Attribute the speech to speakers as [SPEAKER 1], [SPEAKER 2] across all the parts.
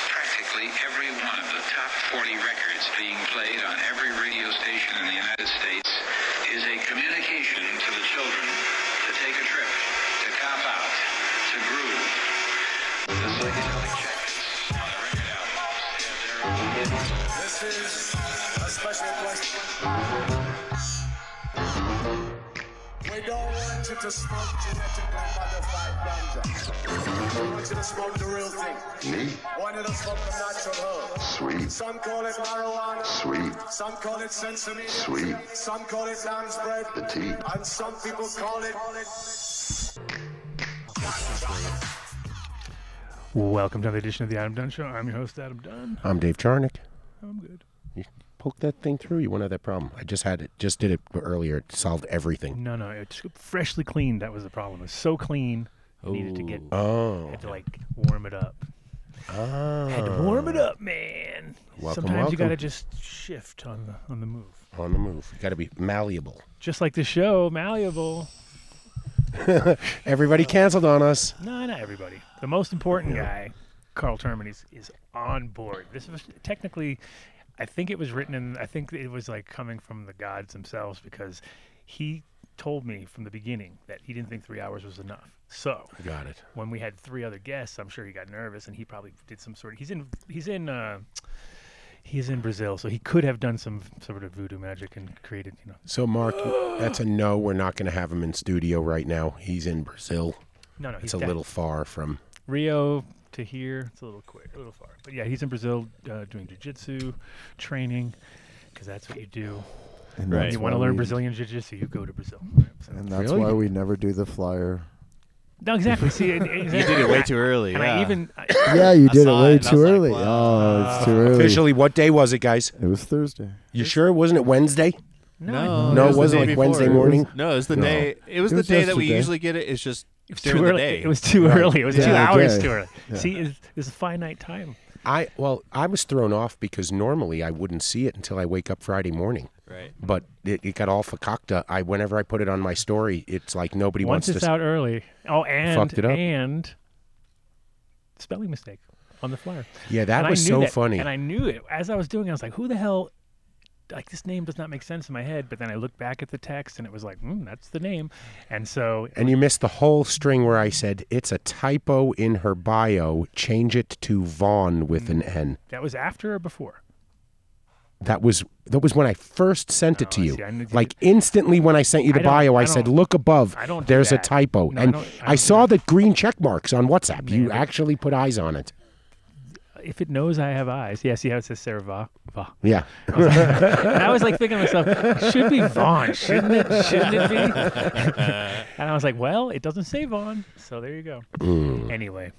[SPEAKER 1] nearly every one of the top 40 records being played on every radio station in the United States is a communication to the children to take a trip, to cop out, to groove. The psychedelic jackets on the record albums have their own hidden
[SPEAKER 2] This is a special question. We don't want you to smoke genetically modified ganja. We want you to smoke the real thing.
[SPEAKER 3] Me?
[SPEAKER 2] Want you to smoke the natural herb.
[SPEAKER 3] Sweet.
[SPEAKER 2] Some call it marijuana.
[SPEAKER 3] Sweet.
[SPEAKER 2] Some call it sesame.
[SPEAKER 3] Sweet.
[SPEAKER 2] Some call it lamb's bread.
[SPEAKER 3] The tea.
[SPEAKER 2] And some people call it.
[SPEAKER 4] Welcome to another edition of the Adam Dunn Show. I'm your host, Adam Dunn.
[SPEAKER 5] I'm Dave Charnick.
[SPEAKER 4] I'm good.
[SPEAKER 5] You poke that thing through, you won't have that problem. I just had it, just did it earlier. It solved everything.
[SPEAKER 4] No, no, it's freshly cleaned. That was the problem. It was so clean. I Needed to get,
[SPEAKER 5] Oh,
[SPEAKER 4] had to like warm it up. Had to
[SPEAKER 5] ah,
[SPEAKER 4] warm it up, man.
[SPEAKER 5] Welcome,
[SPEAKER 4] Sometimes you gotta
[SPEAKER 5] welcome.
[SPEAKER 4] just shift on the on the move.
[SPEAKER 5] on the move. You got to be malleable.
[SPEAKER 4] Just like this show, malleable.
[SPEAKER 5] Everybody canceled on us.
[SPEAKER 4] No, not everybody. The most important guy, Carl Terman, is, is on board. This was technically, I think it was written in, I think it was like coming from the gods themselves because he told me from the beginning that he didn't think three hours was enough. So
[SPEAKER 5] Got it.
[SPEAKER 4] when we had three other guests, I'm sure he got nervous and he probably did some sort of, he's in, he's in, uh, He's in Brazil, so he could have done some sort of voodoo magic and created, you know.
[SPEAKER 5] So, Mark, that's a no. We're not going to have him in studio right now. He's in Brazil.
[SPEAKER 4] No, no, he's
[SPEAKER 5] It's a
[SPEAKER 4] dead.
[SPEAKER 5] little far from.
[SPEAKER 4] Rio to here. It's a little quick, a little far. But yeah, he's in Brazil uh, doing jiu-jitsu training because that's what you do.
[SPEAKER 6] And
[SPEAKER 4] When
[SPEAKER 6] that's
[SPEAKER 4] you want to
[SPEAKER 6] why
[SPEAKER 4] learn
[SPEAKER 6] we-
[SPEAKER 4] Brazilian jiu-jitsu, you go to Brazil. Right? So-
[SPEAKER 6] And that's
[SPEAKER 5] Really?
[SPEAKER 6] why we never do the flyer.
[SPEAKER 4] no, exactly. See, it,
[SPEAKER 7] You did it way too early.
[SPEAKER 4] And
[SPEAKER 7] yeah.
[SPEAKER 4] I even I,
[SPEAKER 6] Yeah, you
[SPEAKER 7] I
[SPEAKER 6] did it
[SPEAKER 7] saw
[SPEAKER 6] way
[SPEAKER 7] it and I
[SPEAKER 6] too
[SPEAKER 7] was like,
[SPEAKER 6] early.
[SPEAKER 7] wow.
[SPEAKER 6] oh, it's too early.
[SPEAKER 5] Officially, what day was it, guys?
[SPEAKER 6] It was Thursday.
[SPEAKER 5] You sure? Wasn't it Wednesday?
[SPEAKER 4] no,
[SPEAKER 5] No, it
[SPEAKER 7] the
[SPEAKER 5] wasn't
[SPEAKER 7] day
[SPEAKER 5] like
[SPEAKER 7] before.
[SPEAKER 5] Wednesday morning.
[SPEAKER 7] No, it was the
[SPEAKER 5] No.
[SPEAKER 7] day. It was
[SPEAKER 6] It
[SPEAKER 7] the
[SPEAKER 6] was
[SPEAKER 7] day that we
[SPEAKER 6] yesterday.
[SPEAKER 7] usually get it. It's just
[SPEAKER 4] it was
[SPEAKER 7] during
[SPEAKER 4] too
[SPEAKER 7] the
[SPEAKER 4] early.
[SPEAKER 7] day.
[SPEAKER 4] It was too early. It was two
[SPEAKER 6] Yeah,
[SPEAKER 4] hours
[SPEAKER 6] okay.
[SPEAKER 4] too early. See, it's, it's a finite time.
[SPEAKER 5] I well, I was thrown off because normally I wouldn't see it until I wake up Friday morning.
[SPEAKER 7] right.
[SPEAKER 5] but it, it got all fakakta. I whenever I put it on my story, it's like nobody
[SPEAKER 4] Once
[SPEAKER 5] wants to.
[SPEAKER 4] it's
[SPEAKER 5] s-
[SPEAKER 4] out early. Oh, and
[SPEAKER 5] Fucked it up.
[SPEAKER 4] and spelling mistake on the flyer.
[SPEAKER 5] Yeah, that
[SPEAKER 4] And I
[SPEAKER 5] was
[SPEAKER 4] knew
[SPEAKER 5] so
[SPEAKER 4] that,
[SPEAKER 5] funny.
[SPEAKER 4] And I knew it as I was doing. it, I was like, "Who the hell?" Like this name does not make sense in my head. But then I looked back at the text, and it was like, mm, "That's the name." And so,
[SPEAKER 5] and you missed the whole string where I said it's a typo in her bio. Change it to Vaughn with an N.
[SPEAKER 4] that was after or before?
[SPEAKER 5] That was that was when I first sent it
[SPEAKER 4] Oh,
[SPEAKER 5] to
[SPEAKER 4] I
[SPEAKER 5] you.
[SPEAKER 4] see. I knew-
[SPEAKER 5] like instantly when I sent you the
[SPEAKER 4] I don't-
[SPEAKER 5] bio, I,
[SPEAKER 4] I
[SPEAKER 5] said,
[SPEAKER 4] don't-
[SPEAKER 5] "Look above.
[SPEAKER 4] I don't do
[SPEAKER 5] there's a
[SPEAKER 4] that.
[SPEAKER 5] typo."
[SPEAKER 4] No, I
[SPEAKER 5] and
[SPEAKER 4] don't- I don't
[SPEAKER 5] I,
[SPEAKER 4] do
[SPEAKER 5] saw
[SPEAKER 4] that.
[SPEAKER 5] the green check marks on WhatsApp. you
[SPEAKER 4] but-
[SPEAKER 5] actually put eyes on it.
[SPEAKER 4] If it knows I have eyes, yeah. See how it says Sarah Va. Va.
[SPEAKER 5] Yeah,
[SPEAKER 4] And I was like thinking to myself, it should be Vaughn, shouldn't it? Shouldn't it be? and I was like, well, it doesn't say Vaughn, so there you go.
[SPEAKER 5] Mm.
[SPEAKER 4] Anyway,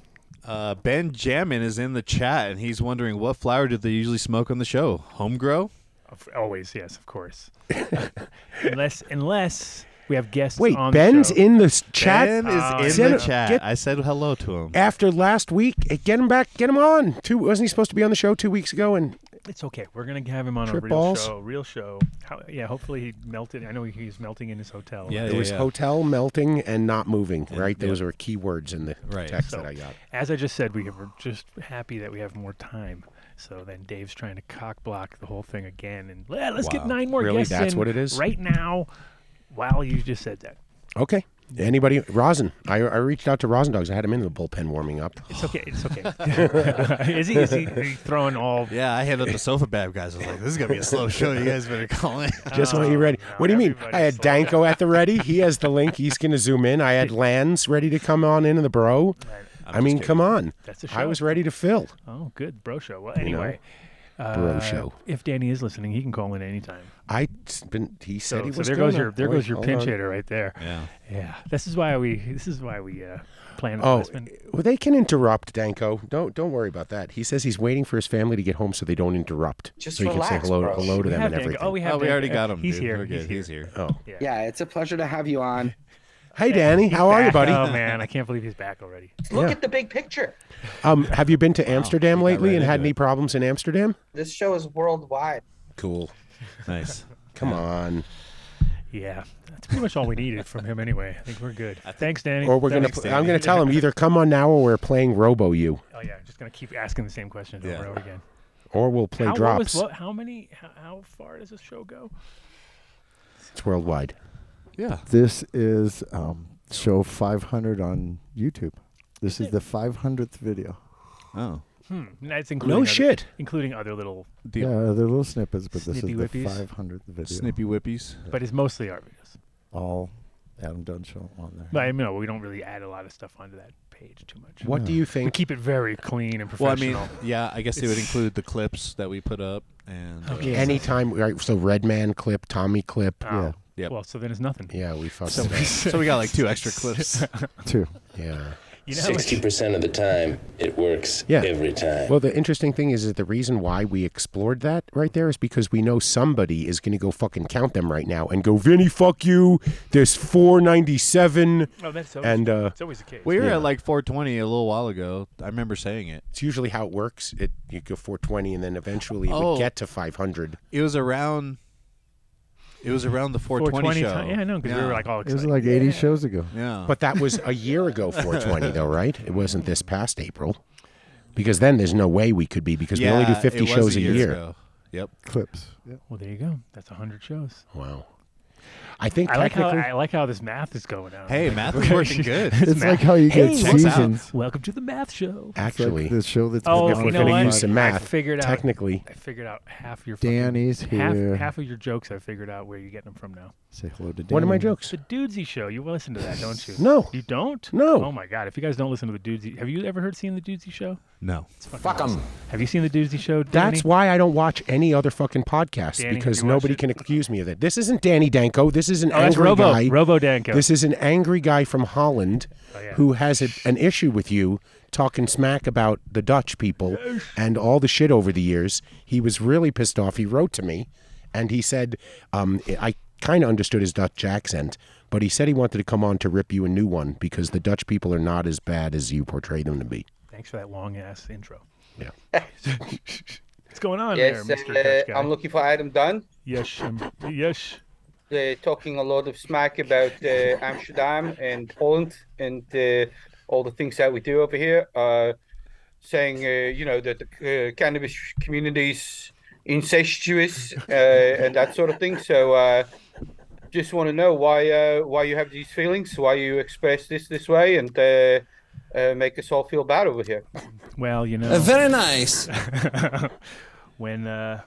[SPEAKER 7] Uh, Benjamin is in the chat and he's wondering what flower do they usually smoke on the show? Homegrow?
[SPEAKER 4] of- always yes, of course. unless unless we have guests.
[SPEAKER 5] wait.
[SPEAKER 4] on
[SPEAKER 5] Ben's
[SPEAKER 4] the show.
[SPEAKER 5] in the s- chat.
[SPEAKER 7] ben is in
[SPEAKER 5] send
[SPEAKER 7] the
[SPEAKER 5] it-
[SPEAKER 7] chat.
[SPEAKER 5] get-
[SPEAKER 7] I said hello to him.
[SPEAKER 5] after last week. eh, Get him back. Get him on. Two wasn't he supposed to be on the show two weeks ago? And
[SPEAKER 4] It's okay. We're gonna have him on
[SPEAKER 5] Trip
[SPEAKER 4] a real
[SPEAKER 5] balls?
[SPEAKER 4] show. Real show. How, yeah, hopefully he melted. I know he's melting in his hotel.
[SPEAKER 7] Yeah,
[SPEAKER 5] it
[SPEAKER 7] yeah,
[SPEAKER 5] was
[SPEAKER 7] yeah.
[SPEAKER 5] hotel melting and not moving. right.
[SPEAKER 7] yeah.
[SPEAKER 5] Those were key words in the
[SPEAKER 7] Right.
[SPEAKER 5] text
[SPEAKER 4] So-
[SPEAKER 5] that I got.
[SPEAKER 4] As I just said, we were just happy that we have more time. So then Dave's trying to cock block the whole thing again, and "Yeah, let's get
[SPEAKER 5] Wow.
[SPEAKER 4] nine more
[SPEAKER 5] Really?
[SPEAKER 4] guests
[SPEAKER 5] That's
[SPEAKER 4] in
[SPEAKER 5] what it is?
[SPEAKER 4] right now. While you just said that,
[SPEAKER 5] Okay. Anybody? Rosin. I, I reached out to Rosin Dogs. I had him in the bullpen warming up.
[SPEAKER 4] it's okay. It's okay. is he is he, is he throwing all?
[SPEAKER 7] Yeah, I hit up the sofa bab guys. I was like, this is gonna be a slow show. You guys better call in.
[SPEAKER 5] Just want you ready.
[SPEAKER 4] no,
[SPEAKER 5] what do you mean? I had
[SPEAKER 4] everybody's
[SPEAKER 5] Danko at the ready. He has the link. He's going to zoom in. I had Lance ready to come on into the bro. I mean, come on.
[SPEAKER 4] That's a
[SPEAKER 5] I
[SPEAKER 4] show.
[SPEAKER 5] was ready to fill.
[SPEAKER 4] Oh, good bro show. Well,
[SPEAKER 5] know,
[SPEAKER 4] anyway,
[SPEAKER 5] Bro
[SPEAKER 4] uh,
[SPEAKER 5] show.
[SPEAKER 4] If Danny is listening, he can call in anytime.
[SPEAKER 5] I been. He said
[SPEAKER 4] So,
[SPEAKER 5] he
[SPEAKER 4] so
[SPEAKER 5] was.
[SPEAKER 4] there goes
[SPEAKER 5] gonna.
[SPEAKER 4] your there
[SPEAKER 5] Wait,
[SPEAKER 4] goes your
[SPEAKER 5] hold
[SPEAKER 4] pinch
[SPEAKER 5] on.
[SPEAKER 4] hitter right there.
[SPEAKER 7] Yeah.
[SPEAKER 4] Yeah, this is why we this is why we uh, plan
[SPEAKER 5] Oh,
[SPEAKER 4] investment.
[SPEAKER 5] well, they can interrupt Danko. Don't don't worry about that. He says he's waiting for his family to get home so they don't interrupt.
[SPEAKER 8] Just
[SPEAKER 5] so he can
[SPEAKER 8] relax,
[SPEAKER 5] say hello,
[SPEAKER 8] bro.
[SPEAKER 5] hello to
[SPEAKER 4] We
[SPEAKER 5] them
[SPEAKER 4] have
[SPEAKER 5] and
[SPEAKER 4] Danko.
[SPEAKER 5] everything.
[SPEAKER 4] Oh, we have.
[SPEAKER 7] Oh, we
[SPEAKER 4] Danko.
[SPEAKER 7] already got him.
[SPEAKER 4] He's
[SPEAKER 7] dude.
[SPEAKER 4] here.
[SPEAKER 7] We're
[SPEAKER 4] He's
[SPEAKER 7] good.
[SPEAKER 4] here.
[SPEAKER 7] He's here.
[SPEAKER 5] oh.
[SPEAKER 8] Yeah, it's a pleasure to have you on.
[SPEAKER 5] Hey, Danny, how are you, buddy?
[SPEAKER 4] Oh man, I can't believe he's back already.
[SPEAKER 8] Look
[SPEAKER 5] Yeah.
[SPEAKER 8] at the big picture.
[SPEAKER 5] Um, have you been to Amsterdam
[SPEAKER 7] got
[SPEAKER 5] lately
[SPEAKER 7] right
[SPEAKER 5] and had
[SPEAKER 7] into
[SPEAKER 5] any
[SPEAKER 7] it.
[SPEAKER 5] problems in Amsterdam?
[SPEAKER 8] This show is worldwide.
[SPEAKER 5] Cool.
[SPEAKER 7] Nice.
[SPEAKER 5] Come on.
[SPEAKER 4] Yeah, that's pretty much all we needed from him anyway. I think we're good. Thanks, Danny.
[SPEAKER 5] Or we're gonna.
[SPEAKER 4] Thanks,
[SPEAKER 5] pl-
[SPEAKER 4] Danny.
[SPEAKER 5] I'm gonna tell him either come on now or we're playing Robo You,
[SPEAKER 4] Oh yeah, just gonna keep asking the same questions
[SPEAKER 7] Yeah.
[SPEAKER 4] over and over again.
[SPEAKER 5] or we'll play
[SPEAKER 4] how, what was-
[SPEAKER 5] Drops.
[SPEAKER 4] what- how many? How, how far does this show go?
[SPEAKER 5] It's worldwide.
[SPEAKER 7] Yeah.
[SPEAKER 6] This is um, show 500 on YouTube. This is the 500th video.
[SPEAKER 7] Oh.
[SPEAKER 4] Hmm. That's including
[SPEAKER 5] No
[SPEAKER 4] other-
[SPEAKER 5] shit.
[SPEAKER 4] including other little,
[SPEAKER 7] The
[SPEAKER 6] yeah, they're little snippets, but this is
[SPEAKER 4] Snippy
[SPEAKER 6] the
[SPEAKER 4] whippies.
[SPEAKER 6] 500th video.
[SPEAKER 7] snippy whippies.
[SPEAKER 4] but it's mostly our videos.
[SPEAKER 6] All Adam Dunn show on there.
[SPEAKER 4] But I mean, no, we don't really add a lot of stuff onto that page too much.
[SPEAKER 5] What do you
[SPEAKER 4] We
[SPEAKER 5] think?
[SPEAKER 4] keep it very clean and
[SPEAKER 7] Well, I
[SPEAKER 4] professional.
[SPEAKER 7] mean, yeah, I guess it would
[SPEAKER 4] It's-
[SPEAKER 7] include the clips that we put up and uh,
[SPEAKER 4] Okay.
[SPEAKER 5] Anytime, right? So Redman clip, Tommy clip.
[SPEAKER 4] Oh,
[SPEAKER 6] yeah.
[SPEAKER 7] Yep.
[SPEAKER 4] Well, so then it's nothing.
[SPEAKER 5] Yeah, we fucked
[SPEAKER 7] so,
[SPEAKER 5] it up.
[SPEAKER 7] so we got like two extra clips.
[SPEAKER 6] Two.
[SPEAKER 5] Yeah.
[SPEAKER 4] You know,
[SPEAKER 3] Sixty percent of the time, it works
[SPEAKER 5] Yeah.
[SPEAKER 3] every time.
[SPEAKER 5] Well, the interesting thing is that the reason why we explored that right there is because we know somebody is going to go fucking count them right now and go, Vinny, fuck you. There's 497.
[SPEAKER 4] oh, that's always,
[SPEAKER 5] And uh,
[SPEAKER 4] it's always the case.
[SPEAKER 7] We were at like 420 a little while ago. I remember saying it.
[SPEAKER 5] it's usually how it works. It You go 420, and then eventually it
[SPEAKER 7] Oh.
[SPEAKER 5] would get to 500.
[SPEAKER 7] It was around. It was around the 420 show.
[SPEAKER 4] time. Yeah, I know, because we were like all
[SPEAKER 6] It
[SPEAKER 4] excited.
[SPEAKER 6] was like 80 shows ago.
[SPEAKER 7] yeah.
[SPEAKER 5] But that was a year ago, 420, though, right? It wasn't this past April. Because then there's no way we could be, because we only do
[SPEAKER 7] Yeah,
[SPEAKER 5] 50
[SPEAKER 7] it was
[SPEAKER 5] shows a
[SPEAKER 7] year
[SPEAKER 5] year.
[SPEAKER 7] ago. Yep.
[SPEAKER 6] Clips. Yeah.
[SPEAKER 4] well, there you go. That's 100 shows.
[SPEAKER 5] Wow. I think
[SPEAKER 4] I like how
[SPEAKER 5] technically.
[SPEAKER 4] I like how this math is going out.
[SPEAKER 7] Hey, math is working good.
[SPEAKER 6] It's like how you
[SPEAKER 4] Hey,
[SPEAKER 6] get
[SPEAKER 4] check this out.
[SPEAKER 6] seasons.
[SPEAKER 4] Welcome to the math show.
[SPEAKER 6] It's like
[SPEAKER 5] actually,
[SPEAKER 6] the show that's
[SPEAKER 4] Oh,
[SPEAKER 6] been
[SPEAKER 5] if
[SPEAKER 6] on
[SPEAKER 5] we're
[SPEAKER 4] you know
[SPEAKER 5] going to
[SPEAKER 4] what?
[SPEAKER 5] use some
[SPEAKER 4] I
[SPEAKER 5] math,
[SPEAKER 4] figured out-
[SPEAKER 5] technically.
[SPEAKER 4] I figured out half your fucking-
[SPEAKER 6] Danny's
[SPEAKER 4] half,
[SPEAKER 6] here.
[SPEAKER 4] half of your jokes. I figured out where you're getting them from now.
[SPEAKER 6] Say hello to Danny.
[SPEAKER 5] One of my jokes.
[SPEAKER 4] The Dudesy Show. You listen to that, don't you?
[SPEAKER 5] No.
[SPEAKER 4] you don't.
[SPEAKER 5] No.
[SPEAKER 4] Oh my god! If you guys don't listen to the Dudesy, have you ever heard seen the Dudesy Show?
[SPEAKER 7] No.
[SPEAKER 4] Fuck them. Have you seen the Dudesy Show?
[SPEAKER 5] That's
[SPEAKER 4] Danny?
[SPEAKER 5] why I don't watch any other fucking podcast
[SPEAKER 4] Danny,
[SPEAKER 5] because
[SPEAKER 4] have you watched
[SPEAKER 5] nobody
[SPEAKER 4] it?
[SPEAKER 5] can excuse me of it. This isn't Danny Danko. This is an
[SPEAKER 4] Oh, that's
[SPEAKER 5] angry
[SPEAKER 4] Robo
[SPEAKER 5] guy.
[SPEAKER 4] Robo Danko. Oh,
[SPEAKER 5] This is an angry guy from Holland
[SPEAKER 4] yeah.
[SPEAKER 5] who has a, an issue with you talking smack about the Dutch people and all the shit over the years. He was really pissed off. He wrote to me and he said, um, I kind of understood his Dutch accent, but he said he wanted to come on to rip you a new one because the Dutch people are not as bad as you portray them to be.
[SPEAKER 4] Thanks for that long ass intro.
[SPEAKER 5] Yeah.
[SPEAKER 4] What's going on
[SPEAKER 8] Yes,
[SPEAKER 4] there, Mr. Dutch
[SPEAKER 8] uh,
[SPEAKER 4] guy?
[SPEAKER 8] I'm looking for Adam Dunn.
[SPEAKER 4] yes, um, yes.
[SPEAKER 8] Uh, talking a lot of smack about uh, Amsterdam and Holland and uh, all the things that we do over here. Uh, saying, uh, you know, that the uh, cannabis community is incestuous uh, and that sort of thing. So, uh, just want to know why uh, why you have these feelings, why you express this this way, and uh, uh, make us all feel bad over here.
[SPEAKER 4] Well, you know.
[SPEAKER 9] Very nice.
[SPEAKER 4] when uh,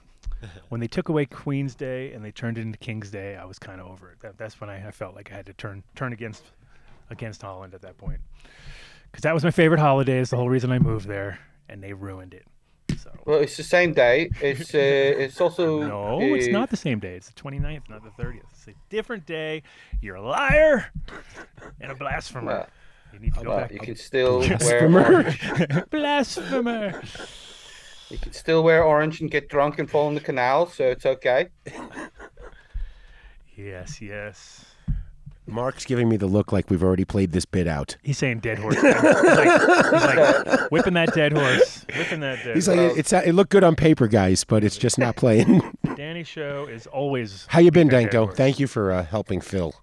[SPEAKER 4] when they took away Queen's Day and they turned it into King's Day, I was kind of over it. That, that's when I, I felt like I had to turn turn against against Holland at that point, because that was my favorite holiday. Is the whole reason I moved there, and they ruined it. So
[SPEAKER 8] Well, it's the same day. It's uh, it's also
[SPEAKER 4] no, it's
[SPEAKER 8] uh,
[SPEAKER 4] not the same day. It's the 29th, not the 30th. It's a different day. You're a liar and a blasphemer.
[SPEAKER 8] Well,
[SPEAKER 4] You need to go
[SPEAKER 8] Well,
[SPEAKER 4] back.
[SPEAKER 8] you can still wear
[SPEAKER 5] Blasphemer.
[SPEAKER 8] orange.
[SPEAKER 4] blasphemer.
[SPEAKER 8] You can still wear orange and get drunk and fall in the canal, so it's okay.
[SPEAKER 4] Yes, yes.
[SPEAKER 5] Mark's giving me the look like we've already played this bit out.
[SPEAKER 4] He's saying dead horse. he's, like, he's like whipping that dead horse. Whipping that dead
[SPEAKER 5] He's like, it, it's it looked good on paper, guys, but it's just not playing.
[SPEAKER 4] Danny Show is always.
[SPEAKER 5] How you been,
[SPEAKER 4] Okay, of
[SPEAKER 5] Danko?
[SPEAKER 4] course.
[SPEAKER 5] Thank you for uh, helping Phil.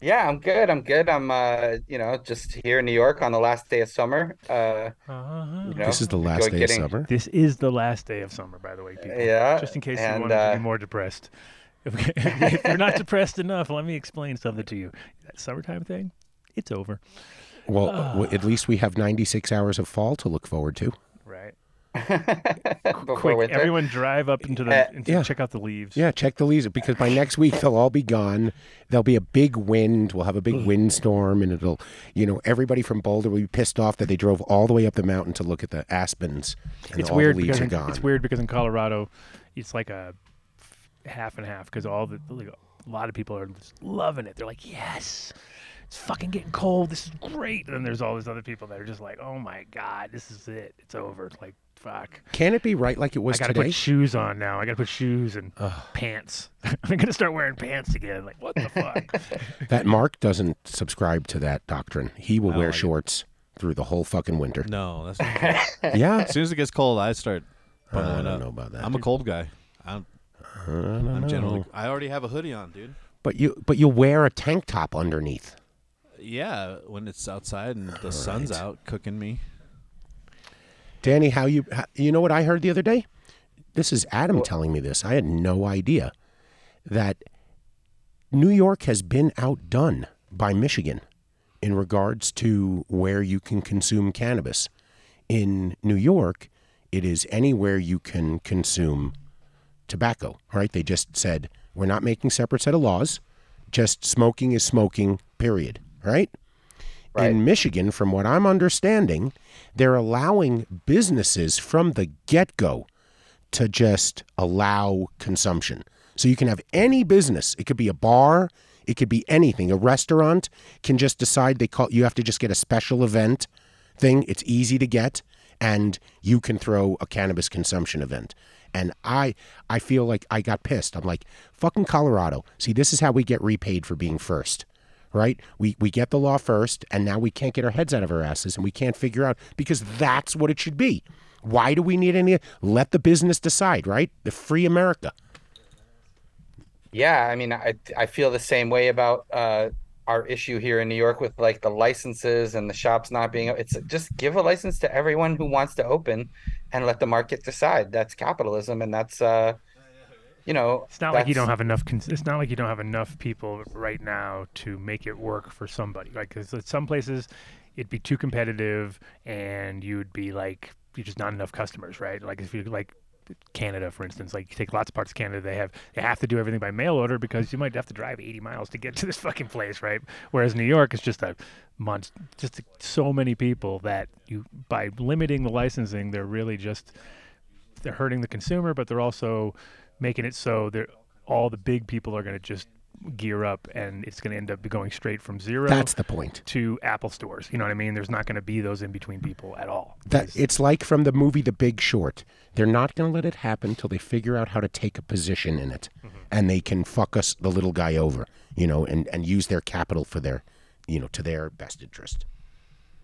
[SPEAKER 8] Yeah, I'm good. I'm good. I'm uh, you know, just here in New York on the last day of summer. Uh, you know,
[SPEAKER 5] This is the last
[SPEAKER 8] enjoy
[SPEAKER 5] day
[SPEAKER 8] getting-
[SPEAKER 5] of summer.
[SPEAKER 4] uh-huh. This is the last day of summer, by the way, people.
[SPEAKER 8] Yeah,
[SPEAKER 4] Just in case you
[SPEAKER 8] and,
[SPEAKER 4] wanted to
[SPEAKER 8] uh,
[SPEAKER 4] be more depressed. If, if you're not depressed enough, let me explain something to you. That summertime thing, it's over.
[SPEAKER 5] Well, w at least we have 96 hours of fall to look forward to.
[SPEAKER 4] Right.
[SPEAKER 8] before
[SPEAKER 4] Quick,
[SPEAKER 8] winter.
[SPEAKER 4] everyone drive up into the
[SPEAKER 8] Uh,
[SPEAKER 4] into,
[SPEAKER 5] yeah.
[SPEAKER 4] check out the leaves.
[SPEAKER 5] Yeah, check the leaves because by next week they'll all be gone. There'll be a big wind. We'll have a
[SPEAKER 4] Mm.
[SPEAKER 5] big windstorm, and it'll, you know, everybody from Boulder will be pissed off that they drove all the way up the mountain to look at the aspens. And
[SPEAKER 4] It's
[SPEAKER 5] all
[SPEAKER 4] weird
[SPEAKER 5] The leaves
[SPEAKER 4] because
[SPEAKER 5] are
[SPEAKER 4] in,
[SPEAKER 5] gone.
[SPEAKER 4] it's weird because in Colorado, it's like a half and half because all the like, a lot of people are just loving it. They're like, yes, it's fucking getting cold. This is great. And then there's all these other people that are just like, oh my god, this is it. It's over. Like fuck.
[SPEAKER 5] Can it be right like it was
[SPEAKER 4] I gotta
[SPEAKER 5] today?
[SPEAKER 4] put shoes on now. I gotta put shoes and pants. I'm gonna start wearing pants again. Like what the fuck?
[SPEAKER 5] that Mark doesn't subscribe to that doctrine. He will
[SPEAKER 4] Oh,
[SPEAKER 5] wear
[SPEAKER 7] like it.
[SPEAKER 5] shorts through the whole fucking winter.
[SPEAKER 7] No, that's not cool.
[SPEAKER 5] Yeah.
[SPEAKER 7] As soon as it gets cold, I start
[SPEAKER 5] I
[SPEAKER 7] bundling
[SPEAKER 5] don't
[SPEAKER 7] up.
[SPEAKER 5] know about that.
[SPEAKER 7] I'm a cold guy. I'm, I'm generally. I already have a hoodie on, dude.
[SPEAKER 5] But you but you wear a tank top underneath.
[SPEAKER 7] Yeah, when it's outside and the sun's out, cooking me.
[SPEAKER 5] Danny, how you how, you know what I heard the other day? This is Adam telling me this. I had no idea that New York has been outdone by Michigan in regards to where you can consume cannabis. In New York, it is anywhere you can consume tobacco, right? They just said we're not making separate set of laws. Just smoking is smoking, period, right? in Michigan, from what I'm understanding, they're allowing businesses from the get go to just allow consumption. So you can have any business, it could be a bar, it could be anything. A restaurant can just decide they call you have to just get a special event thing. It's easy to get and you can throw a cannabis consumption event. And I I feel like I got pissed. I'm like, fucking Colorado. See, this is how we get repaid for being first right? We we get the law first, and now we can't get our heads out of our asses, and we can't figure out because that's what it should be. Why do we need any? Let the business decide, right? The free America.
[SPEAKER 10] Yeah, I mean, I I feel the same way about uh, our issue here in New York with like the licenses and the shops not being. It's just give a license to everyone who wants to open, and let the market decide. That's capitalism, and that's uh, you know,
[SPEAKER 4] It's not like you
[SPEAKER 10] that's-
[SPEAKER 4] don't have enough. Cons- it's not like you don't have enough people right now to make it work for somebody. Like, 'cause at some places, it'd be too competitive, and you'd be like, you're just not enough customers, right? Like, if you like Canada, for instance, like you take lots of parts of Canada, they have they have to do everything by mail order because you might have to drive 80 miles to get to this fucking place, right? Whereas New York is just a month, just so many people that you by limiting the licensing, they're really just they're hurting the consumer, but they're also making it so they're all the big people are going to just gear up, and it's going to end up going straight from zero
[SPEAKER 5] That's the point.
[SPEAKER 4] to Apple stores. You know what I mean? There's not going to be those in between people at all.
[SPEAKER 5] That it's like from the movie The Big Short. They're not going to let it happen till they figure out how to take a position in it, and they can fuck us the little guy over, you know, and and use their capital for their, you know, to their best interest.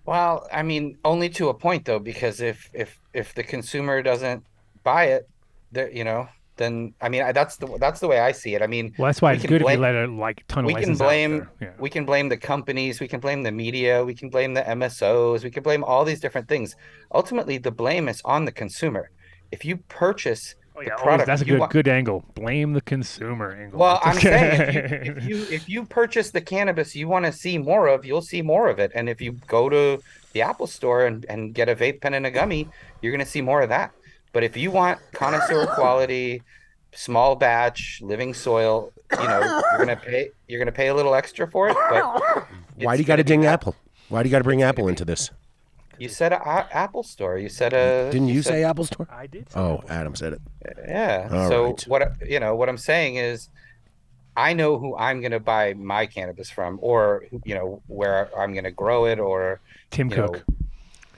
[SPEAKER 10] Well, I mean, only to a point though, because if if if the consumer doesn't buy it, there you know, then I mean, I- that's the that's the way I see it. I mean,
[SPEAKER 4] Well, that's why
[SPEAKER 10] we
[SPEAKER 4] it's
[SPEAKER 10] can
[SPEAKER 4] good if
[SPEAKER 10] blame-
[SPEAKER 4] you let a like ton of
[SPEAKER 10] we can
[SPEAKER 4] license out
[SPEAKER 10] blame
[SPEAKER 4] there. Yeah.
[SPEAKER 10] we can blame the companies, we can blame the media, we can blame the MSOs, we can blame all these different things. Ultimately, the blame is on the consumer. If you purchase
[SPEAKER 4] Oh,
[SPEAKER 10] the
[SPEAKER 4] yeah, always,
[SPEAKER 10] product,
[SPEAKER 4] that's a
[SPEAKER 10] you
[SPEAKER 4] good
[SPEAKER 10] want-
[SPEAKER 4] good angle. Blame the consumer angle.
[SPEAKER 10] Well, I'm
[SPEAKER 4] That's
[SPEAKER 10] saying
[SPEAKER 4] okay.
[SPEAKER 10] if you, if you if you purchase the cannabis you want to see more of, you'll see more of it. And if you go to the Apple store and, and get a vape pen and a gummy, you're gonna see more of that. But if you want connoisseur quality, small batch, living soil, you know, you're gonna pay you're gonna pay a little extra for it. But
[SPEAKER 5] Why do you
[SPEAKER 10] it's
[SPEAKER 5] got to
[SPEAKER 10] gonna be
[SPEAKER 5] ding Apple? Why do you got to bring Apple into this?
[SPEAKER 10] You said a, a- Apple store. You said a.
[SPEAKER 5] Didn't you
[SPEAKER 10] said-
[SPEAKER 5] say Apple Store?
[SPEAKER 4] I did. say
[SPEAKER 5] Oh, Adam said it.
[SPEAKER 10] Yeah.
[SPEAKER 5] All
[SPEAKER 10] so
[SPEAKER 5] right.
[SPEAKER 10] what I- you know what I'm saying is, I know who I'm going to buy my cannabis from, or you know where I'm going to grow it, or
[SPEAKER 4] Tim
[SPEAKER 10] you
[SPEAKER 4] Cook.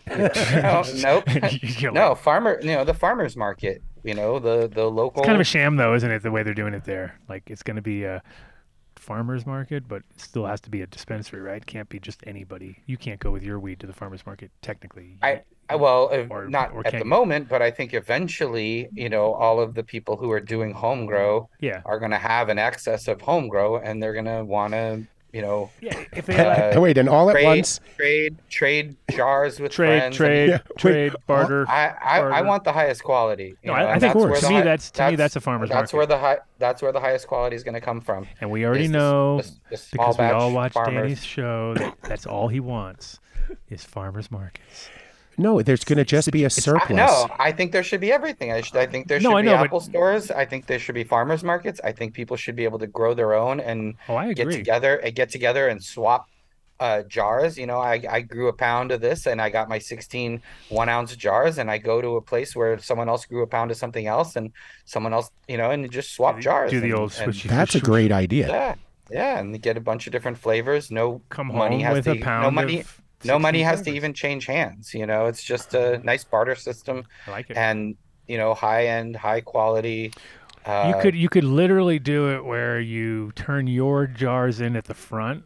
[SPEAKER 10] no, Oh, nope,
[SPEAKER 4] You're
[SPEAKER 10] no
[SPEAKER 4] like-
[SPEAKER 10] farmer. You know the farmers market. You know the the local.
[SPEAKER 4] It's kind of a sham, though, isn't it? The way they're doing it there, like it's going to be a farmers market, but it still has to be a dispensary, right? Can't be just anybody. You can't go with your weed to the farmers market, technically.
[SPEAKER 10] I, I well, uh,
[SPEAKER 4] Or-
[SPEAKER 10] not
[SPEAKER 4] or
[SPEAKER 10] at the
[SPEAKER 4] can-
[SPEAKER 10] moment, but I think eventually, you know, all of the people who are doing home grow
[SPEAKER 4] yeah,
[SPEAKER 10] are going to have an excess of home grow, and they're going to want to, you know,
[SPEAKER 4] yeah. If they
[SPEAKER 10] Uh,
[SPEAKER 5] Oh, wait, and all at
[SPEAKER 10] trade,
[SPEAKER 5] once?
[SPEAKER 10] trade, trade jars with
[SPEAKER 4] trade,
[SPEAKER 10] friends. I mean,
[SPEAKER 4] trade,
[SPEAKER 5] Yeah, wait,
[SPEAKER 4] trade, barter.
[SPEAKER 10] I, I, I
[SPEAKER 4] Barter.
[SPEAKER 10] want the highest quality. you
[SPEAKER 4] No, I-
[SPEAKER 10] know,
[SPEAKER 4] I
[SPEAKER 10] and
[SPEAKER 4] think
[SPEAKER 10] that's
[SPEAKER 5] worse.
[SPEAKER 10] where
[SPEAKER 5] To
[SPEAKER 10] the
[SPEAKER 4] me,
[SPEAKER 10] hi-
[SPEAKER 4] that's- to me, that's a farmer's
[SPEAKER 10] That's
[SPEAKER 4] market.
[SPEAKER 10] where the high. That's where the highest quality is going to come from.
[SPEAKER 4] and we already
[SPEAKER 10] is the s-
[SPEAKER 4] know
[SPEAKER 10] the s- the small
[SPEAKER 4] because we all
[SPEAKER 10] batch
[SPEAKER 4] watch
[SPEAKER 10] farmers.
[SPEAKER 4] Danny's show that that's all he wants is farmers markets.
[SPEAKER 5] No, there's going to just be a
[SPEAKER 10] I,
[SPEAKER 5] surplus.
[SPEAKER 10] no, I think there should be everything. I should. I think there should
[SPEAKER 4] No, I
[SPEAKER 10] be
[SPEAKER 4] know, but-
[SPEAKER 10] Apple stores. I think there should be farmers markets. I think people should be able to grow their own and
[SPEAKER 4] Oh, I
[SPEAKER 10] get
[SPEAKER 4] agree.
[SPEAKER 10] together and get together and swap uh, jars. You know, I, I grew a pound of this and I got my 16 one ounce jars and I go to a place where someone else grew a pound of something else and someone else, you know, and you just swap jars.
[SPEAKER 4] Do the
[SPEAKER 10] and-
[SPEAKER 4] old
[SPEAKER 10] and-
[SPEAKER 4] switchy.
[SPEAKER 5] That's a great idea.
[SPEAKER 10] Yeah, yeah, and they get a bunch of different flavors. No
[SPEAKER 4] Come
[SPEAKER 10] money
[SPEAKER 4] home with
[SPEAKER 10] has to
[SPEAKER 4] a
[SPEAKER 10] e- no
[SPEAKER 4] pound
[SPEAKER 10] money.
[SPEAKER 4] of
[SPEAKER 10] No
[SPEAKER 4] 16
[SPEAKER 10] money has to
[SPEAKER 4] flavors. Mm-hmm.
[SPEAKER 10] even change hands. You know, it's just a nice barter system,
[SPEAKER 4] I like it.
[SPEAKER 10] and you know, high end, high quality. Uh,
[SPEAKER 4] you could you could literally do it where you turn your jars in at the front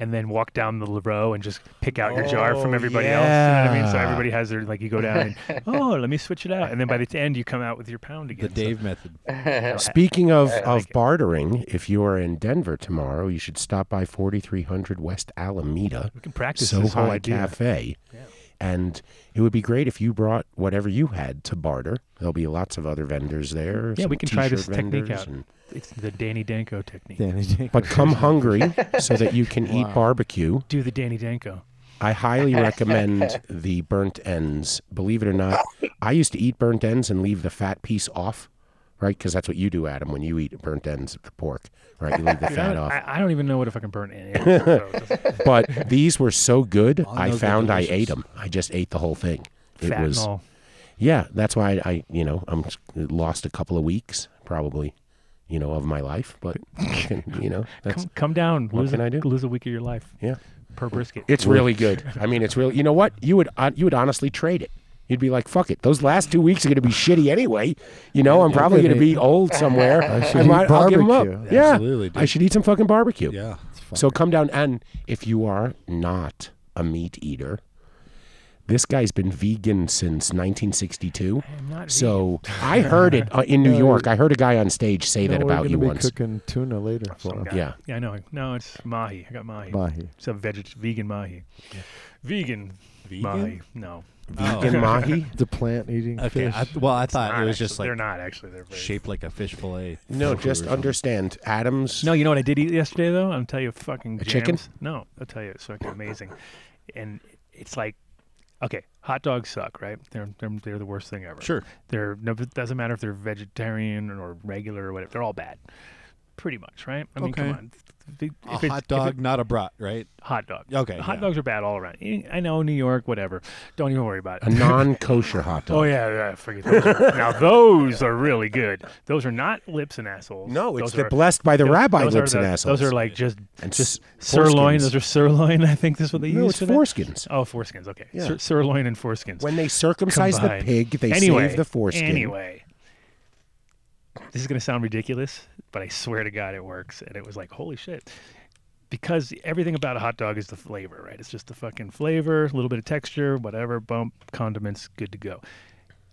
[SPEAKER 4] and then walk down the row and just pick out your jar from everybody else. You know what I mean? So
[SPEAKER 5] Oh, yeah.
[SPEAKER 4] everybody has their like you go down and oh, let me switch it out, and then by the end you come out with your pound
[SPEAKER 7] The
[SPEAKER 4] again. So-
[SPEAKER 7] Dave method.
[SPEAKER 5] Speaking of, of
[SPEAKER 4] it.
[SPEAKER 5] bartering, if you are in Denver tomorrow, you should stop by 4300 West Alameda.
[SPEAKER 4] We can practice
[SPEAKER 5] Soho
[SPEAKER 4] this whole idea.
[SPEAKER 5] Cafe. And it would be great if you brought whatever you had to barter. There'll be lots of other vendors there.
[SPEAKER 4] Yeah,
[SPEAKER 5] some
[SPEAKER 4] we can try this
[SPEAKER 5] t-shirt
[SPEAKER 4] technique
[SPEAKER 5] vendors
[SPEAKER 4] out.
[SPEAKER 5] and-
[SPEAKER 4] It's the Danny Danko technique.
[SPEAKER 6] Danny Jenkins.
[SPEAKER 5] but come hungry so that you can eat barbecue.
[SPEAKER 4] Do the Danny Danko.
[SPEAKER 5] I highly recommend the burnt ends. Believe it or not, I used to eat burnt ends and leave the fat piece off, right? Because that's what you do, Adam, when you eat burnt ends of the pork, right? You leave the
[SPEAKER 4] Dude, I,
[SPEAKER 5] fat
[SPEAKER 4] don't-
[SPEAKER 5] off.
[SPEAKER 4] I, I don't even know what if I can burn it. in. So it doesn't-
[SPEAKER 5] But these were so
[SPEAKER 4] Oh,
[SPEAKER 5] good, I
[SPEAKER 7] those are
[SPEAKER 5] found I ate
[SPEAKER 7] delicious.
[SPEAKER 5] them. I just ate the whole thing. It
[SPEAKER 4] fat
[SPEAKER 5] was,
[SPEAKER 4] and all.
[SPEAKER 5] yeah. That's why I, you know, I'm lost a couple of weeks probably, you know, of my life. But you know, that's
[SPEAKER 4] Come, come down. lose
[SPEAKER 5] can
[SPEAKER 4] a,
[SPEAKER 5] I do?
[SPEAKER 4] Lose a week of your life
[SPEAKER 5] yeah.
[SPEAKER 4] per brisket.
[SPEAKER 5] It's really good. I mean, it's really. You know what? You would uh, you would honestly trade it. You'd be like, fuck it. Those last two weeks are going to be shitty anyway. You know, I'm probably going to be old somewhere. I
[SPEAKER 6] should eat
[SPEAKER 5] might- I'll give 'em up.
[SPEAKER 6] barbecue.
[SPEAKER 5] Yeah,
[SPEAKER 7] Absolutely, dude.
[SPEAKER 5] I should eat some fucking barbecue.
[SPEAKER 7] Yeah.
[SPEAKER 5] So come down, and if you are not a meat eater, this guy's been vegan since 1962.
[SPEAKER 4] am not
[SPEAKER 5] so I heard it uh, in New York. I heard a guy on stage say that
[SPEAKER 6] No,
[SPEAKER 5] about
[SPEAKER 6] we're
[SPEAKER 5] you
[SPEAKER 6] gonna be
[SPEAKER 5] once.
[SPEAKER 6] cooking tuna later for him.
[SPEAKER 4] Yeah.
[SPEAKER 5] Yeah.
[SPEAKER 4] Yeah, I know. No, it's mahi. I got mahi.
[SPEAKER 6] Mahi.
[SPEAKER 4] It's a veg- vegan mahi. Vegan, mahi. No.
[SPEAKER 5] Vegan mahi?
[SPEAKER 6] The plant eating
[SPEAKER 7] Oh. Okay.
[SPEAKER 6] fish.
[SPEAKER 7] I, well, I thought
[SPEAKER 4] Not
[SPEAKER 7] Uh, it was just
[SPEAKER 4] actually-
[SPEAKER 7] like
[SPEAKER 4] they're not actually. They're very-
[SPEAKER 7] shaped like a fish fillet.
[SPEAKER 5] No,
[SPEAKER 7] filter
[SPEAKER 5] just
[SPEAKER 7] or something.
[SPEAKER 5] understand. Adams.
[SPEAKER 4] No, you know what I did eat yesterday though? I'll tell you, fucking jams.
[SPEAKER 5] chicken?
[SPEAKER 4] No, I'll tell you, it's fucking amazing. And it's like, okay, hot dogs suck, right? They're they're, they're the worst thing ever.
[SPEAKER 7] Sure.
[SPEAKER 4] They're no, it doesn't matter if they're vegetarian or regular or whatever. They're all bad, pretty much, right? I mean, come
[SPEAKER 7] Okay.
[SPEAKER 4] on. If
[SPEAKER 7] A
[SPEAKER 4] it's- if
[SPEAKER 7] hot
[SPEAKER 4] it-
[SPEAKER 7] dog, not a brat, right?
[SPEAKER 4] hot dog.
[SPEAKER 7] Okay,
[SPEAKER 4] Hot
[SPEAKER 7] yeah.
[SPEAKER 4] dogs are bad all around. Eh, I know New York, whatever. Don't even worry about it.
[SPEAKER 5] a non-kosher hot dog.
[SPEAKER 4] Oh yeah, yeah, forget those. now those are really good. Those are not lips and assholes.
[SPEAKER 5] No, it's
[SPEAKER 4] Those
[SPEAKER 5] the
[SPEAKER 4] are-
[SPEAKER 5] blessed by the
[SPEAKER 4] those-
[SPEAKER 5] rabbi
[SPEAKER 4] those are
[SPEAKER 5] lips and
[SPEAKER 4] the-
[SPEAKER 5] assholes.
[SPEAKER 4] Those are like just
[SPEAKER 5] And
[SPEAKER 4] just
[SPEAKER 5] s-
[SPEAKER 4] sirloin.
[SPEAKER 5] foreskins.
[SPEAKER 4] Those are sirloin. I think this is what they
[SPEAKER 5] no,
[SPEAKER 4] use
[SPEAKER 5] it's
[SPEAKER 4] for that.
[SPEAKER 5] foreskins.
[SPEAKER 4] Oh, foreskins. Okay,
[SPEAKER 5] Yeah.
[SPEAKER 4] Sir, sirloin and foreskins.
[SPEAKER 5] When they circumcise the
[SPEAKER 4] combined.
[SPEAKER 5] pig, they
[SPEAKER 4] anyway,
[SPEAKER 5] save the foreskin.
[SPEAKER 4] Anyway, this is gonna sound ridiculous, but I swear to God, it works. And it was like, holy shit. Because everything about a hot dog is the flavor, right? It's just the fucking flavor, a little bit of texture, whatever, bump, condiments, good to go.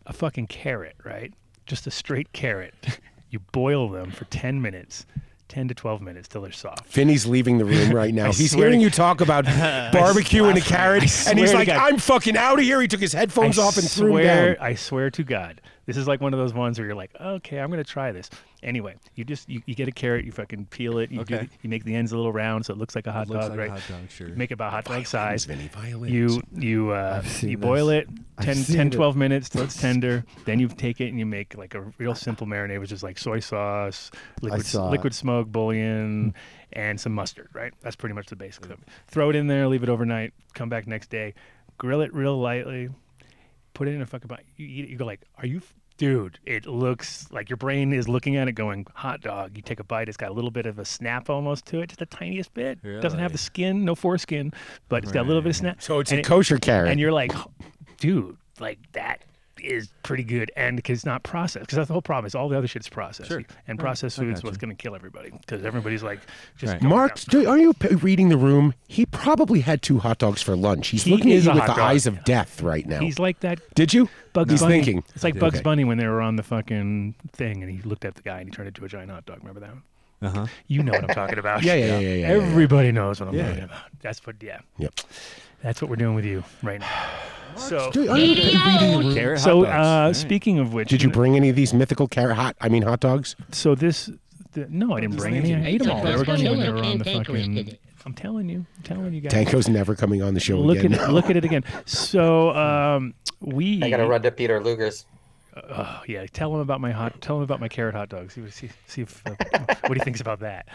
[SPEAKER 4] a fucking carrot, right? Just a straight carrot. you boil them for 10 minutes, 10 to 12 minutes till they're soft.
[SPEAKER 5] Finney's leaving the room right now. He's
[SPEAKER 4] swear to
[SPEAKER 5] hearing
[SPEAKER 4] g-
[SPEAKER 5] you talk about barbecue and a carrot, and
[SPEAKER 4] swear
[SPEAKER 5] he's
[SPEAKER 4] to
[SPEAKER 5] like,
[SPEAKER 4] God.
[SPEAKER 5] "I'm fucking out of here." He took his headphones off and threw
[SPEAKER 4] swear,
[SPEAKER 5] them down.
[SPEAKER 4] I swear to God, this is like one of those ones where you're like, okay, I'm gonna try this. Anyway, you just you, you get a carrot, you fucking peel it, you, do
[SPEAKER 7] Okay.
[SPEAKER 4] the- you make the ends a little round so it looks like a hot
[SPEAKER 7] looks
[SPEAKER 4] dog,
[SPEAKER 7] like a
[SPEAKER 4] right?
[SPEAKER 7] hot dog, sure.
[SPEAKER 4] You make it about hot dog size.
[SPEAKER 5] Vinny, violins.
[SPEAKER 4] You you uh,
[SPEAKER 6] I've
[SPEAKER 4] you
[SPEAKER 6] seen
[SPEAKER 4] boil
[SPEAKER 6] this.
[SPEAKER 4] it
[SPEAKER 6] I've
[SPEAKER 4] 10,
[SPEAKER 6] seen
[SPEAKER 4] 10
[SPEAKER 6] it.
[SPEAKER 4] 12 minutes till it's tender. then you take it and you make like a real simple marinade, which is like soy sauce, liquid
[SPEAKER 6] saw it.
[SPEAKER 4] liquid smoke, bouillon, and some mustard. Right, that's pretty much the basics of it. Throw it in there, leave it overnight. Come back next day, grill it real lightly, put it in a fucking bite. You eat it, you go like, are you, f- dude? It looks like your brain is looking at it, going hot dog. You take a bite, it's got a little bit of a snap almost to it, just the tiniest bit. Doesn't have
[SPEAKER 7] Really?
[SPEAKER 4] the skin, no foreskin, but it's got a little bit of snap.
[SPEAKER 5] So it's
[SPEAKER 4] and
[SPEAKER 5] a
[SPEAKER 4] it-
[SPEAKER 5] kosher carrot.
[SPEAKER 4] and you're like, dude, like that is pretty good, and because it's not processed, because that's the whole problem. Is all the other shit's processed, and processed food's what's going to kill everybody, because everybody's like, just
[SPEAKER 7] Right.
[SPEAKER 4] going
[SPEAKER 5] Mark,
[SPEAKER 4] down.
[SPEAKER 5] do, are you p- reading the room? He probably had two hot dogs for lunch. He's
[SPEAKER 4] He
[SPEAKER 5] looking at
[SPEAKER 4] is
[SPEAKER 5] you
[SPEAKER 4] a
[SPEAKER 5] with
[SPEAKER 4] hot
[SPEAKER 5] the
[SPEAKER 4] dog.
[SPEAKER 5] eyes of death right now.
[SPEAKER 4] He's like that
[SPEAKER 5] Did you?
[SPEAKER 4] Bugs
[SPEAKER 5] He's
[SPEAKER 4] Bunny.
[SPEAKER 5] thinking.
[SPEAKER 4] It's like Bugs
[SPEAKER 5] Okay.
[SPEAKER 4] Bunny when they were on the fucking thing, and he looked at the guy and he turned into a giant hot dog. Remember that one?
[SPEAKER 7] Uh huh.
[SPEAKER 4] You know what I'm talking about.
[SPEAKER 5] Yeah, yeah, yeah, yeah, yeah, yeah, yeah.
[SPEAKER 4] Everybody knows what I'm
[SPEAKER 7] Yeah.
[SPEAKER 4] talking about. That's what. Yeah,
[SPEAKER 5] Yep.
[SPEAKER 4] that's what we're doing with you right now. So,
[SPEAKER 5] Do- are you reading the room?
[SPEAKER 7] Carrot
[SPEAKER 4] so
[SPEAKER 7] hot dogs. All
[SPEAKER 4] uh,
[SPEAKER 7] right.
[SPEAKER 4] speaking of which,
[SPEAKER 5] Did you bring any of these mythical carrot hot? I mean, hot dogs.
[SPEAKER 4] So this, the, no, I didn't bring any. I ate them all. They were gone when they were on the fucking. I'm telling you, I'm telling you guys.
[SPEAKER 5] Tanko's never coming on the show
[SPEAKER 4] look
[SPEAKER 5] again.
[SPEAKER 4] at it, look at it again. So um, we.
[SPEAKER 9] I gotta run to Peter Luger's.
[SPEAKER 4] Oh, yeah, tell him about my hot. Tell him about my carrot hot dogs. See, see, see if, uh, what he thinks about that.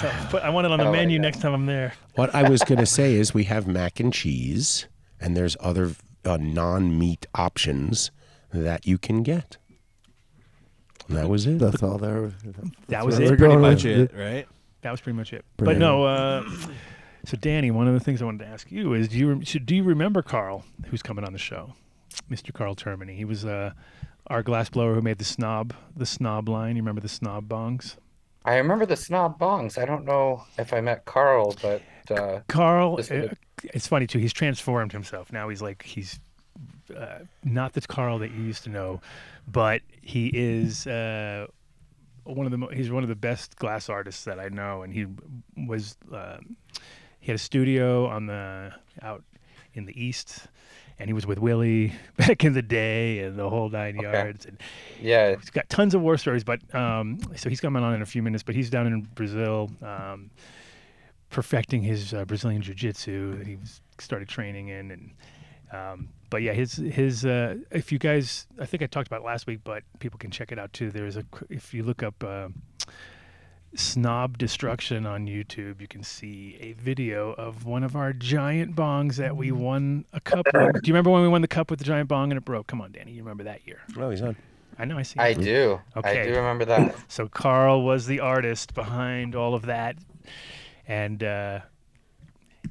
[SPEAKER 4] So put, I want it on the
[SPEAKER 9] like
[SPEAKER 4] menu
[SPEAKER 9] that.
[SPEAKER 4] next time I'm there.
[SPEAKER 5] What I was going to say is we have mac and cheese, and there's other uh, non meat options that you can get. And that was it.
[SPEAKER 6] That's all there.
[SPEAKER 4] That was
[SPEAKER 6] where we're
[SPEAKER 4] it.
[SPEAKER 7] Pretty
[SPEAKER 6] going
[SPEAKER 7] much
[SPEAKER 6] with
[SPEAKER 7] it, right?
[SPEAKER 4] That was pretty much it. But
[SPEAKER 6] Brilliant.
[SPEAKER 4] no. Uh, so Danny, one of the things I wanted to ask you is, do you rem- so do you remember Carl, who's coming on the show, Mr. Carl Termini? He was uh, our glass blower who made the snob the snob line. You remember the snob bongs?
[SPEAKER 9] I remember the snob bongs. I don't know if I met Carl, but
[SPEAKER 8] uh,
[SPEAKER 4] Carl,
[SPEAKER 8] This
[SPEAKER 4] uh,
[SPEAKER 8] would-
[SPEAKER 4] it's funny too. He's transformed himself. Now he's like he's uh, not the Carl that you used to know, but he is uh, one of the mo- he's one of the best glass artists that I know, and he was uh, he had a studio on the out in the east, and he was with Willie back in the day and the whole nine yards. And
[SPEAKER 9] Yeah.
[SPEAKER 4] he's got tons of war stories, but um, so he's coming on in a few minutes. But he's down in Brazil, um, perfecting his uh, Brazilian jiu-jitsu that he was, started training in, and um, but yeah, his his uh, if you guys, I think I talked about it last week, but people can check it out too. There's a qu- if you look up. Uh, Snob Destruction on YouTube, you can see a video of one of our giant bongs that we won a cup. with. Do you remember when we won the cup with the giant bong and it broke? Come on, Danny, you remember that year?
[SPEAKER 3] Oh, he's on.
[SPEAKER 4] I know, I see.
[SPEAKER 9] I
[SPEAKER 4] you.
[SPEAKER 9] do.
[SPEAKER 4] Mm-hmm. Okay.
[SPEAKER 9] I do remember that.
[SPEAKER 4] So Carl was the artist behind all of that, and uh,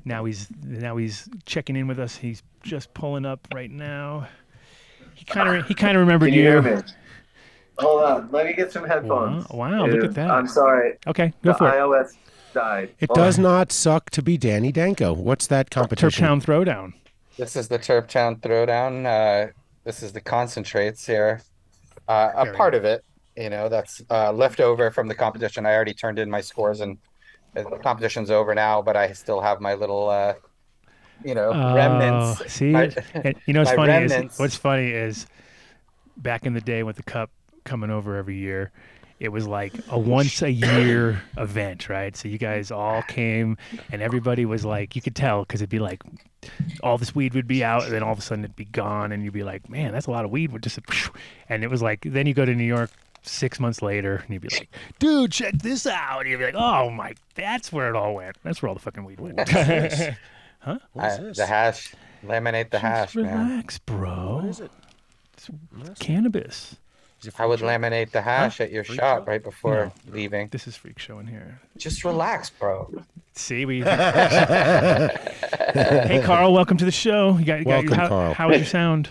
[SPEAKER 4] now he's now he's checking in with us. He's just pulling up right now. He kind of he kind of remembered
[SPEAKER 11] Can you hear
[SPEAKER 4] you.
[SPEAKER 11] me? Hold on. Let me get some headphones.
[SPEAKER 4] Wow, wow, look
[SPEAKER 11] Ew.
[SPEAKER 4] at that.
[SPEAKER 11] I'm sorry.
[SPEAKER 4] Okay, go
[SPEAKER 11] the
[SPEAKER 4] for it.
[SPEAKER 11] iOS died.
[SPEAKER 5] It
[SPEAKER 11] Hold
[SPEAKER 5] does
[SPEAKER 11] on.
[SPEAKER 5] not suck to be Danny Danko. What's that
[SPEAKER 4] Turp
[SPEAKER 5] competition?
[SPEAKER 4] Town Throwdown.
[SPEAKER 9] This is the Turp Town Throwdown. Uh, this is the concentrates here. Uh, a
[SPEAKER 4] Very
[SPEAKER 9] part of it, you know, that's uh, left over from the competition. I already turned in my scores, and uh, the competition's over now. But I still have my little, uh, you know,
[SPEAKER 4] Oh,
[SPEAKER 9] remnants.
[SPEAKER 4] see,
[SPEAKER 9] My-
[SPEAKER 4] And you know what's
[SPEAKER 9] my
[SPEAKER 4] funny is
[SPEAKER 9] remnants.
[SPEAKER 4] what's funny is back in the day with the cup coming over every year, it was like a once a year event, right? So you guys all came, and everybody was like, you could tell because it'd be like all this weed would be out, and then all of a sudden it'd be gone, and you'd be like, man, that's a lot of weed. We're just, and it was like then you go to New York. Six months later, and you'd be like, "Dude, check this out!" And you'd be like, "Oh my, that's where it all went. That's where all the fucking weed went."
[SPEAKER 9] I- the hash, laminate the hash,
[SPEAKER 4] Just
[SPEAKER 9] man.
[SPEAKER 4] relax, bro. What is it? cannabis.
[SPEAKER 9] I would laminate the hash at your shop right before leaving.
[SPEAKER 4] This is freak show in here.
[SPEAKER 9] Just relax, bro.
[SPEAKER 4] See, we. hey, Carl, welcome to the show. You got, you got
[SPEAKER 5] Welcome,
[SPEAKER 4] how,
[SPEAKER 5] Carl.
[SPEAKER 4] How was your sound?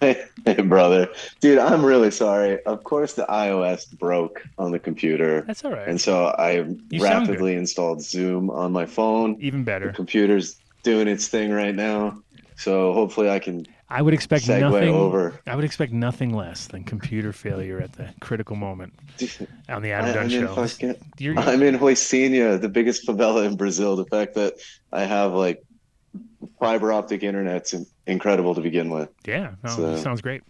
[SPEAKER 10] Hey, brother. Dude, I'm really sorry. Of course, the iOS broke on the computer.
[SPEAKER 4] That's all right.
[SPEAKER 10] And so I
[SPEAKER 4] You sound
[SPEAKER 10] rapidly installed Zoom on my phone.
[SPEAKER 4] Even
[SPEAKER 10] The
[SPEAKER 4] better.
[SPEAKER 10] computer's doing its thing right now. So hopefully I can
[SPEAKER 4] I would expect
[SPEAKER 10] segue
[SPEAKER 4] nothing.
[SPEAKER 10] over.
[SPEAKER 4] I would expect nothing less than computer failure at the critical moment on the Adam
[SPEAKER 10] I,
[SPEAKER 4] Dunn
[SPEAKER 10] I'm, in
[SPEAKER 4] show. This-
[SPEAKER 10] fucking,
[SPEAKER 4] You're,
[SPEAKER 10] I'm in Hoisinha, the biggest favela in Brazil. The fact that I have like fiber optic internet's in- incredible to begin with.
[SPEAKER 4] Yeah, no,
[SPEAKER 10] So-
[SPEAKER 4] it sounds great.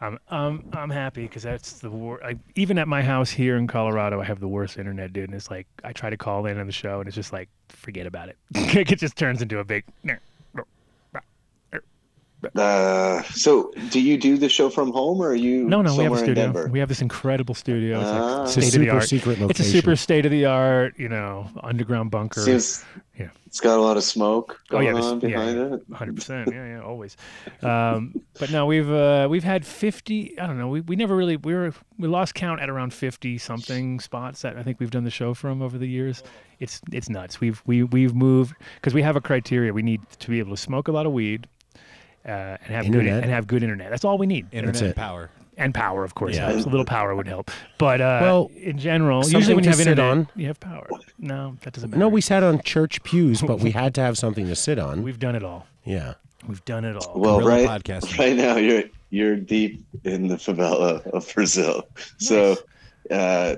[SPEAKER 4] Um, um, I'm happy because that's the war. I, even at my house here in Colorado, I have the worst internet, dude. And it's like I try to call in on the show, and it's just like forget about it. it just turns into a big.
[SPEAKER 10] Uh, so do you do the show from home or are you
[SPEAKER 4] No, no, we
[SPEAKER 10] somewhere
[SPEAKER 4] have a
[SPEAKER 10] in
[SPEAKER 4] studio.
[SPEAKER 10] Denver?
[SPEAKER 4] We have this incredible studio. It's
[SPEAKER 10] Ah.
[SPEAKER 4] like
[SPEAKER 10] It's
[SPEAKER 5] a
[SPEAKER 4] state of the
[SPEAKER 5] super
[SPEAKER 4] art.
[SPEAKER 5] secret
[SPEAKER 4] It's a
[SPEAKER 5] location.
[SPEAKER 4] super state of the art, you know, underground bunker.
[SPEAKER 10] Seems
[SPEAKER 4] Yeah.
[SPEAKER 10] it's got a lot of smoke
[SPEAKER 4] Oh,
[SPEAKER 10] going
[SPEAKER 4] yeah, this-
[SPEAKER 10] on
[SPEAKER 4] yeah,
[SPEAKER 10] behind it.
[SPEAKER 4] Hundred percent, yeah, yeah, always. Um, but no, we've uh, we've had fifty. I don't know. We, we never really we were we lost count at around fifty something spots that I think we've done the show from over the years. It's it's nuts. We've we we've moved because we have a criteria. We need to be able to smoke a lot of weed. Uh, and have
[SPEAKER 5] Internet.
[SPEAKER 4] good and have good internet. That's all we need.
[SPEAKER 7] Internet
[SPEAKER 5] it.
[SPEAKER 7] power.
[SPEAKER 4] and power, of course,
[SPEAKER 7] Yeah.
[SPEAKER 4] helps. A little power would help. But uh,
[SPEAKER 5] Well,
[SPEAKER 4] in general,
[SPEAKER 5] something
[SPEAKER 4] usually when you
[SPEAKER 5] to
[SPEAKER 4] have
[SPEAKER 5] sit
[SPEAKER 4] internet,
[SPEAKER 5] on.
[SPEAKER 4] you have power. No, that doesn't matter.
[SPEAKER 5] No, we sat on church pews, but we had to have something to sit on.
[SPEAKER 4] we've done it all.
[SPEAKER 5] yeah.
[SPEAKER 4] We've done it all.
[SPEAKER 10] Well,
[SPEAKER 7] Guerrilla
[SPEAKER 10] right,
[SPEAKER 7] podcasting.
[SPEAKER 10] right now you're you're deep in the favela of Brazil. So, uh,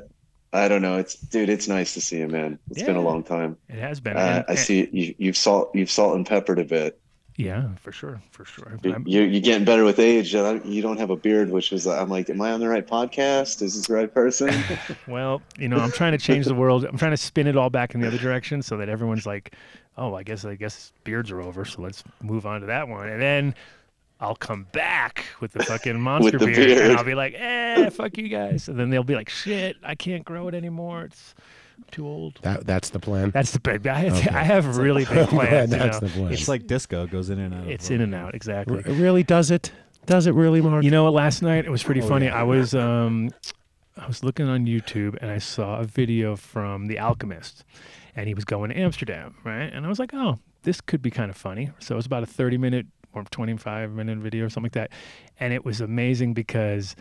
[SPEAKER 10] I don't know. It's dude, it's nice to see you, man. It's been a
[SPEAKER 4] Yeah.
[SPEAKER 10] long time.
[SPEAKER 4] It has been.
[SPEAKER 10] Uh,
[SPEAKER 4] and-
[SPEAKER 10] I
[SPEAKER 4] and-
[SPEAKER 10] see you, you've salt you've salt and peppered a bit.
[SPEAKER 4] Yeah, for sure, for sure.
[SPEAKER 10] You-
[SPEAKER 4] I'm-
[SPEAKER 10] You're, you're getting better with age. and I- You don't have a beard, which was I'm like, am I on the right podcast? Is this the right person?
[SPEAKER 4] well, you know, I'm trying to change the world. I'm trying to spin it all back in the other direction so that everyone's like, "Oh, I guess I guess beards are over, so let's move on to that one." And then I'll come back with the fucking monster
[SPEAKER 10] the
[SPEAKER 4] beard, and
[SPEAKER 10] beard.
[SPEAKER 4] I'll be like, "Eh, fuck you guys." And then they'll be like, "Shit, I can't grow it anymore. It's I'm too old."
[SPEAKER 5] That that's the plan.
[SPEAKER 4] That's the big. I, I have really big plans. you
[SPEAKER 5] that's
[SPEAKER 4] know.
[SPEAKER 5] the plan.
[SPEAKER 7] It's like disco. It goes in and out.
[SPEAKER 4] It's in and out exactly.
[SPEAKER 5] It really does it. Does it really, Mark?
[SPEAKER 4] You know what? Last night it was pretty funny. I was um, I was looking on YouTube and I saw a video from The Alchemist, and he was going to Amsterdam, right? And I was like, oh, this could be kind of funny. So it was about a thirty-minute or twenty-five minute video or something like that, and it was amazing because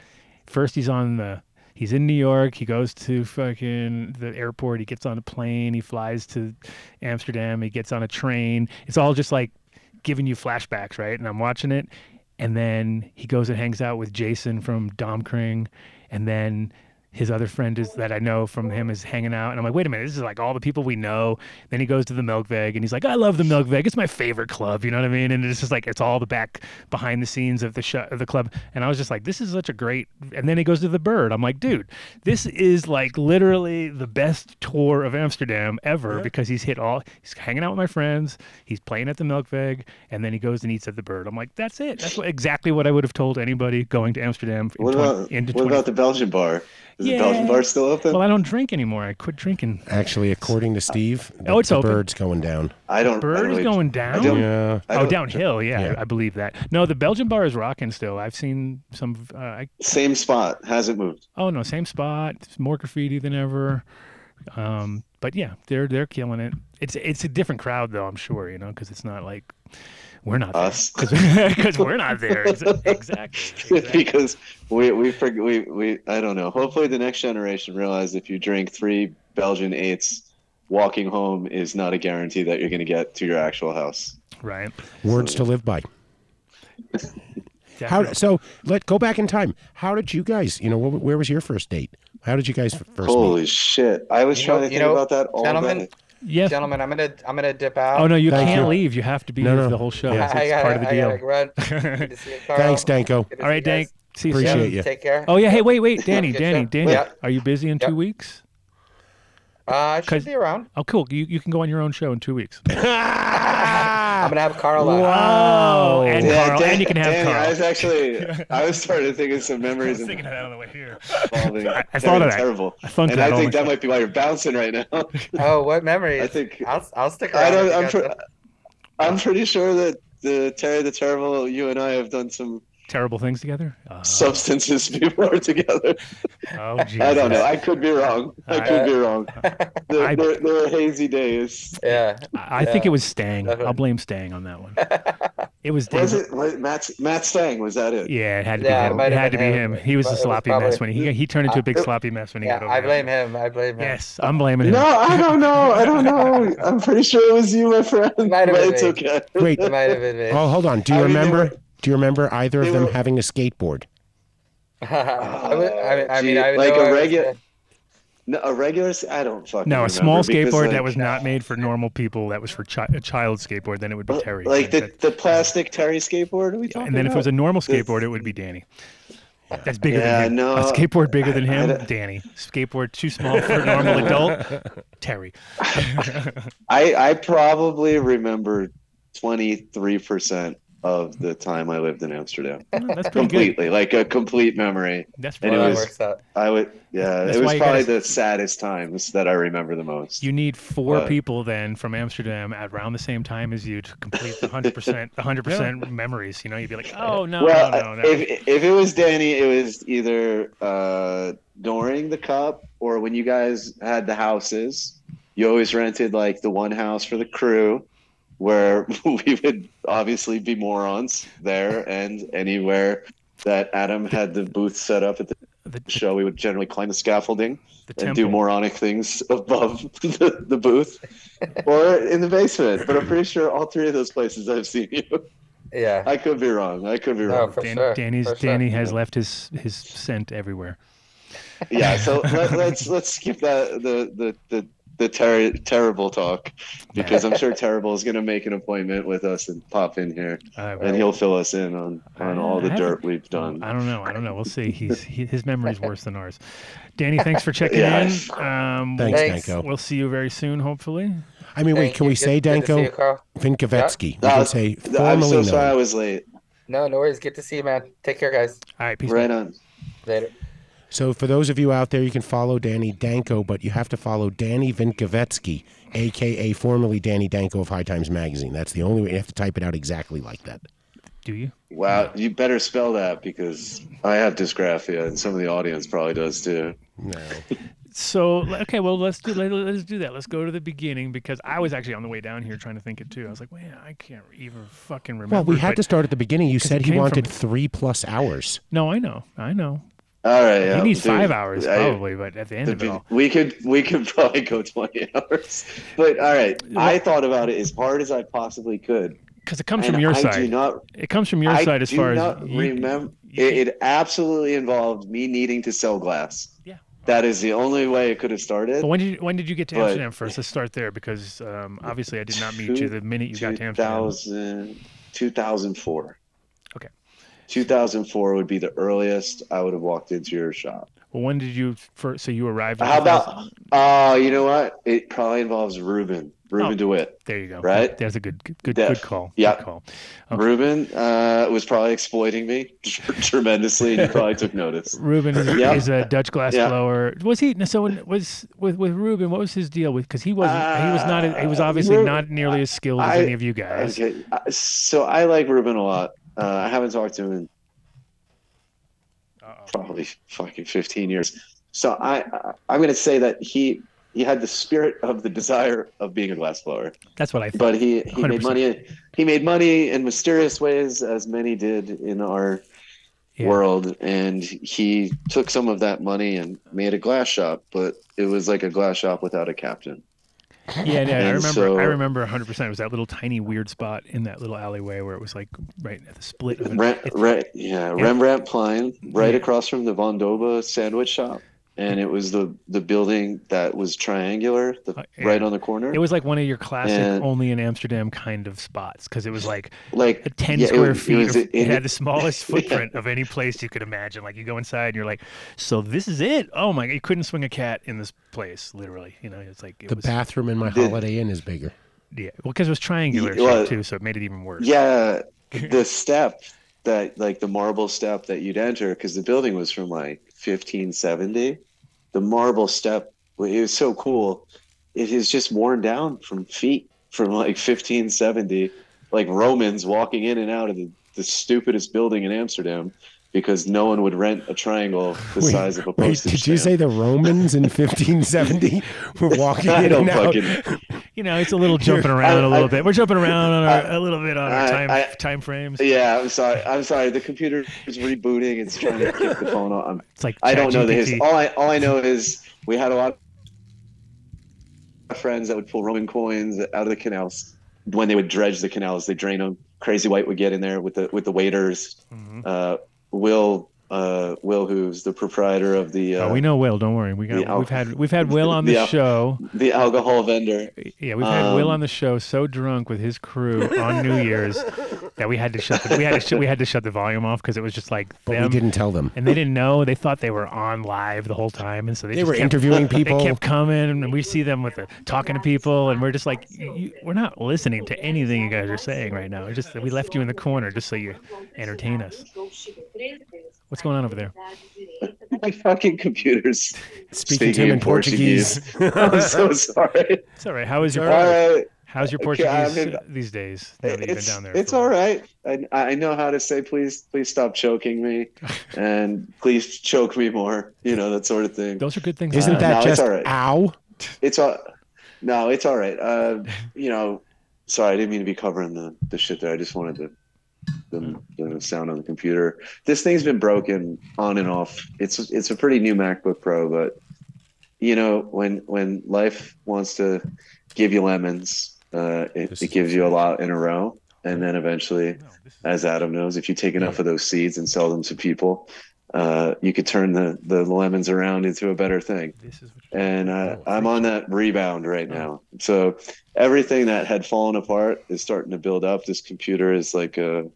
[SPEAKER 4] first he's on the He's in New York. He goes to fucking the airport. He gets on a plane. He flies to Amsterdam. He gets on a train. It's all just like giving you flashbacks, right? And I'm watching it. And then he goes and hangs out with Jason from Dom Kring. And then his other friend is that I know from him is hanging out. And I'm like, wait a minute, this is like all the people we know. Then he goes to the Milk Veg and he's like, I love the Milk Veg. It's my favorite club. You know what I mean? And it's just like, it's all the back behind the scenes of the show, of the club. And I was just like, this is such a great. And then he goes to the Bird. I'm like, dude, this is like literally the best tour of Amsterdam ever because he's hit all, he's hanging out with my friends. He's playing at the Milk Veg. And then he goes and eats at the Bird. I'm like, that's it. That's what, exactly what I would have told anybody going to Amsterdam. in
[SPEAKER 10] What
[SPEAKER 4] twen-
[SPEAKER 10] about
[SPEAKER 4] into
[SPEAKER 10] what
[SPEAKER 4] 20
[SPEAKER 10] about the Belgian bar? Is the Belgian bar still open?
[SPEAKER 4] Well, I don't drink anymore. I quit drinking.
[SPEAKER 5] Actually, according to Steve,
[SPEAKER 4] Oh, it's
[SPEAKER 5] the
[SPEAKER 4] open.
[SPEAKER 5] bird's going down.
[SPEAKER 10] I don't.
[SPEAKER 4] Bird is going down.
[SPEAKER 5] yeah.
[SPEAKER 4] Oh, downhill. Yeah, I I believe that. No, the Belgian bar is rocking still. I've seen some. Uh, I,
[SPEAKER 10] Same spot hasn't moved.
[SPEAKER 4] oh no, same spot. It's more graffiti than ever. Um, but yeah, they're they're killing it. It's it's a different crowd though. I'm sure you know because it's not like we're not
[SPEAKER 10] Us.
[SPEAKER 4] because we're not there. Exa- Exactly.
[SPEAKER 10] because we we, forg we we I don't know. Hopefully, the next generation realize if you drink three Belgian eights, walking home is not a guarantee that you're going to get to your actual house.
[SPEAKER 4] Right.
[SPEAKER 5] Words to live by. How so? Let go back in time. How did you guys? You know, wh- where was your first date? How did you guys f- first?
[SPEAKER 10] Holy
[SPEAKER 5] meet?
[SPEAKER 10] shit! I was
[SPEAKER 5] You know-
[SPEAKER 10] trying to
[SPEAKER 5] you
[SPEAKER 10] think
[SPEAKER 5] know,
[SPEAKER 10] about that all
[SPEAKER 9] gentlemen,
[SPEAKER 10] day.
[SPEAKER 4] Yes.
[SPEAKER 9] Gentlemen, I'm gonna I'm gonna dip out.
[SPEAKER 4] Oh no, you can't leave. You have to be
[SPEAKER 5] No,
[SPEAKER 4] here
[SPEAKER 5] no.
[SPEAKER 4] for the whole show.
[SPEAKER 5] Yeah.
[SPEAKER 4] It's,
[SPEAKER 5] I
[SPEAKER 4] it's
[SPEAKER 5] gotta-
[SPEAKER 4] part of the
[SPEAKER 9] I
[SPEAKER 4] deal.
[SPEAKER 9] gotta run. Good to see you, Carl.
[SPEAKER 5] Thanks, Danko.
[SPEAKER 9] Good to
[SPEAKER 4] All right,
[SPEAKER 9] see you
[SPEAKER 4] Dank.
[SPEAKER 9] guys.
[SPEAKER 4] See you
[SPEAKER 5] Appreciate
[SPEAKER 4] soon.
[SPEAKER 5] you.
[SPEAKER 9] Take care.
[SPEAKER 4] Oh yeah. Hey, wait, wait, Danny,
[SPEAKER 9] Yeah.
[SPEAKER 4] Danny, Danny.
[SPEAKER 9] Yeah.
[SPEAKER 4] Are you busy in two weeks?
[SPEAKER 9] Uh, I should
[SPEAKER 4] 'Cause-
[SPEAKER 9] be around.
[SPEAKER 4] Oh, cool. You, you can go on your own show in two weeks.
[SPEAKER 9] I'm gonna have Carl on.
[SPEAKER 4] Wow. And
[SPEAKER 10] Yeah,
[SPEAKER 4] Carl,
[SPEAKER 10] Dan-
[SPEAKER 4] and you can have
[SPEAKER 10] Danny, I
[SPEAKER 4] Carl.
[SPEAKER 10] was actually, I was starting to think of some memories. I thinking
[SPEAKER 4] of that on the way here.
[SPEAKER 10] I,
[SPEAKER 4] I thought of that.
[SPEAKER 10] Terrible.
[SPEAKER 4] I thought of
[SPEAKER 10] and
[SPEAKER 4] that
[SPEAKER 10] I
[SPEAKER 4] all
[SPEAKER 10] think
[SPEAKER 4] my-
[SPEAKER 10] that might be why you're bouncing right now.
[SPEAKER 9] Oh, what memory?
[SPEAKER 10] I think
[SPEAKER 9] I'll, I'll stick around.
[SPEAKER 10] I don't.
[SPEAKER 9] if you
[SPEAKER 10] I'm,
[SPEAKER 9] guys
[SPEAKER 10] pre-
[SPEAKER 9] don't-
[SPEAKER 10] I'm pretty sure that the Terry the Terrible, you and I have done some
[SPEAKER 4] Terrible things together. Uh,
[SPEAKER 10] substances before together.
[SPEAKER 4] oh,
[SPEAKER 10] I
[SPEAKER 4] Jesus.
[SPEAKER 10] don't know. I could be wrong. I
[SPEAKER 4] I-
[SPEAKER 10] could be wrong. There,
[SPEAKER 4] I-
[SPEAKER 10] there, there are hazy days.
[SPEAKER 9] yeah.
[SPEAKER 4] I I think it was Stang. I'll blame Stang on that one. It was David.
[SPEAKER 10] Was it was Matt? Matt Stang? Was that it?
[SPEAKER 4] Yeah, it had to
[SPEAKER 9] Yeah, it
[SPEAKER 4] be him.
[SPEAKER 9] might
[SPEAKER 4] It
[SPEAKER 9] have
[SPEAKER 4] had to be
[SPEAKER 9] been
[SPEAKER 4] him.
[SPEAKER 9] him.
[SPEAKER 4] He was
[SPEAKER 9] It
[SPEAKER 4] a
[SPEAKER 9] was
[SPEAKER 4] sloppy mess when
[SPEAKER 9] probably-
[SPEAKER 4] he he turned into a
[SPEAKER 9] Uh,
[SPEAKER 4] big
[SPEAKER 9] it-
[SPEAKER 4] sloppy mess when he
[SPEAKER 9] Yeah,
[SPEAKER 4] got over
[SPEAKER 9] I
[SPEAKER 4] there.
[SPEAKER 9] blame him. I blame him.
[SPEAKER 4] Yes, I'm blaming him.
[SPEAKER 10] No, I don't know. I don't know. I'm pretty sure it was you, my friend.
[SPEAKER 9] Might have
[SPEAKER 10] but
[SPEAKER 9] been
[SPEAKER 10] it's
[SPEAKER 9] me.
[SPEAKER 10] okay.
[SPEAKER 5] Wait.
[SPEAKER 9] It might have been me.
[SPEAKER 5] Oh, hold on. Do you
[SPEAKER 10] I mean, they
[SPEAKER 5] remember? do you remember either of
[SPEAKER 10] they
[SPEAKER 5] them
[SPEAKER 10] were-
[SPEAKER 5] having a skateboard?
[SPEAKER 9] I, would, I mean, I, mean,
[SPEAKER 10] Gee,
[SPEAKER 9] I would
[SPEAKER 10] like
[SPEAKER 9] know I
[SPEAKER 10] a
[SPEAKER 9] was
[SPEAKER 10] regular. No, a regular. s- I don't fucking.
[SPEAKER 4] No, a small
[SPEAKER 10] remember because,
[SPEAKER 4] skateboard
[SPEAKER 10] like,
[SPEAKER 4] that was not made for normal people. That was for chi- a child skateboard. Then it would be Terry.
[SPEAKER 10] like
[SPEAKER 4] But
[SPEAKER 10] the, the plastic Terry skateboard. Are we talking
[SPEAKER 4] And then if it was a
[SPEAKER 10] about?
[SPEAKER 4] normal skateboard, it would be Danny. That's bigger
[SPEAKER 10] Yeah,
[SPEAKER 4] than him.
[SPEAKER 10] no,
[SPEAKER 4] a skateboard bigger than
[SPEAKER 10] I- I
[SPEAKER 4] him,
[SPEAKER 10] don't-
[SPEAKER 4] Danny. Skateboard too small for a normal adult, Terry.
[SPEAKER 10] I I probably remember twenty three percent of the time I lived in Amsterdam
[SPEAKER 4] Mm, That's pretty good.
[SPEAKER 10] completely, like a complete memory.
[SPEAKER 4] That's
[SPEAKER 10] And
[SPEAKER 4] pretty
[SPEAKER 10] it
[SPEAKER 9] Well, that
[SPEAKER 10] was-
[SPEAKER 9] works out.
[SPEAKER 10] I would, yeah,
[SPEAKER 4] That's
[SPEAKER 10] it
[SPEAKER 4] why
[SPEAKER 10] was
[SPEAKER 4] you
[SPEAKER 10] probably
[SPEAKER 4] gotta-
[SPEAKER 10] the saddest times that I remember the most.
[SPEAKER 4] You need four
[SPEAKER 10] But-
[SPEAKER 4] people then from Amsterdam at around the same time as you to complete the 100%, the 100% memories. You know, you'd be like, oh, no,
[SPEAKER 10] well, uh,
[SPEAKER 4] no, no, no.
[SPEAKER 10] if if it was Danny, it was either uh, during the cup or when you guys had the houses. You always rented like the one house for the crew, where we would obviously be morons there and anywhere that Adam had the booth set up at the,
[SPEAKER 4] The-
[SPEAKER 10] show. We would generally climb the scaffolding
[SPEAKER 4] the
[SPEAKER 10] and do
[SPEAKER 4] temple.
[SPEAKER 10] moronic things above the, the booth or in the basement. But I'm pretty sure all three of those places I've seen you.
[SPEAKER 9] Yeah.
[SPEAKER 10] I could be wrong. I could be
[SPEAKER 9] No,
[SPEAKER 10] wrong.
[SPEAKER 9] Oh, for
[SPEAKER 4] Dan-
[SPEAKER 9] sure.
[SPEAKER 4] Danny's,
[SPEAKER 9] for sure.
[SPEAKER 4] Danny has left his, his scent everywhere.
[SPEAKER 10] yeah so let, let's let's skip that the the the, the ter- terrible talk because i'm sure terrible is going to make an appointment with us and pop in here
[SPEAKER 4] Uh,
[SPEAKER 10] and he'll fill us in on on all the
[SPEAKER 4] I haven't-
[SPEAKER 10] dirt we've done
[SPEAKER 4] I don't know. I don't know. We'll see. He's he, his memory's worse than ours. Danny, thanks for checking
[SPEAKER 10] Yeah.
[SPEAKER 4] in. Um,
[SPEAKER 5] Thanks,
[SPEAKER 9] Thanks.
[SPEAKER 5] Danko.
[SPEAKER 4] We'll see you very soon, hopefully.
[SPEAKER 5] I mean, wait.
[SPEAKER 9] Thank
[SPEAKER 5] Can
[SPEAKER 9] you.
[SPEAKER 5] we
[SPEAKER 9] Good-
[SPEAKER 5] say
[SPEAKER 9] good to see you,
[SPEAKER 5] Danko
[SPEAKER 9] Carl.
[SPEAKER 5] Vinkovetsky? We
[SPEAKER 10] Uh,
[SPEAKER 5] can say
[SPEAKER 10] i'm so
[SPEAKER 5] formally
[SPEAKER 10] sorry i
[SPEAKER 5] known.
[SPEAKER 10] was late
[SPEAKER 9] No, no worries. Good to see you, man. Take care, guys.
[SPEAKER 4] All right, peace.
[SPEAKER 10] right on
[SPEAKER 9] Later.
[SPEAKER 5] So for those of you out there, you can follow Danny Danko, but you have to follow Danny Vinkovetsky, aka formerly Danny Danko of High Times Magazine. That's the only way. You have to type it out exactly like that.
[SPEAKER 4] Do you?
[SPEAKER 10] wow you better spell that because i have dysgraphia and some of the audience probably does too
[SPEAKER 5] No.
[SPEAKER 4] So le- okay, well let's do let, let's do that. Let's go to the beginning because I was actually on the way down here trying to think it too. I was like, man, I can't even fucking remember.
[SPEAKER 5] Well, we had
[SPEAKER 4] but-
[SPEAKER 5] to start at the beginning. You said
[SPEAKER 4] it
[SPEAKER 5] he
[SPEAKER 4] came
[SPEAKER 5] wanted
[SPEAKER 4] from-
[SPEAKER 5] three plus hours.
[SPEAKER 4] No, I know, I know.
[SPEAKER 10] All right.
[SPEAKER 4] He
[SPEAKER 10] yeah,
[SPEAKER 4] needs
[SPEAKER 10] dude,
[SPEAKER 4] five hours
[SPEAKER 10] I-
[SPEAKER 4] probably, but at the end
[SPEAKER 10] the
[SPEAKER 4] of it
[SPEAKER 10] big-
[SPEAKER 4] all,
[SPEAKER 10] we could we could probably go twenty hours. But all right, I thought about it as hard as I possibly could.
[SPEAKER 4] because it comes
[SPEAKER 10] And
[SPEAKER 4] from your
[SPEAKER 10] I
[SPEAKER 4] side.
[SPEAKER 10] Do not,
[SPEAKER 4] it comes from your
[SPEAKER 10] I
[SPEAKER 4] side as
[SPEAKER 10] do
[SPEAKER 4] far
[SPEAKER 10] not
[SPEAKER 4] as you,
[SPEAKER 10] remember. It, it absolutely involved me needing to sell glass.
[SPEAKER 4] Yeah.
[SPEAKER 10] That is the only way it could have started.
[SPEAKER 4] But when did you, when did you get to
[SPEAKER 10] But-
[SPEAKER 4] Amsterdam first? Let's start there because um, obviously I did not meet you the minute you got to Amsterdam.
[SPEAKER 10] 2000, 2004.
[SPEAKER 4] Okay.
[SPEAKER 10] 2004 would be the earliest I would have walked into your shop.
[SPEAKER 4] Well, when did you first? So you arrived. in
[SPEAKER 10] How
[SPEAKER 4] 2000
[SPEAKER 10] about? Oh, you know what? It probably involves Ruben. Ruben
[SPEAKER 4] Oh,
[SPEAKER 10] DeWitt.
[SPEAKER 4] There you go.
[SPEAKER 10] Right?
[SPEAKER 4] That's a good good good,
[SPEAKER 10] Yeah.
[SPEAKER 4] good call.
[SPEAKER 10] Yeah.
[SPEAKER 4] call.
[SPEAKER 10] Ruben uh, was probably exploiting me tremendously, and you probably took notice.
[SPEAKER 4] Ruben is,
[SPEAKER 10] Yeah.
[SPEAKER 4] is a Dutch glass
[SPEAKER 10] Yeah.
[SPEAKER 4] blower. Was he? no, So when, was with with Ruben? What was his deal with? Because he wasn't. he was not. He was
[SPEAKER 10] Uh,
[SPEAKER 4] obviously
[SPEAKER 10] Ruben-
[SPEAKER 4] not nearly as skilled as
[SPEAKER 10] I-
[SPEAKER 4] any of you guys.
[SPEAKER 10] Okay. uh, So I like Ruben a lot. Uh, I haven't talked to him in probably fucking 15 years. So I, I I'm going to say that he he had the spirit of the desire of being a glassblower,
[SPEAKER 4] That's what I. Thought.
[SPEAKER 10] but he he
[SPEAKER 4] 100%.
[SPEAKER 10] made money he made money in mysterious ways as many did in our
[SPEAKER 4] Yeah.
[SPEAKER 10] world and he took some of that money and made a glass shop, but it was like a glass shop without a captain.
[SPEAKER 4] Yeah, yeah, I
[SPEAKER 10] And
[SPEAKER 4] remember.
[SPEAKER 10] so-
[SPEAKER 4] I remember 100. percent It was that little tiny weird spot in that little alleyway where it was like right at the split. Of an,
[SPEAKER 10] Rem,
[SPEAKER 4] it's-
[SPEAKER 10] Re, yeah,
[SPEAKER 4] Yeah.
[SPEAKER 10] Rembrandt Plein, right
[SPEAKER 4] Yeah.
[SPEAKER 10] across from the Vondoba sandwich shop, and it was the the building that was triangular, the,
[SPEAKER 4] Uh, yeah.
[SPEAKER 10] right on the corner.
[SPEAKER 4] It was like one of your classic
[SPEAKER 10] And-
[SPEAKER 4] only in Amsterdam kind of spots because it was like
[SPEAKER 10] like
[SPEAKER 4] a 10
[SPEAKER 10] yeah, it
[SPEAKER 4] square
[SPEAKER 10] was- it
[SPEAKER 4] feet.
[SPEAKER 10] was-
[SPEAKER 4] of-
[SPEAKER 10] it-
[SPEAKER 4] it, had the smallest
[SPEAKER 10] yeah.
[SPEAKER 4] footprint of any place you could imagine. Like you go inside and you're like, so this is it. Oh my God. You couldn't swing a cat in this place, literally. You know, it's like, it
[SPEAKER 5] The
[SPEAKER 4] was,
[SPEAKER 5] bathroom in my
[SPEAKER 10] Did-
[SPEAKER 5] Holiday Inn is bigger.
[SPEAKER 4] yeah. Well, because it was triangular
[SPEAKER 10] Y- well,
[SPEAKER 4] shape, too, so it made it even worse.
[SPEAKER 10] Yeah, the step that like the marble step that you'd enter because the building was from like 1570. The marble step well, it was so cool. It is just worn down from feet from like 1570, like Romans walking in and out of the, the stupidest building in Amsterdam because no one would rent a triangle the
[SPEAKER 5] Wait,
[SPEAKER 10] size of a
[SPEAKER 5] Wait,
[SPEAKER 10] postage
[SPEAKER 5] did you
[SPEAKER 10] stamp.
[SPEAKER 5] say the Romans in 1570 were walking
[SPEAKER 10] I
[SPEAKER 5] in
[SPEAKER 10] don't
[SPEAKER 5] and out?
[SPEAKER 10] fucking.
[SPEAKER 4] You know, it's a little jumping around
[SPEAKER 10] I-
[SPEAKER 4] a little
[SPEAKER 10] I-
[SPEAKER 4] bit. We're jumping around on our,
[SPEAKER 10] I-
[SPEAKER 4] a little bit on our
[SPEAKER 10] I-
[SPEAKER 4] time
[SPEAKER 10] I-
[SPEAKER 4] time frames.
[SPEAKER 10] Yeah, I'm sorry. I'm sorry. The computer is rebooting. It's trying to kick the phone off. I'm
[SPEAKER 4] It's like
[SPEAKER 10] I don't know the history.
[SPEAKER 4] ChatGPT.
[SPEAKER 10] All I all I know is we had a lot of friends that would pull Roman coins out of the canals. When they would dredge the canals, they drain them. Crazy White would get in there with the with the waiters.
[SPEAKER 4] Mhm.
[SPEAKER 10] Uh, Will uh, Will, who's the proprietor of the uh,
[SPEAKER 4] Oh, we know Will. Don't worry. We
[SPEAKER 10] the
[SPEAKER 4] got.
[SPEAKER 10] al-
[SPEAKER 4] We've had. We've had Will on the
[SPEAKER 10] the al-
[SPEAKER 4] show.
[SPEAKER 10] the alcohol vendor.
[SPEAKER 4] Yeah, we've had Will
[SPEAKER 10] Um,
[SPEAKER 4] on the show so drunk with his crew on New Year's that we had to shut the, we had to sh- we had to shut the volume off because it was just like
[SPEAKER 5] But we
[SPEAKER 4] them
[SPEAKER 5] didn't tell them.
[SPEAKER 4] and they didn't know they thought they were on live the whole time and so they,
[SPEAKER 5] They
[SPEAKER 4] just
[SPEAKER 5] were
[SPEAKER 4] kept-
[SPEAKER 5] interviewing people.
[SPEAKER 4] They kept coming and we see them with the, talking to people and we're just like you, we're not listening to anything you guys are saying right now. It's just that we left you in the corner just so you entertain us. What's going on over there?
[SPEAKER 10] My fucking computer's
[SPEAKER 5] Speaking to him in Portuguese.
[SPEAKER 10] I'm so sorry.
[SPEAKER 4] It's all right. How is your
[SPEAKER 10] All right.
[SPEAKER 4] how's your
[SPEAKER 10] Okay,
[SPEAKER 4] Portuguese
[SPEAKER 10] I mean,
[SPEAKER 4] uh, these days? Now that you've been
[SPEAKER 10] it's,
[SPEAKER 4] down there,
[SPEAKER 10] it's
[SPEAKER 4] for a
[SPEAKER 10] all
[SPEAKER 4] while?
[SPEAKER 10] right. I, I know how to say please, please stop choking me, and please choke me more. You know that sort of thing.
[SPEAKER 4] Those are good things.
[SPEAKER 5] Isn't
[SPEAKER 10] Uh,
[SPEAKER 5] that
[SPEAKER 10] no, it's
[SPEAKER 5] just
[SPEAKER 10] all right.
[SPEAKER 5] ow?
[SPEAKER 10] It's all. No, it's all right. Uh, you know, sorry, I didn't mean to be covering the, the shit there. I just wanted the, the the sound on the computer. This thing's been broken on and off. It's it's a pretty new MacBook Pro, but you know when when life wants to give you lemons, uh, it, it gives you a lot in a row, and then eventually, as Adam knows, if you take enough of those seeds and sell them to people. Uh, you could turn the, the lemons around into a better thing
[SPEAKER 4] This is what
[SPEAKER 10] and uh, I'm on that rebound right now. So everything that had fallen apart is starting to build up. This computer is like a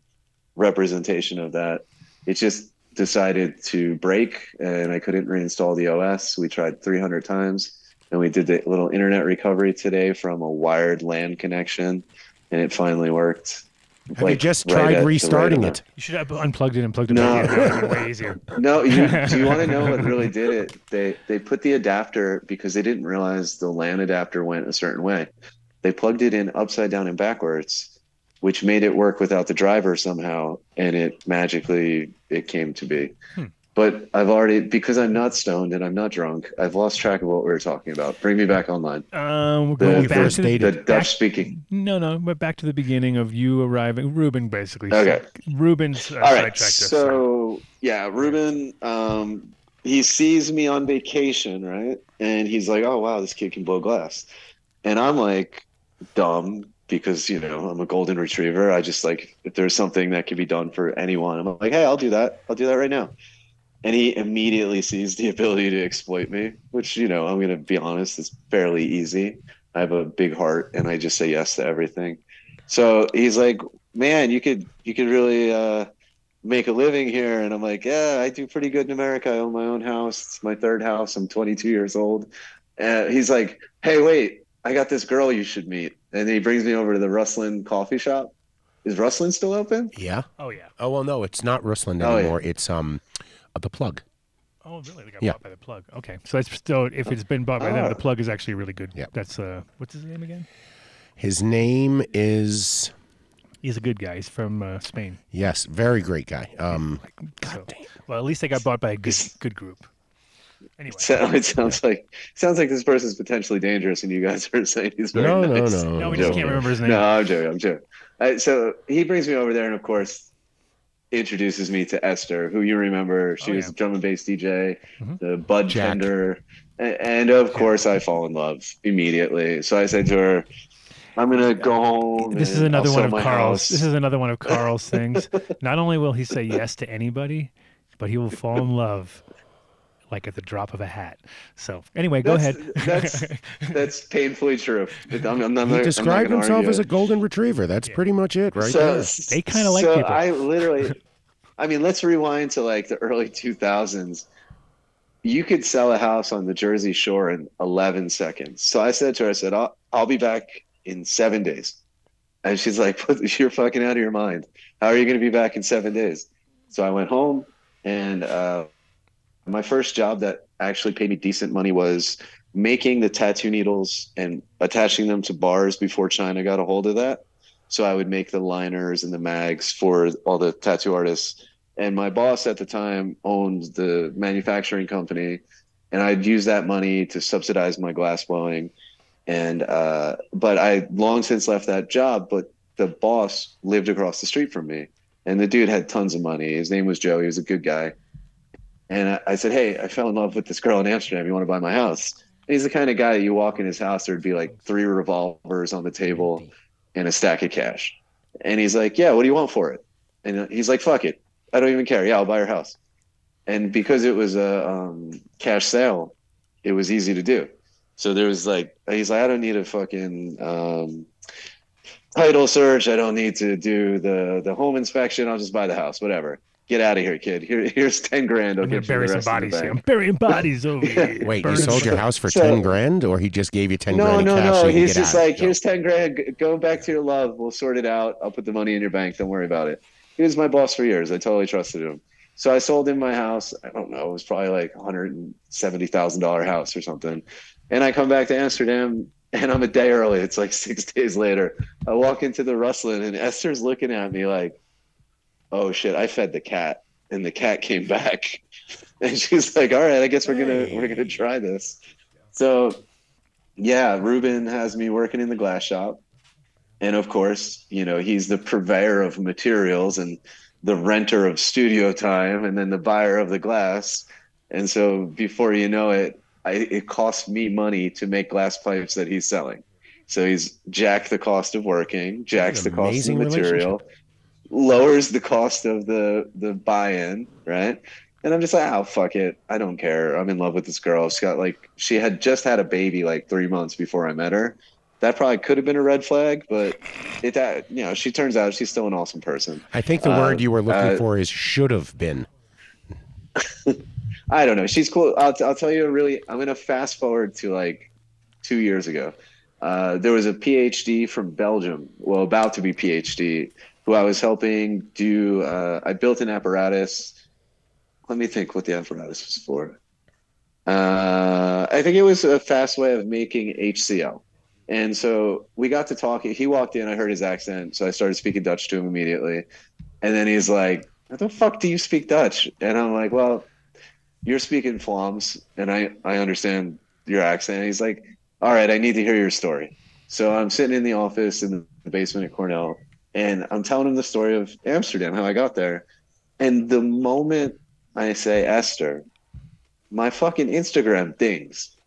[SPEAKER 10] representation of that. It just decided to break, and I couldn't reinstall the OS. We tried 300 times, and we did the little internet recovery today from a wired LAN connection, and it finally worked.
[SPEAKER 5] Have you
[SPEAKER 10] like,
[SPEAKER 5] just
[SPEAKER 10] right
[SPEAKER 5] tried
[SPEAKER 10] at the right
[SPEAKER 5] restarting
[SPEAKER 10] amount.
[SPEAKER 5] it?
[SPEAKER 4] You should have unplugged it and plugged it
[SPEAKER 10] No.
[SPEAKER 4] back in. That would have been way easier.
[SPEAKER 10] No, you, do you want to know what really did it? They they put the adapter because they didn't realize the LAN adapter went a certain way. They plugged it in upside down and backwards, which made it work without the driver somehow, and it magically it came to be.
[SPEAKER 7] But I've already because I'm not stoned and I'm not drunk. I've lost track of what we were talking about. Bring me back online.
[SPEAKER 4] Um, we're going
[SPEAKER 7] the,
[SPEAKER 4] back to the-
[SPEAKER 7] the
[SPEAKER 4] back-
[SPEAKER 7] Dutch speaking.
[SPEAKER 4] No, no, but back to the beginning of you arriving. Ruben basically.
[SPEAKER 7] Okay.
[SPEAKER 4] Ruben's uh,
[SPEAKER 7] All right.
[SPEAKER 4] sidetracked us.
[SPEAKER 7] So yeah, Ruben, um, he sees me on vacation, right? And he's like, "Oh wow, this kid can blow glass," and I'm like, dumb because you know I'm a golden retriever. I just like if there's something that can be done for anyone, I'm like, "Hey, I'll do that. I'll do that right now." And he immediately sees the ability to exploit me, which you know I'm going to be honest, is fairly easy. I have a big heart, and I just say yes to everything. So he's like, "Man, you could you could really uh, make a living here." And I'm like, "Yeah, I do pretty good in America. I own my own house. It's my third house. I'm 22 years old." And he's like, "Hey, wait, I got this girl you should meet." And he brings me over to the Rustlin coffee shop. Is Rustlin still open?
[SPEAKER 5] Yeah.
[SPEAKER 4] Oh yeah.
[SPEAKER 5] Oh well, no, it's not Rusland
[SPEAKER 7] Oh, yeah.
[SPEAKER 5] anymore. It's um, uh, the plug.
[SPEAKER 4] Oh really? They got
[SPEAKER 5] Yeah.
[SPEAKER 4] bought by the plug. Okay. So it's still if it's been bought by them,
[SPEAKER 5] Ah.
[SPEAKER 4] the plug is actually really good. Yeah. That's uh, what's his name again?
[SPEAKER 5] His name is
[SPEAKER 4] He's a good guy. He's from uh, Spain.
[SPEAKER 5] yes, very great guy. Um,
[SPEAKER 4] So, well, at least they got bought by a good good group. Anyway.
[SPEAKER 7] So it sounds like sounds like this person's potentially dangerous, and you guys are saying he's very
[SPEAKER 5] No, no,
[SPEAKER 7] nice.
[SPEAKER 5] no, No, we
[SPEAKER 7] I'm
[SPEAKER 5] just can't
[SPEAKER 7] joking.
[SPEAKER 5] remember his name.
[SPEAKER 7] No, I'm joking. I'm joking. Uh, so he brings me over there, and of course, introduces me to Esther, who you remember. She
[SPEAKER 10] Oh,
[SPEAKER 7] was
[SPEAKER 10] yeah.
[SPEAKER 7] the drum and bass DJ, the bud tender, and, and of course, I fall in love immediately. So I said to her, "I'm gonna go home."
[SPEAKER 4] This is
[SPEAKER 7] and I'll
[SPEAKER 4] another one
[SPEAKER 7] sell
[SPEAKER 4] of
[SPEAKER 7] my
[SPEAKER 4] Carl's.
[SPEAKER 7] house."
[SPEAKER 4] This is another one of Carl's things. Not only will he say yes to anybody, but he will fall in love like at the drop of a hat. So anyway, go
[SPEAKER 7] That's-
[SPEAKER 4] ahead.
[SPEAKER 7] that's that's painfully true. I'm, I'm, not- I'm
[SPEAKER 5] he
[SPEAKER 7] not
[SPEAKER 5] described
[SPEAKER 7] gonna
[SPEAKER 5] himself
[SPEAKER 7] argue
[SPEAKER 5] as
[SPEAKER 7] it.
[SPEAKER 5] a golden retriever. That's pretty much it, right? there.
[SPEAKER 7] so I literally, I mean, let's rewind to like the early 2000s. You could sell a house on the Jersey Shore in 11 seconds. So I said to her, I said, I'll, I'll be back in seven days. And she's like, "What- You're fucking out of your mind. How are you going to be back in seven days? So I went home and uh, my first job that actually paid me decent money was making the tattoo needles and attaching them to bars before China got a hold of that. So I would make the liners and the mags for all the tattoo artists. And my boss at the time owned the manufacturing company, and I'd use that money to subsidize my glass blowing. And uh, but I long since left that job. But the boss lived across the street from me, and the dude had tons of money. His name was Joe. He was a good guy. And I, I said, Hey, I fell in love with this girl in Amsterdam. You want to buy my house? And he's the kind of guy you walk in his house, there'd be like three revolvers on the table and a stack of cash. And he's like, Yeah, what do you want for it? And he's like, Fuck it. I don't even care. Yeah, I'll buy your house. And because it was a um, cash sale, it was easy to do. So there was like, he's like, I don't need a fucking um, title search. I don't need to do the the home inspection. I'll just buy the house. Whatever. Get out of here, kid. Here, here's ten grand. I'll
[SPEAKER 4] I'm gonna
[SPEAKER 7] get you
[SPEAKER 4] bury
[SPEAKER 7] the
[SPEAKER 4] some
[SPEAKER 7] rest of
[SPEAKER 4] bodies
[SPEAKER 7] the
[SPEAKER 4] here.
[SPEAKER 7] bank."
[SPEAKER 4] I'm burying bodies over here.
[SPEAKER 5] Wait, you
[SPEAKER 4] Burning
[SPEAKER 5] sold your
[SPEAKER 4] them.
[SPEAKER 5] house for
[SPEAKER 7] So-
[SPEAKER 5] ten grand, or he just gave you ten
[SPEAKER 7] no,
[SPEAKER 5] grand in
[SPEAKER 7] no,
[SPEAKER 5] cash?
[SPEAKER 7] no.
[SPEAKER 5] so you can
[SPEAKER 7] He's
[SPEAKER 5] get
[SPEAKER 7] just
[SPEAKER 5] out?
[SPEAKER 7] like, here's ten grand. G- Go back to your love. We'll sort it out. I'll put the money in your bank. Don't worry about it. He was my boss for years. I totally trusted him. So I sold him my house. I don't know. It was probably like a hundred and seventy thousand dollar house or something. And I come back to Amsterdam, and I'm a day early. It's like six days later. I walk into the Rustlin, and Esther's looking at me like, "Oh shit, I fed the cat." And the cat came back, and she's like, "All right, I guess we're gonna we're gonna try this." So yeah, Ruben has me working in the glass shop. And of course, you know, he's the purveyor of materials and the renter of studio time and then the buyer of the glass. And so before you know it, I, it costs me money to make glass pipes that he's selling. So he's jacked the cost of working, jacks the cost of
[SPEAKER 5] amazing
[SPEAKER 7] material, lowers the cost of the the buy-in, right? And I'm just like, oh fuck it, I don't care. I'm in love with this girl. She got like, she had just had a baby like three months before I met her. That probably could have been a red flag, but it that you know she turns out she's still an awesome person.
[SPEAKER 5] I think the word
[SPEAKER 7] Uh,
[SPEAKER 5] you were looking
[SPEAKER 7] uh,
[SPEAKER 5] for is should have been.
[SPEAKER 7] I don't know. She's cool. I'll, I'll tell you a really, I'm going to fast forward to like two years ago. Uh, there was a PhD from Belgium, well, about to be PhD, who I was helping do. Uh, I built an apparatus. Let me think what the apparatus was for. Uh, I think it was a fast way of making HCl. And so we got to talking. He walked in, I heard his accent. So I started speaking Dutch to him immediately. And then he's like, How the fuck do you speak Dutch? And I'm like, Well,
[SPEAKER 10] you're speaking flams and I, I understand your accent. And he's like, all right, I need to hear your story. So I'm sitting in the office in the basement at Cornell and I'm telling him the story of Amsterdam, how I got there. And the moment I say Esther, my fucking Instagram dings.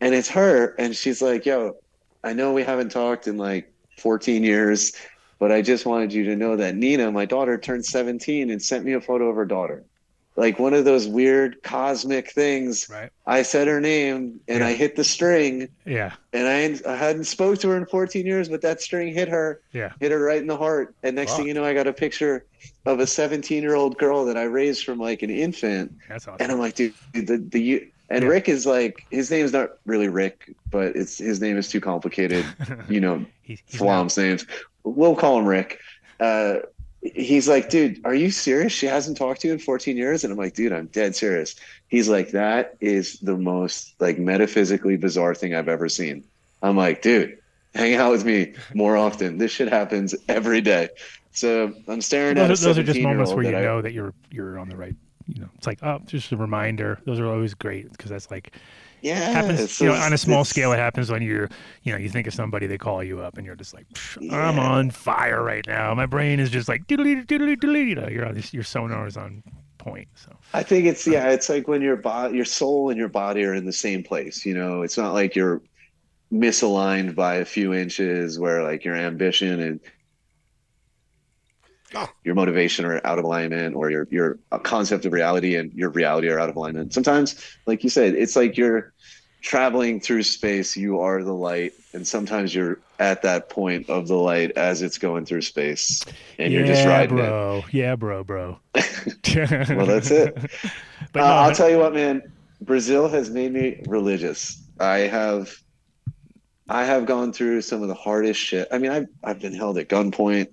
[SPEAKER 10] And it's her. And she's like, yo, I know we haven't talked in like 14 years, but I just wanted you to know that Nina, my daughter, turned 17 and sent me a photo of her daughter. Like one of those weird cosmic things.
[SPEAKER 4] Right.
[SPEAKER 10] I said her name and I hit the string
[SPEAKER 4] Yeah.
[SPEAKER 10] and I, hadn't- I hadn't spoke to her in 14 years, but that string hit her,
[SPEAKER 4] Yeah.
[SPEAKER 10] hit her right in the heart. And next thing you know, I got a picture of a 17 year old girl that I raised from like an infant.
[SPEAKER 4] That's awesome.
[SPEAKER 10] And I'm like, dude, the the you and Rick is like, his name's not really Rick, but it's his name is too complicated. you know, Flom's names. We'll call him Rick. Uh, he's like, dude, are you serious? She hasn't talked to you in 14 years, and I'm like, dude, I'm dead serious. He's like, that is the most like metaphysically bizarre thing I've ever seen. I'm like, dude, hang out with me more often. This shit happens every day. So I'm staring at
[SPEAKER 4] Those, are-
[SPEAKER 10] a
[SPEAKER 4] those are just moments
[SPEAKER 10] 17-year-old
[SPEAKER 4] where you
[SPEAKER 10] I-
[SPEAKER 4] know that you're you're on the right. You know, it's like oh, just a reminder. Those are always great because that's like
[SPEAKER 10] Yeah,
[SPEAKER 4] happens.
[SPEAKER 10] it's
[SPEAKER 4] You know,
[SPEAKER 10] those-
[SPEAKER 4] on a small
[SPEAKER 10] it's-
[SPEAKER 4] scale, it happens when you're you know you think of somebody, they call you up, and you're just like, "Psh, I'm
[SPEAKER 10] Yeah.
[SPEAKER 4] on fire right now. My brain is just like diddly diddly diddly. You know, your your sonar is on point. So
[SPEAKER 10] I think it's yeah, it's like when your body, your soul, and your body are in the same place. You know, it's not like you're misaligned by a few inches, where like your ambition and your motivation are out of alignment, or your your concept of reality and your reality are out of alignment. Sometimes, like you said, it's like you're traveling through space. You are the light, and sometimes you're at that point of the light as it's going through space, and you're just
[SPEAKER 4] Yeah,
[SPEAKER 10] riding it
[SPEAKER 4] bro.
[SPEAKER 5] Oh,
[SPEAKER 4] Yeah, bro, bro.
[SPEAKER 10] well, that's it.
[SPEAKER 4] But no,
[SPEAKER 10] Uh, I'll
[SPEAKER 4] but-
[SPEAKER 10] tell you what, man. Brazil has made me religious. I have, I have gone through some of the hardest shit. I mean, I've I've been held at gunpoint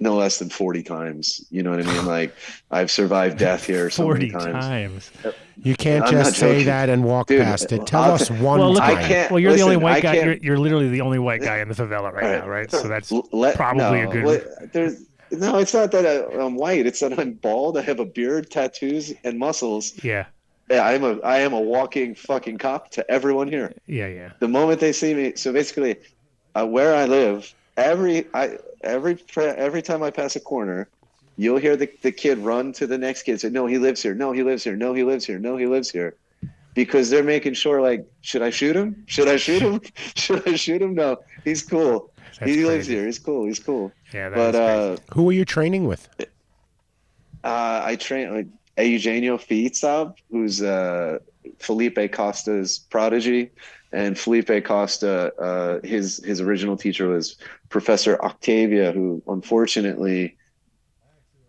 [SPEAKER 10] no less than forty times. You know what I mean? Like, I've survived death here so
[SPEAKER 4] 40
[SPEAKER 10] many times.
[SPEAKER 4] times.
[SPEAKER 5] You can't
[SPEAKER 10] I'm
[SPEAKER 5] just
[SPEAKER 10] not
[SPEAKER 5] say
[SPEAKER 10] joking.
[SPEAKER 5] that and walk
[SPEAKER 10] Dude,
[SPEAKER 5] past it. Tell
[SPEAKER 10] I'll
[SPEAKER 5] us
[SPEAKER 10] t-
[SPEAKER 5] one
[SPEAKER 4] well, look,
[SPEAKER 5] time.
[SPEAKER 10] I can't-
[SPEAKER 4] well, you're the only
[SPEAKER 10] listen, I
[SPEAKER 4] white guy.
[SPEAKER 10] can't-
[SPEAKER 4] You're, you're literally the only white guy in the favela right, now, right? So that's probably
[SPEAKER 10] no,
[SPEAKER 4] a good.
[SPEAKER 10] what- there's no. It's not that I, I'm white. It's that I'm bald. I have a beard, tattoos, and muscles.
[SPEAKER 4] yeah,
[SPEAKER 10] Yeah, I'm a I am a walking fucking cop to everyone here.
[SPEAKER 4] yeah, yeah.
[SPEAKER 10] the moment they see me so basically uh, where i live every i every pre- every time i pass a corner you'll hear the, the kid run to the next kid say no he lives here no he lives here no he lives here no he lives here because they're making sure like should i shoot him should i shoot him should i shoot him no he's cool
[SPEAKER 5] That's
[SPEAKER 10] he lives
[SPEAKER 5] crazy.
[SPEAKER 10] here he's cool he's cool
[SPEAKER 4] yeah
[SPEAKER 10] but uh
[SPEAKER 5] Who are you training with?
[SPEAKER 10] uh, I train like Eugenio Fitzab, who's uh, Felipe Costa's prodigy, and Felipe Costa, uh, his his original teacher was Professor Octavia, who unfortunately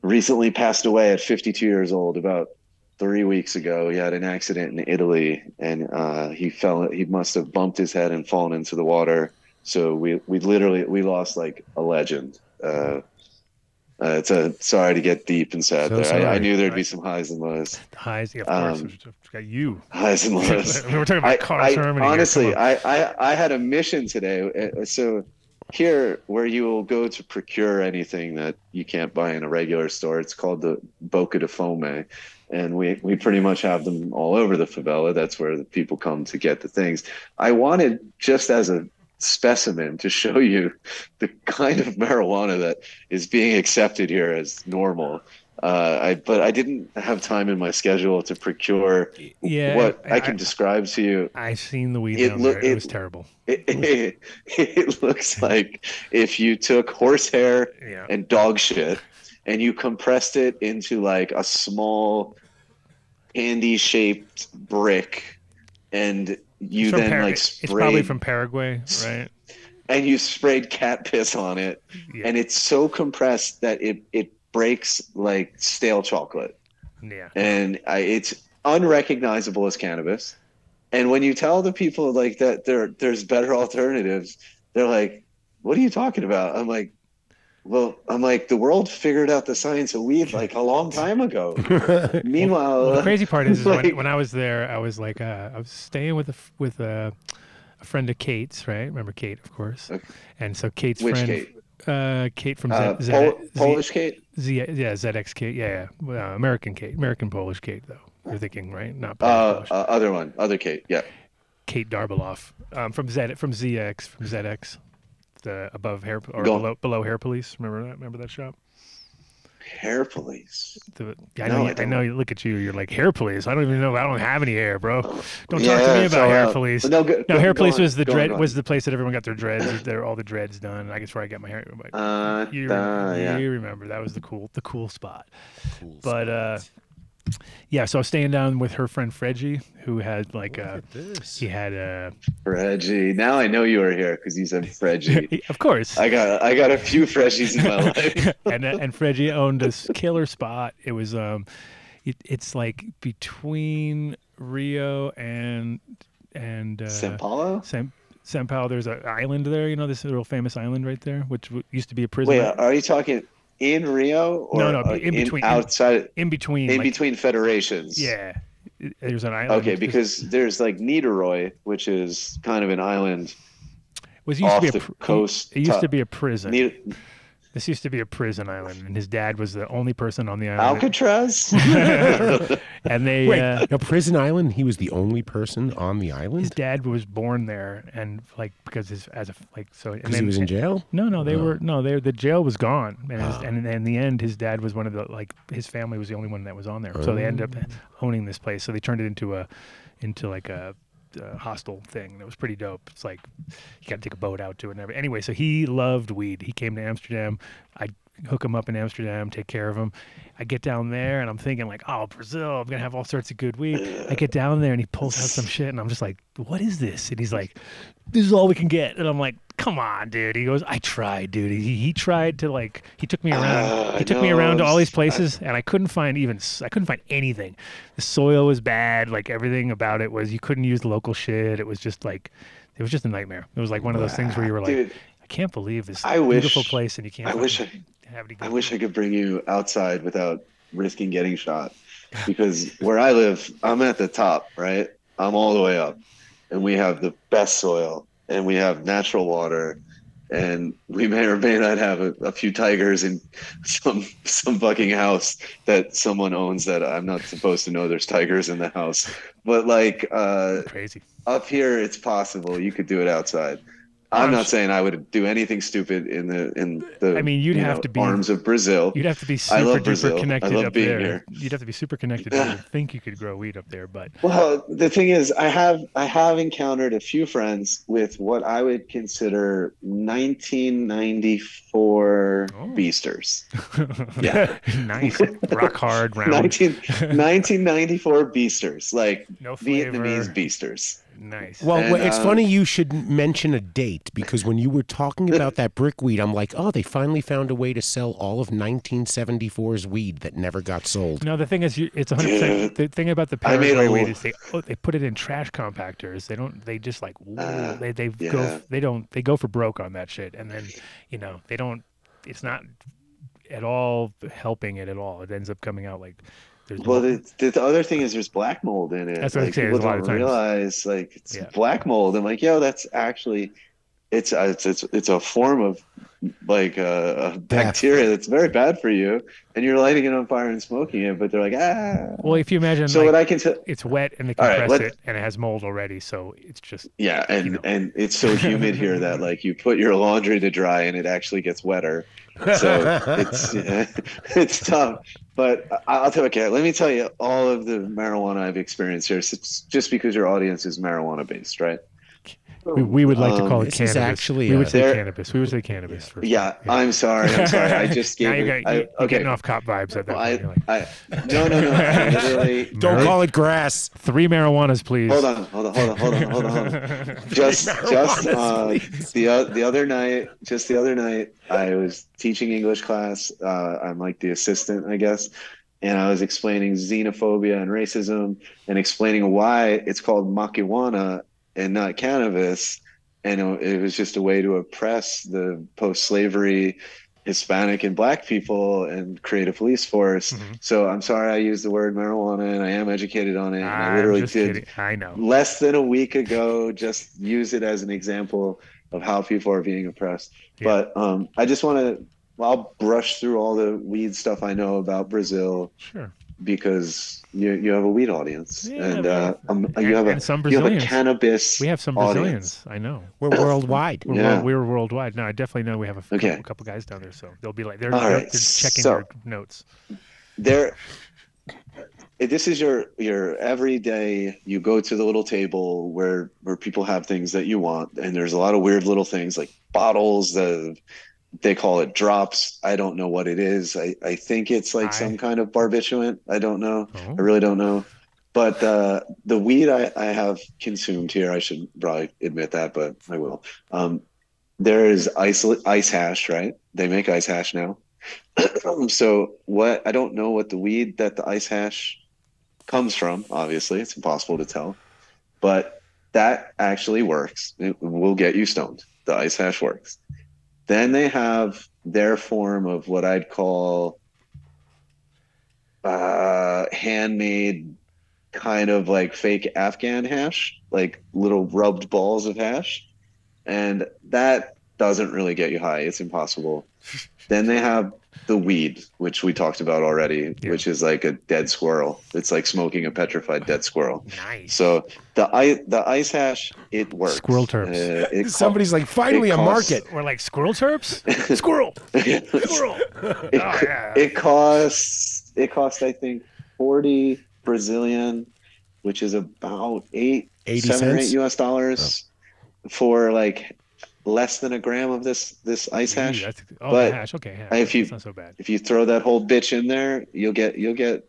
[SPEAKER 10] recently passed away at 52 years old. About three weeks ago, he had an accident in Italy, and uh, he fell. He must have bumped his head and fallen into the water. So we we literally we lost like a legend. Uh, uh, it's a sorry to get deep and sad
[SPEAKER 4] So
[SPEAKER 10] there. I, I
[SPEAKER 4] sorry.
[SPEAKER 10] knew there'd be some highs and lows.
[SPEAKER 4] Highs, yeah, of
[SPEAKER 10] um,
[SPEAKER 4] course. It's got you.
[SPEAKER 10] Highs and lows.
[SPEAKER 4] we were talking about Carl
[SPEAKER 10] I-
[SPEAKER 4] Termini.
[SPEAKER 10] honestly, I, I I had a mission today. Uh, So here, where you will go to procure anything that you can't buy in a regular store, it's called the Boca de Fome, and we we pretty much have them all over the favela. That's where the people come to get the things. I wanted just as a specimen to show you the kind of marijuana that is being accepted here as normal. Uh, I but I didn't have time in my schedule to procure
[SPEAKER 4] Yeah,
[SPEAKER 10] what
[SPEAKER 4] I-
[SPEAKER 10] I can describe to you.
[SPEAKER 4] I seen the weed
[SPEAKER 10] It
[SPEAKER 4] down
[SPEAKER 10] look-
[SPEAKER 4] there. It,
[SPEAKER 10] it-
[SPEAKER 4] was terrible.
[SPEAKER 10] It, it, looks like if you took horsehair
[SPEAKER 4] Yeah.
[SPEAKER 10] and dog shit and you compressed it into like a small candy shaped brick and you
[SPEAKER 4] It's from
[SPEAKER 10] then
[SPEAKER 4] Par-
[SPEAKER 10] like
[SPEAKER 4] it's probably
[SPEAKER 10] sprayed
[SPEAKER 4] from Paraguay, right?
[SPEAKER 10] and you sprayed cat piss on it
[SPEAKER 4] Yeah.
[SPEAKER 10] and it's so compressed that it it breaks like stale chocolate
[SPEAKER 4] Yeah.
[SPEAKER 10] and I, it's unrecognizable as cannabis. And when you tell the people like that there there's better alternatives, they're like, "What are you talking about?" I'm like, "Well, I'm like the world figured out the science of weed like a long time ago." Meanwhile,
[SPEAKER 4] Well, the crazy part is, is when,
[SPEAKER 10] like-
[SPEAKER 4] when I was there, I was like, uh, I was staying with a f- with a, a friend of Kate's, right? Remember Kate, of course. And so Kate's
[SPEAKER 10] Which
[SPEAKER 4] friend,
[SPEAKER 10] Kate?
[SPEAKER 4] Uh, Kate from Z-
[SPEAKER 10] Uh,
[SPEAKER 4] Z-
[SPEAKER 10] Pol-
[SPEAKER 4] Z-
[SPEAKER 10] Polish Kate?
[SPEAKER 4] Z- yeah, ZX Kate, yeah, yeah. Well, American Kate, American Polish Kate, though. You're thinking, right? Not
[SPEAKER 10] Uh, uh, other one, other Kate. Yeah.
[SPEAKER 4] Kate Darbeloff um, from Z from ZX from ZX, the above hair or
[SPEAKER 10] Go.
[SPEAKER 4] below, below hair police. Remember that? Remember that shop?
[SPEAKER 10] Hair police.
[SPEAKER 4] The, I
[SPEAKER 10] No,
[SPEAKER 4] know.
[SPEAKER 10] I
[SPEAKER 4] you, I,
[SPEAKER 10] don't.
[SPEAKER 4] know. You look at you. You're like hair police. I don't even know. I don't have any hair, bro. Don't talk
[SPEAKER 10] Yeah,
[SPEAKER 4] to me
[SPEAKER 10] it's
[SPEAKER 4] about
[SPEAKER 10] all
[SPEAKER 4] hair
[SPEAKER 10] out.
[SPEAKER 4] police.
[SPEAKER 10] But no, go- go-
[SPEAKER 4] hair
[SPEAKER 10] go
[SPEAKER 4] police
[SPEAKER 10] on,
[SPEAKER 4] was the
[SPEAKER 10] go on,
[SPEAKER 4] dread
[SPEAKER 10] go on.
[SPEAKER 4] was the place that everyone got their dreads. there, all the dreads done. I guess where I got my hair. But
[SPEAKER 10] Uh,
[SPEAKER 4] you,
[SPEAKER 10] duh, yeah.
[SPEAKER 4] you remember that was the cool the cool spot. but uh, yeah, so I was staying down with her friend Fredgie, who had like a he had uh, a
[SPEAKER 10] Reggie. Now I know you are here because you said Reggie.
[SPEAKER 4] of course.
[SPEAKER 10] I got I got a few Freshies in my life.
[SPEAKER 4] and and Fredgie owned this killer spot. It was um, it, it's like between Rio and and uh,
[SPEAKER 10] Sao Paulo.
[SPEAKER 4] San, San Paulo. There's an island there. You know this little famous island right there, which w- used to be a prison.
[SPEAKER 10] Wait, are you talking in Rio or
[SPEAKER 4] No, no,
[SPEAKER 10] uh,
[SPEAKER 4] in between-
[SPEAKER 10] outside,
[SPEAKER 4] in between,
[SPEAKER 10] in
[SPEAKER 4] like-
[SPEAKER 10] between federations?
[SPEAKER 4] yeah, It- there's an island.
[SPEAKER 10] Okay, because there's like Niederoy, which is kind of an island
[SPEAKER 4] was
[SPEAKER 10] off
[SPEAKER 4] used to
[SPEAKER 10] the
[SPEAKER 4] be a pr-
[SPEAKER 10] coast.
[SPEAKER 4] It used
[SPEAKER 10] top-
[SPEAKER 4] to be a prison.
[SPEAKER 10] Nieder-
[SPEAKER 4] This used to be a prison island, and his dad was the only person on the island.
[SPEAKER 10] Alcatraz.
[SPEAKER 4] and they
[SPEAKER 5] Wait,
[SPEAKER 4] uh,
[SPEAKER 5] no, prison island. He was the only person on the
[SPEAKER 4] his
[SPEAKER 5] island
[SPEAKER 4] dad was born there, and like because his as a like so. and
[SPEAKER 5] because he
[SPEAKER 4] then-
[SPEAKER 5] was in jail. Ah.
[SPEAKER 4] No, no, they
[SPEAKER 5] Oh.
[SPEAKER 4] were no, they the jail was gone, and, his, and in the end, his dad was one of the like his family was the only one that was on there, so they ended up
[SPEAKER 5] Oh.
[SPEAKER 4] owning this place. So they turned it into a into like a, uh hostel thing, and it was pretty dope. It's like you got to take a boat out to it and everything. Anyway, so he loved weed. He came to Amsterdam. I hook him up in Amsterdam, take care of him. I get down there and I'm thinking like, oh, Brazil, I'm gonna have all sorts of good weed. I get down there and he pulls out some shit and I'm just like, what is this? And he's like, this is all we can get. And I'm like, come on, dude. He goes, I tried, dude. He, he tried to like, he took me around.
[SPEAKER 10] Ah,
[SPEAKER 4] he took me
[SPEAKER 10] no,
[SPEAKER 4] around to
[SPEAKER 10] I'm
[SPEAKER 4] all these
[SPEAKER 10] s-
[SPEAKER 4] places and I couldn't find even, s- I couldn't find anything. The soil was bad. Like everything about it was, you couldn't use local shit. It was just like, it was just a nightmare. It was like one of those things where you were like,
[SPEAKER 10] Dude.
[SPEAKER 4] I can't believe this
[SPEAKER 10] I wish-
[SPEAKER 4] beautiful place and you can't.
[SPEAKER 10] I wish I,
[SPEAKER 4] fucking have any
[SPEAKER 10] I
[SPEAKER 4] good
[SPEAKER 10] wish I could bring you outside without risking getting shot, because where I live, I'm at the top, right? I'm all the way up, and we have the best soil, and we have natural water, and we may or may not have a, a few tigers in some some fucking house that someone owns that I'm not supposed to know there's tigers in the house, but like uh,
[SPEAKER 4] crazy.
[SPEAKER 10] up here it's possible you could do it outside. I'm not saying I would do anything stupid in the in the
[SPEAKER 4] I mean, you'd
[SPEAKER 10] you
[SPEAKER 4] have
[SPEAKER 10] know,
[SPEAKER 4] to be-
[SPEAKER 10] arms of Brazil.
[SPEAKER 4] You'd have to be
[SPEAKER 10] I
[SPEAKER 4] super
[SPEAKER 10] love
[SPEAKER 4] duper
[SPEAKER 10] Brazil. I
[SPEAKER 4] connected
[SPEAKER 10] love
[SPEAKER 4] up
[SPEAKER 10] being
[SPEAKER 4] there.
[SPEAKER 10] here.
[SPEAKER 4] You'd have to be super connected. to even think you could grow weed up there, but
[SPEAKER 10] Well, the thing is, I have I have encountered a few friends with what I would consider 1994 beasters. Yeah.
[SPEAKER 4] nice, rock hard, round.
[SPEAKER 10] 19, 1994 beasters, like
[SPEAKER 4] No flavor.
[SPEAKER 10] Vietnamese beasters.
[SPEAKER 4] Nice.
[SPEAKER 5] Well,
[SPEAKER 10] And,
[SPEAKER 5] wh- it's
[SPEAKER 10] uh,
[SPEAKER 5] funny you should mention a date because when you were talking about that brick weed, I'm like, oh, they finally found a way to sell all of 1974's weed that never got sold.
[SPEAKER 4] No, the thing is, you, it's 100. percent The thing about the
[SPEAKER 5] I made a
[SPEAKER 4] Paraguay weed
[SPEAKER 5] little-
[SPEAKER 4] is they oh, they put it in trash compactors. They don't. They just like woo,
[SPEAKER 10] Ah,
[SPEAKER 4] they they
[SPEAKER 10] yeah.
[SPEAKER 4] go they don't they go for broke on that shit, and then you know they don't. It's not at all helping it at all. It ends up coming out like there's
[SPEAKER 10] Well, the, the, the other thing is there's black mold in it.
[SPEAKER 4] That's what I'm
[SPEAKER 10] Like,
[SPEAKER 4] saying,
[SPEAKER 10] People
[SPEAKER 4] there's a lot
[SPEAKER 10] don't
[SPEAKER 4] of times.
[SPEAKER 10] realize like it's
[SPEAKER 4] Yeah.
[SPEAKER 10] black mold. I'm like, yo, that's actually it's a, it's it's it's a form of like uh, a bacteria that's very bad for you, and you're lighting it on fire and smoking it. But they're like, ah.
[SPEAKER 4] well, if you imagine,
[SPEAKER 10] So
[SPEAKER 4] like,
[SPEAKER 10] what I can tell,
[SPEAKER 4] it's wet and they
[SPEAKER 10] All right,
[SPEAKER 4] compress
[SPEAKER 10] let's-
[SPEAKER 4] it and it has mold already, so it's just
[SPEAKER 10] yeah, and and it's so humid here that like you put your laundry to dry and it actually gets wetter. So it's it's tough. But I- I'll tell you, okay, let me tell you all of the marijuana I've experienced here, s- just because your audience is marijuana based, right?
[SPEAKER 4] We, we would like to
[SPEAKER 10] Um,
[SPEAKER 4] call it
[SPEAKER 10] This
[SPEAKER 4] cannabis.
[SPEAKER 10] is actually
[SPEAKER 4] we
[SPEAKER 10] a-
[SPEAKER 4] would say
[SPEAKER 10] There-
[SPEAKER 4] cannabis. We would say cannabis for
[SPEAKER 10] Yeah, I'm sorry. I'm sorry. I just gave
[SPEAKER 4] now you
[SPEAKER 10] it-
[SPEAKER 4] got,
[SPEAKER 10] I-
[SPEAKER 4] you're
[SPEAKER 10] okay.
[SPEAKER 4] getting off cop vibes at that point. You're like,
[SPEAKER 10] I, no, no, no. I literally,
[SPEAKER 5] Don't call it grass.
[SPEAKER 4] Three marijuanas, please.
[SPEAKER 10] Hold on, hold on, hold on, hold on, hold on. Hold on. Just, just uh, the o- the other night, just the other night, I was teaching English class. Uh, I'm like the assistant, I guess, and I was explaining xenophobia and racism, and explaining why it's called marijuana and not cannabis, and it, it was just a way to oppress the post-slavery. Hispanic and black people and create a police force.
[SPEAKER 4] Mm-hmm.
[SPEAKER 10] So I'm sorry I used the word marijuana and I am educated on it. And I
[SPEAKER 4] Mm-hmm. I'm
[SPEAKER 10] literally
[SPEAKER 4] just
[SPEAKER 10] did
[SPEAKER 4] kidding. I know.
[SPEAKER 10] less than a week ago just use it as an example of how people are being oppressed but um, i just want to i'll brush through all the weed stuff i know about brazil
[SPEAKER 4] Sure.
[SPEAKER 10] because you you have a weed audience and uh, um, you have a
[SPEAKER 4] and some
[SPEAKER 10] you have a
[SPEAKER 4] Brazilians.
[SPEAKER 10] cannabis.
[SPEAKER 4] We have some
[SPEAKER 10] audience.
[SPEAKER 4] Brazilians. I know.
[SPEAKER 5] We're worldwide.
[SPEAKER 4] We're,
[SPEAKER 10] Yeah.
[SPEAKER 4] world, we're worldwide. No, I definitely know we have a, f-
[SPEAKER 10] Okay.
[SPEAKER 4] couple, a couple guys down there, so they'll be like they're,
[SPEAKER 10] All
[SPEAKER 4] they're,
[SPEAKER 10] right,
[SPEAKER 4] they're checking
[SPEAKER 10] so-
[SPEAKER 4] their notes.
[SPEAKER 10] there this is your your everyday you go to the little table where where people have things that you want and there's a lot of weird little things like bottles the they call it drops i don't know what it is i i think it's like some kind of barbiturate i don't know
[SPEAKER 4] Oh.
[SPEAKER 10] i really don't know but uh, the weed I, I have consumed here, I should probably admit that, but I will. Um, there is ice, ice hash, right? They make ice hash now. so what? I don't know what the weed that the ice hash comes from. Obviously, it's impossible to tell, but that actually works. It will get you stoned. The ice hash works. Then they have their form of what I'd call uh, handmade kind of like fake Afghan hash, like little rubbed balls of hash. And that doesn't really get you high. It's impossible. then they have the weed, which we talked about already, which is like a dead squirrel. It's like smoking a petrified dead squirrel.
[SPEAKER 4] Nice.
[SPEAKER 10] So the ice, the ice hash, it works. Uh, Squirrel terms.
[SPEAKER 5] Somebody's like, finally a market.
[SPEAKER 4] We're like squirrel terps. Squirrel. Squirrel. oh
[SPEAKER 10] it, co-
[SPEAKER 4] yeah.
[SPEAKER 10] it costs it costs I think forty Brazilian, which is about eight
[SPEAKER 5] 80
[SPEAKER 10] seven or
[SPEAKER 5] cents?
[SPEAKER 10] eight US dollars for like less than a gram of this this ice hash.
[SPEAKER 4] that's- oh,
[SPEAKER 10] but
[SPEAKER 4] hash, okay, hash,
[SPEAKER 10] if you
[SPEAKER 4] that's not so bad.
[SPEAKER 10] if you throw that whole bitch in there, you'll get you'll get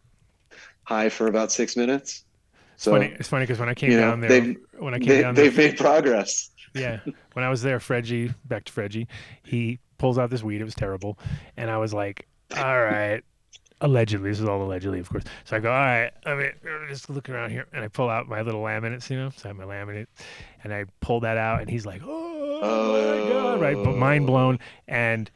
[SPEAKER 10] high for about six minutes. So
[SPEAKER 4] funny- it's funny 'cause when I came
[SPEAKER 10] you know,
[SPEAKER 4] down there-
[SPEAKER 10] they've-
[SPEAKER 4] when I came
[SPEAKER 10] they,
[SPEAKER 4] down there-
[SPEAKER 10] they've made progress.
[SPEAKER 4] yeah. When I was there, Fredgie, back to Fredgie, he pulls out this weed. It was terrible. And I was like, all right. Allegedly, this is all allegedly, of course. So I go, all right, I mean, just look around here. And I pull out my little laminates, you know, so I have my laminate. And I pull that out, and he's like, oh, my God, right? But mind blown. And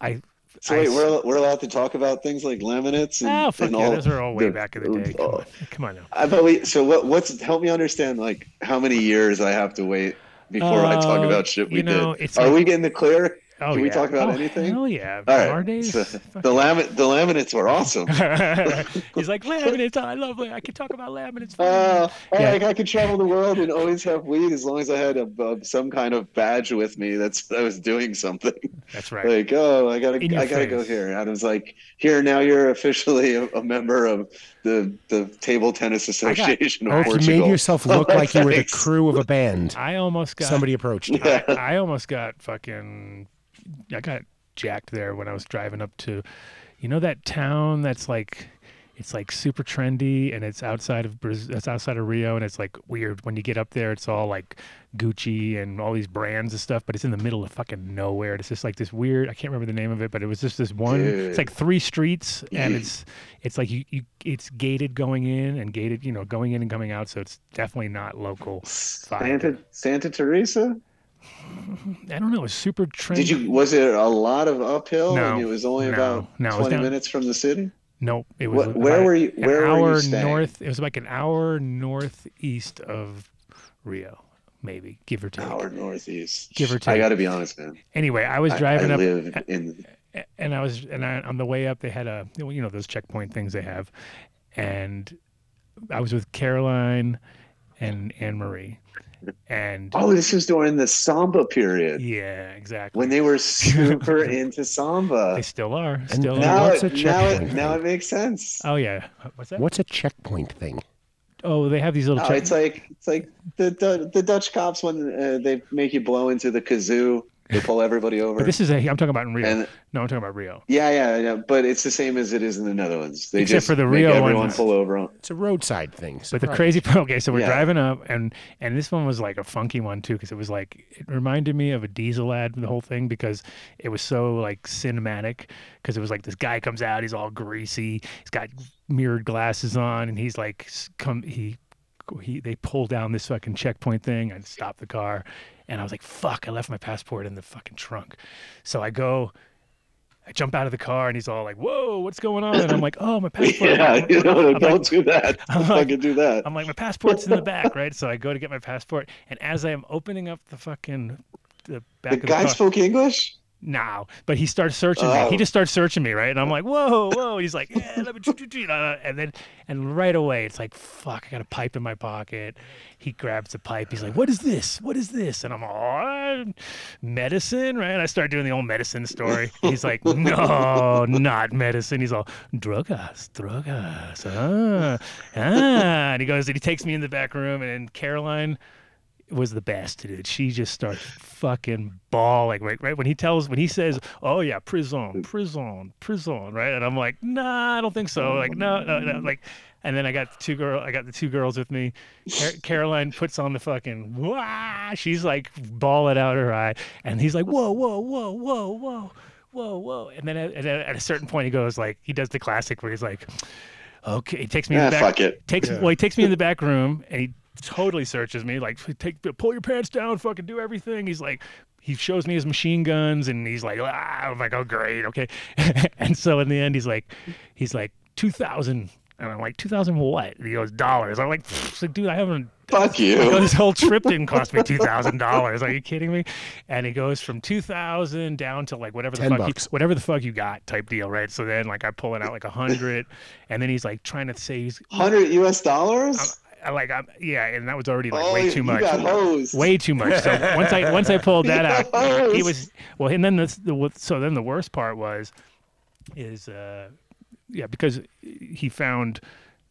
[SPEAKER 4] I.
[SPEAKER 10] So
[SPEAKER 4] I
[SPEAKER 10] wait, we're, we're allowed to talk about things like laminates and,
[SPEAKER 4] Oh, fuck
[SPEAKER 10] and
[SPEAKER 4] yeah,
[SPEAKER 10] all
[SPEAKER 4] those are all way back in the day. Come on, come on now.
[SPEAKER 10] I, but wait, so what? What's help me understand like how many years I have to wait before I talk
[SPEAKER 4] Uh,
[SPEAKER 10] about shit we
[SPEAKER 4] you know,
[SPEAKER 10] did?
[SPEAKER 4] it's
[SPEAKER 10] Are
[SPEAKER 4] like-
[SPEAKER 10] we getting the clear?
[SPEAKER 4] Oh,
[SPEAKER 10] Can we
[SPEAKER 4] yeah.
[SPEAKER 10] talk about
[SPEAKER 4] Oh,
[SPEAKER 10] anything?
[SPEAKER 4] hell yeah.
[SPEAKER 10] All right.
[SPEAKER 4] Nowadays,
[SPEAKER 10] so the lamin the laminates were awesome.
[SPEAKER 4] He's like, laminates, I love it. I can talk about laminates.
[SPEAKER 10] Uh, I-
[SPEAKER 4] Yeah.
[SPEAKER 10] like, I could travel the world and always have weed as long as I had a, a- some kind of badge with me. That's I was doing something.
[SPEAKER 4] That's right.
[SPEAKER 10] Like, oh, I gotta,
[SPEAKER 4] In your
[SPEAKER 10] I gotta go
[SPEAKER 4] face.
[SPEAKER 10] here. Adam's like, here now, you're officially a, a member of the the Table Tennis Association
[SPEAKER 5] Oh,
[SPEAKER 10] of
[SPEAKER 5] if you
[SPEAKER 10] Portugal.
[SPEAKER 5] made yourself look like you were the
[SPEAKER 10] Thanks.
[SPEAKER 5] crew of a band.
[SPEAKER 4] I almost got
[SPEAKER 5] Somebody approached you.
[SPEAKER 4] I, I almost got fucking. I got jacked there when I was driving up to, you know, that town that's like, it's like super trendy and it's outside of Braz- it's outside of Rio and it's like weird when you get up there. It's all like Gucci and all these brands and stuff, but it's in the middle of fucking nowhere. It's just like this weird. I can't remember the name of it, but it was just this one. It's
[SPEAKER 12] Dude.
[SPEAKER 4] like three streets and
[SPEAKER 12] Mhm.
[SPEAKER 4] it's it's like you, you it's gated going in and gated you know going in and coming out. So it's definitely not local. vibe.
[SPEAKER 10] Santa Santa Teresa.
[SPEAKER 4] I don't know. It was super trendy.
[SPEAKER 10] Did you? Was it a lot of uphill?
[SPEAKER 4] No,
[SPEAKER 10] and it was only
[SPEAKER 4] no,
[SPEAKER 10] about
[SPEAKER 4] no, it was
[SPEAKER 10] twenty
[SPEAKER 4] down-
[SPEAKER 10] minutes from the city.
[SPEAKER 4] Nope. It was.
[SPEAKER 10] Wh- where
[SPEAKER 4] about
[SPEAKER 10] were you- where
[SPEAKER 4] an
[SPEAKER 10] were
[SPEAKER 4] hour
[SPEAKER 10] you staying?
[SPEAKER 4] north. It was like an hour northeast of Rio, maybe give or take.
[SPEAKER 10] Hour northeast.
[SPEAKER 4] Give or
[SPEAKER 10] I
[SPEAKER 4] take.
[SPEAKER 10] got to be honest, man.
[SPEAKER 4] Anyway, I was driving
[SPEAKER 10] I
[SPEAKER 4] up-
[SPEAKER 10] live in
[SPEAKER 4] and I was and I, on the way up they had a you know those checkpoint things they have, and I was with Caroline and Anne Marie, and
[SPEAKER 10] Oh, this was during the Samba period.
[SPEAKER 4] Yeah, exactly.
[SPEAKER 10] When they were super into Samba. They
[SPEAKER 4] still are.
[SPEAKER 5] And-
[SPEAKER 4] Still
[SPEAKER 5] and
[SPEAKER 4] are.
[SPEAKER 10] now,
[SPEAKER 5] what's a
[SPEAKER 10] it, now, it,
[SPEAKER 5] checkpoint?
[SPEAKER 10] now it makes sense.
[SPEAKER 4] Oh yeah. What's that?
[SPEAKER 5] What's a checkpoint thing?
[SPEAKER 4] Oh, they have these little.
[SPEAKER 10] No,
[SPEAKER 4] check-
[SPEAKER 10] it's like it's like the, the the Dutch cops when uh, they make you blow into the kazoo, they pull everybody over.
[SPEAKER 4] but this is a. I'm talking about in Rio.
[SPEAKER 10] And-
[SPEAKER 4] no, I'm talking about Rio.
[SPEAKER 10] yeah, yeah, yeah, but it's the same as it is in the Netherlands. They
[SPEAKER 4] Except
[SPEAKER 10] just
[SPEAKER 4] for the
[SPEAKER 10] make
[SPEAKER 4] Rio one.
[SPEAKER 10] everyone pull over. on-
[SPEAKER 5] It's a roadside thing.
[SPEAKER 4] But the
[SPEAKER 5] surprise.
[SPEAKER 4] crazy part, okay, so we're
[SPEAKER 5] Yeah.
[SPEAKER 4] driving up, and and this one was like a funky one too, because it was like it reminded me of a Diesel ad, the whole thing, because it was so like cinematic, because it was like this guy comes out, he's all greasy, he's got mirrored glasses on, and he's like s- come he he they pull down this fucking checkpoint thing and stop the car, and I was like fuck, I left my passport in the fucking trunk, so I go. I jump out of the car and he's all like, "Whoa, what's going on?" And I'm like, "Oh, my passport!"
[SPEAKER 10] Yeah, you know, don't do that.
[SPEAKER 4] I'm
[SPEAKER 10] Don't
[SPEAKER 4] like-
[SPEAKER 10] fucking do that.
[SPEAKER 4] I'm like, my passport's in the back, right? So I go to get my passport, and as I am opening up the fucking the back
[SPEAKER 10] the
[SPEAKER 4] of the
[SPEAKER 10] guy
[SPEAKER 4] car,
[SPEAKER 10] spoke English.
[SPEAKER 4] now. But he starts searching me. He
[SPEAKER 12] Oh.
[SPEAKER 4] just starts searching me, right? And I'm like, whoa, whoa. He's like, yeah, let me, do, do, do, uh, and then, and right away, it's like, fuck, I got a pipe in my pocket. He grabs the pipe. He's like, what is this? What is this? And I'm all, medicine, right? And I start doing the old medicine story. He's like, no, not medicine. He's all, drogas, drogas. Ah, ah. And he goes, and he takes me in the back room, and Caroline was the best, dude. She just starts fucking bawling. Right, right when he tells, when he says, "Oh yeah, prison, prison, prison," right, and I'm like, "Nah, I don't think so." Like, no, no, no. like, and then I got the two girl, I got the two girls with me. Car- Caroline puts on the fucking, Wah! she's like bawling out her eye, and he's like, "Whoa, whoa, whoa, whoa, whoa." Whoa, whoa! And then, at, and then at a certain point, he goes like he does the classic where he's like, "Okay," he takes me in
[SPEAKER 10] Ah,
[SPEAKER 4] the back.
[SPEAKER 10] fuck it.
[SPEAKER 4] Takes
[SPEAKER 10] Yeah.
[SPEAKER 4] well, he takes me in the back room and he totally searches me. Like, take pull your pants down, fucking do everything. He's like, he shows me his machine guns and he's like, ah, I'm like, oh great, okay. and so in the end, he's like, he's like two thousand, and I'm like two thousand what? And he goes dollars. I'm like, it's like dude, I haven't.
[SPEAKER 10] Fuck you.
[SPEAKER 4] I go, this whole trip didn't cost me two thousand dollars. Are you kidding me? And it goes from two thousand down to like whatever the
[SPEAKER 5] Ten
[SPEAKER 4] fuck you,
[SPEAKER 5] bucks.
[SPEAKER 4] whatever the fuck you got type deal, right? So then like I pull it out like a hundred, and then he's like trying to say he's
[SPEAKER 10] Hundred U.S. dollars.
[SPEAKER 4] I like I'm yeah, and that was already like
[SPEAKER 10] Oh,
[SPEAKER 4] way
[SPEAKER 10] you-
[SPEAKER 4] too
[SPEAKER 10] you
[SPEAKER 4] much.
[SPEAKER 10] got hosed.
[SPEAKER 4] Way too much. So once I once I pulled that
[SPEAKER 10] You got
[SPEAKER 4] out, he
[SPEAKER 10] hosed.
[SPEAKER 4] was well. And then this, the so then the worst part was, is uh, yeah, because he found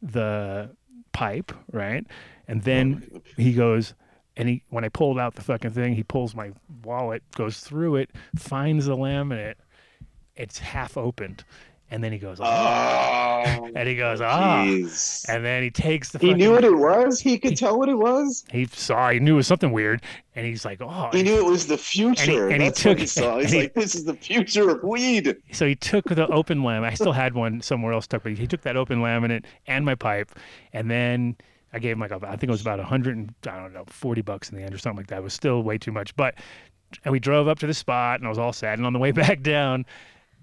[SPEAKER 4] the pipe right, and then he goes. And he, when I pulled out the fucking thing, he pulls my wallet, goes through it, finds the laminate. It's half opened, and then he goes, "Oh!" and he goes, "Ah!"
[SPEAKER 10] jeez.
[SPEAKER 4] And then he takes the.
[SPEAKER 10] He
[SPEAKER 4] fucking-
[SPEAKER 10] knew what it was. He could tell what it was.
[SPEAKER 4] he saw he knew it was something weird and he's like oh
[SPEAKER 10] He
[SPEAKER 4] and
[SPEAKER 10] knew it was the future.
[SPEAKER 4] and he
[SPEAKER 10] That's what
[SPEAKER 4] took-
[SPEAKER 10] he saw. He's
[SPEAKER 4] and he-
[SPEAKER 10] like, this is the future of weed.
[SPEAKER 4] so he took the open laminate i still had one somewhere else stuck but he took that open laminate and my pipe and then i gave him like a, i think it was about 100 and i don't know 40 bucks in the end or something like that it was still way too much but and we drove up to the spot and i was all sad and on the way back down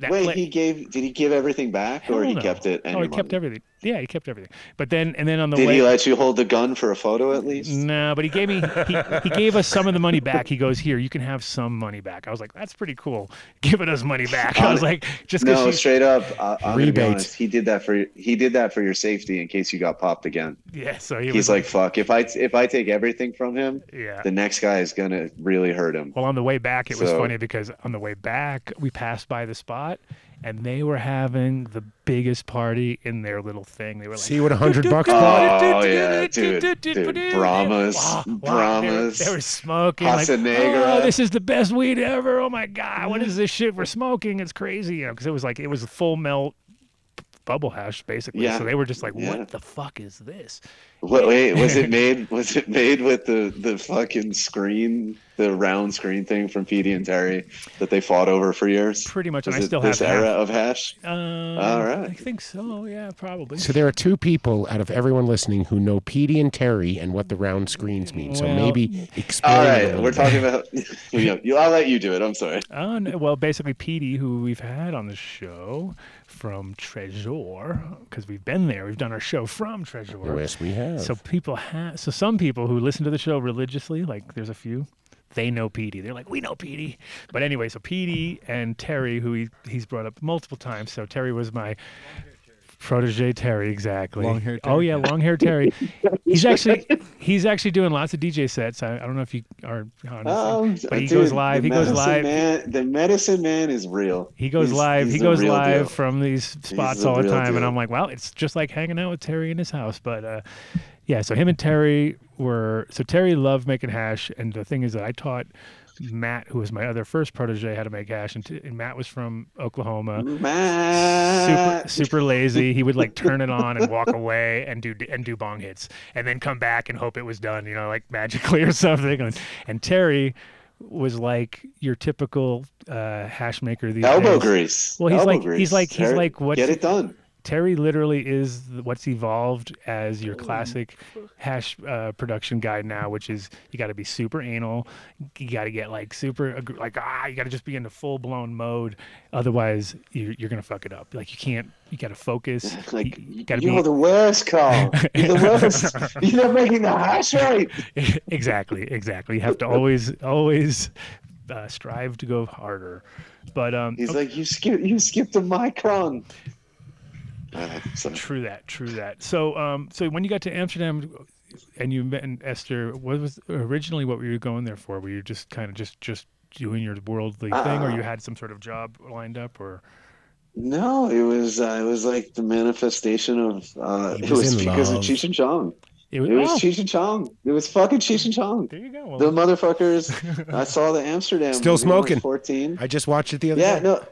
[SPEAKER 4] that
[SPEAKER 10] Wait,
[SPEAKER 4] pla-
[SPEAKER 10] he gave? Did he give everything back, or
[SPEAKER 4] Hell
[SPEAKER 10] he
[SPEAKER 4] no.
[SPEAKER 10] kept it? And
[SPEAKER 4] oh
[SPEAKER 10] your
[SPEAKER 4] he kept
[SPEAKER 10] money?
[SPEAKER 4] everything yeah he kept everything but then and then on the
[SPEAKER 10] Did
[SPEAKER 4] way
[SPEAKER 10] he let you hold the gun for a photo at least?
[SPEAKER 4] No, but he gave me he, he gave us some of the money back. He goes, "Here, you can have some money back." I was like, "That's pretty cool, giving us money back." I was like, "Just
[SPEAKER 10] no,
[SPEAKER 4] because
[SPEAKER 10] straight up. Uh, I, I'm gonna be
[SPEAKER 4] Rebate.
[SPEAKER 10] honest. He did that for he did that for your safety in case you got popped again.
[SPEAKER 4] yeah." So he was
[SPEAKER 10] He's like, fuck. If I if I take everything from him,
[SPEAKER 4] Yeah.
[SPEAKER 10] the next guy is gonna really hurt him.
[SPEAKER 4] Well, on the way back, it was
[SPEAKER 10] So-
[SPEAKER 4] funny because on the way back, we passed by the spot and they were having the biggest party in their little thing. They were like,
[SPEAKER 5] See what a hundred bucks bought?
[SPEAKER 10] Oh yeah, dude, dude, Brahmas,
[SPEAKER 4] Wow, they were-
[SPEAKER 10] Brahmas.
[SPEAKER 4] They were smoking. Like,
[SPEAKER 10] Casa Negra.
[SPEAKER 4] oh, this is the best weed ever. Oh my god, what is this shit we're smoking? It's crazy, you know, because it was like it was full melt bubble hash basically.
[SPEAKER 10] Yeah.
[SPEAKER 4] So they were just like, what
[SPEAKER 10] Yeah.
[SPEAKER 4] the fuck is this?
[SPEAKER 10] Wait, wait, was it made? Was it made with the the fucking screen, the round screen thing from Petey and Terry that they fought over for years?
[SPEAKER 4] Pretty much, and
[SPEAKER 10] Was
[SPEAKER 4] I
[SPEAKER 10] it
[SPEAKER 4] still
[SPEAKER 10] this
[SPEAKER 4] have
[SPEAKER 10] era
[SPEAKER 4] half.
[SPEAKER 10] of hash.
[SPEAKER 4] Um,
[SPEAKER 10] All right.
[SPEAKER 4] I think so. Yeah, probably.
[SPEAKER 5] So there are two people out of everyone listening who know Petey and Terry and what the round screens mean. So
[SPEAKER 4] Well-
[SPEAKER 5] maybe explain.
[SPEAKER 10] All
[SPEAKER 5] it a
[SPEAKER 10] right,
[SPEAKER 5] little
[SPEAKER 10] we're
[SPEAKER 5] bit.
[SPEAKER 10] talking about. you know, you- I'll let you do it. I'm sorry.
[SPEAKER 4] Oh, no, well, basically, Petey, who we've had on the show from Treasure, because we've been there, we've done our show from Treasure.
[SPEAKER 5] Yes, we have.
[SPEAKER 10] Uh,
[SPEAKER 4] So people have, so some people who listen to the show religiously, like there's a few, they know Petey. They're like, we know Petey. But anyway, so Petey and Terry, who he, he's brought up multiple times. So Terry was my protege, Terry, exactly.
[SPEAKER 7] Long hair
[SPEAKER 4] Oh
[SPEAKER 7] Terry.
[SPEAKER 4] yeah, long hair Terry. he's actually he's actually doing lots of DJ sets. I, I don't know if you are on,
[SPEAKER 10] Um,
[SPEAKER 4] but he
[SPEAKER 10] dude,
[SPEAKER 4] goes live.
[SPEAKER 10] the
[SPEAKER 4] He goes
[SPEAKER 10] medicine
[SPEAKER 4] live.
[SPEAKER 10] Man, the medicine man is real.
[SPEAKER 4] He goes
[SPEAKER 10] He's-
[SPEAKER 4] live.
[SPEAKER 10] he's
[SPEAKER 4] He
[SPEAKER 10] the
[SPEAKER 4] goes
[SPEAKER 10] real
[SPEAKER 4] live
[SPEAKER 10] deal.
[SPEAKER 4] from these spots
[SPEAKER 10] the
[SPEAKER 4] all the
[SPEAKER 10] real
[SPEAKER 4] time, and
[SPEAKER 10] deal.
[SPEAKER 4] I'm like, wow, it's just like hanging out with Terry in his house. But uh, yeah, so him and Terry were so Terry loved making hash, and the thing is that I taught Matt, who was my other first protege, how to make hash, and, t- and Matt was from
[SPEAKER 10] Mm-hmm.
[SPEAKER 4] Oklahoma.
[SPEAKER 10] Matt.
[SPEAKER 4] super super lazy. He would like turn it on and walk away and do and do bong hits, and then come back and hope it was done, you know, like magically or something. And, and Terry was like your typical uh, hash maker these
[SPEAKER 10] Elbow
[SPEAKER 4] days.
[SPEAKER 10] grease.
[SPEAKER 4] Well, he's
[SPEAKER 10] Elbow
[SPEAKER 4] like
[SPEAKER 10] grease.
[SPEAKER 4] he's like he's
[SPEAKER 10] Terry,
[SPEAKER 4] like what
[SPEAKER 10] get it done.
[SPEAKER 4] Terry literally is th- what's evolved as your classic hash uh, production guy now, which is you got to be super anal, you got to get like super ag- like ah, you got to just be in the full blown mode, otherwise you're, you're gonna fuck it up. Like you can't, you got to focus.
[SPEAKER 10] Like
[SPEAKER 4] you got to
[SPEAKER 10] You're
[SPEAKER 4] be
[SPEAKER 10] the worst, Carl. You're the worst. You're not making the hash right.
[SPEAKER 4] exactly, exactly. You have to always, always uh, strive to go harder. But um,
[SPEAKER 10] He's
[SPEAKER 4] okay.
[SPEAKER 10] like, you skipped you skipped a micron.
[SPEAKER 4] True that. True that. So, um, so when you got to Amsterdam, and you met and Esther, what was originally what were you going there for? Were you just kind of just just doing your worldly thing, or you
[SPEAKER 10] Uh,
[SPEAKER 4] had some sort of job lined up, or
[SPEAKER 10] No, it was uh, it was like the manifestation of uh,
[SPEAKER 4] He
[SPEAKER 10] it
[SPEAKER 4] was
[SPEAKER 10] was
[SPEAKER 4] in
[SPEAKER 10] because
[SPEAKER 4] love.
[SPEAKER 10] of Cheech and Chong.
[SPEAKER 4] It
[SPEAKER 10] It
[SPEAKER 4] was-
[SPEAKER 10] was,
[SPEAKER 4] oh.
[SPEAKER 10] Cheech and Chong. It was fucking Cheech and Chong. There
[SPEAKER 4] you go. Well-
[SPEAKER 10] the motherfuckers. I saw the Amsterdam.
[SPEAKER 5] Still
[SPEAKER 10] movie when I was
[SPEAKER 5] smoking.
[SPEAKER 10] Fourteen.
[SPEAKER 5] I just watched it the other
[SPEAKER 10] yeah,
[SPEAKER 5] day.
[SPEAKER 10] no.
[SPEAKER 4] uh,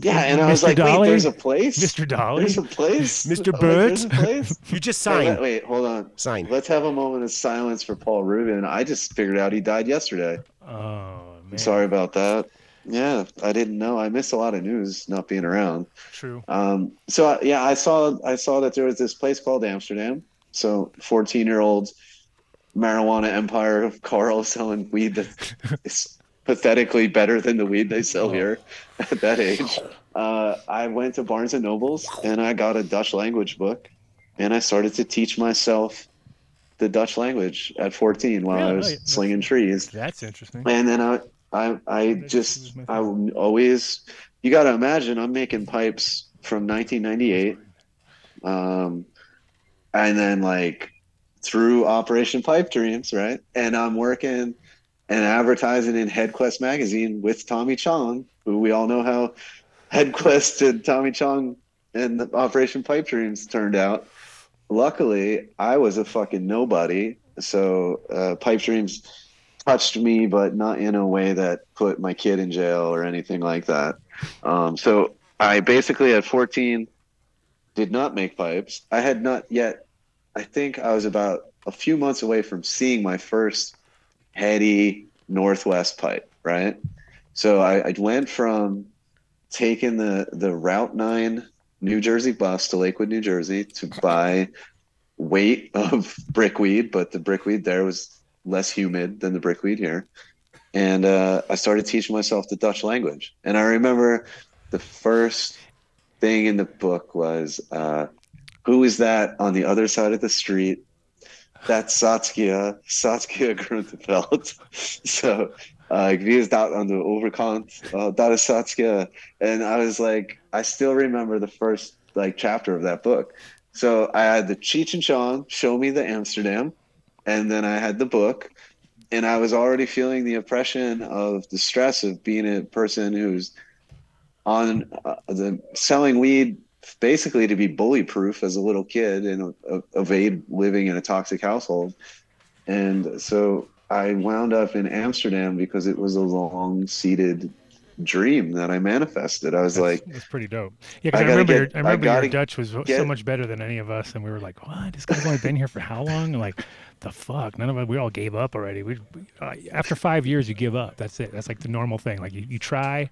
[SPEAKER 10] Yeah, and I was
[SPEAKER 5] Mr.
[SPEAKER 10] like,
[SPEAKER 5] Dolly?
[SPEAKER 10] wait, there's a place,
[SPEAKER 5] Mr. Dolly?
[SPEAKER 10] There's a place,
[SPEAKER 5] Mr.
[SPEAKER 10] I'm like, there's a
[SPEAKER 5] Bird?
[SPEAKER 10] place.
[SPEAKER 5] You just
[SPEAKER 10] Hey,
[SPEAKER 5] signed.
[SPEAKER 10] let- wait, hold on.
[SPEAKER 5] Sign.
[SPEAKER 10] Let's have a moment of silence for Paul Rubin. I just figured out he died yesterday.
[SPEAKER 4] Oh,
[SPEAKER 10] I'm sorry about that. Yeah, I didn't know. I miss a lot of news not being around.
[SPEAKER 4] true?
[SPEAKER 10] Um, so I- yeah, I saw I saw that there was this place called Amsterdam. So fourteen year old marijuana empire of Carl selling weed that is pathetically better than the weed they sell here at that age. Uh, I went to Barnes and Nobles and I got a Dutch language book, and I started to teach myself the Dutch language at fourteen while I
[SPEAKER 4] Yeah,
[SPEAKER 10] was
[SPEAKER 4] right.
[SPEAKER 10] slinging trees.
[SPEAKER 4] That's interesting.
[SPEAKER 10] And then I, I, I just, I always, you got to imagine, I'm making pipes from 1998, um, and then like through Operation Pipe Dreams, right? And I'm working and advertising in Head Quest magazine with Tommy Chong, who we all know how Head Quest and Tommy Chong and the Operation Pipe Dreams turned out. Luckily, I was a fucking nobody, so uh, Pipe Dreams touched me, but not in a way that put my kid in jail or anything like that. Um, so I basically at 14 did not make pipes. I had not yet, I think I was about a few months away from seeing my first heady Northwest pipe, right? So I, I went from taking the, the Route 9 New Jersey bus to Lakewood, New Jersey to buy weight of brickweed, but the brickweed there was less humid than the brickweed here. And uh, I started teaching myself the Dutch language. And I remember the first thing in the book was uh, Who is that on the other side of the street? That's Satya, Satya Grundfeld. so, uh, wie ist that on the overkant? Uh, that is Satya. And I was like, I still remember the first like chapter of that book. So I had the Cheech and Chong, Show Me the Amsterdam, and then I had the book, and I was already feeling the oppression of the stress of being a person who's on uh, the selling weed basically to be bully proof as a little kid and uh, evade living in a toxic household. And so I wound up in Amsterdam because it was a long seated dream that I manifested. I was like,
[SPEAKER 4] That's pretty dope. Yeah, 'cause
[SPEAKER 10] I
[SPEAKER 4] I,
[SPEAKER 10] gotta
[SPEAKER 4] remember,
[SPEAKER 10] get-
[SPEAKER 4] your, I
[SPEAKER 10] I
[SPEAKER 4] remember your
[SPEAKER 10] gotta
[SPEAKER 4] Dutch was so
[SPEAKER 10] get-
[SPEAKER 4] much better than any of us, and we were like, "What? This guy's only been here for how long?" And like, the fuck, none of us. We all gave up already. We, we- uh, after five years, you give up. That's it. That's like the normal thing. Like you, you try,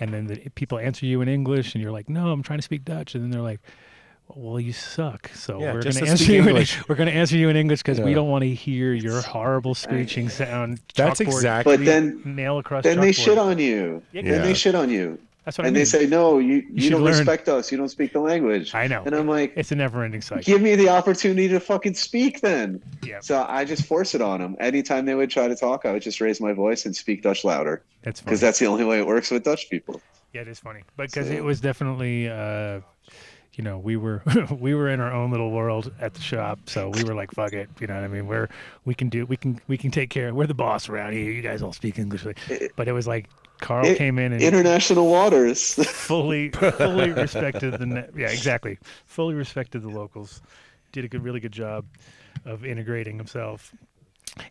[SPEAKER 4] and then the people answer you in English, and you're like, "No, I'm trying to speak Dutch," and then they're like. Well, you suck. So we're
[SPEAKER 5] Yeah,
[SPEAKER 4] going
[SPEAKER 5] just
[SPEAKER 4] to
[SPEAKER 5] let's
[SPEAKER 4] answer
[SPEAKER 5] speak
[SPEAKER 4] you. In,
[SPEAKER 5] English.
[SPEAKER 4] we're going to answer you in English because we
[SPEAKER 5] Yeah.
[SPEAKER 4] don't want to hear your horrible screeching sound.
[SPEAKER 5] That's
[SPEAKER 4] chalkboard
[SPEAKER 5] exactly-
[SPEAKER 10] But then-
[SPEAKER 4] nail across.
[SPEAKER 10] then they
[SPEAKER 4] chalkboard.
[SPEAKER 10] shit on you.
[SPEAKER 4] Yeah,
[SPEAKER 10] Then
[SPEAKER 4] yeah.
[SPEAKER 10] they shit on you.
[SPEAKER 4] That's what I
[SPEAKER 10] and
[SPEAKER 4] mean.
[SPEAKER 10] they say, no, you, you,
[SPEAKER 4] should
[SPEAKER 10] don't
[SPEAKER 4] learn.
[SPEAKER 10] respect us. You don't speak the language.
[SPEAKER 4] I know.
[SPEAKER 10] And I'm like,
[SPEAKER 4] it's a never-ending cycle.
[SPEAKER 10] give me the opportunity to fucking speak then.
[SPEAKER 4] Yeah.
[SPEAKER 10] So I just force it on them. Anytime they would try to talk, I would just raise my voice and speak Dutch louder.
[SPEAKER 4] That's
[SPEAKER 10] because that's the only way it works with Dutch people.
[SPEAKER 4] Yeah, it is funny because
[SPEAKER 10] So-
[SPEAKER 4] it was definitely, uh, you know, we were we were in our own little world at the shop, so we were like, "Fuck it," you know what I mean? We're we can do we can we can take care. We're the boss around here. You guys all speak English, like- but it was like Carl
[SPEAKER 10] It-
[SPEAKER 4] came in and
[SPEAKER 10] International waters.
[SPEAKER 4] fully fully respected the ne- yeah exactly fully respected the locals, did a good really good job of integrating himself.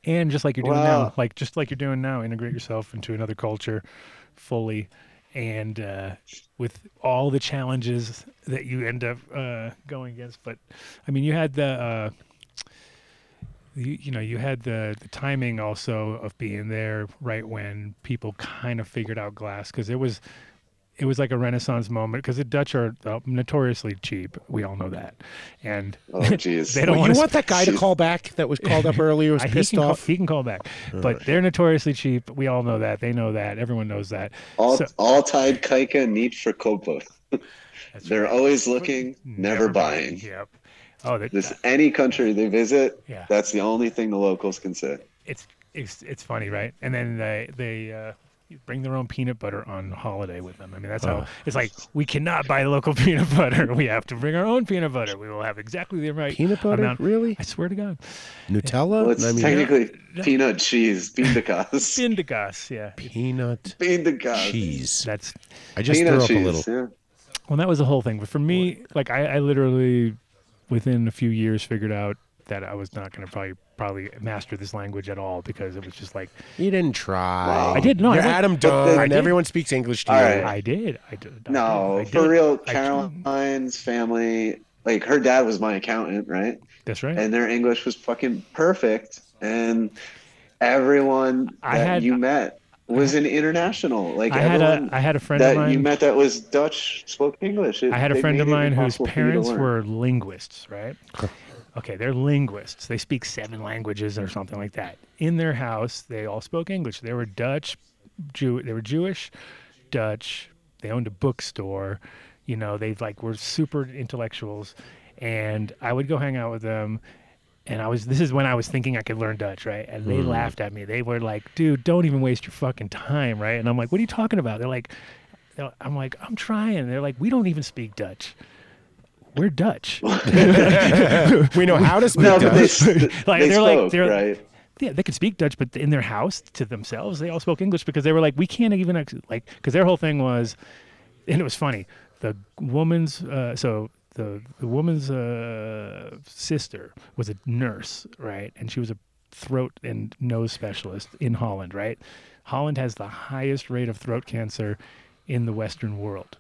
[SPEAKER 4] And just like you're doing now,
[SPEAKER 10] Wow.
[SPEAKER 4] like just like you're doing now, integrate yourself into another culture fully and uh, with all the challenges that you end up uh, going against. But I mean, you had the uh, you, you know you had the, the timing also of being there right when people kind of figured out glass because it was it was like a renaissance moment because the Dutch are uh, notoriously cheap. We all know that, and
[SPEAKER 10] Oh, jeez.
[SPEAKER 4] they don't
[SPEAKER 5] Well, you
[SPEAKER 4] wanna
[SPEAKER 5] want
[SPEAKER 4] sp-
[SPEAKER 5] that guy to call back that was called up earlier, was
[SPEAKER 4] I- he
[SPEAKER 5] pissed
[SPEAKER 4] can call-
[SPEAKER 5] off?
[SPEAKER 4] he can call back, but they're notoriously cheap. We all know that. They know that. Everyone knows that.
[SPEAKER 10] All
[SPEAKER 4] So-
[SPEAKER 10] all tide kaika need for copa. They're always looking, never, buying.
[SPEAKER 4] Yep. Oh, that,
[SPEAKER 10] This any country they visit,
[SPEAKER 4] Yeah.
[SPEAKER 10] that's the only thing the locals can say.
[SPEAKER 4] it's it's it's funny, right? And then they they uh, bring their own peanut butter on holiday with them. I mean, that's how it's like we cannot buy local peanut butter. We have to bring our own peanut butter. We will have exactly the right
[SPEAKER 5] Peanut butter?
[SPEAKER 4] amount.
[SPEAKER 5] Really?
[SPEAKER 4] I swear to God.
[SPEAKER 5] Nutella?
[SPEAKER 10] Well, it's
[SPEAKER 5] I mean-
[SPEAKER 10] technically
[SPEAKER 4] Yeah.
[SPEAKER 10] peanut cheese, bindagas.
[SPEAKER 4] Bindagas, yeah.
[SPEAKER 5] Peanut
[SPEAKER 10] bindagas.
[SPEAKER 5] cheese.
[SPEAKER 4] That's
[SPEAKER 5] I just
[SPEAKER 10] peanut
[SPEAKER 5] threw up
[SPEAKER 10] cheese,
[SPEAKER 5] a little.
[SPEAKER 10] Yeah.
[SPEAKER 4] Well, that was the whole thing. But for me, like I, I literally, within a few years, figured out that I was not going to probably probably master this language at all because it was just like
[SPEAKER 5] You didn't try.
[SPEAKER 10] Wow.
[SPEAKER 4] I did. No, I
[SPEAKER 5] You're
[SPEAKER 4] went-
[SPEAKER 5] Adam
[SPEAKER 4] but the-
[SPEAKER 5] Dunn.
[SPEAKER 4] I
[SPEAKER 5] and
[SPEAKER 4] did.
[SPEAKER 5] everyone speaks English to
[SPEAKER 10] All
[SPEAKER 5] you.
[SPEAKER 10] right.
[SPEAKER 4] I did. I did. I
[SPEAKER 10] No,
[SPEAKER 4] did. I
[SPEAKER 10] for
[SPEAKER 4] did.
[SPEAKER 10] real,
[SPEAKER 4] I-
[SPEAKER 10] Caroline's family, like her dad was my accountant, right?
[SPEAKER 4] That's right.
[SPEAKER 10] And their English was fucking perfect. And everyone
[SPEAKER 4] I
[SPEAKER 10] that
[SPEAKER 4] had-
[SPEAKER 10] you met was an international. Like
[SPEAKER 4] I had a
[SPEAKER 10] everyone
[SPEAKER 4] I had a friend
[SPEAKER 10] that
[SPEAKER 4] of mine.
[SPEAKER 10] you met that was Dutch spoke English. It-
[SPEAKER 4] I had a
[SPEAKER 10] they
[SPEAKER 4] friend of
[SPEAKER 10] made it
[SPEAKER 4] mine whose
[SPEAKER 10] impossible for you to
[SPEAKER 4] parents
[SPEAKER 10] learn.
[SPEAKER 4] were linguists, right? Okay, they're linguists. They speak seven languages or something like that. In their house, they all spoke English. They were Dutch, Jew. They were Jewish, Dutch. They owned a bookstore. You know, they like were super intellectuals, and I would go hang out with them. And I was. This is when I was thinking I could learn Dutch, right? And
[SPEAKER 10] Hmm.
[SPEAKER 4] they laughed at me. They were like, "Dude, don't even waste your fucking time, right?" And I'm like, "What are you talking about?" They're like, they're- "I'm like, I'm trying." They're like, "We don't even speak Dutch. We're Dutch."
[SPEAKER 5] we know how to speak
[SPEAKER 10] No, but they,
[SPEAKER 5] Dutch.
[SPEAKER 10] s- they
[SPEAKER 4] Like, they're like-
[SPEAKER 10] spoke,
[SPEAKER 4] they're-
[SPEAKER 10] right?
[SPEAKER 4] yeah, they could speak Dutch, but in their house to themselves, they all spoke English because they were like, we can't even ex- like, because their whole thing was, and it was funny. The woman's, uh, so the the woman's uh, sister was a nurse, right, and she was a throat and nose specialist in Holland, right. Holland has the highest rate of throat cancer in the Western world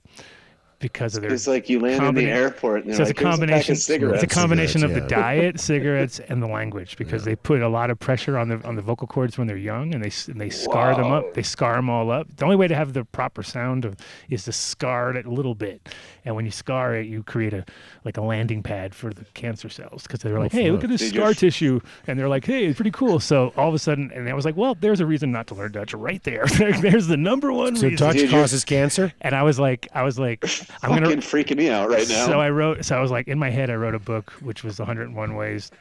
[SPEAKER 4] because of their
[SPEAKER 10] It's like you land in the
[SPEAKER 4] combina-
[SPEAKER 10] airport and they're
[SPEAKER 4] so it's
[SPEAKER 10] like,
[SPEAKER 4] a combination.
[SPEAKER 10] Here's a pack of
[SPEAKER 4] it's a
[SPEAKER 10] cigarettes.
[SPEAKER 4] combination of the
[SPEAKER 5] cigarettes, yeah.
[SPEAKER 4] diet, cigarettes, and the language because they put a lot of pressure on the on the vocal cords when they're young, and they s- and they scar them up. They scar them all up. The only way to have the proper sound of, is to scar it a little bit, and when you scar it, you create a like a landing pad for the cancer cells because they're like, hey, look at this
[SPEAKER 10] Oh, They
[SPEAKER 4] scar
[SPEAKER 10] just-
[SPEAKER 4] tissue, and they're like, hey, it's pretty cool. So all of a sudden, and I was like, well, there's a reason not to learn Dutch right there. there's the number one
[SPEAKER 5] So
[SPEAKER 4] reason.
[SPEAKER 5] Dutch causes cancer?
[SPEAKER 4] and I was like, I was like, I'm
[SPEAKER 10] fucking
[SPEAKER 4] gonna
[SPEAKER 10] freaking me out right now.
[SPEAKER 4] so I wrote, so I was like, in my head, I wrote a book, which was 101 ways,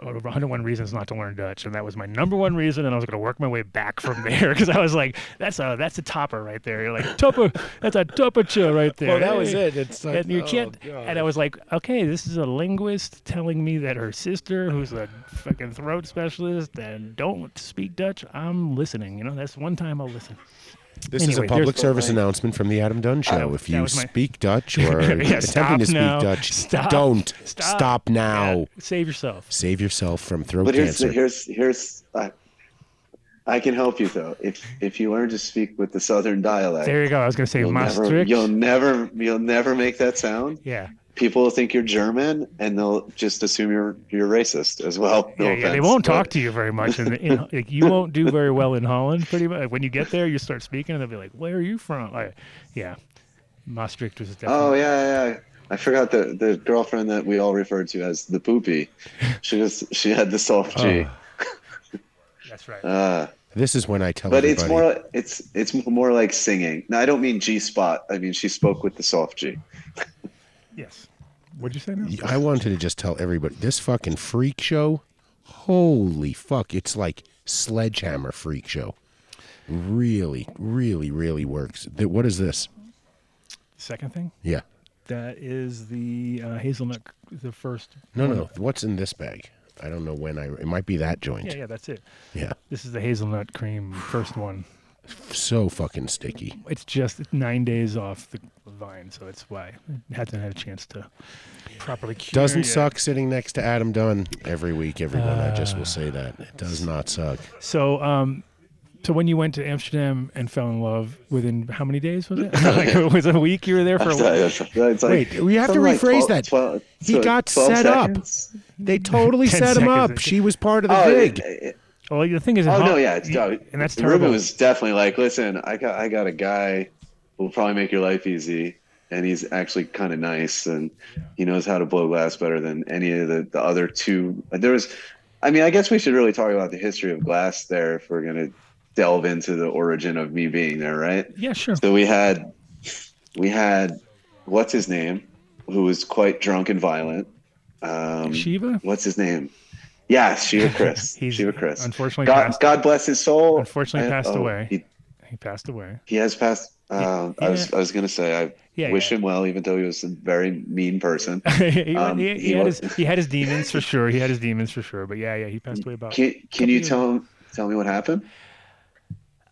[SPEAKER 4] 101 reasons not to learn Dutch, and that was my number one reason, and I was going to work my way back from there because I was like, that's a that's a topper right there. You're like topper, that's a topper chill right there.
[SPEAKER 5] Well, that was
[SPEAKER 4] Hey.
[SPEAKER 5] it. It's like,
[SPEAKER 4] And you
[SPEAKER 5] oh,
[SPEAKER 4] can't. And I was like, okay, this is a linguist telling me that her sister, who's a fucking throat specialist and don't speak Dutch, I'm listening. You know, that's one time I'll listen.
[SPEAKER 5] This is a
[SPEAKER 4] Anyway,
[SPEAKER 5] public
[SPEAKER 4] there's-
[SPEAKER 5] service announcement from the Adam Dunn Show.
[SPEAKER 4] Uh, that
[SPEAKER 5] if you
[SPEAKER 4] was my-
[SPEAKER 5] speak Dutch or
[SPEAKER 4] Yeah,
[SPEAKER 5] attempting
[SPEAKER 4] stop
[SPEAKER 5] to speak
[SPEAKER 4] now.
[SPEAKER 5] Dutch,
[SPEAKER 4] Stop.
[SPEAKER 5] don't
[SPEAKER 4] Stop.
[SPEAKER 5] stop, now.
[SPEAKER 4] Yeah, save yourself.
[SPEAKER 5] Save yourself from throat
[SPEAKER 10] But here's
[SPEAKER 5] cancer.
[SPEAKER 10] the, here's here's uh, I can help you though. If if you learn to speak with the southern dialect,
[SPEAKER 4] There you go. I was going to say
[SPEAKER 10] you'll never
[SPEAKER 4] Maastricht.
[SPEAKER 10] you'll never you'll never make that sound.
[SPEAKER 4] yeah.
[SPEAKER 10] People will think you're German, and they'll just assume you're you're racist as well. No
[SPEAKER 4] yeah, yeah, they
[SPEAKER 10] offense,
[SPEAKER 4] won't
[SPEAKER 10] but-
[SPEAKER 4] talk to you very much, and in, like, you won't do very well in Holland. Pretty much, when you get there, you start speaking, and they'll be like, "Where are you from?" Like, yeah, Maastricht was definitely.
[SPEAKER 10] Oh yeah, yeah. I forgot the the girlfriend that we all referred to as the poopy. She was she had the soft
[SPEAKER 4] Oh,
[SPEAKER 10] G.
[SPEAKER 4] that's right.
[SPEAKER 10] Uh,
[SPEAKER 5] this is when I tell
[SPEAKER 10] but
[SPEAKER 5] everybody.
[SPEAKER 10] it's more it's it's more like singing. Now I don't mean G spot. I mean she spoke with the soft G.
[SPEAKER 4] yes. What'd you say? Now?
[SPEAKER 5] I wanted to just tell everybody this fucking freak show. Holy fuck! It's like sledgehammer freak show. Really, really, really works. Th- What is this?
[SPEAKER 4] Second thing,
[SPEAKER 5] Yeah.
[SPEAKER 4] that is the uh, hazelnut, the first.
[SPEAKER 5] No, no, no. What's in this bag? I don't know when I. It might be that joint.
[SPEAKER 4] Yeah, yeah, that's it.
[SPEAKER 5] yeah.
[SPEAKER 4] This is the hazelnut cream first one.
[SPEAKER 5] So fucking sticky.
[SPEAKER 4] It's just nine days off the vine, so that's why it hasn't had a chance to properly cure.
[SPEAKER 5] Doesn't
[SPEAKER 4] yet.
[SPEAKER 5] suck sitting next to Adam Dunn every week, everyone. I just will say that. It does not suck.
[SPEAKER 4] So, um, so when you went to Amsterdam and fell in love, within how many days was it? like it was a week. You were there for a week.
[SPEAKER 10] It's like-
[SPEAKER 5] Wait, we have to
[SPEAKER 10] something like
[SPEAKER 5] rephrase
[SPEAKER 10] 12
[SPEAKER 5] that.
[SPEAKER 10] 12
[SPEAKER 5] He
[SPEAKER 10] so
[SPEAKER 5] got
[SPEAKER 10] 12
[SPEAKER 5] set up.
[SPEAKER 10] seconds?
[SPEAKER 5] They totally
[SPEAKER 4] Ten
[SPEAKER 5] set him
[SPEAKER 4] seconds.
[SPEAKER 5] up. She was part of the
[SPEAKER 10] Oh,
[SPEAKER 5] gig.
[SPEAKER 10] it- it-
[SPEAKER 4] Well, the thing is, in
[SPEAKER 10] oh,
[SPEAKER 4] Hol-
[SPEAKER 10] no, yeah, it's
[SPEAKER 4] you-
[SPEAKER 10] got,
[SPEAKER 4] and that's
[SPEAKER 10] Ruben
[SPEAKER 4] terrible.
[SPEAKER 10] was definitely like, listen, I got I got a guy who'll probably make your life easy, and he's actually kind of nice, and he knows how to blow glass better than any of the, the other two. There was, I mean, I guess we should really talk about the history of glass there if we're gonna delve into the origin of me being there, right?
[SPEAKER 4] yeah, sure.
[SPEAKER 10] So we had we had what's his name, who was quite drunk and violent. Um,
[SPEAKER 4] Shiva.
[SPEAKER 10] what's his name? Yeah, Shiva Chris.
[SPEAKER 4] He's
[SPEAKER 10] Shiva Chris.
[SPEAKER 4] unfortunately
[SPEAKER 10] God,
[SPEAKER 4] passed-
[SPEAKER 10] God bless his soul. oh,
[SPEAKER 4] Unfortunately passed away.
[SPEAKER 10] He,
[SPEAKER 4] He passed away.
[SPEAKER 10] He has passed. Um, I was I was gonna say I
[SPEAKER 4] Yeah,
[SPEAKER 10] wish him well, even though he was a very mean person.
[SPEAKER 4] he,
[SPEAKER 10] Um,
[SPEAKER 4] he,
[SPEAKER 10] he
[SPEAKER 4] he had
[SPEAKER 10] was-
[SPEAKER 4] his, he had his demons for sure. He had his demons for sure. But yeah, yeah, he passed away about.
[SPEAKER 10] Can, can you
[SPEAKER 4] couple
[SPEAKER 10] tell him, tell me what happened?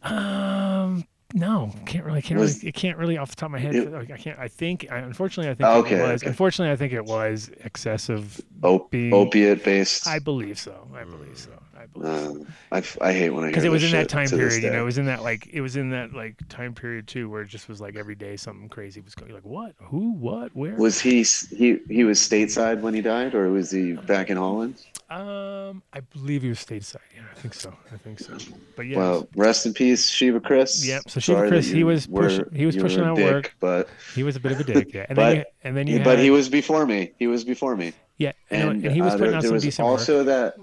[SPEAKER 4] Um, no, can't really, can't
[SPEAKER 10] Was-
[SPEAKER 4] really, it can't really off the top of my head.
[SPEAKER 10] It-
[SPEAKER 4] like, I can't. I think, I, unfortunately, I think
[SPEAKER 10] Oh,
[SPEAKER 4] it
[SPEAKER 10] okay,
[SPEAKER 4] was.
[SPEAKER 10] okay.
[SPEAKER 4] Unfortunately, I think it was excessive.
[SPEAKER 10] Op-
[SPEAKER 4] being-
[SPEAKER 10] opiate based.
[SPEAKER 4] I believe so. I believe so. I believe.
[SPEAKER 10] Um, I, f- I hate when I hear
[SPEAKER 4] because it was
[SPEAKER 10] this
[SPEAKER 4] in that
[SPEAKER 10] shit
[SPEAKER 4] time
[SPEAKER 10] to this
[SPEAKER 4] period, you
[SPEAKER 10] day.
[SPEAKER 4] know, it was in that like it was in that like time period too, where it just was like every day something crazy was going. You're like what? Who? What? Where?
[SPEAKER 10] Was he s- he he was stateside when he died, or was he back in Holland?
[SPEAKER 4] Um, I believe he was stateside. Yeah, I think so. I think so. But yeah,
[SPEAKER 10] Well, rest in peace, Shiva Chris.
[SPEAKER 4] Yep, so Shiva
[SPEAKER 10] Sorry
[SPEAKER 4] Chris,
[SPEAKER 10] that
[SPEAKER 4] he
[SPEAKER 10] you
[SPEAKER 4] was
[SPEAKER 10] were-
[SPEAKER 4] pushing- he was
[SPEAKER 10] you were
[SPEAKER 4] pushing
[SPEAKER 10] a
[SPEAKER 4] out
[SPEAKER 10] dick,
[SPEAKER 4] work.
[SPEAKER 10] but
[SPEAKER 4] he was a bit of a dick. Yeah, and
[SPEAKER 10] but,
[SPEAKER 4] then you, and then you.
[SPEAKER 10] but he
[SPEAKER 4] had-
[SPEAKER 10] was before me. He was before me.
[SPEAKER 4] Yeah, and, and he was
[SPEAKER 10] uh,
[SPEAKER 4] putting
[SPEAKER 10] there,
[SPEAKER 4] out
[SPEAKER 10] there
[SPEAKER 4] some
[SPEAKER 10] was
[SPEAKER 4] decent work.
[SPEAKER 10] also that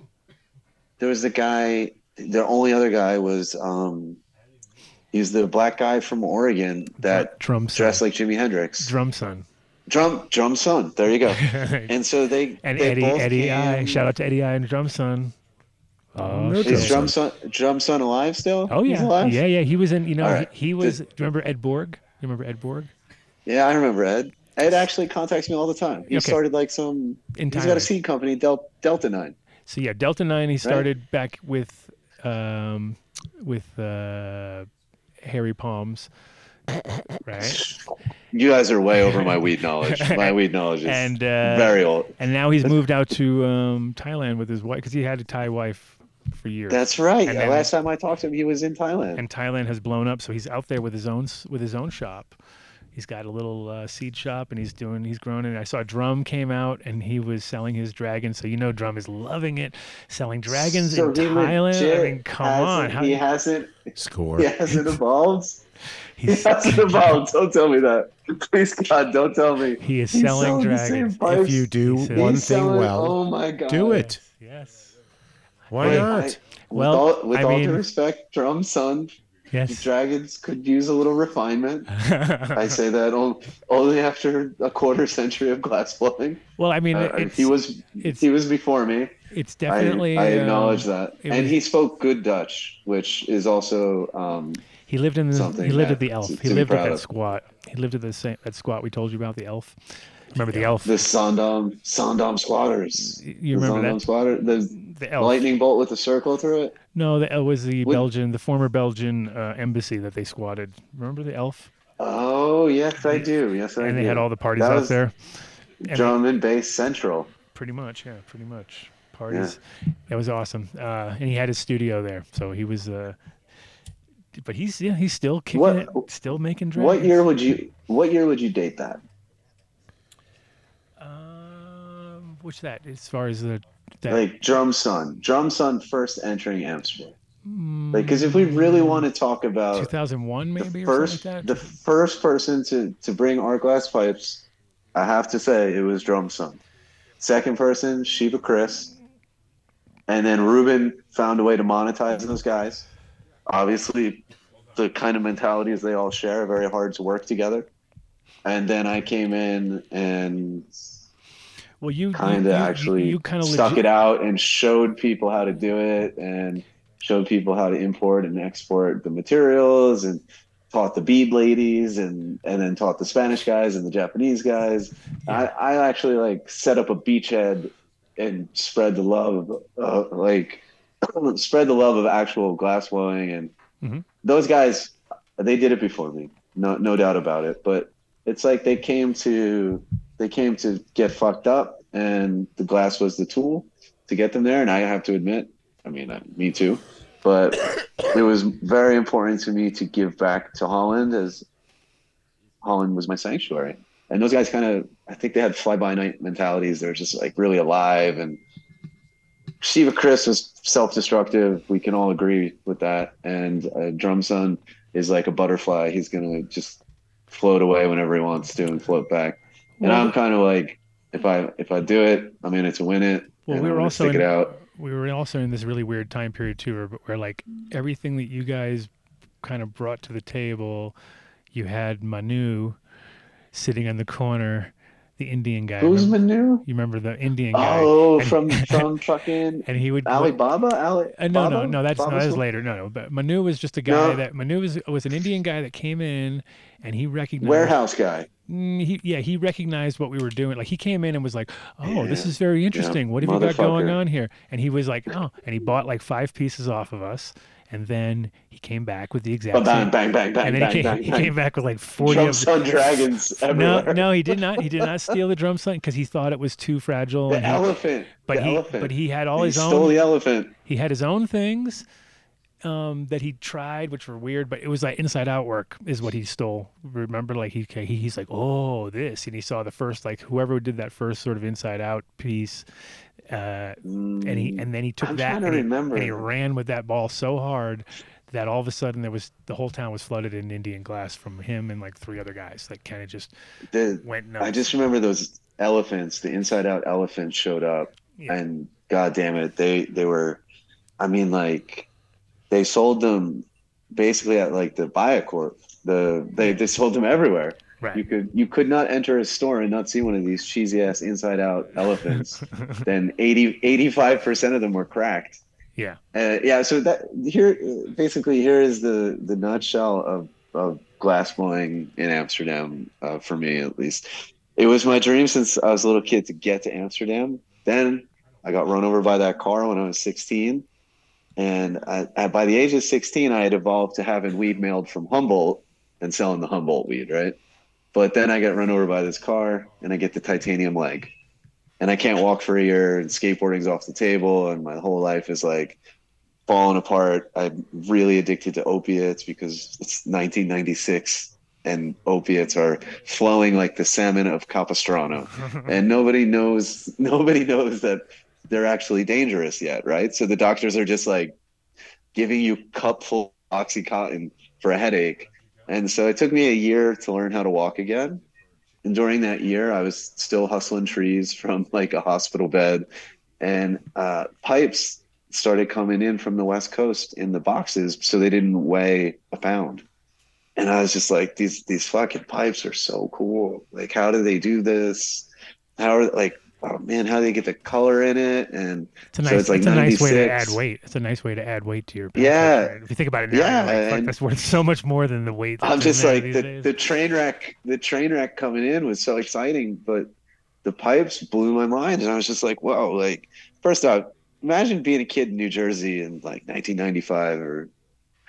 [SPEAKER 10] there was the guy. The only other guy was um, he's the black guy from Oregon that
[SPEAKER 4] drum
[SPEAKER 10] dressed like Jimi Hendrix.
[SPEAKER 4] Drum son.
[SPEAKER 10] Drum drum son. There you go. and so they
[SPEAKER 4] And
[SPEAKER 10] they
[SPEAKER 4] Eddie,
[SPEAKER 10] both
[SPEAKER 4] Eddie
[SPEAKER 10] came-
[SPEAKER 4] I. Shout out to Eddie I and Drum Son. Oh,
[SPEAKER 10] Is
[SPEAKER 4] shit.
[SPEAKER 10] drum son drum son alive still?
[SPEAKER 4] Oh
[SPEAKER 10] He's
[SPEAKER 4] yeah,
[SPEAKER 10] alive?
[SPEAKER 4] yeah, yeah. He was in. You know,
[SPEAKER 10] All right.
[SPEAKER 4] he, he was. do you remember Ed Borg? You remember Ed Borg?
[SPEAKER 10] Yeah, I remember Ed. Ed actually contacts me all the time. He
[SPEAKER 4] Okay.
[SPEAKER 10] started like some.
[SPEAKER 4] In
[SPEAKER 10] he's got a
[SPEAKER 4] Thailand.
[SPEAKER 10] seed company, Del, Delta Nine.
[SPEAKER 4] So yeah, Delta Nine. He started back with, um, with uh, Harry Palms, right?
[SPEAKER 10] You guys are way over my weed knowledge. My weed knowledge is
[SPEAKER 4] And uh,
[SPEAKER 10] very old.
[SPEAKER 4] And now he's moved out to um, Thailand with his wife because he had a Thai wife for years.
[SPEAKER 10] That's right.
[SPEAKER 4] And
[SPEAKER 10] Yeah,
[SPEAKER 4] then-
[SPEAKER 10] Last time I talked to him, he was in Thailand.
[SPEAKER 4] and Thailand has blown up, so he's out there with his own s- with his own shop. He's got a little uh, seed shop, and he's doing he's growing. it. I saw Drum came out, and he was selling his dragon. So you know, Drum is loving it, selling dragons
[SPEAKER 10] So
[SPEAKER 4] in
[SPEAKER 10] he
[SPEAKER 4] Thailand. I
[SPEAKER 10] legit
[SPEAKER 4] mean, come
[SPEAKER 10] hasn't-
[SPEAKER 4] on,
[SPEAKER 10] he hasn't.
[SPEAKER 5] Score.
[SPEAKER 10] He hasn't evolved. He hasn't evolved. Don't tell me that. Please God, don't tell me.
[SPEAKER 4] He is
[SPEAKER 10] He's
[SPEAKER 4] selling
[SPEAKER 10] the same
[SPEAKER 4] dragons.
[SPEAKER 10] pipes.
[SPEAKER 5] If you do
[SPEAKER 10] He's
[SPEAKER 5] one thing
[SPEAKER 10] selling-
[SPEAKER 5] well,
[SPEAKER 10] oh my God.
[SPEAKER 5] do it.
[SPEAKER 4] Yes.
[SPEAKER 5] Why
[SPEAKER 10] Hey, I-
[SPEAKER 5] not?
[SPEAKER 4] Well,
[SPEAKER 10] with all, with
[SPEAKER 4] I
[SPEAKER 10] all
[SPEAKER 4] mean-
[SPEAKER 10] due respect, drum son,
[SPEAKER 4] Yes.
[SPEAKER 10] dragons could use a little refinement. I say that on- only after a quarter century of glass blowing.
[SPEAKER 4] Well, I mean,
[SPEAKER 10] Uh,
[SPEAKER 4] it's,
[SPEAKER 10] he was
[SPEAKER 4] it's-
[SPEAKER 10] he was before me.
[SPEAKER 4] it's
[SPEAKER 10] I-
[SPEAKER 4] definitely.
[SPEAKER 10] I, acknowledge
[SPEAKER 4] um,
[SPEAKER 10] that,
[SPEAKER 4] it
[SPEAKER 10] and
[SPEAKER 4] was-
[SPEAKER 10] he spoke good Dutch, which is also um,
[SPEAKER 4] He lived in the,
[SPEAKER 10] something
[SPEAKER 4] he lived
[SPEAKER 10] that
[SPEAKER 4] at the elf.
[SPEAKER 10] to- to
[SPEAKER 4] He
[SPEAKER 10] be
[SPEAKER 4] lived at
[SPEAKER 10] proud
[SPEAKER 4] that
[SPEAKER 10] of.
[SPEAKER 4] squat. He lived at the same that squat we told you about the elf. Remember the elf?
[SPEAKER 10] the Sondom Sondom squatters.
[SPEAKER 4] You remember
[SPEAKER 10] the
[SPEAKER 4] that?
[SPEAKER 10] Sandam squatter? The,
[SPEAKER 4] The elf.
[SPEAKER 10] lightning bolt with a circle through it.
[SPEAKER 4] No, the, it was the
[SPEAKER 10] Would-
[SPEAKER 4] Belgian, the former Belgian uh, embassy that they squatted. Remember the elf?
[SPEAKER 10] Oh yes, I do. Yes, I do.
[SPEAKER 4] and they had all the parties
[SPEAKER 10] That
[SPEAKER 4] out
[SPEAKER 10] was
[SPEAKER 4] there. And they-
[SPEAKER 10] Drum and bass central.
[SPEAKER 4] pretty much, yeah, pretty much parties. That was awesome. Uh, and he had his studio there, so he was. Uh, but he's yeah, he's still kicking
[SPEAKER 10] What-
[SPEAKER 4] it, still making dragons.
[SPEAKER 10] What year would you? What year would you date that?
[SPEAKER 4] Um, which that as far as the that,
[SPEAKER 10] Like Drum Son, Drum Son first entering Amsterdam. Like, because if we really want to talk about
[SPEAKER 4] 2001 Hmm. maybe or
[SPEAKER 10] first,
[SPEAKER 4] something like that.
[SPEAKER 10] Uh, the first person to to bring art glass pipes, I have to say it was Drum Son. Second person, Sheba Chris, and then Ruben found a way to monetize those guys. Obviously, the kind of mentalities they all share are very hard to work together. And then I came in and
[SPEAKER 4] well, you you-
[SPEAKER 10] kind
[SPEAKER 4] you-
[SPEAKER 10] of
[SPEAKER 4] you-
[SPEAKER 10] actually
[SPEAKER 4] you kind of
[SPEAKER 10] stuck
[SPEAKER 4] legit,
[SPEAKER 10] it out and showed people how to do it and showed people how to import and export the materials and taught the bead ladies and and then taught the spanish guys and the japanese guys I, I actually like set up a beachhead and spread the love of uh, like spread the love of actual glass blowing and
[SPEAKER 4] Mhm.
[SPEAKER 10] those guys they did it before me no no doubt about it but it's like they came to they came to get fucked up and the glass was the tool to get them there and i have to admit i mean uh, me too but it was very important to me to give back to holland as holland was my sanctuary and those guys kind of i think they had fly-by-night mentalities they're just like really alive and Shiva Chris was self-destructive. We can all agree with that. And uh, Drum Son is like a butterfly. He's gonna just float away whenever he wants to and float back. And
[SPEAKER 4] Well-
[SPEAKER 10] I'm kind of like, if I if I do it, I'm in it to win it.
[SPEAKER 4] Well,
[SPEAKER 10] and
[SPEAKER 4] we
[SPEAKER 10] I'm
[SPEAKER 4] were
[SPEAKER 10] gonna
[SPEAKER 4] also
[SPEAKER 10] stick
[SPEAKER 4] in-
[SPEAKER 10] it out.
[SPEAKER 4] we were also in this really weird time period too, where, where like everything that you guys kind of brought to the table, you had Manu sitting in the corner the Indian guy.
[SPEAKER 10] Who's
[SPEAKER 4] remember-
[SPEAKER 10] Manu?
[SPEAKER 4] You remember the Indian guy?
[SPEAKER 10] Oh,
[SPEAKER 4] And-
[SPEAKER 10] from from fucking
[SPEAKER 4] and he would
[SPEAKER 10] Alibaba. Ali,
[SPEAKER 4] Uh, no, no,
[SPEAKER 10] Baba?
[SPEAKER 4] no. That's no,
[SPEAKER 10] Baba
[SPEAKER 4] that's
[SPEAKER 10] something?
[SPEAKER 4] later. No, no. But Manu was just a guy
[SPEAKER 10] No.
[SPEAKER 4] that Manu was was an Indian guy that came in and he recognized
[SPEAKER 10] Warehouse guy.
[SPEAKER 4] Mm, he, yeah, he recognized what we were doing. Like he came in and was like, "Oh, this
[SPEAKER 10] Yeah.
[SPEAKER 4] is very
[SPEAKER 10] Yeah.
[SPEAKER 4] interesting. What have you got going
[SPEAKER 10] Motherfucker.
[SPEAKER 4] on here?" And he was like, "Oh," and he bought like five pieces off of us. And then he came back with the exact
[SPEAKER 10] Ba-bang,
[SPEAKER 4] same.
[SPEAKER 10] bang, bang, bang,
[SPEAKER 4] and then
[SPEAKER 10] bang,
[SPEAKER 4] he, came,
[SPEAKER 10] bang,
[SPEAKER 4] he
[SPEAKER 10] bang.
[SPEAKER 4] came back with like forty
[SPEAKER 10] Drums
[SPEAKER 4] of
[SPEAKER 10] on dragons
[SPEAKER 4] No,
[SPEAKER 10] everywhere.
[SPEAKER 4] no, he did not. He did not steal the drum set because he thought it was too fragile.
[SPEAKER 10] The
[SPEAKER 4] and he-
[SPEAKER 10] elephant.
[SPEAKER 4] But
[SPEAKER 10] the
[SPEAKER 4] he,
[SPEAKER 10] elephant.
[SPEAKER 4] but he had all
[SPEAKER 10] he
[SPEAKER 4] his
[SPEAKER 10] stole
[SPEAKER 4] own.
[SPEAKER 10] the elephant.
[SPEAKER 4] He had his own things um, that he tried, which were weird, but it was like inside out work is what he stole. Remember, like he, he he's like, oh, this, and he saw the first like whoever did that first sort of inside out piece, uh, and he and then he took
[SPEAKER 10] Mm, I'm
[SPEAKER 4] that
[SPEAKER 10] trying to
[SPEAKER 4] and he,
[SPEAKER 10] remember.
[SPEAKER 4] and he ran with that ball so hard that all of a sudden there was the whole town was flooded in Indian glass from him and like three other guys that kind of just
[SPEAKER 10] The-
[SPEAKER 4] went nuts.
[SPEAKER 10] I just remember those elephants. The Inside Out elephants showed up,
[SPEAKER 4] Yeah.
[SPEAKER 10] and god damn it, they they were. I mean, like they sold them basically at like the Biocorp. The they they sold them everywhere.
[SPEAKER 4] Right.
[SPEAKER 10] You could you could not enter a store and not see one of these cheesy ass Inside Out elephants. then 85 percent of them were cracked.
[SPEAKER 4] yeah.
[SPEAKER 10] Uh, yeah, so that here uh, basically here is the the nutshell of of glass blowing in Amsterdam uh, for me at least. It was my dream since I was a little kid to get to Amsterdam. Then I got run over by that car when I was 16, and I, I, by the age of 16, I had evolved to having weed mailed from Humboldt and selling the Humboldt weed, right? But then I got run over by this car, and I get the titanium leg, and I can't walk for a year, and skateboarding's off the table, and my whole life is like falling apart. I'm really addicted to opiates because it's 1996 and opiates are flowing like the salmon of Capistrano. and nobody knows nobody knows that they're actually dangerous yet, right? So the doctors are just like giving you cupful of oxycontin for a headache. And so it took me a year to learn how to walk again. And during that year, I was still hustling trees from like a hospital bed. And uh, pipes started coming in from the West Coast in the boxes, so they didn't weigh a pound. And I was just like, these these fucking pipes are so cool. Like, how do they do this? How are like, oh man, how do they get the color in it? And
[SPEAKER 4] It's a nice,
[SPEAKER 10] so it's like
[SPEAKER 4] a nice way to add
[SPEAKER 10] 96.
[SPEAKER 4] weight. It's a nice way to add weight to your package,
[SPEAKER 10] Yeah.
[SPEAKER 4] right? If you think about it now, yeah,
[SPEAKER 10] Yeah,
[SPEAKER 4] like, fuck,
[SPEAKER 10] and-
[SPEAKER 4] that's worth so much more than the weight. That's
[SPEAKER 10] I'm
[SPEAKER 4] in
[SPEAKER 10] just
[SPEAKER 4] there
[SPEAKER 10] like
[SPEAKER 4] these
[SPEAKER 10] the,
[SPEAKER 4] days.
[SPEAKER 10] the train wreck. The train wreck coming in was so exciting, but the pipes blew my mind, and I was just like, "Whoa!" Like, first off, imagine being a kid in New Jersey in like 1995, or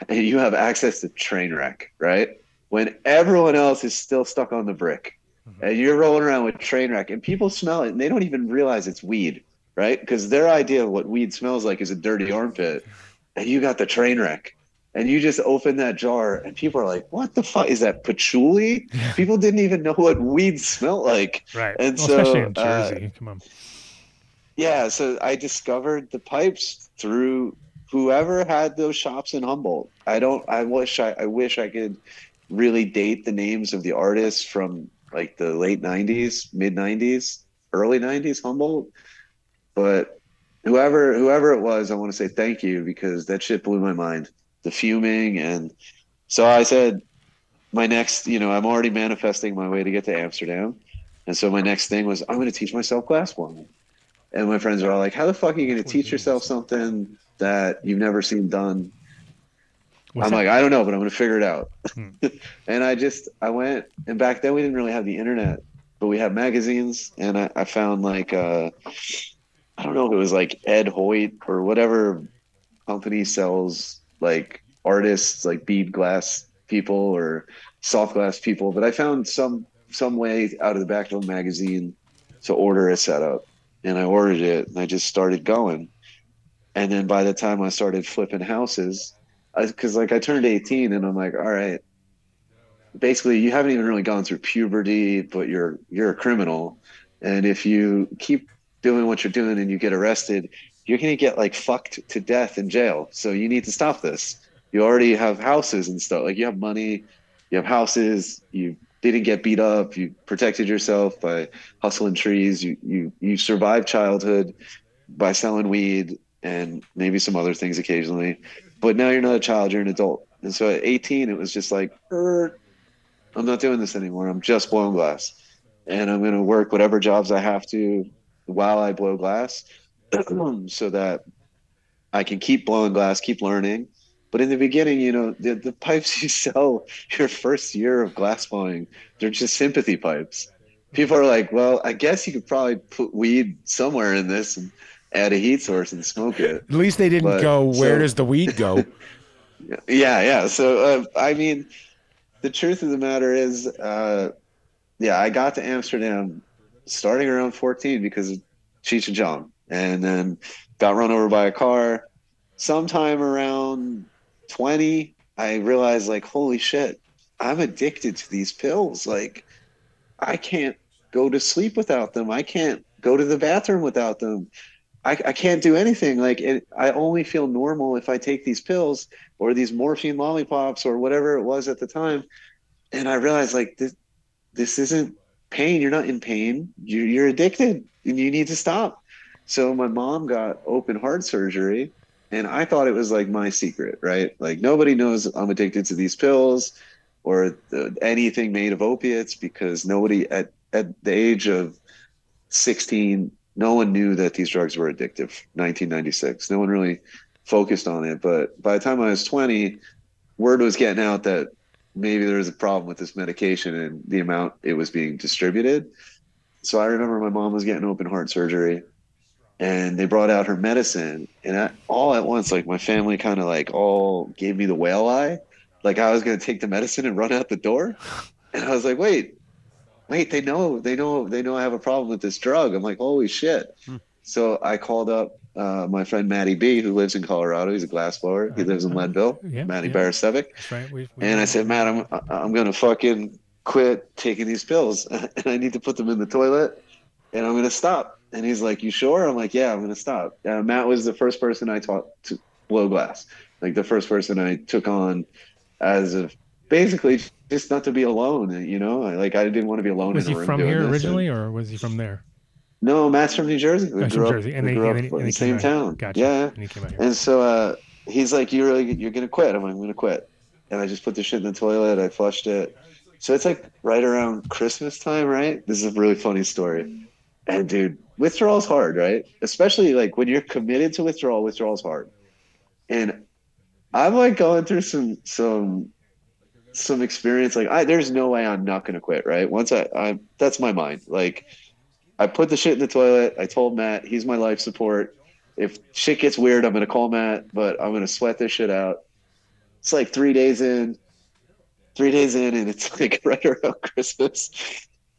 [SPEAKER 10] and you have access to train wreck, right? When everyone else is still stuck on the brick, and you're rolling around with train wreck, and people smell it, and they don't even realize it's weed, right? Because their idea of what weed smells like is a dirty armpit, and you got the train wreck and you just open that jar and people are like what the fuck is that patchouli people didn't even know what weed smelled like
[SPEAKER 4] right.
[SPEAKER 10] and
[SPEAKER 4] Well,
[SPEAKER 10] so
[SPEAKER 4] especially in
[SPEAKER 10] uh,
[SPEAKER 4] Jersey. Come on.
[SPEAKER 10] yeah so i discovered the pipes through whoever had those shops in humboldt i don't i wish i, I wish i could really date the names of the artists from like the late 90s mid 90s early 90s humboldt but whoever whoever it was i want to say thank you because that shit blew my mind the fuming and so i said my next you know i'm already manifesting my way to get to amsterdam and so my next thing was i'm going to teach myself glass blowing and my friends are all like, "How the fuck are you going to teach yourself something that you've never seen done?"
[SPEAKER 4] What's
[SPEAKER 10] I'm
[SPEAKER 4] that?
[SPEAKER 10] like, "I don't know, but I'm going to figure it out."
[SPEAKER 4] Hmm.
[SPEAKER 10] and I just I went, and back then we didn't really have the internet, but we had magazines, and I, I found like uh, I don't know if it was like Ed Hoyt or whatever company sells like artists like bead glass people or soft glass people, but I found some some way out of the back of a magazine to order a setup and I ordered it and I just started going. And then by the time I started flipping houses, because like I turned 18 and I'm like, all right, basically you haven't even really gone through puberty, but you're you're a criminal, and if you keep doing what you're doing and you get arrested, you're gonna get like fucked to death in jail. So you need to stop this. You already have houses and stuff. Like you have money, you have houses. You didn't get beat up. You protected yourself by hustling trees. You you you survive childhood by selling weed and maybe some other things occasionally. But now you're not a child, you're an adult. And so at 18, it was just like, "Er, I'm not doing this anymore. I'm just blowing glass. and I'm going to work whatever jobs I have to while I blow glass so that I can keep blowing glass, keep learning. But in the beginning, you know, the, the pipes you sell your first year of glass blowing, they're just sympathy pipes. People are like, well, I guess you could probably put weed somewhere in this and add a heat source and smoke it.
[SPEAKER 5] At least they didn't
[SPEAKER 10] But-
[SPEAKER 5] go. Where
[SPEAKER 10] so-
[SPEAKER 5] does the weed go?
[SPEAKER 10] yeah, yeah. So uh, I mean, the truth of the matter is, uh, yeah, I got to Amsterdam starting around 14 because of Cheech and Chong, and then got run over by a car. Sometime around 20, I realized like, holy shit, I'm addicted to these pills. Like, I can't go to sleep without them. I can't go to the bathroom without them. I, I can't do anything. Like, it, I only feel normal if I take these pills or these morphine lollipops or whatever it was at the time. And I realized, like, this, this isn't pain. You're not in pain. You're, you're addicted and you need to stop. So, my mom got open heart surgery, and I thought it was like my secret, right? Like, nobody knows I'm addicted to these pills or the, anything made of opiates because nobody at, at the age of 16 no one knew that these drugs were addictive 1996 no one really focused on it but by the time i was 20 word was getting out that maybe there was a problem with this medication and the amount it was being distributed so i remember my mom was getting open heart surgery and they brought out her medicine and I, all at once like my family kind of like all gave me the whale eye like i was going to take the medicine and run out the door and i was like wait wait they know they know they know i have a problem with this drug i'm like holy shit so i called up uh, my friend Matty B, who lives in Colorado, he's a glass blower. He lives in Leadville.
[SPEAKER 4] Uh, Yeah,
[SPEAKER 10] Matty
[SPEAKER 4] yeah.
[SPEAKER 10] Barisevic.
[SPEAKER 4] That's right. We've, we
[SPEAKER 10] And I said, Matt, I'm, I- I'm going to fucking quit taking these pills and I need to put them in the toilet and I'm going to stop. And he's like, You sure? I'm like, Yeah, I'm going to stop. Uh, Matt was the first person I taught to blow glass, like the first person I took on as a basically just not to be alone. You know, I, like I didn't want to be alone
[SPEAKER 4] was
[SPEAKER 10] in
[SPEAKER 4] he
[SPEAKER 10] a room.
[SPEAKER 4] from
[SPEAKER 10] doing
[SPEAKER 4] here
[SPEAKER 10] this.
[SPEAKER 4] originally, or was he from there?
[SPEAKER 10] No, Matt's from New Jersey. We
[SPEAKER 4] Matt's from
[SPEAKER 10] grew up,
[SPEAKER 4] Jersey, and
[SPEAKER 10] we
[SPEAKER 4] they-
[SPEAKER 10] grew
[SPEAKER 4] and
[SPEAKER 10] up
[SPEAKER 4] they-
[SPEAKER 10] in
[SPEAKER 4] and
[SPEAKER 10] the
[SPEAKER 4] they
[SPEAKER 10] same
[SPEAKER 4] came out-
[SPEAKER 10] town.
[SPEAKER 4] gotcha,
[SPEAKER 10] Yeah.
[SPEAKER 4] and he came out here.
[SPEAKER 10] And so uh, he's like, "You're really, you're gonna quit." I'm like, "I'm gonna quit," and I just put the shit in the toilet. I flushed it. So it's like right around Christmas time, right? This is a really funny story. And dude, withdrawal's hard, right? Especially like when you're committed to withdrawal, withdrawal's hard. And I'm like going through some some some experience. Like, I there's no way I'm not gonna quit, right? Once I, I that's my mind. Like, I put the shit in the toilet. I told Matt he's my life support. If shit gets weird, I'm gonna call Matt, but I'm gonna sweat this shit out. It's like three days in, three days in, and it's like right around Christmas,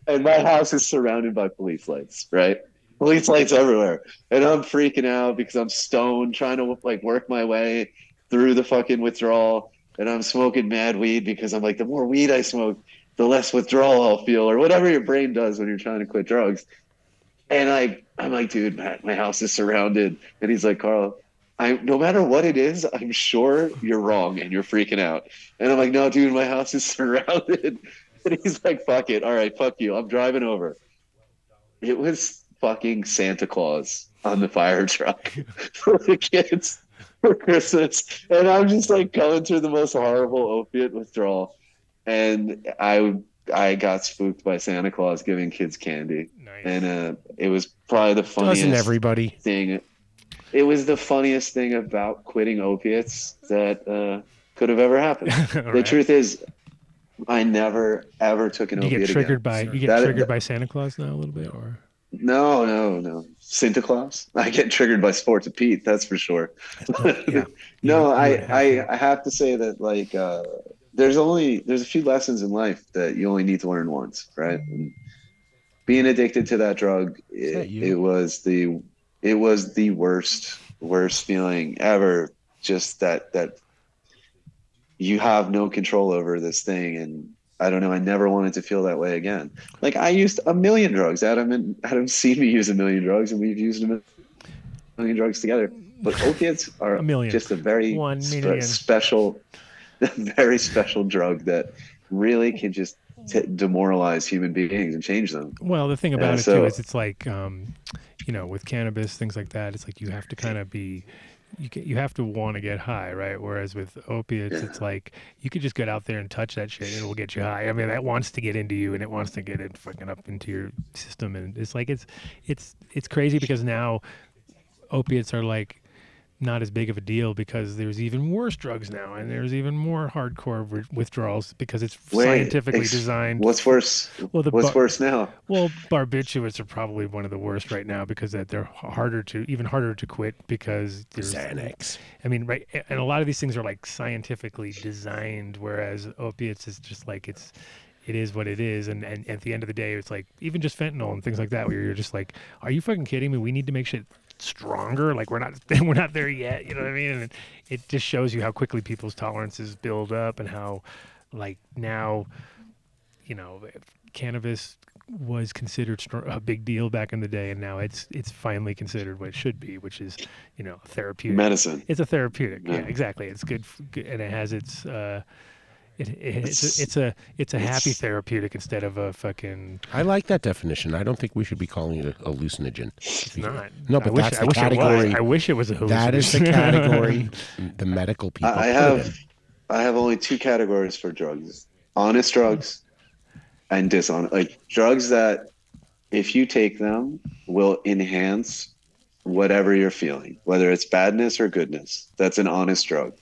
[SPEAKER 10] and my house is surrounded by police lights, right? Police lights everywhere, and I'm freaking out because I'm stoned, trying to like work my way through the fucking withdrawal, and I'm smoking mad weed because I'm like, the more weed I smoke, the less withdrawal I'll feel, or whatever your brain does when you're trying to quit drugs. And like, I'm like, dude, Matt, my house is surrounded. And he's like, Carl, I no matter what it is, I'm sure you're wrong and you're freaking out. And I'm like, no, dude, my house is surrounded. And he's like, fuck it. All right, fuck you. I'm driving over. It was fucking Santa Claus on the fire truck for the kids for Christmas. And I'm just like going through the most horrible opiate withdrawal. And I I got spooked by Santa Claus giving kids candy. And uh, it was probably the funniest
[SPEAKER 5] Doesn't everybody?
[SPEAKER 10] thing. It was the funniest thing about quitting opiates that uh, could have ever happened. the
[SPEAKER 4] right.
[SPEAKER 10] truth is, I never ever took an
[SPEAKER 4] You
[SPEAKER 10] opiate.
[SPEAKER 4] get triggered
[SPEAKER 10] again.
[SPEAKER 4] by you get
[SPEAKER 10] That-
[SPEAKER 4] triggered by Santa Claus now a little bit, or
[SPEAKER 10] No, no, no. Santa Claus. I get triggered by sports of Pete. That's for sure. no, I, I, I have to say that like uh, there's only there's a few lessons in life that you only need to learn once, right? And being addicted to that drug, it, it was the it was the worst worst feeling ever. Just that that you have no control over this thing and I don't know. I never wanted to feel that way again. Like I used a million drugs. Adam and Adam's seen me use a million drugs, and we've used a mi- million drugs together. But opiates are
[SPEAKER 4] A million.
[SPEAKER 10] just a very
[SPEAKER 4] One
[SPEAKER 10] spe-
[SPEAKER 4] million.
[SPEAKER 10] special, very special drug that really can just t- demoralize human beings and change them.
[SPEAKER 4] Well, the thing
[SPEAKER 10] And
[SPEAKER 4] about it
[SPEAKER 10] so-
[SPEAKER 4] too is it's like, um, you know, with cannabis, things like that, it's like you have to kind of be, you get, you have to want to get high, right? Whereas with opiates, it's like you could just get out there and touch that shit, and it will get you high. I mean, that wants to get into you, and it wants to get it fucking up into your system, and it's like it's it's it's crazy because now opiates are like not as big of a deal because there's even worse drugs now, and there's even more hardcore wi- withdrawals because it's
[SPEAKER 10] Wait,
[SPEAKER 4] scientifically
[SPEAKER 10] ex-
[SPEAKER 4] designed.
[SPEAKER 10] What's worse?
[SPEAKER 4] Well, the
[SPEAKER 10] what's
[SPEAKER 4] bar-
[SPEAKER 10] worse now?
[SPEAKER 4] Well, barbiturates are probably one of the worst right now because that they're harder to even harder to quit because there's
[SPEAKER 5] Xanax.
[SPEAKER 4] I mean, right, and a lot of these things are like scientifically designed, whereas opiates is just like it's it is what it is, and, and at the end of the day, it's like even just fentanyl and things like that, where you're just like, are you fucking kidding me? We need to make shit stronger. Like we're not we're not there yet. You know what I mean? And it, it just shows you how quickly people's tolerances build up and how like now you know, if cannabis was considered str- a big deal back in the day, and now it's it's finally considered what it should be, which is you know therapeutic
[SPEAKER 10] Medicine.
[SPEAKER 4] It's a therapeutic, yeah,
[SPEAKER 10] Yeah.
[SPEAKER 4] exactly. It's good, f- good- and it has its. Uh, it, it, it's,
[SPEAKER 10] It's-
[SPEAKER 4] a, it's a it's a happy
[SPEAKER 10] it's-
[SPEAKER 4] therapeutic instead of a fucking
[SPEAKER 5] I like that definition. I don't think we should be calling it a hallucinogen. It's
[SPEAKER 4] not.
[SPEAKER 5] No,
[SPEAKER 4] I
[SPEAKER 5] but
[SPEAKER 4] wish-
[SPEAKER 5] that's
[SPEAKER 4] I
[SPEAKER 5] the
[SPEAKER 4] wish it was.
[SPEAKER 5] category.
[SPEAKER 4] I wish it was a
[SPEAKER 5] That is the
[SPEAKER 4] hallucinogen.
[SPEAKER 5] category the medical people.
[SPEAKER 10] I, I
[SPEAKER 5] put it in.
[SPEAKER 10] have I have only two categories for drugs: honest drugs and dishonest, like drugs that if you take them will enhance whatever you're feeling, whether it's badness or goodness. That's an honest drug.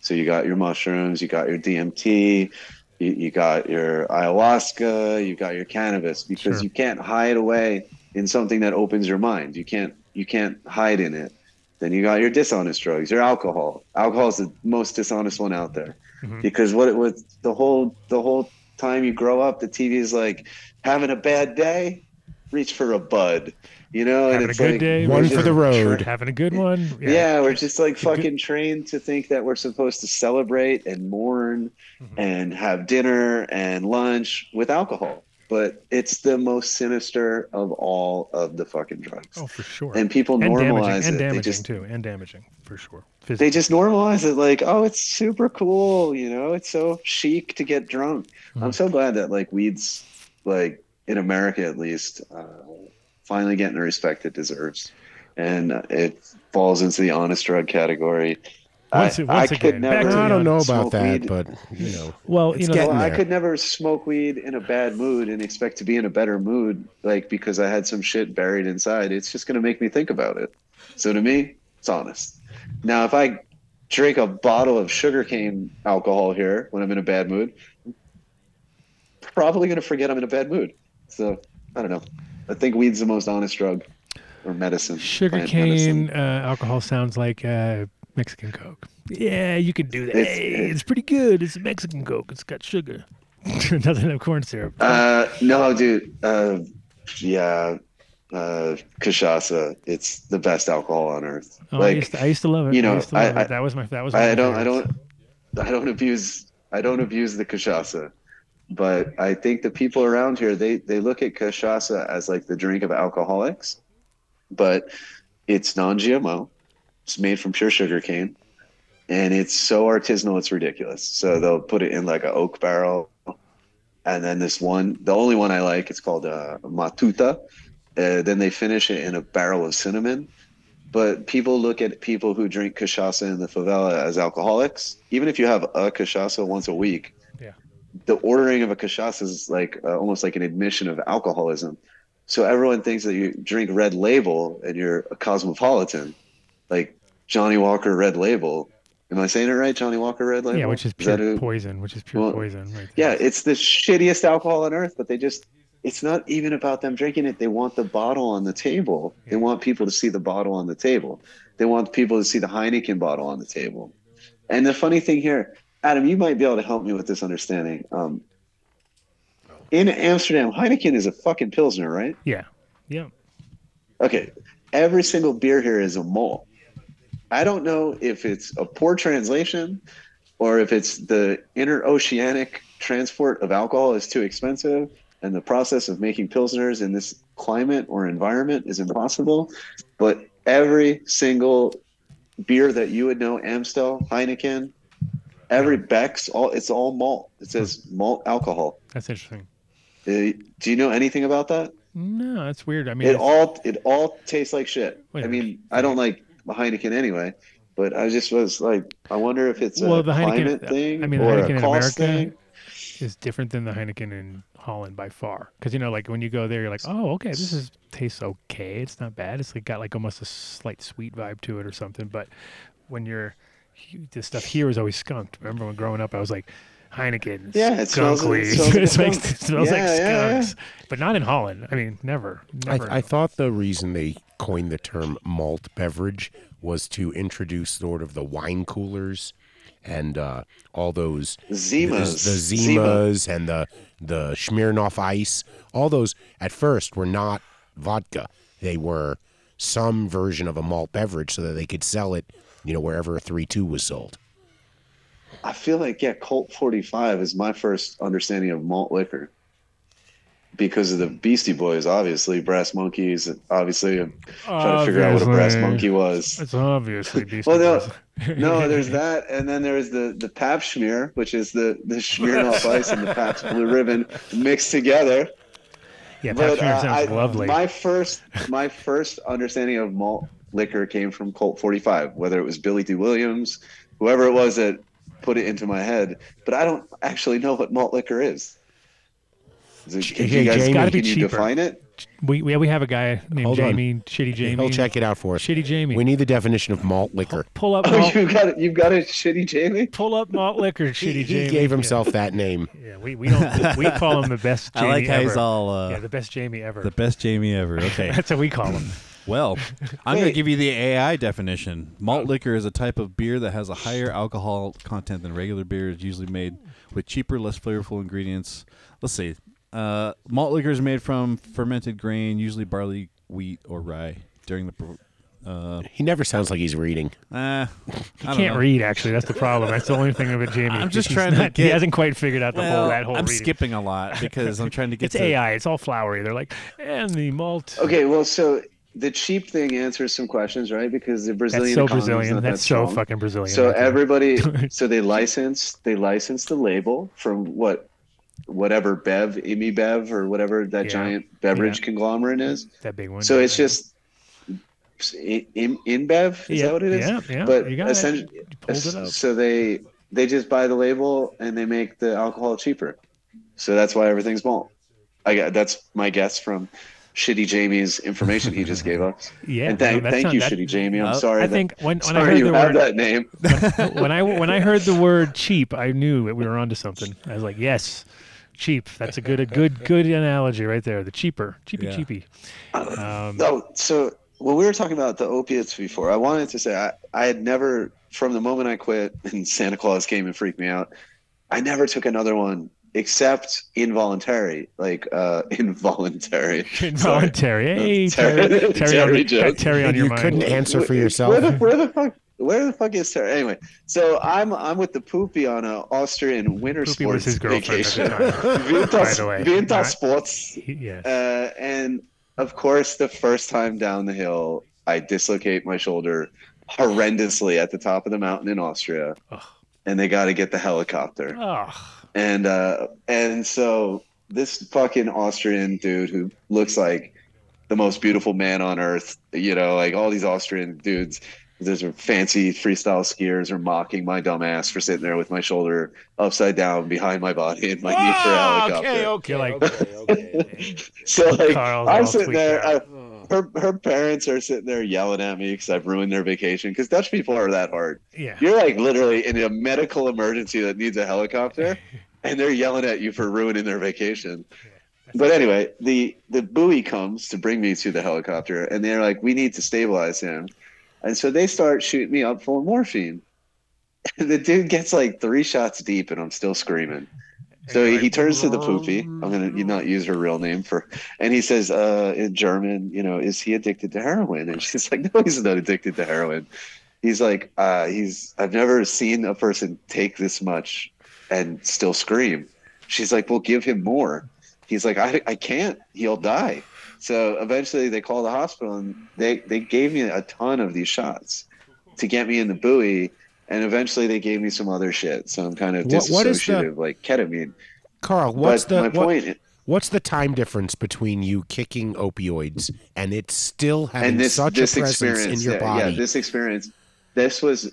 [SPEAKER 10] So you got your mushrooms, you got your DMT, you, you got your ayahuasca, you got your cannabis, because
[SPEAKER 4] Sure.
[SPEAKER 10] you can't hide away in something that opens your mind. You can't you can't hide in it. Then you got your dishonest drugs, your alcohol. Alcohol is the most dishonest one out there,
[SPEAKER 4] Mhm.
[SPEAKER 10] because what it was the whole the whole time you grow up, the TV is like having a bad day, reach for a bud, you know,
[SPEAKER 4] having
[SPEAKER 10] and
[SPEAKER 4] a
[SPEAKER 10] it's
[SPEAKER 4] good
[SPEAKER 10] like
[SPEAKER 4] day,
[SPEAKER 5] One
[SPEAKER 4] we're
[SPEAKER 5] for
[SPEAKER 4] just
[SPEAKER 5] the road.
[SPEAKER 4] having a good one.
[SPEAKER 10] yeah, we're just like
[SPEAKER 4] good-
[SPEAKER 10] fucking trained to think that we're supposed to celebrate and mourn
[SPEAKER 4] Mhm.
[SPEAKER 10] and have dinner and lunch with alcohol. But it's the most sinister of all of the fucking drugs.
[SPEAKER 4] Oh, for sure.
[SPEAKER 10] And people normalize
[SPEAKER 4] damaging, and
[SPEAKER 10] it. They
[SPEAKER 4] damaging
[SPEAKER 10] just
[SPEAKER 4] too, and damaging for sure.
[SPEAKER 10] they
[SPEAKER 4] Physically.
[SPEAKER 10] just normalize it like, oh, it's super cool, you know, it's so chic to get drunk. I'm
[SPEAKER 4] Mhm.
[SPEAKER 10] so glad that like weeds like in America at least uh, finally getting the respect it deserves. And uh, it falls into the honest drug category.
[SPEAKER 4] Once-
[SPEAKER 10] I,
[SPEAKER 4] once
[SPEAKER 10] I
[SPEAKER 4] again, back
[SPEAKER 10] could never
[SPEAKER 4] to the
[SPEAKER 5] I don't know about
[SPEAKER 10] smoke
[SPEAKER 5] that,
[SPEAKER 10] weed.
[SPEAKER 5] but you know,
[SPEAKER 4] well,
[SPEAKER 5] it's
[SPEAKER 4] you know,
[SPEAKER 5] getting
[SPEAKER 10] Well, I
[SPEAKER 5] there.
[SPEAKER 10] could never smoke weed in a bad mood and expect to be in a better mood, like because I had some shit buried inside. It's just gonna make me think about it. So to me, it's honest. Now, if I drink a bottle of sugarcane alcohol here when I'm in a bad mood, probably gonna forget I'm in a bad mood. So I don't know. I think weed's the most honest drug or medicine. plant medicine.
[SPEAKER 4] Sugarcane uh, alcohol sounds like uh, Mexican Coke. Yeah, you can do that.
[SPEAKER 10] It's-
[SPEAKER 4] hey, it's pretty good. It's Mexican Coke. It's got sugar. it doesn't have corn syrup.
[SPEAKER 10] Uh, no, dude. Uh, yeah, uh, cachaça. It's the best alcohol on earth.
[SPEAKER 4] Oh, I,
[SPEAKER 10] like
[SPEAKER 4] used to, I used to love it.
[SPEAKER 10] you know,
[SPEAKER 4] I used to love
[SPEAKER 10] I-
[SPEAKER 4] it. that was my that was. My
[SPEAKER 10] I don't, I
[SPEAKER 4] favorites.
[SPEAKER 10] don't, I don't abuse, I don't abuse the cachaça. But I think the people around here they they look at cachaça as like the drink of alcoholics, but it's non-GMO. It's made from pure sugar cane, and it's so artisanal it's ridiculous. So they'll put it in like a oak barrel, and then this one, the only one I like, it's called uh, Matuta. Uh, then they finish it in a barrel of cinnamon, but people look at people who drink cachaça in the favela as alcoholics. Even if you have a cachaça once a week,
[SPEAKER 4] Yeah.
[SPEAKER 10] the ordering of a cachaça is like uh, almost like an admission of alcoholism. So everyone thinks that you drink Red Label and you're a cosmopolitan, like Johnny Walker Red Label. Am I saying it right? Johnny Walker Red Label.
[SPEAKER 4] Yeah, which is
[SPEAKER 10] that
[SPEAKER 4] pure
[SPEAKER 10] who-
[SPEAKER 4] poison. Which is pure
[SPEAKER 10] Well,
[SPEAKER 4] poison. Right there.
[SPEAKER 10] yeah, it's the shittiest alcohol on earth, but they just it's not even about them drinking it. They want the bottle on the table. They want people to see the bottle on the table. They want people to see the Heineken bottle on the table. And the funny thing here, Adam, you might be able to help me with this understanding. Um, in Amsterdam, Heineken is a fucking pilsner, right?
[SPEAKER 4] Yeah. Yeah.
[SPEAKER 10] Okay. Every single beer here is a mole. I don't know if it's a poor translation or if it's the interoceanic transport of alcohol is too expensive and the process of making pilsners in this climate or environment is impossible. But every single beer that you would know, Amstel, Heineken, every Beck's, all it's all malt. It says malt alcohol.
[SPEAKER 4] That's interesting.
[SPEAKER 10] Uh, do you know anything about that?
[SPEAKER 4] No, that's weird. I mean,
[SPEAKER 10] it
[SPEAKER 4] it's-
[SPEAKER 10] all it all tastes like shit.
[SPEAKER 4] Wait a
[SPEAKER 10] I mean, I don't like Heineken anyway, But I just was like, I wonder if it's a climate thing
[SPEAKER 4] I mean, the
[SPEAKER 10] or
[SPEAKER 4] Heineken
[SPEAKER 10] a
[SPEAKER 4] in
[SPEAKER 10] cost
[SPEAKER 4] America
[SPEAKER 10] thing.
[SPEAKER 4] is different than the Heineken in Holland by far. Because you know, like when you go there, you're like, oh, okay, this is tastes okay. It's not bad. It's like got like almost a slight sweet vibe to it or something. But when you're this stuff here is always skunked. Remember when growing up, I was like. Heineken,
[SPEAKER 10] Yeah, it smells- it
[SPEAKER 4] skunkly.
[SPEAKER 10] smells
[SPEAKER 4] It
[SPEAKER 10] like
[SPEAKER 4] makes-
[SPEAKER 10] skunk.
[SPEAKER 4] it smells like
[SPEAKER 10] Yeah, yeah, yeah.
[SPEAKER 4] skunks, but not in Holland. I mean, never,
[SPEAKER 5] I,
[SPEAKER 4] never.
[SPEAKER 5] I thought the reason they coined the term malt beverage was to introduce sort of the wine coolers and uh, all those
[SPEAKER 10] Zimas.
[SPEAKER 5] the, the
[SPEAKER 10] Zima.
[SPEAKER 5] Zimas and the the Smirnoff Ice. All those at first were not vodka; they were some version of a malt beverage, so that they could sell it, you know, wherever a three two was sold.
[SPEAKER 10] I feel like yeah, Colt forty five is my first understanding of malt liquor because of the Beastie Boys, obviously Brass Monkeys. Obviously, I'm trying to figure out what a brass
[SPEAKER 4] Obviously.
[SPEAKER 10] monkey was.
[SPEAKER 4] It's obviously Beastie
[SPEAKER 10] Well, no,
[SPEAKER 4] Boys.
[SPEAKER 10] no, there's that, and then there's the the Pap Schmear, which is the the Smirnoff Ice and the Pabst Blue Ribbon mixed together.
[SPEAKER 4] Yeah,
[SPEAKER 10] But,
[SPEAKER 4] Pabst Beer
[SPEAKER 10] uh,
[SPEAKER 4] sounds
[SPEAKER 10] I-
[SPEAKER 4] lovely.
[SPEAKER 10] My first, my first understanding of malt liquor came from Colt 45, whether it was Billy D. Williams, whoever it was that put it into my head. But I don't actually know what malt liquor is. Is it- Can
[SPEAKER 4] Hey,
[SPEAKER 10] you guys
[SPEAKER 4] Jamie. Gotta be
[SPEAKER 10] can you
[SPEAKER 4] cheaper.
[SPEAKER 10] define it?
[SPEAKER 4] We we, we have a guy named
[SPEAKER 5] Hold on.
[SPEAKER 4] Jamie, Shitty Jamie.
[SPEAKER 5] He'll check it out for us.
[SPEAKER 4] Shitty Jamie.
[SPEAKER 5] We need the definition of malt liquor.
[SPEAKER 4] Pull up
[SPEAKER 10] Oh,
[SPEAKER 4] malt,
[SPEAKER 10] you got it. You've got a shitty Jamie.
[SPEAKER 4] pull up malt liquor, Shitty
[SPEAKER 5] He,
[SPEAKER 4] Jamie.
[SPEAKER 5] he gave himself that name.
[SPEAKER 4] Yeah, we, we don't we call him the best.
[SPEAKER 7] I
[SPEAKER 4] Jamie
[SPEAKER 7] like how
[SPEAKER 4] ever.
[SPEAKER 7] he's all, uh,
[SPEAKER 4] yeah, the best Jamie ever.
[SPEAKER 7] The best Jamie ever. Okay.
[SPEAKER 4] That's what we call him.
[SPEAKER 7] Well, I'm going to give you the AI definition.
[SPEAKER 4] Oh.
[SPEAKER 7] Malt liquor is a type of beer that has a higher alcohol content than regular beer. It's usually made with cheaper, less flavorful ingredients. Let's see. Uh, malt liquor is made from fermented grain, usually barley, wheat, or rye. During the pro- uh,
[SPEAKER 5] He never sounds like he's reading.
[SPEAKER 7] uh,
[SPEAKER 4] He can't read. Actually, that's the problem. That's the only thing about Jamie.
[SPEAKER 7] I'm
[SPEAKER 4] is
[SPEAKER 7] just
[SPEAKER 4] he's
[SPEAKER 7] trying to
[SPEAKER 4] not- He
[SPEAKER 7] get-
[SPEAKER 4] hasn't quite figured out the
[SPEAKER 7] Well,
[SPEAKER 4] whole that whole.
[SPEAKER 7] I'm
[SPEAKER 4] reading.
[SPEAKER 7] skipping a lot because I'm trying to get
[SPEAKER 4] It's
[SPEAKER 7] to
[SPEAKER 4] AI. It's all flowery. They're like, and the malt.
[SPEAKER 10] Okay, well, so the cheap thing answers some questions, right? Because the Brazilian
[SPEAKER 4] so
[SPEAKER 10] economy's
[SPEAKER 4] Brazilian.
[SPEAKER 10] not
[SPEAKER 4] That's
[SPEAKER 10] that
[SPEAKER 4] so
[SPEAKER 10] strong.
[SPEAKER 4] fucking Brazilian.
[SPEAKER 10] So
[SPEAKER 4] Okay.
[SPEAKER 10] everybody, so they license they license the label from what whatever Bev, Imi Bev, or whatever that
[SPEAKER 4] Yeah.
[SPEAKER 10] giant beverage conglomerate is.
[SPEAKER 4] that big one.
[SPEAKER 10] So it's just in, in InBev. Is
[SPEAKER 4] Yeah,
[SPEAKER 10] that what it is?
[SPEAKER 4] yeah, yeah,
[SPEAKER 10] But
[SPEAKER 4] you got it.
[SPEAKER 10] essentially,
[SPEAKER 4] pulled it up.
[SPEAKER 10] so they they just buy the label and they make the alcohol cheaper. So that's why everything's malt. I got that's my guess from shitty Jamie's information he just gave us.
[SPEAKER 4] Yeah,
[SPEAKER 10] and thank,
[SPEAKER 4] no, that
[SPEAKER 10] thank
[SPEAKER 4] sound-
[SPEAKER 10] you,
[SPEAKER 4] that-
[SPEAKER 10] shitty Jamie. I'm
[SPEAKER 4] I-
[SPEAKER 10] sorry.
[SPEAKER 4] I
[SPEAKER 10] that-
[SPEAKER 4] think when- when I
[SPEAKER 10] sorry
[SPEAKER 4] heard
[SPEAKER 10] you
[SPEAKER 4] the
[SPEAKER 10] have
[SPEAKER 4] word-
[SPEAKER 10] that name.
[SPEAKER 4] when I when I heard the word cheap, I knew that we were onto something. I was like, yes, cheap. That's a good a good good analogy right there. The cheaper, cheapy, cheapy. Um,
[SPEAKER 10] No, so when we were talking about the opiates before, I wanted to say I, I had never, from the moment I quit and Santa Claus came and freaked me out, I never took another one except involuntary, like uh, involuntary. Sorry.
[SPEAKER 4] Involuntary. Hey, Terry,
[SPEAKER 10] Terry-
[SPEAKER 4] Terry, on,
[SPEAKER 10] Terry
[SPEAKER 4] the-
[SPEAKER 10] joke.
[SPEAKER 4] Terry on
[SPEAKER 5] And
[SPEAKER 4] your
[SPEAKER 5] you
[SPEAKER 4] mind.
[SPEAKER 5] couldn't answer for
[SPEAKER 10] Wh-
[SPEAKER 5] yourself.
[SPEAKER 10] Where the, where the fuck? Where the fuck is Terry? Anyway, so I'm I'm with the poopy on a Austrian winter
[SPEAKER 4] Poopy was
[SPEAKER 10] sports
[SPEAKER 4] his girlfriend at the
[SPEAKER 10] vacation.
[SPEAKER 4] time. By the way,
[SPEAKER 10] Vinta
[SPEAKER 4] not-
[SPEAKER 10] Sports
[SPEAKER 4] Yes.
[SPEAKER 10] uh, and of course, the first time down the hill, I dislocate my shoulder horrendously at the top of the mountain in Austria, and they got to get the helicopter.
[SPEAKER 4] Oh,
[SPEAKER 10] And uh, and so this fucking Austrian dude who looks like the most beautiful man on earth, you know, like all these Austrian dudes. Those are fancy freestyle skiers are mocking my dumb ass for sitting there with my shoulder upside down behind my body and my knee for a helicopter
[SPEAKER 4] Ah, okay, okay. You're like,
[SPEAKER 10] so like
[SPEAKER 4] Carl's
[SPEAKER 10] I'm
[SPEAKER 4] all
[SPEAKER 10] sitting
[SPEAKER 4] tweaked
[SPEAKER 10] there. uh,
[SPEAKER 4] out.
[SPEAKER 10] I, her her parents are sitting there yelling at me because I've ruined their vacation. Because Dutch people are that hard.
[SPEAKER 4] yeah.
[SPEAKER 10] You're like literally in a medical emergency that needs a helicopter, and they're yelling at you for ruining their vacation. But anyway, the the buoy comes to bring me to the helicopter, and they're like, "We need to stabilize him," and so they start shooting me up full of morphine. And the dude gets like three shots deep, and I'm still screaming. So he, he turns to the poopy. I'm gonna not use her real name for, and he says uh, in German, you know, is he addicted to heroin? And she's like, no, he's not addicted to heroin. He's like, uh, he's I've never seen a person take this much and still scream. She's like, well, give him more. He's like, I, I can't. He'll die. So eventually they call the hospital and they, they gave me a ton of these shots to get me in the buoy. And eventually they gave me some other shit. So I'm kind of
[SPEAKER 5] What-
[SPEAKER 10] disassociative,
[SPEAKER 5] what is the-
[SPEAKER 10] like ketamine.
[SPEAKER 5] Carl, what's
[SPEAKER 10] But
[SPEAKER 5] the
[SPEAKER 10] my
[SPEAKER 5] what-
[SPEAKER 10] point-
[SPEAKER 5] What's the time difference between you kicking opioids and it's still having
[SPEAKER 10] and this
[SPEAKER 5] such
[SPEAKER 10] this
[SPEAKER 5] a presence in
[SPEAKER 10] experience
[SPEAKER 5] your
[SPEAKER 10] yeah,
[SPEAKER 5] body?
[SPEAKER 10] yeah this experience This was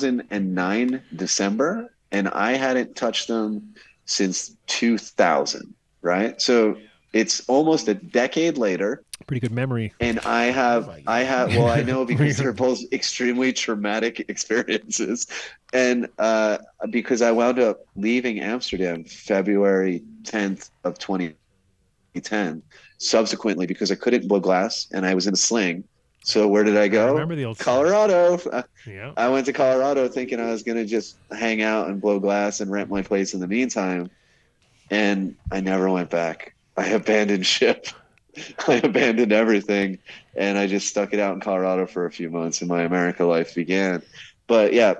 [SPEAKER 10] 2009 December, and I hadn't touched them since 2000. Right, so it's almost a decade later.
[SPEAKER 12] Pretty good memory.
[SPEAKER 10] And I have, I have, well, I know because they're both extremely traumatic experiences. And uh, because I wound up leaving Amsterdam February 10th of 2010, subsequently, because I couldn't blow glass and I was in a sling. So where did I go?
[SPEAKER 12] remember the old
[SPEAKER 10] Colorado. Uh,
[SPEAKER 12] Yeah.
[SPEAKER 10] I went to Colorado thinking I was going to just hang out and blow glass and rent my place in the meantime. And I never went back. I abandoned ship. I abandoned everything. And I just stuck it out in Colorado for a few months and my America life began. But yeah,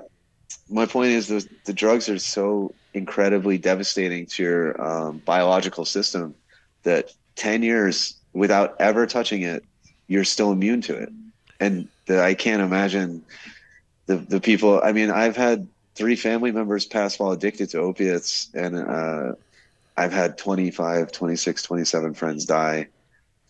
[SPEAKER 10] my point is the, the drugs are so incredibly devastating to your um, biological system that 10 years without ever touching it, you're still immune to it. And the, I can't imagine the, the people. I mean, I've had three family members pass while addicted to opiates, and uh, I've had 25, 26, 27 friends die.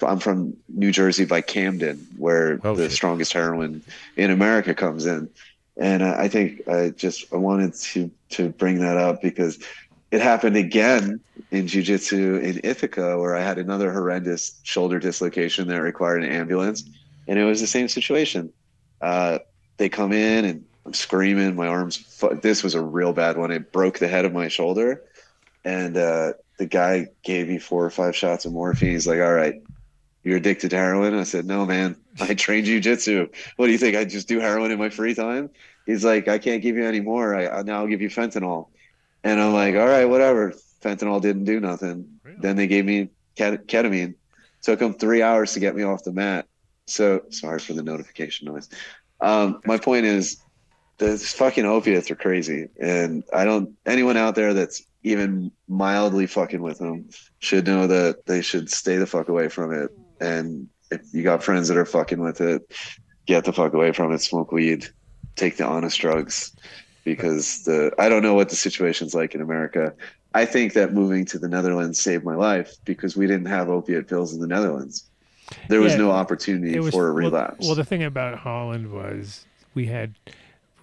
[SPEAKER 10] I'm from New Jersey by Camden, where the strongest heroin in America comes in. And I, I think I just I wanted to to bring that up because it happened again in jujitsu in Ithaca, where I had another horrendous shoulder dislocation that required an ambulance, and it was the same situation. Uh, they come in and I'm screaming, my arms. Fu- this was a real bad one. It broke the head of my shoulder, and uh, the guy gave me four or five shots of morphine. He's like, "All right, you're addicted to heroin." I said, "No, man, I train jujitsu. What do you think? I just do heroin in my free time?" He's like, "I can't give you any more. I, I now I'll give you fentanyl." And I'm like, all right, whatever. Fentanyl didn't do nothing. Then they gave me ket- ketamine. Took them three hours to get me off the mat. So sorry for the notification noise. Um, my point is, those fucking opiates are crazy, and I don't. Anyone out there that's even mildly fucking with them should know that they should stay the fuck away from it. And if you got friends that are fucking with it, get the fuck away from it. Smoke weed. Take the honest drugs because the I don't know what the situation's like in America. I think that moving to the Netherlands saved my life because we didn't have opiate pills in the Netherlands. There was
[SPEAKER 4] Yeah,
[SPEAKER 10] no opportunity
[SPEAKER 4] It was-
[SPEAKER 10] for a
[SPEAKER 4] well-
[SPEAKER 10] relapse.
[SPEAKER 4] Well, the thing about Holland was we had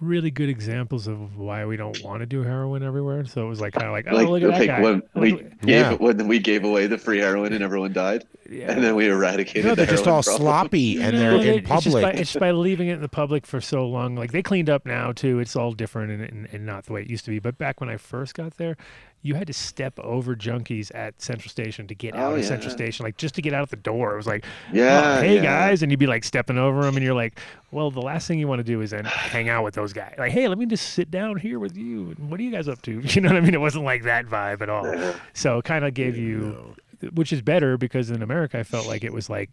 [SPEAKER 4] really good examples of why we don't want to do heroin everywhere. So it was like kind of like, oh,
[SPEAKER 10] like
[SPEAKER 4] look at that
[SPEAKER 10] like
[SPEAKER 4] guy.
[SPEAKER 10] when
[SPEAKER 4] Look
[SPEAKER 10] we
[SPEAKER 4] at-
[SPEAKER 10] gave when we gave away the free heroin and everyone died, and then we eradicated.
[SPEAKER 5] No, they're
[SPEAKER 10] the
[SPEAKER 5] just
[SPEAKER 10] heroin
[SPEAKER 5] all
[SPEAKER 10] problem.
[SPEAKER 5] sloppy and they're
[SPEAKER 4] No,
[SPEAKER 5] in
[SPEAKER 4] it- it's just by-
[SPEAKER 5] public.
[SPEAKER 4] It's by, leaving it in the public for so long. Like they cleaned up now too. It's all different and, and, and not the way it used to be. But back when I first got there, you had to step over junkies at Central Station to get
[SPEAKER 12] Oh,
[SPEAKER 4] out of
[SPEAKER 12] yeah.
[SPEAKER 4] Central Station. Like just to get out the door, it was like,
[SPEAKER 12] Yeah,
[SPEAKER 4] "Oh, hey
[SPEAKER 12] yeah.
[SPEAKER 4] guys, and you'd be like stepping over them, and you're like, well, the last thing you want to do is then hang out with those guys. Like, hey, let me just sit down here with you. And what are you guys up to? You know what I mean? It wasn't like that vibe at all. So it kind of gave you, which is better because in America, I felt like it was like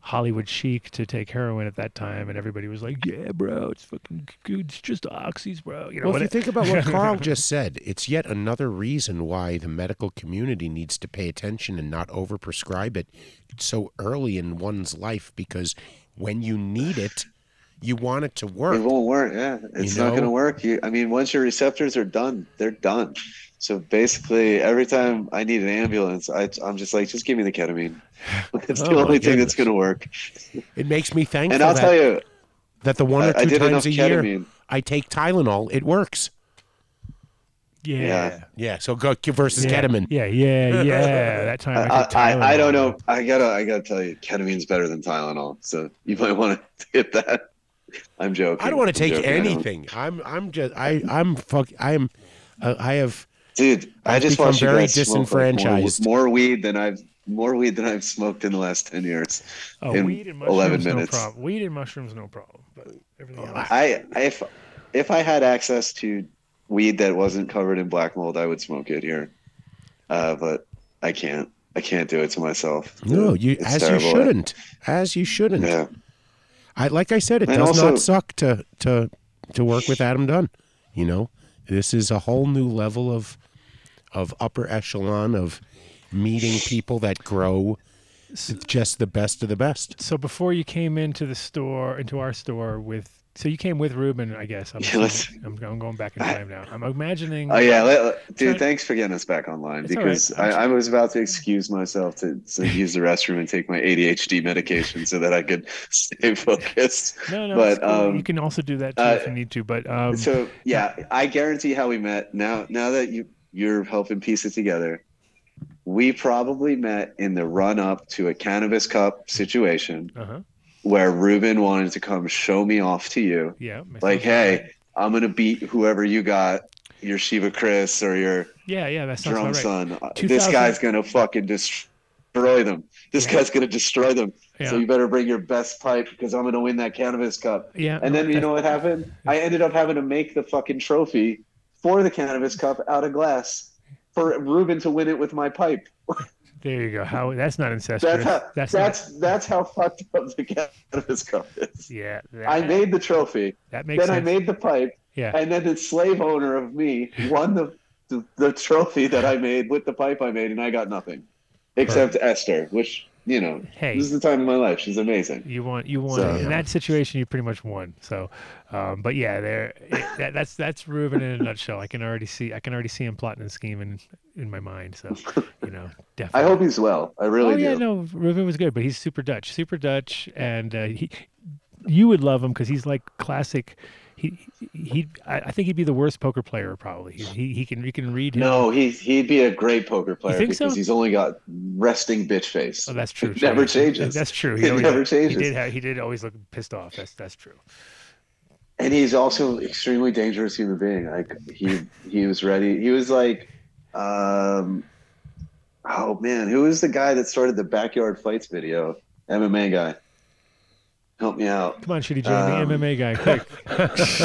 [SPEAKER 4] Hollywood chic to take heroin at that time, and everybody was like, yeah, bro, it's fucking good. It's just oxys, bro. You know,
[SPEAKER 5] well,
[SPEAKER 4] what
[SPEAKER 5] if you
[SPEAKER 4] it-
[SPEAKER 5] think about what Carl just said, it's yet another reason why the medical community needs to pay attention and not overprescribe it so early in one's life because when you need it, you want it to work.
[SPEAKER 10] It won't work. Yeah, it's
[SPEAKER 5] You
[SPEAKER 10] not going
[SPEAKER 5] know?
[SPEAKER 10] to work. You, I mean, once your receptors are done, they're done. So basically, every time I need an ambulance, I, I'm just like, just give me the ketamine. It's
[SPEAKER 5] Oh,
[SPEAKER 10] the
[SPEAKER 5] my
[SPEAKER 10] only thing that's going to work.
[SPEAKER 5] It makes me thankful.
[SPEAKER 10] And I'll
[SPEAKER 5] that,
[SPEAKER 10] tell you,
[SPEAKER 5] that the one
[SPEAKER 10] I-
[SPEAKER 5] or
[SPEAKER 10] I
[SPEAKER 5] two
[SPEAKER 10] did
[SPEAKER 5] times
[SPEAKER 10] enough
[SPEAKER 5] a year
[SPEAKER 10] ketamine.
[SPEAKER 5] I take Tylenol, it works.
[SPEAKER 10] Yeah.
[SPEAKER 5] yeah. So go versus
[SPEAKER 4] Yeah,
[SPEAKER 5] ketamine.
[SPEAKER 4] Yeah, yeah, yeah. That time I,
[SPEAKER 10] I,
[SPEAKER 4] took
[SPEAKER 10] I, I don't
[SPEAKER 4] Tylenol.
[SPEAKER 10] know. I gotta I gotta tell you, ketamine's better than Tylenol. So you might want to hit that. I'm joking.
[SPEAKER 5] I don't want
[SPEAKER 10] I'm
[SPEAKER 5] to take
[SPEAKER 10] joking. I don't-
[SPEAKER 5] anything. I'm I'm just I I'm fuck I'm uh, I have
[SPEAKER 10] dude. I
[SPEAKER 5] I've
[SPEAKER 10] just
[SPEAKER 5] become
[SPEAKER 10] watched you
[SPEAKER 5] very
[SPEAKER 10] guys smoke, like,
[SPEAKER 5] disenfranchised.
[SPEAKER 10] more, more weed than I've more weed than I've smoked in the last ten years.
[SPEAKER 4] Oh,
[SPEAKER 10] in
[SPEAKER 4] weed and mushrooms,
[SPEAKER 10] eleven
[SPEAKER 4] no
[SPEAKER 10] minutes. Oh,
[SPEAKER 4] problem. Weed and mushrooms, no problem. But everything else.
[SPEAKER 10] I if if I had access to weed that wasn't covered in black mold, I would smoke it here. Uh, but I can't. I can't do it to myself.
[SPEAKER 5] No, you
[SPEAKER 10] It's
[SPEAKER 5] as
[SPEAKER 10] terrible.
[SPEAKER 5] you shouldn't. As you shouldn't.
[SPEAKER 10] Yeah.
[SPEAKER 5] I like I said, it
[SPEAKER 10] And
[SPEAKER 5] does
[SPEAKER 10] also-
[SPEAKER 5] not suck to to to work with Adam Dunn. You know, this is a whole new level of of upper echelon of meeting people that grow just the best of the best.
[SPEAKER 4] So before you came into the store, into our store with So you came with Ruben, I guess. I'm,
[SPEAKER 10] Yeah, let's-
[SPEAKER 4] I'm, I'm going back in time now. I'm imagining.
[SPEAKER 10] Oh yeah, let- let- dude.
[SPEAKER 4] Try-
[SPEAKER 10] Thanks for getting us back online
[SPEAKER 4] It's all
[SPEAKER 10] because
[SPEAKER 4] right.
[SPEAKER 10] I, I was about to excuse myself to, to use the restroom and take my ADHD medication so that I could stay focused.
[SPEAKER 4] No, no,
[SPEAKER 10] but
[SPEAKER 4] it's cool.
[SPEAKER 10] um,
[SPEAKER 4] you can also do that too if
[SPEAKER 10] uh,
[SPEAKER 4] you need to. But um,
[SPEAKER 10] so yeah, I guarantee how we met. Now, now that you you're helping piece it together, we probably met in the run up to a cannabis cup situation
[SPEAKER 4] uh-huh.
[SPEAKER 10] where Ruben wanted to come show me off to you.
[SPEAKER 4] yeah, makes
[SPEAKER 10] Like,
[SPEAKER 4] sense.
[SPEAKER 10] hey, I'm gonna beat whoever you got, your Shiva Chris or your
[SPEAKER 4] yeah, yeah, that sounds about
[SPEAKER 10] drum
[SPEAKER 4] right.
[SPEAKER 10] son. Uh,
[SPEAKER 4] 2000
[SPEAKER 10] This guy's gonna fucking destroy them. This guy's gonna destroy them. So
[SPEAKER 4] Yeah.
[SPEAKER 10] you better bring your best pipe because I'm gonna win that cannabis cup.
[SPEAKER 4] Yeah,
[SPEAKER 10] And then you
[SPEAKER 4] that-
[SPEAKER 10] know what happened? I ended up having to make the fucking trophy for the cannabis cup out of glass for Ruben to win it with my pipe.
[SPEAKER 4] There you go. How that's not incestuous.
[SPEAKER 10] That's how
[SPEAKER 4] that's
[SPEAKER 10] that's
[SPEAKER 4] not-
[SPEAKER 10] that's, how fucked up the cannabis cup is.
[SPEAKER 4] yeah. That,
[SPEAKER 10] I made the trophy.
[SPEAKER 4] that makes
[SPEAKER 10] Then I
[SPEAKER 4] sense.
[SPEAKER 10] made the pipe.
[SPEAKER 4] yeah.
[SPEAKER 10] And then the slave owner of me won the, the the trophy that I made with the pipe I made, and I got nothing except Esther, which you know,
[SPEAKER 4] Hey.
[SPEAKER 10] this is the time of my life. She's amazing.
[SPEAKER 4] You want you want
[SPEAKER 10] So-
[SPEAKER 4] in that situation you pretty much won. So, um, but yeah, there it, that, that's that's Ruben in a nutshell. I can already see I can already see him plotting and scheming in my mind. So, you know, definitely.
[SPEAKER 10] I hope he's well. I really
[SPEAKER 4] oh yeah,
[SPEAKER 10] do.
[SPEAKER 4] no, Ruben was good, but he's super Dutch, super Dutch, and uh, he, you would love him because he's like classic. He, he, I, I think he'd be the worst poker player probably. He, he, he can, you can read him.
[SPEAKER 10] No, he he'd be a great poker player
[SPEAKER 4] think
[SPEAKER 10] because
[SPEAKER 4] so?
[SPEAKER 10] he's only got resting bitch face.
[SPEAKER 4] Oh, that's true.
[SPEAKER 10] It
[SPEAKER 4] Sorry.
[SPEAKER 10] never changes.
[SPEAKER 4] That's true.
[SPEAKER 10] It never
[SPEAKER 4] He
[SPEAKER 10] changes.
[SPEAKER 4] did, have, he did always look pissed off. That's that's true.
[SPEAKER 10] and he's also an extremely dangerous human being. Like he he was ready. He was like, um, oh man, who is the guy that started the backyard fights video? MMA guy. Help me out.
[SPEAKER 4] Come on, Shitty Joe,
[SPEAKER 10] Um,
[SPEAKER 4] the MMA guy, quick.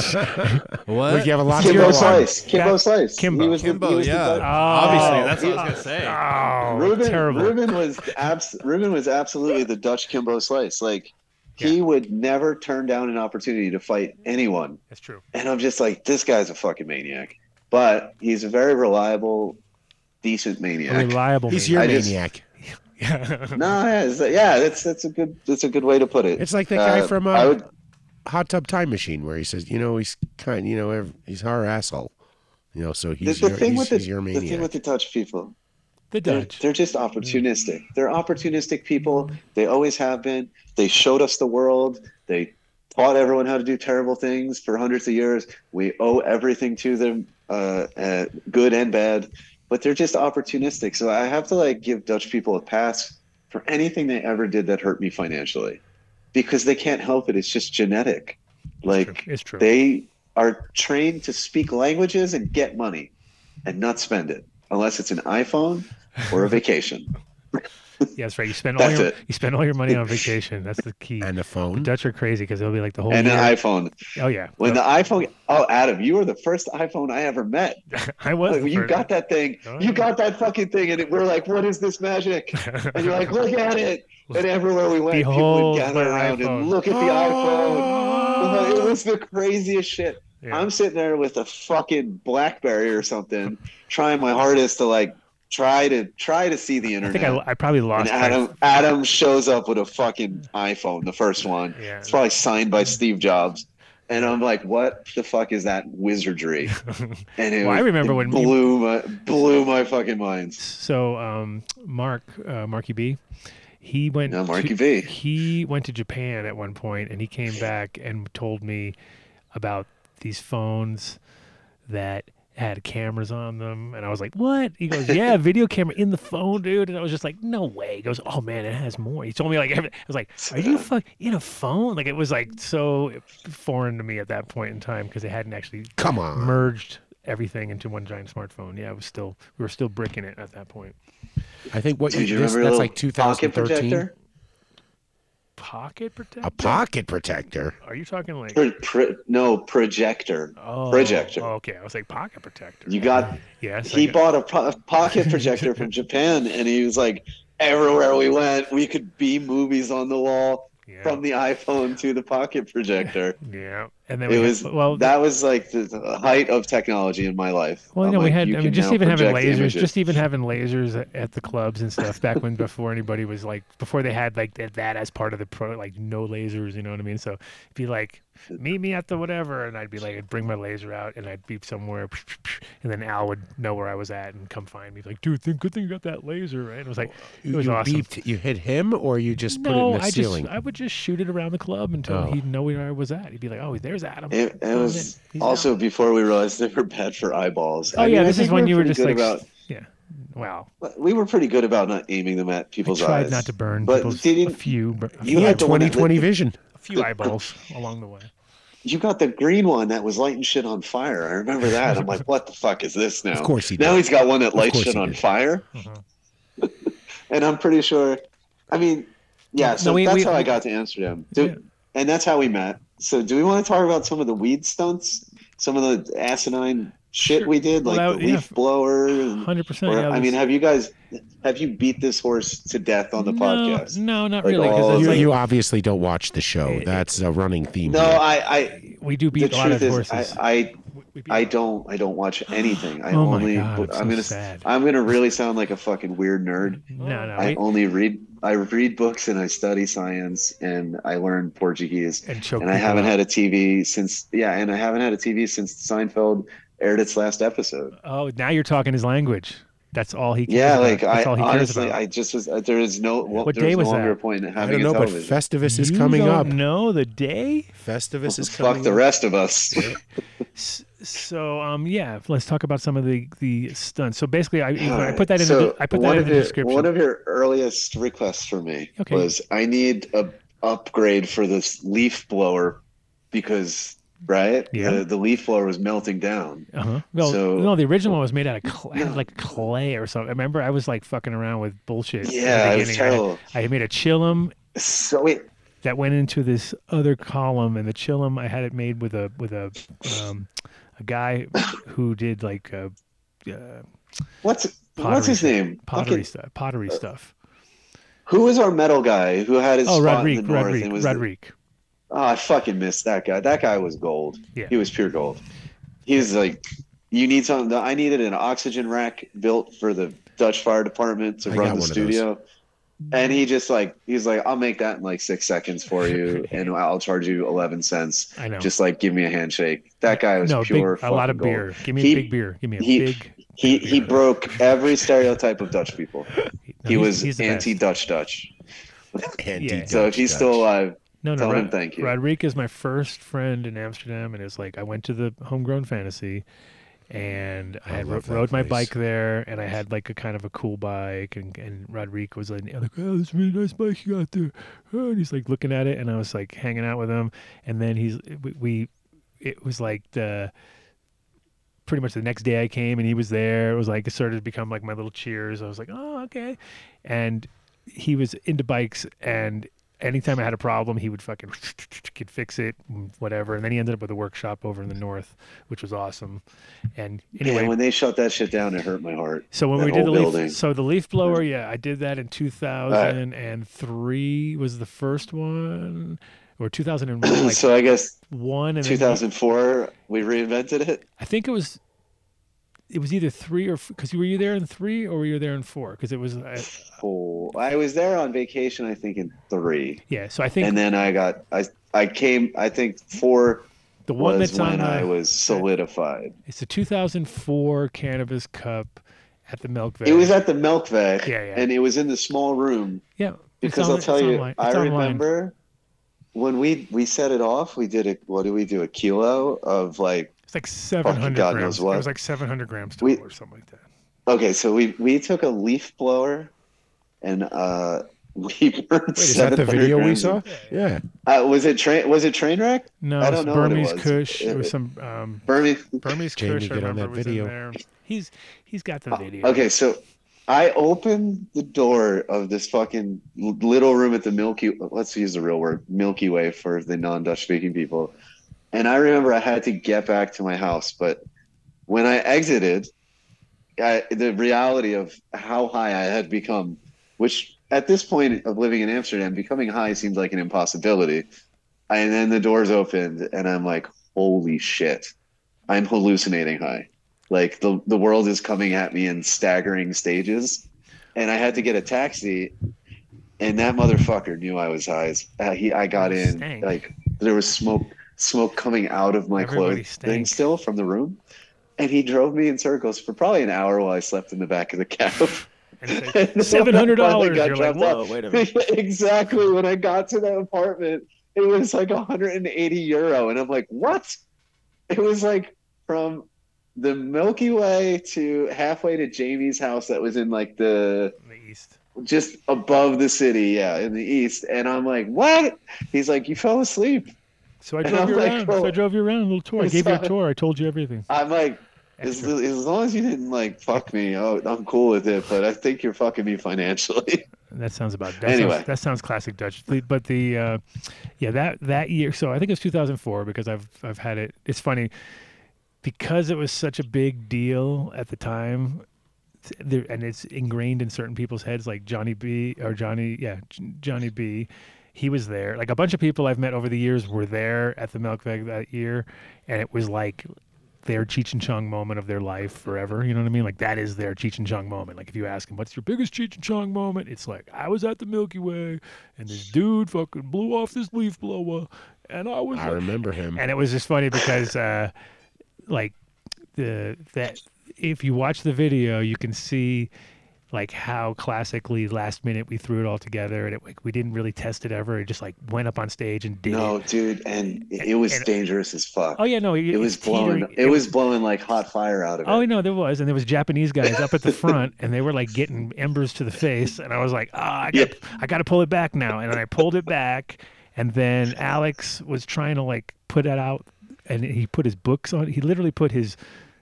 [SPEAKER 7] What?
[SPEAKER 5] Look, you have a lot to go
[SPEAKER 10] Kimbo
[SPEAKER 5] on.
[SPEAKER 10] Slice. Kimbo
[SPEAKER 4] That-
[SPEAKER 10] Slice.
[SPEAKER 4] Kimbo.
[SPEAKER 10] He was the- he
[SPEAKER 7] Kimbo,
[SPEAKER 10] was the
[SPEAKER 7] yeah.
[SPEAKER 10] guy-
[SPEAKER 7] Obviously,
[SPEAKER 10] Oh.
[SPEAKER 7] that's what I was gonna say.
[SPEAKER 4] Oh,
[SPEAKER 10] Ruben,
[SPEAKER 4] terrible.
[SPEAKER 10] Ruben was abs- Ruben was absolutely the Dutch Kimbo Slice. Like he would never turn down an opportunity to fight anyone.
[SPEAKER 4] That's true.
[SPEAKER 10] And I'm just like, this guy's a fucking maniac. But he's a very reliable, decent maniac.
[SPEAKER 4] A reliable.
[SPEAKER 5] He's
[SPEAKER 4] man.
[SPEAKER 5] your
[SPEAKER 10] I just-
[SPEAKER 5] maniac.
[SPEAKER 4] Yeah.
[SPEAKER 10] no, yeah, it's- yeah, that's that's a good that's a good way to put it.
[SPEAKER 5] It's like that guy
[SPEAKER 10] Uh,
[SPEAKER 5] from
[SPEAKER 10] I
[SPEAKER 5] uh,
[SPEAKER 10] would-
[SPEAKER 5] Hot Tub Time Machine, where he says, you know, he's kind, you know, ev- he's our asshole, you know. So
[SPEAKER 10] the,
[SPEAKER 5] he's
[SPEAKER 10] the
[SPEAKER 5] your,
[SPEAKER 10] thing
[SPEAKER 5] he's,
[SPEAKER 10] with the,
[SPEAKER 5] he's your
[SPEAKER 10] the
[SPEAKER 5] maniac.
[SPEAKER 10] thing with the Dutch people,
[SPEAKER 4] the
[SPEAKER 10] they're,
[SPEAKER 4] Dutch.
[SPEAKER 10] they're just opportunistic. They're opportunistic people. They always have been. They showed us the world. They taught everyone how to do terrible things for hundreds of years. We owe everything to them, uh, uh, good and bad. But they're just opportunistic. So I have to like give Dutch people a pass for anything they ever did that hurt me financially, because they can't help it. It's just genetic. Like
[SPEAKER 4] it's true.
[SPEAKER 10] they are trained to speak languages and get money and not spend it unless it's an iPhone or a vacation.
[SPEAKER 4] yeah, that's right. You spend all
[SPEAKER 10] That's
[SPEAKER 4] your
[SPEAKER 10] it.
[SPEAKER 4] you spend all your money on vacation. That's the key.
[SPEAKER 5] and the phone.
[SPEAKER 4] Dutch are crazy because they'll be like the whole
[SPEAKER 10] and
[SPEAKER 4] year.
[SPEAKER 10] an iPhone.
[SPEAKER 4] oh yeah,
[SPEAKER 10] When the iPhone, oh, Adam, you were the first iPhone I ever met.
[SPEAKER 4] I was.
[SPEAKER 10] Like,
[SPEAKER 4] the
[SPEAKER 10] you
[SPEAKER 4] first-
[SPEAKER 10] got that thing.
[SPEAKER 4] Oh, yeah.
[SPEAKER 10] You got that fucking thing. And it- we're like, what is this magic? And you're like, look at it. And everywhere we went, people
[SPEAKER 4] Behold
[SPEAKER 10] would gather
[SPEAKER 4] my
[SPEAKER 10] around
[SPEAKER 4] iPhone.
[SPEAKER 10] and look at the iPhone. It was the craziest shit.
[SPEAKER 4] Yeah.
[SPEAKER 10] I'm sitting there with a fucking BlackBerry or something, trying my hardest to like try to try to see the
[SPEAKER 4] I
[SPEAKER 10] internet.
[SPEAKER 4] think I, I probably
[SPEAKER 10] and
[SPEAKER 4] lost. track.
[SPEAKER 10] Adam Adam shows up with a fucking iPhone, the first one.
[SPEAKER 4] Yeah.
[SPEAKER 10] It's probably signed by Steve Jobs. And I'm like, what the fuck is that wizardry? And it
[SPEAKER 4] Well, I
[SPEAKER 10] was-
[SPEAKER 4] remember
[SPEAKER 10] it
[SPEAKER 4] when you-
[SPEAKER 10] blew my blew my fucking mind.
[SPEAKER 4] so um, Mark uh, Marky B, he went.
[SPEAKER 10] No, Marky
[SPEAKER 4] to,
[SPEAKER 10] B.
[SPEAKER 4] He went to Japan at one point, and he came back and told me about these phones that had cameras on them, and I was like, "What?" He goes, "Yeah, video camera in the phone, dude." And I was just like, "No way." He goes, "Oh man, it has more." He told me like, every- "I was like, are you fuck in a phone?" Like it was like so foreign to me at that point in time because it hadn't actually
[SPEAKER 5] Come on.
[SPEAKER 4] merged everything into one giant smartphone. Yeah, it was still we were still bricking it at that point.
[SPEAKER 5] I think what
[SPEAKER 10] Dude, you
[SPEAKER 5] you, this,
[SPEAKER 10] remember
[SPEAKER 5] that's
[SPEAKER 10] little
[SPEAKER 5] like
[SPEAKER 10] pocket
[SPEAKER 5] 2013.
[SPEAKER 10] projector?
[SPEAKER 4] Pocket protector?
[SPEAKER 5] A pocket protector.
[SPEAKER 4] Are you talking like
[SPEAKER 10] Pro, pro, no projector.
[SPEAKER 4] oh,
[SPEAKER 10] projector.
[SPEAKER 4] oh, okay, I was like pocket protector.
[SPEAKER 10] You got
[SPEAKER 4] yes. I
[SPEAKER 10] he
[SPEAKER 4] got-
[SPEAKER 10] bought a, pro- pocket projector from Japan, and he was like, everywhere we went, we could beam movies on the wall
[SPEAKER 4] yeah,
[SPEAKER 10] from the iPhone to the pocket projector.
[SPEAKER 4] yeah. And then
[SPEAKER 10] it
[SPEAKER 4] we
[SPEAKER 10] was
[SPEAKER 4] had, well,
[SPEAKER 10] that was like the, the height of technology in my life.
[SPEAKER 4] Well,
[SPEAKER 10] I'm
[SPEAKER 4] no, we
[SPEAKER 10] like,
[SPEAKER 4] had.
[SPEAKER 10] you
[SPEAKER 4] I
[SPEAKER 10] can
[SPEAKER 4] mean, just
[SPEAKER 10] now
[SPEAKER 4] even having
[SPEAKER 10] project
[SPEAKER 4] lasers,
[SPEAKER 10] images.
[SPEAKER 4] just even having lasers at, at the clubs and stuff back when before anybody was like before they had like that, that as part of the pro, like no lasers. You know what I mean? So it'd be like, meet me at the whatever, and I'd be like, I'd bring my laser out and I'd be somewhere, and then Al would know where I was at and come find me. Like, dude, think, good thing you got that laser, right? It was like, it
[SPEAKER 5] You,
[SPEAKER 4] was
[SPEAKER 5] you
[SPEAKER 4] awesome.
[SPEAKER 5] beeped. You hit him, or you just put it
[SPEAKER 4] no,
[SPEAKER 5] in the
[SPEAKER 4] I
[SPEAKER 5] ceiling.
[SPEAKER 4] just I would just shoot it around the club until
[SPEAKER 5] Oh.
[SPEAKER 4] he'd know where I was at. He'd be like, "Oh, there's Adam."
[SPEAKER 10] It, it
[SPEAKER 4] Oh,
[SPEAKER 10] was
[SPEAKER 4] he's out.
[SPEAKER 10] also before we realized they were bad for eyeballs.
[SPEAKER 4] Oh
[SPEAKER 10] I mean,
[SPEAKER 4] yeah,
[SPEAKER 10] I
[SPEAKER 4] this is
[SPEAKER 10] think
[SPEAKER 4] when you were
[SPEAKER 10] pretty
[SPEAKER 4] just
[SPEAKER 10] good
[SPEAKER 4] like,
[SPEAKER 10] about-
[SPEAKER 4] yeah, wow.
[SPEAKER 10] we were pretty good about not aiming them at people's
[SPEAKER 4] tried
[SPEAKER 10] eyes.
[SPEAKER 4] not to burn
[SPEAKER 10] but
[SPEAKER 4] people's-
[SPEAKER 10] didn't,
[SPEAKER 4] a few bur- a
[SPEAKER 10] you
[SPEAKER 4] few
[SPEAKER 10] had the one that-
[SPEAKER 5] 20/20 vision.
[SPEAKER 4] A few eyeballs along the way.
[SPEAKER 10] You got the green one that was lighting shit on fire. I remember that. I'm like, what the fuck is this now?
[SPEAKER 5] Of course he
[SPEAKER 10] Now
[SPEAKER 5] did.
[SPEAKER 10] he's got one that
[SPEAKER 5] Of
[SPEAKER 10] lights
[SPEAKER 5] course
[SPEAKER 10] shit
[SPEAKER 5] he
[SPEAKER 10] on
[SPEAKER 5] did.
[SPEAKER 10] fire.
[SPEAKER 4] Uh-huh.
[SPEAKER 10] and I'm pretty sure. I mean, yeah. So
[SPEAKER 4] No, we-
[SPEAKER 10] that's
[SPEAKER 4] we-
[SPEAKER 10] how I got to Amsterdam. Do, And that's how we met. So do we want to talk about some of the weed stunts? Some of the asinine shit we did, like
[SPEAKER 4] Well,
[SPEAKER 10] the
[SPEAKER 4] that- yeah.
[SPEAKER 10] leaf blower. and-
[SPEAKER 4] Hundred percent.
[SPEAKER 10] or-
[SPEAKER 4] yeah,
[SPEAKER 10] I
[SPEAKER 4] this-
[SPEAKER 10] mean, have you guys have you beat this horse to death on the
[SPEAKER 4] no,
[SPEAKER 10] podcast?
[SPEAKER 4] No, not
[SPEAKER 10] Like
[SPEAKER 4] really.
[SPEAKER 10] all
[SPEAKER 4] Because
[SPEAKER 10] the-
[SPEAKER 5] You,
[SPEAKER 10] like-
[SPEAKER 5] you obviously don't watch the show. That's a running theme.
[SPEAKER 10] No,
[SPEAKER 5] here.
[SPEAKER 10] I, I
[SPEAKER 4] we do
[SPEAKER 10] the
[SPEAKER 4] beat a lot
[SPEAKER 10] truth
[SPEAKER 4] of
[SPEAKER 10] is,
[SPEAKER 4] horses.
[SPEAKER 10] I, I, I don't, I don't watch anything. I
[SPEAKER 4] Oh my
[SPEAKER 10] only,
[SPEAKER 4] God, it's so
[SPEAKER 10] I'm gonna,
[SPEAKER 4] sad.
[SPEAKER 10] I'm gonna really sound like a fucking weird nerd.
[SPEAKER 4] no, no.
[SPEAKER 10] I
[SPEAKER 4] we-
[SPEAKER 10] only read, I read books and I study science and I learn Portuguese.
[SPEAKER 4] and choke.
[SPEAKER 10] and I
[SPEAKER 4] people
[SPEAKER 10] haven't
[SPEAKER 4] out.
[SPEAKER 10] had a TV since, yeah, and I haven't had a TV since Seinfeld aired its last episode.
[SPEAKER 4] Oh, now you're talking his language. That's all he. Cares
[SPEAKER 10] Yeah,
[SPEAKER 4] about.
[SPEAKER 10] like
[SPEAKER 4] That's
[SPEAKER 10] I
[SPEAKER 4] all he
[SPEAKER 10] honestly,
[SPEAKER 4] cares about.
[SPEAKER 10] I just was. There is no. Well,
[SPEAKER 4] What
[SPEAKER 10] there
[SPEAKER 4] day
[SPEAKER 10] was
[SPEAKER 4] was
[SPEAKER 10] no longer
[SPEAKER 4] that?
[SPEAKER 10] a point in
[SPEAKER 5] I
[SPEAKER 10] having
[SPEAKER 5] don't know,
[SPEAKER 10] a
[SPEAKER 5] but
[SPEAKER 10] television.
[SPEAKER 5] Festivus is
[SPEAKER 4] You
[SPEAKER 5] coming
[SPEAKER 4] don't
[SPEAKER 5] up.
[SPEAKER 4] Know the day.
[SPEAKER 5] Festivus is coming
[SPEAKER 10] Fuck the
[SPEAKER 5] up.
[SPEAKER 10] rest of us.
[SPEAKER 4] S- So um yeah, let's talk about some of the the stunts. So basically, I, I put that in.
[SPEAKER 10] So
[SPEAKER 4] the, I put that
[SPEAKER 10] one
[SPEAKER 4] in
[SPEAKER 10] of
[SPEAKER 4] the
[SPEAKER 10] your-
[SPEAKER 4] description.
[SPEAKER 10] One of your earliest requests for me
[SPEAKER 4] Okay.
[SPEAKER 10] was I need a upgrade for this leaf blower because right
[SPEAKER 4] Yeah.
[SPEAKER 10] the, the leaf blower was melting down.
[SPEAKER 4] Uh-huh. Well,
[SPEAKER 10] So-
[SPEAKER 4] no, the original one was made out of cl- like clay or something. I remember I was like fucking around with bullshit. in the
[SPEAKER 10] Yeah, it was
[SPEAKER 4] beginning. I had-
[SPEAKER 10] terrible.
[SPEAKER 4] I, made a chillum
[SPEAKER 10] So it
[SPEAKER 4] that went into this other column, and the chillum I had it made with a with a um, a guy who did like uh, uh,
[SPEAKER 10] what's
[SPEAKER 4] pottery
[SPEAKER 10] what's his
[SPEAKER 4] stuff-
[SPEAKER 10] name?
[SPEAKER 4] Pottery
[SPEAKER 10] Fucking-
[SPEAKER 4] stuff. Pottery stuff.
[SPEAKER 10] who was our metal guy who had his
[SPEAKER 4] Oh,
[SPEAKER 10] spot
[SPEAKER 4] Rodrigue,
[SPEAKER 10] in the north
[SPEAKER 4] Rodrigue,
[SPEAKER 10] and was the-
[SPEAKER 4] Rodrigue.
[SPEAKER 10] oh, I fucking missed that guy. That guy was gold.
[SPEAKER 4] Yeah.
[SPEAKER 10] He was pure gold. He was like, you need something. I needed an oxygen rack built for the Dutch fire department to
[SPEAKER 5] I got
[SPEAKER 10] run the
[SPEAKER 5] one of
[SPEAKER 10] studio. And he just like, he's like, I'll make that in like six seconds for you and I'll charge you 11 cents.
[SPEAKER 4] I know.
[SPEAKER 10] Just like, give me a handshake. That guy was
[SPEAKER 4] no,
[SPEAKER 10] pure.
[SPEAKER 4] big, a lot
[SPEAKER 10] fucking
[SPEAKER 4] of
[SPEAKER 10] gold.
[SPEAKER 4] beer. Give me
[SPEAKER 10] He-
[SPEAKER 4] a big beer. Give me a
[SPEAKER 10] he-
[SPEAKER 4] big.
[SPEAKER 10] He, he broke every stereotype of Dutch people.
[SPEAKER 4] no,
[SPEAKER 10] he
[SPEAKER 4] he's-
[SPEAKER 10] was
[SPEAKER 4] he's the best.
[SPEAKER 10] anti Dutch Dutch.
[SPEAKER 5] Andy
[SPEAKER 10] So
[SPEAKER 5] Dutch
[SPEAKER 10] if he's
[SPEAKER 5] Dutch.
[SPEAKER 10] still alive,
[SPEAKER 4] No, no.
[SPEAKER 10] Tell him
[SPEAKER 4] Rod-
[SPEAKER 10] thank you.
[SPEAKER 4] Roderick is my first friend in Amsterdam, and it's like I went to the Homegrown Fantasy, and I,
[SPEAKER 5] I
[SPEAKER 4] had ro-
[SPEAKER 5] love that
[SPEAKER 4] rode my
[SPEAKER 5] place.
[SPEAKER 4] bike there, and I had like a kind of a cool bike, and and Roderick was like, like, oh, this really nice bike you got there, Oh, and he's like looking at it, and I was like hanging out with him, and then he's we, we it was like the pretty much the next day I came and he was there. It was like it started to become like my little cheers. I was like, oh, okay. And he was into bikes and anytime I had a problem, he would fucking could fix it, whatever. And then he ended up with a workshop over in the north, which was awesome. And anyway,
[SPEAKER 10] man, when they shut that shit down, it hurt my heart.
[SPEAKER 4] so when
[SPEAKER 10] that
[SPEAKER 4] we did the
[SPEAKER 10] whole
[SPEAKER 4] leaf,
[SPEAKER 10] building.
[SPEAKER 4] so the leaf blower, yeah, I did that in 2003 was the first one or 2001 like
[SPEAKER 10] so I guess
[SPEAKER 4] one and then he-
[SPEAKER 10] 2004 we reinvented it
[SPEAKER 4] I think it was it was either three or because were you there in three or were you there in four? Because it was uh, I,
[SPEAKER 10] oh, i was there on vacation i think in three
[SPEAKER 4] yeah. So I think
[SPEAKER 10] and then i got i i came i think four
[SPEAKER 4] the one
[SPEAKER 10] was
[SPEAKER 4] that's on
[SPEAKER 10] when i
[SPEAKER 4] the,
[SPEAKER 10] was solidified
[SPEAKER 4] it's the 2004 Cannabis Cup at the Milk Vet.
[SPEAKER 10] it was at the melkweg
[SPEAKER 4] Yeah, yeah.
[SPEAKER 10] and it was in the small room
[SPEAKER 4] yeah. it's
[SPEAKER 10] because
[SPEAKER 4] on-
[SPEAKER 10] i'll tell
[SPEAKER 4] it's
[SPEAKER 10] you
[SPEAKER 4] online-
[SPEAKER 10] i
[SPEAKER 4] it's online.
[SPEAKER 10] remember when we we set it off we did it what did we do a kilo of like
[SPEAKER 4] it's like 700
[SPEAKER 10] God knows
[SPEAKER 4] grams.
[SPEAKER 10] what.
[SPEAKER 4] It was like 700 grams total
[SPEAKER 10] We-
[SPEAKER 4] or something like that.
[SPEAKER 10] okay so we we took a leaf blower and uh we burned Wait,
[SPEAKER 5] Is that the video we saw? Yeah.
[SPEAKER 10] Uh, was it train? Was it train wreck?
[SPEAKER 4] No,
[SPEAKER 10] I
[SPEAKER 4] it was
[SPEAKER 10] don't know what it
[SPEAKER 4] Burmese
[SPEAKER 10] was.
[SPEAKER 4] Kush. It
[SPEAKER 10] It-
[SPEAKER 4] was some um,
[SPEAKER 10] Burmese.
[SPEAKER 4] Burmese
[SPEAKER 5] Jamie,
[SPEAKER 4] Kush. I
[SPEAKER 5] get on
[SPEAKER 4] remember
[SPEAKER 5] that
[SPEAKER 4] was
[SPEAKER 5] video.
[SPEAKER 4] in there. He's he's got the video.
[SPEAKER 10] Oh, Okay, so I opened the door of this fucking l- little room at the Milky. Let's use the real word, Milky Way, for the non-Dutch speaking people. And I remember I had to get back to my house, but when I exited, I, the reality of how high I had become, which at this point of living in Amsterdam, becoming high seemed like an impossibility. And then the doors opened, and I'm like, holy shit, I'm hallucinating high. Like the the world is coming at me in staggering stages, and I had to get a taxi. And that motherfucker knew I was high. as- Uh, he, I got in
[SPEAKER 4] Stank.
[SPEAKER 10] like there was smoke smoke coming out of my
[SPEAKER 4] Everybody
[SPEAKER 10] clothes thing still from the room, and he drove me in circles for probably an hour while I slept in the back of the cab.
[SPEAKER 4] Seven hundred dollars.
[SPEAKER 10] Finally got
[SPEAKER 4] You're like,
[SPEAKER 10] dropped
[SPEAKER 4] whoa,
[SPEAKER 10] off.
[SPEAKER 4] wait a minute.
[SPEAKER 10] exactly. When I got to that apartment, it was like 180 euro, and I'm like, what? It was like from the Milky Way to halfway to Jamie's house that was in like the
[SPEAKER 4] In the east.
[SPEAKER 10] just above the city, yeah, in the east. And I'm like, what? He's like, you fell asleep.
[SPEAKER 4] So I
[SPEAKER 10] And
[SPEAKER 4] drove
[SPEAKER 10] I'm
[SPEAKER 4] you
[SPEAKER 10] like,
[SPEAKER 4] around.
[SPEAKER 10] "Well,
[SPEAKER 4] so I drove you around a little tour. I
[SPEAKER 10] it's
[SPEAKER 4] gave you a
[SPEAKER 10] not-
[SPEAKER 4] tour. I told you everything.
[SPEAKER 10] I'm like, as, as long as you didn't like fuck me, oh, I'm cool with it. But I think you're fucking me financially.
[SPEAKER 4] That sounds about that
[SPEAKER 10] Anyway.
[SPEAKER 4] Sounds, that sounds classic Dutch. The- But the uh, yeah that that year. So I think it was 2004 because I've I've had it. It's funny because it was such a big deal at the time. th- There, and it's ingrained in certain people's heads, like Johnny B or Johnny, yeah, J- Johnny B. He was there. Like a bunch of people I've met over the years were there at the Milk Bag that year, and it was like their Cheech and Chong moment of their life forever. You know what I mean? Like that is their Cheech and Chong moment. Like if you ask him, what's your biggest Cheech and Chong moment? It's like I was at the Milky Way and this dude fucking blew off this leaf blower and I was
[SPEAKER 5] I remember him.
[SPEAKER 4] and it was just funny because uh like the that if you watch the video you can see like how classically last minute we threw it all together and it like we didn't really test it ever. It just like went up on stage and did
[SPEAKER 10] No,
[SPEAKER 4] it.
[SPEAKER 10] dude, and it was dangerous as fuck.
[SPEAKER 4] Oh yeah, no, it,
[SPEAKER 10] it was
[SPEAKER 4] it's teetering-
[SPEAKER 10] blowing. It, was blowing like hot fire out of it.
[SPEAKER 4] Oh no, there was, and there was Japanese guys up at the front, and they were like getting embers to the face, and I was like, ah, I got, I got to pull it back now, and I pulled it back, and then Alex was trying to like put it out, and he put his books on. He literally put his,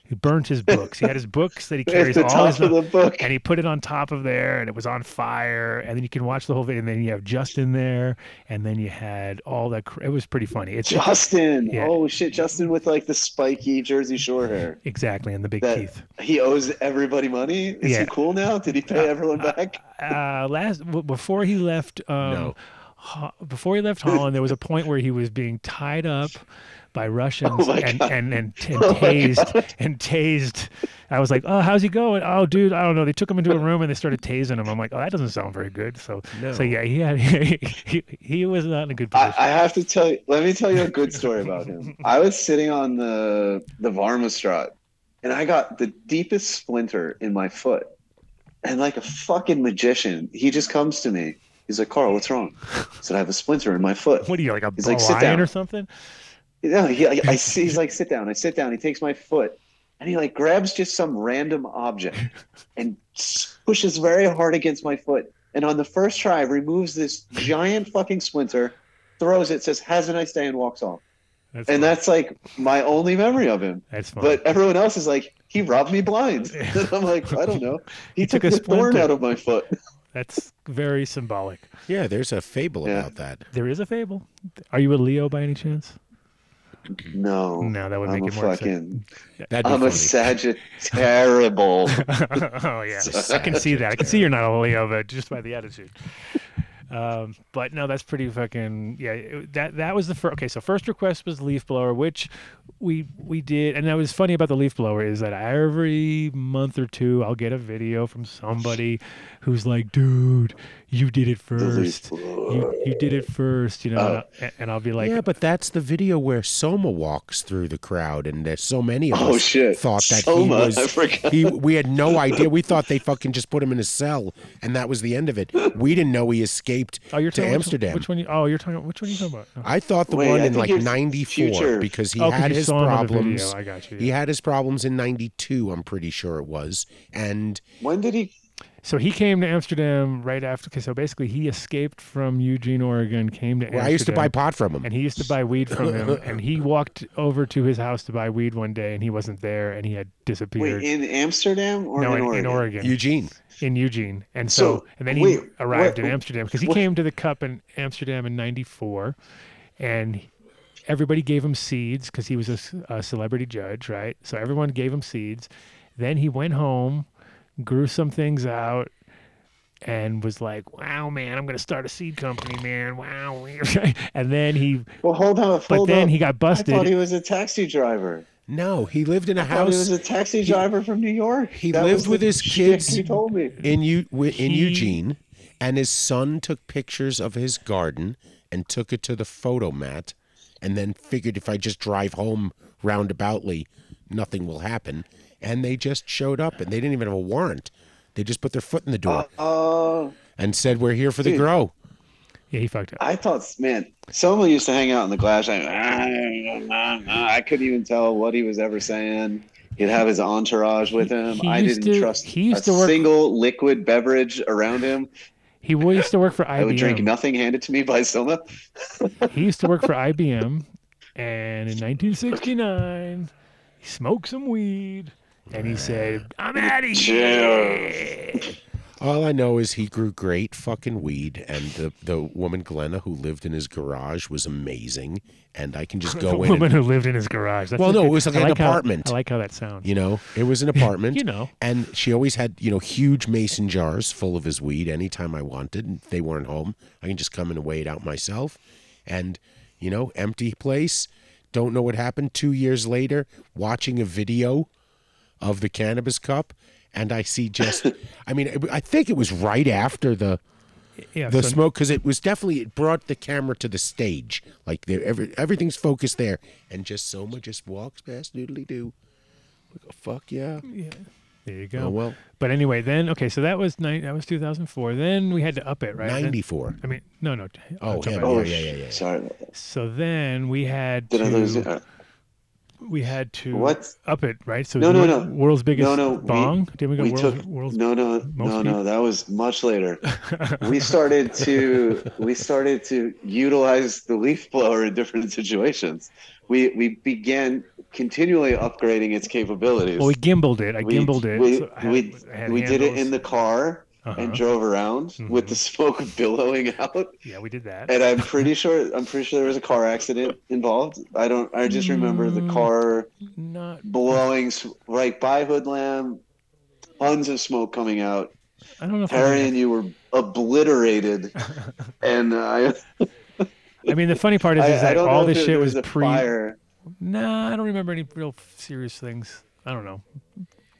[SPEAKER 4] he burnt his books. He had his books that he
[SPEAKER 10] At
[SPEAKER 4] carries
[SPEAKER 10] the
[SPEAKER 4] all
[SPEAKER 10] top
[SPEAKER 4] his
[SPEAKER 10] of the book.
[SPEAKER 4] and he put it on top of there, and it was on fire, and then you can watch the whole video, and then you have Justin there, and then you had all that. Cr- it was pretty funny. It's
[SPEAKER 10] Justin.
[SPEAKER 4] Yeah.
[SPEAKER 10] Oh shit, Justin with like the spiky Jersey Shore hair.
[SPEAKER 4] exactly, and the big
[SPEAKER 10] That-
[SPEAKER 4] teeth.
[SPEAKER 10] He owes everybody money. Is
[SPEAKER 4] Yeah.
[SPEAKER 10] he cool now? Did he pay everyone back?
[SPEAKER 4] uh, last w- before he left. Um, Ho- before he left Holland, there was a point where he was being tied up by Russians
[SPEAKER 10] my
[SPEAKER 4] and,
[SPEAKER 10] God.
[SPEAKER 4] and, and, and
[SPEAKER 10] Oh my
[SPEAKER 4] tased and tased. I was like, oh, how's he going? Oh, dude, I don't know. They took him into a room and they started tasing him. I'm like, oh, that doesn't sound very good. So, so yeah, he had he, he, was not in a good
[SPEAKER 10] I,
[SPEAKER 4] position.
[SPEAKER 10] I have to tell you. Let me tell you a good story about him. I was sitting on the the Varmastrat, and I got the deepest splinter in my foot. And like a fucking magician, he just comes to me. He's like, "Carl, what's wrong?" I said, "I have a splinter in my foot."
[SPEAKER 4] what are you like a
[SPEAKER 10] He's like,
[SPEAKER 4] Hawaiian
[SPEAKER 10] "Sit down."
[SPEAKER 4] or something?
[SPEAKER 10] No, he, I, I see, he's like, sit down. I sit down. He takes my foot and he like grabs just some random object and s- pushes very hard against my foot. And on the first try, removes this giant fucking splinter, throws it, says, has a nice day, and walks off.
[SPEAKER 4] That's
[SPEAKER 10] and that's like my only memory of him.
[SPEAKER 4] That's fine.
[SPEAKER 10] But everyone else is like, he robbed me blind. and I'm like, I don't know. He,
[SPEAKER 4] He
[SPEAKER 10] took,
[SPEAKER 4] took
[SPEAKER 10] the
[SPEAKER 4] a
[SPEAKER 10] thorn
[SPEAKER 4] splinter.
[SPEAKER 10] out of my foot.
[SPEAKER 4] That's very symbolic.
[SPEAKER 5] Yeah, there's a fable about that.
[SPEAKER 4] There is a fable. Are you a Leo by any chance?
[SPEAKER 10] No.
[SPEAKER 4] No, that would
[SPEAKER 10] I'm
[SPEAKER 4] make it
[SPEAKER 10] a
[SPEAKER 4] more
[SPEAKER 10] fucking.
[SPEAKER 5] That'd be
[SPEAKER 10] I'm
[SPEAKER 5] funny.
[SPEAKER 10] a Sagittarius.
[SPEAKER 4] oh yeah, I can see that. I can see you're not a Leo, but just by the attitude. Um, but no, that's pretty fucking yeah. it- that that was the first. Okay, so first request was leaf blower, which we we did, and that was funny about the leaf blower is that every month or two I'll get a video from somebody who's like, dude, you did it first. You you did it first, you know. and, I, and I'll be like,
[SPEAKER 5] yeah, but that's the video where Soma walks through the crowd, and there's so many of
[SPEAKER 10] Oh,
[SPEAKER 5] us
[SPEAKER 10] shit.
[SPEAKER 5] thought that
[SPEAKER 10] Soma,
[SPEAKER 5] he was.
[SPEAKER 10] I forgot.
[SPEAKER 5] He, we had no idea. We thought they fucking just put him in a cell, and that was the end of it. We didn't know he escaped
[SPEAKER 4] oh, you're
[SPEAKER 5] to
[SPEAKER 4] talking
[SPEAKER 5] Amsterdam.
[SPEAKER 4] Which, one? You, oh, you're talking. Which one are you talking about? No.
[SPEAKER 5] I thought the
[SPEAKER 10] Wait,
[SPEAKER 5] one
[SPEAKER 10] I
[SPEAKER 5] in
[SPEAKER 10] think
[SPEAKER 5] like
[SPEAKER 10] it's
[SPEAKER 5] '94
[SPEAKER 10] Future.
[SPEAKER 5] because he
[SPEAKER 4] Oh, 'cause
[SPEAKER 5] had
[SPEAKER 4] you
[SPEAKER 5] his
[SPEAKER 4] saw him on the video.
[SPEAKER 5] problems.
[SPEAKER 4] I got you,
[SPEAKER 5] He had his problems in '92. I'm pretty sure it was, and
[SPEAKER 10] when did he
[SPEAKER 4] So he came to Amsterdam right after. 'kay, So basically, he escaped from Eugene, Oregon, came to. Amsterdam,
[SPEAKER 5] I used to buy pot from him.
[SPEAKER 4] and he used to buy weed from him. and he walked over to his house to buy weed one day, and he wasn't there, and he had disappeared.
[SPEAKER 10] Wait, in Amsterdam or
[SPEAKER 4] no,
[SPEAKER 10] in,
[SPEAKER 4] in,
[SPEAKER 10] Oregon?
[SPEAKER 4] in Oregon,
[SPEAKER 5] Eugene.
[SPEAKER 4] in Eugene, and so,
[SPEAKER 10] So,
[SPEAKER 4] and then he
[SPEAKER 10] wait,
[SPEAKER 4] arrived
[SPEAKER 10] what-
[SPEAKER 4] in Amsterdam because he
[SPEAKER 10] what-
[SPEAKER 4] came to the Cup in Amsterdam in '94, and everybody gave him seeds because he was a, c- a celebrity judge, right? So everyone gave him seeds. Then he went home, grew some things out, and was like, "Wow, man, I'm gonna start a seed company, man. Wow." and then he,
[SPEAKER 10] Well, hold on.
[SPEAKER 4] but
[SPEAKER 10] hold
[SPEAKER 4] then
[SPEAKER 10] on.
[SPEAKER 4] he got busted.
[SPEAKER 10] I thought he was a taxi driver.
[SPEAKER 5] No, he lived in a
[SPEAKER 10] I thought he
[SPEAKER 5] house-
[SPEAKER 10] was a taxi driver from New York.
[SPEAKER 5] He
[SPEAKER 10] That was
[SPEAKER 5] lived
[SPEAKER 10] the
[SPEAKER 5] with his
[SPEAKER 10] shit
[SPEAKER 5] kids
[SPEAKER 10] He told me.
[SPEAKER 5] in U- wi- in Eugene, and his son took pictures of his garden and took it to the photo mat, and then figured if I just drive home roundaboutly, nothing will happen. And they just showed up, and they didn't even have a warrant. They just put their foot in the door
[SPEAKER 10] Oh,
[SPEAKER 5] and said, "We're here for the
[SPEAKER 10] Dude.
[SPEAKER 5] grow."
[SPEAKER 4] Yeah, he fucked up.
[SPEAKER 10] I thought, man, someone used to hang out in the glass. I, I couldn't even tell what he was ever saying. He'd have his entourage with him.
[SPEAKER 4] he
[SPEAKER 10] um, I
[SPEAKER 4] used
[SPEAKER 10] didn't
[SPEAKER 4] to-
[SPEAKER 10] trust
[SPEAKER 4] he used
[SPEAKER 10] a
[SPEAKER 4] to work-
[SPEAKER 10] single liquid beverage around him.
[SPEAKER 4] He used to work for
[SPEAKER 10] I would drink
[SPEAKER 4] IBM.
[SPEAKER 10] nothing handed to me by Soma.
[SPEAKER 4] he used to work for IBM, and in 1969, he smoked some weed, and he said, "I'm out of here."
[SPEAKER 5] All I know is he grew great fucking weed, and the, the woman Glenna who lived in his garage was amazing. And I can just go
[SPEAKER 4] the
[SPEAKER 5] in. and-
[SPEAKER 4] woman who lived in his garage. That's
[SPEAKER 5] well, no, it was
[SPEAKER 4] I
[SPEAKER 5] like an
[SPEAKER 4] how-
[SPEAKER 5] apartment.
[SPEAKER 4] I like how that sounds.
[SPEAKER 5] You know, it was an apartment.
[SPEAKER 4] You know.
[SPEAKER 5] And she always had, you know, huge mason jars full of his weed anytime I wanted. And if they weren't home, I can just come in and weigh it out myself. And, you know, empty place. Don't know what happened. Two years later, watching a video of the cannabis cup. And I see just, I mean, it- I think it was right after the
[SPEAKER 4] Yeah,
[SPEAKER 5] the
[SPEAKER 4] so-
[SPEAKER 5] smoke because it was definitely it brought the camera to the stage like there every, everything's focused there and just soma just walks past noodly doo fuck yeah
[SPEAKER 4] yeah There you go.
[SPEAKER 5] Oh, well.
[SPEAKER 4] but anyway, then okay, so that was ni- that was 2004. Then we had to up it, right? Then-
[SPEAKER 5] 94.
[SPEAKER 4] I mean, no, no.
[SPEAKER 5] Oh,
[SPEAKER 4] I'll jump
[SPEAKER 5] him.
[SPEAKER 4] back.
[SPEAKER 5] Yeah, yeah, yeah, yeah.
[SPEAKER 10] Sorry. about that.
[SPEAKER 4] So then we had
[SPEAKER 10] Did I lose it? Uh,
[SPEAKER 4] to we had to
[SPEAKER 10] What?
[SPEAKER 4] up it, right? So
[SPEAKER 10] no,
[SPEAKER 4] we
[SPEAKER 10] no, no.
[SPEAKER 4] went world's biggest
[SPEAKER 10] no, no, we-
[SPEAKER 4] bong. Did we go
[SPEAKER 10] we
[SPEAKER 4] world's,
[SPEAKER 10] took,
[SPEAKER 4] world's
[SPEAKER 10] no, no, no,
[SPEAKER 4] people?
[SPEAKER 10] no. That was much later. we started to we started to utilize the leaf blower in different situations. We we began continually upgrading its capabilities.
[SPEAKER 4] Well, we gimbaled it. I
[SPEAKER 10] We-
[SPEAKER 4] gimbaled it.
[SPEAKER 10] We,
[SPEAKER 4] so I had-
[SPEAKER 10] we,
[SPEAKER 4] I had
[SPEAKER 10] we did it in
[SPEAKER 4] handles.
[SPEAKER 10] the car and
[SPEAKER 4] Uh-huh.
[SPEAKER 10] drove around with the smoke billowing out.
[SPEAKER 4] Yeah, we did that.
[SPEAKER 10] And I'm pretty sure I'm pretty sure there was a car accident involved. I don't. I just remember the car
[SPEAKER 4] Not
[SPEAKER 10] blowing s- right by Hoodlam, tons of smoke coming out.
[SPEAKER 4] I don't know if I
[SPEAKER 10] Harry and you were obliterated, and I.
[SPEAKER 4] I mean, the funny part is,
[SPEAKER 10] I-
[SPEAKER 4] is
[SPEAKER 10] I
[SPEAKER 4] that
[SPEAKER 10] don't
[SPEAKER 4] all
[SPEAKER 10] know if
[SPEAKER 4] this
[SPEAKER 10] there-
[SPEAKER 4] shit
[SPEAKER 10] there
[SPEAKER 4] was,
[SPEAKER 10] was a
[SPEAKER 4] pre.
[SPEAKER 10] fire.
[SPEAKER 4] Nah, I don't remember any real f- serious things. I don't know.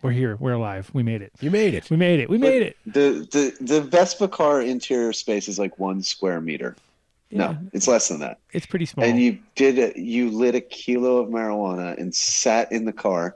[SPEAKER 4] We're here. We're alive. We made it.
[SPEAKER 5] You made it.
[SPEAKER 4] We made it. We made it.
[SPEAKER 10] The the the Vespa car interior space is like one square meter. No, it's less than that.
[SPEAKER 4] It's pretty small.
[SPEAKER 10] And you did a, you lit a kilo of marijuana and sat in the car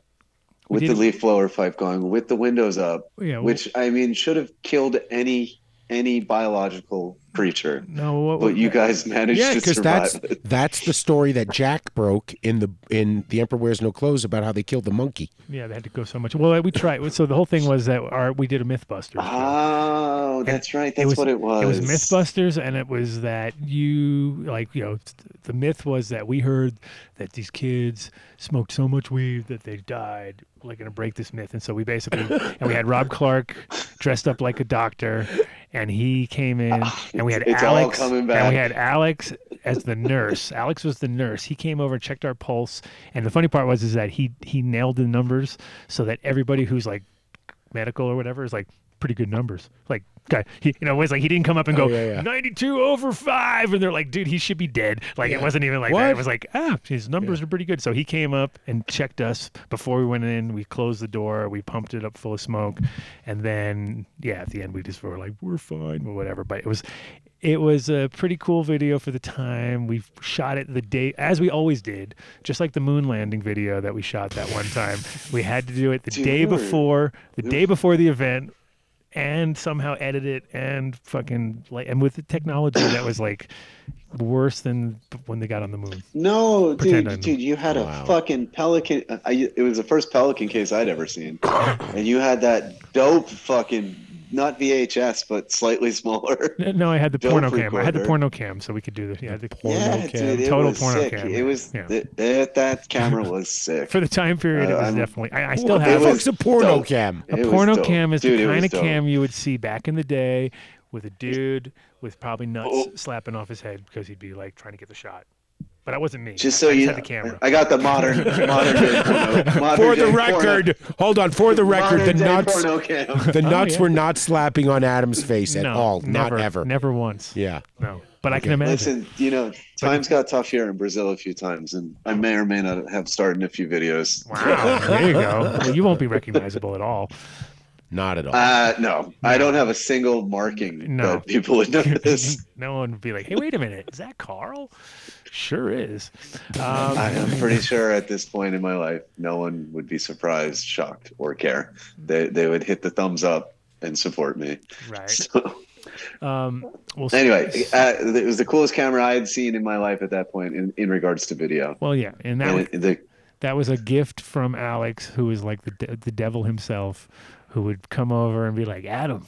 [SPEAKER 4] We
[SPEAKER 10] with the
[SPEAKER 4] did- Oh.
[SPEAKER 10] leaf blower pipe going, with the windows up,
[SPEAKER 4] Yeah, well-
[SPEAKER 10] which I mean should have killed any any biological creature.
[SPEAKER 4] No, what,
[SPEAKER 10] but you guys managed
[SPEAKER 5] yeah
[SPEAKER 10] to
[SPEAKER 5] because
[SPEAKER 10] survive.
[SPEAKER 5] that's
[SPEAKER 10] it.
[SPEAKER 5] that's the story that jack broke in the in the emperor wears no clothes about how they killed the monkey
[SPEAKER 4] Yeah, they had to go so much. Well, we tried. So the whole thing was that our we did a MythBusters.
[SPEAKER 10] Ah. Oh, that's right. That's
[SPEAKER 4] was,
[SPEAKER 10] what it was.
[SPEAKER 4] It was MythBusters, and it was that you like you know the myth was that we heard that these kids smoked so much weed that they died. Like gonna break this myth, and so we basically and we had Rob Clark dressed up like a doctor, and he came in, and we had
[SPEAKER 10] Ah, It's all
[SPEAKER 4] Alex,
[SPEAKER 10] coming
[SPEAKER 4] and we
[SPEAKER 10] back.
[SPEAKER 4] had Alex as the nurse. Alex was the nurse. He came over, checked our pulse, and the funny part was is that he he nailed the numbers so that everybody who's like medical or whatever is like pretty good numbers. Like guy, he you know, it was like he didn't come up and
[SPEAKER 5] Oh,
[SPEAKER 4] go
[SPEAKER 5] yeah, yeah.
[SPEAKER 4] 92 over 5 and they're like dude, he should be dead. Like
[SPEAKER 5] Yeah.
[SPEAKER 4] it wasn't even like
[SPEAKER 5] What?
[SPEAKER 4] that. It was like ah, his numbers are pretty good. So he came up and checked us before we went in. We closed the door, we pumped it up full of smoke, and then yeah, at the end we just were like we're fine or whatever, but it was it was a pretty cool video for the time. We shot it the day, as we always did, just like the moon landing video that we shot that one time. We had to do it the day
[SPEAKER 10] Dude.
[SPEAKER 4] before, the day before the event, and somehow edit it and fucking like, and with the technology that was like worse than when they got on the moon.
[SPEAKER 10] No,
[SPEAKER 4] Pretend I know.
[SPEAKER 10] dude, dude, you had
[SPEAKER 4] Wow.
[SPEAKER 10] a fucking pelican. I, it was the first pelican case I'd ever seen, and you had that dope fucking not VHS but slightly smaller.
[SPEAKER 4] N- No, I had the
[SPEAKER 10] Dope
[SPEAKER 4] porno cam. I had the
[SPEAKER 10] recorder.
[SPEAKER 4] porno cam, so we could do this. Yeah, the porno
[SPEAKER 10] yeah, dude, it
[SPEAKER 4] total
[SPEAKER 10] was
[SPEAKER 4] porno
[SPEAKER 10] sick.
[SPEAKER 4] cam.
[SPEAKER 10] It was
[SPEAKER 4] yeah.
[SPEAKER 10] th- that- that camera was sick.
[SPEAKER 4] for the time period.
[SPEAKER 10] Uh,
[SPEAKER 4] it was
[SPEAKER 10] I'm-
[SPEAKER 4] definitely. I, I
[SPEAKER 5] What
[SPEAKER 4] still
[SPEAKER 5] the
[SPEAKER 4] have. it.
[SPEAKER 5] fuck's a porno
[SPEAKER 10] dope.
[SPEAKER 5] cam?
[SPEAKER 4] A
[SPEAKER 10] It was
[SPEAKER 4] porno
[SPEAKER 10] dope.
[SPEAKER 4] cam is
[SPEAKER 10] Dude, it
[SPEAKER 4] the
[SPEAKER 10] was
[SPEAKER 4] kind of
[SPEAKER 10] dope.
[SPEAKER 4] cam you would see back in the day
[SPEAKER 10] Oh.
[SPEAKER 4] with a dude with probably nuts slapping off his head because he'd be like trying to get the shot. but that wasn't me.
[SPEAKER 10] Just so
[SPEAKER 4] I
[SPEAKER 10] you,
[SPEAKER 4] had the camera.
[SPEAKER 10] I got the modern, modern day porno. Modern
[SPEAKER 5] for
[SPEAKER 10] day
[SPEAKER 5] the
[SPEAKER 10] porno.
[SPEAKER 5] record, hold on. For the record, the
[SPEAKER 10] Modern day
[SPEAKER 5] nuts,
[SPEAKER 10] porno cam.
[SPEAKER 5] the
[SPEAKER 10] Oh,
[SPEAKER 5] nuts
[SPEAKER 10] yeah.
[SPEAKER 5] were not slapping on Adam's face at
[SPEAKER 4] No,
[SPEAKER 5] all.
[SPEAKER 4] never,
[SPEAKER 5] not ever.
[SPEAKER 4] Never once.
[SPEAKER 5] Yeah.
[SPEAKER 4] No, but I
[SPEAKER 5] Okay.
[SPEAKER 4] can imagine.
[SPEAKER 10] Listen, you know, times got tough here in Brazil a few times, and I may or may not have starred in a few videos.
[SPEAKER 4] Wow, there you go. Well, you won't be recognizable at all.
[SPEAKER 5] Not at all.
[SPEAKER 10] Uh, no, I don't have a single marking
[SPEAKER 4] No.
[SPEAKER 10] that people would notice.
[SPEAKER 4] No one would be like, "Hey, wait a minute, is that Carl?" Sure is. Um,
[SPEAKER 10] I am pretty sure at this point in my life, no one would be surprised, shocked, or care. They they would hit the thumbs up and support me.
[SPEAKER 4] Right.
[SPEAKER 10] So,
[SPEAKER 4] Um, well,
[SPEAKER 10] anyway,
[SPEAKER 4] s-
[SPEAKER 10] uh, it was the coolest camera I had seen in my life at that point in, in regards to video.
[SPEAKER 4] well, yeah, and that
[SPEAKER 10] And
[SPEAKER 4] was,
[SPEAKER 10] it- the
[SPEAKER 4] that was a gift from Alex, who is like the de- the devil himself, who would come over and be like, "Adam,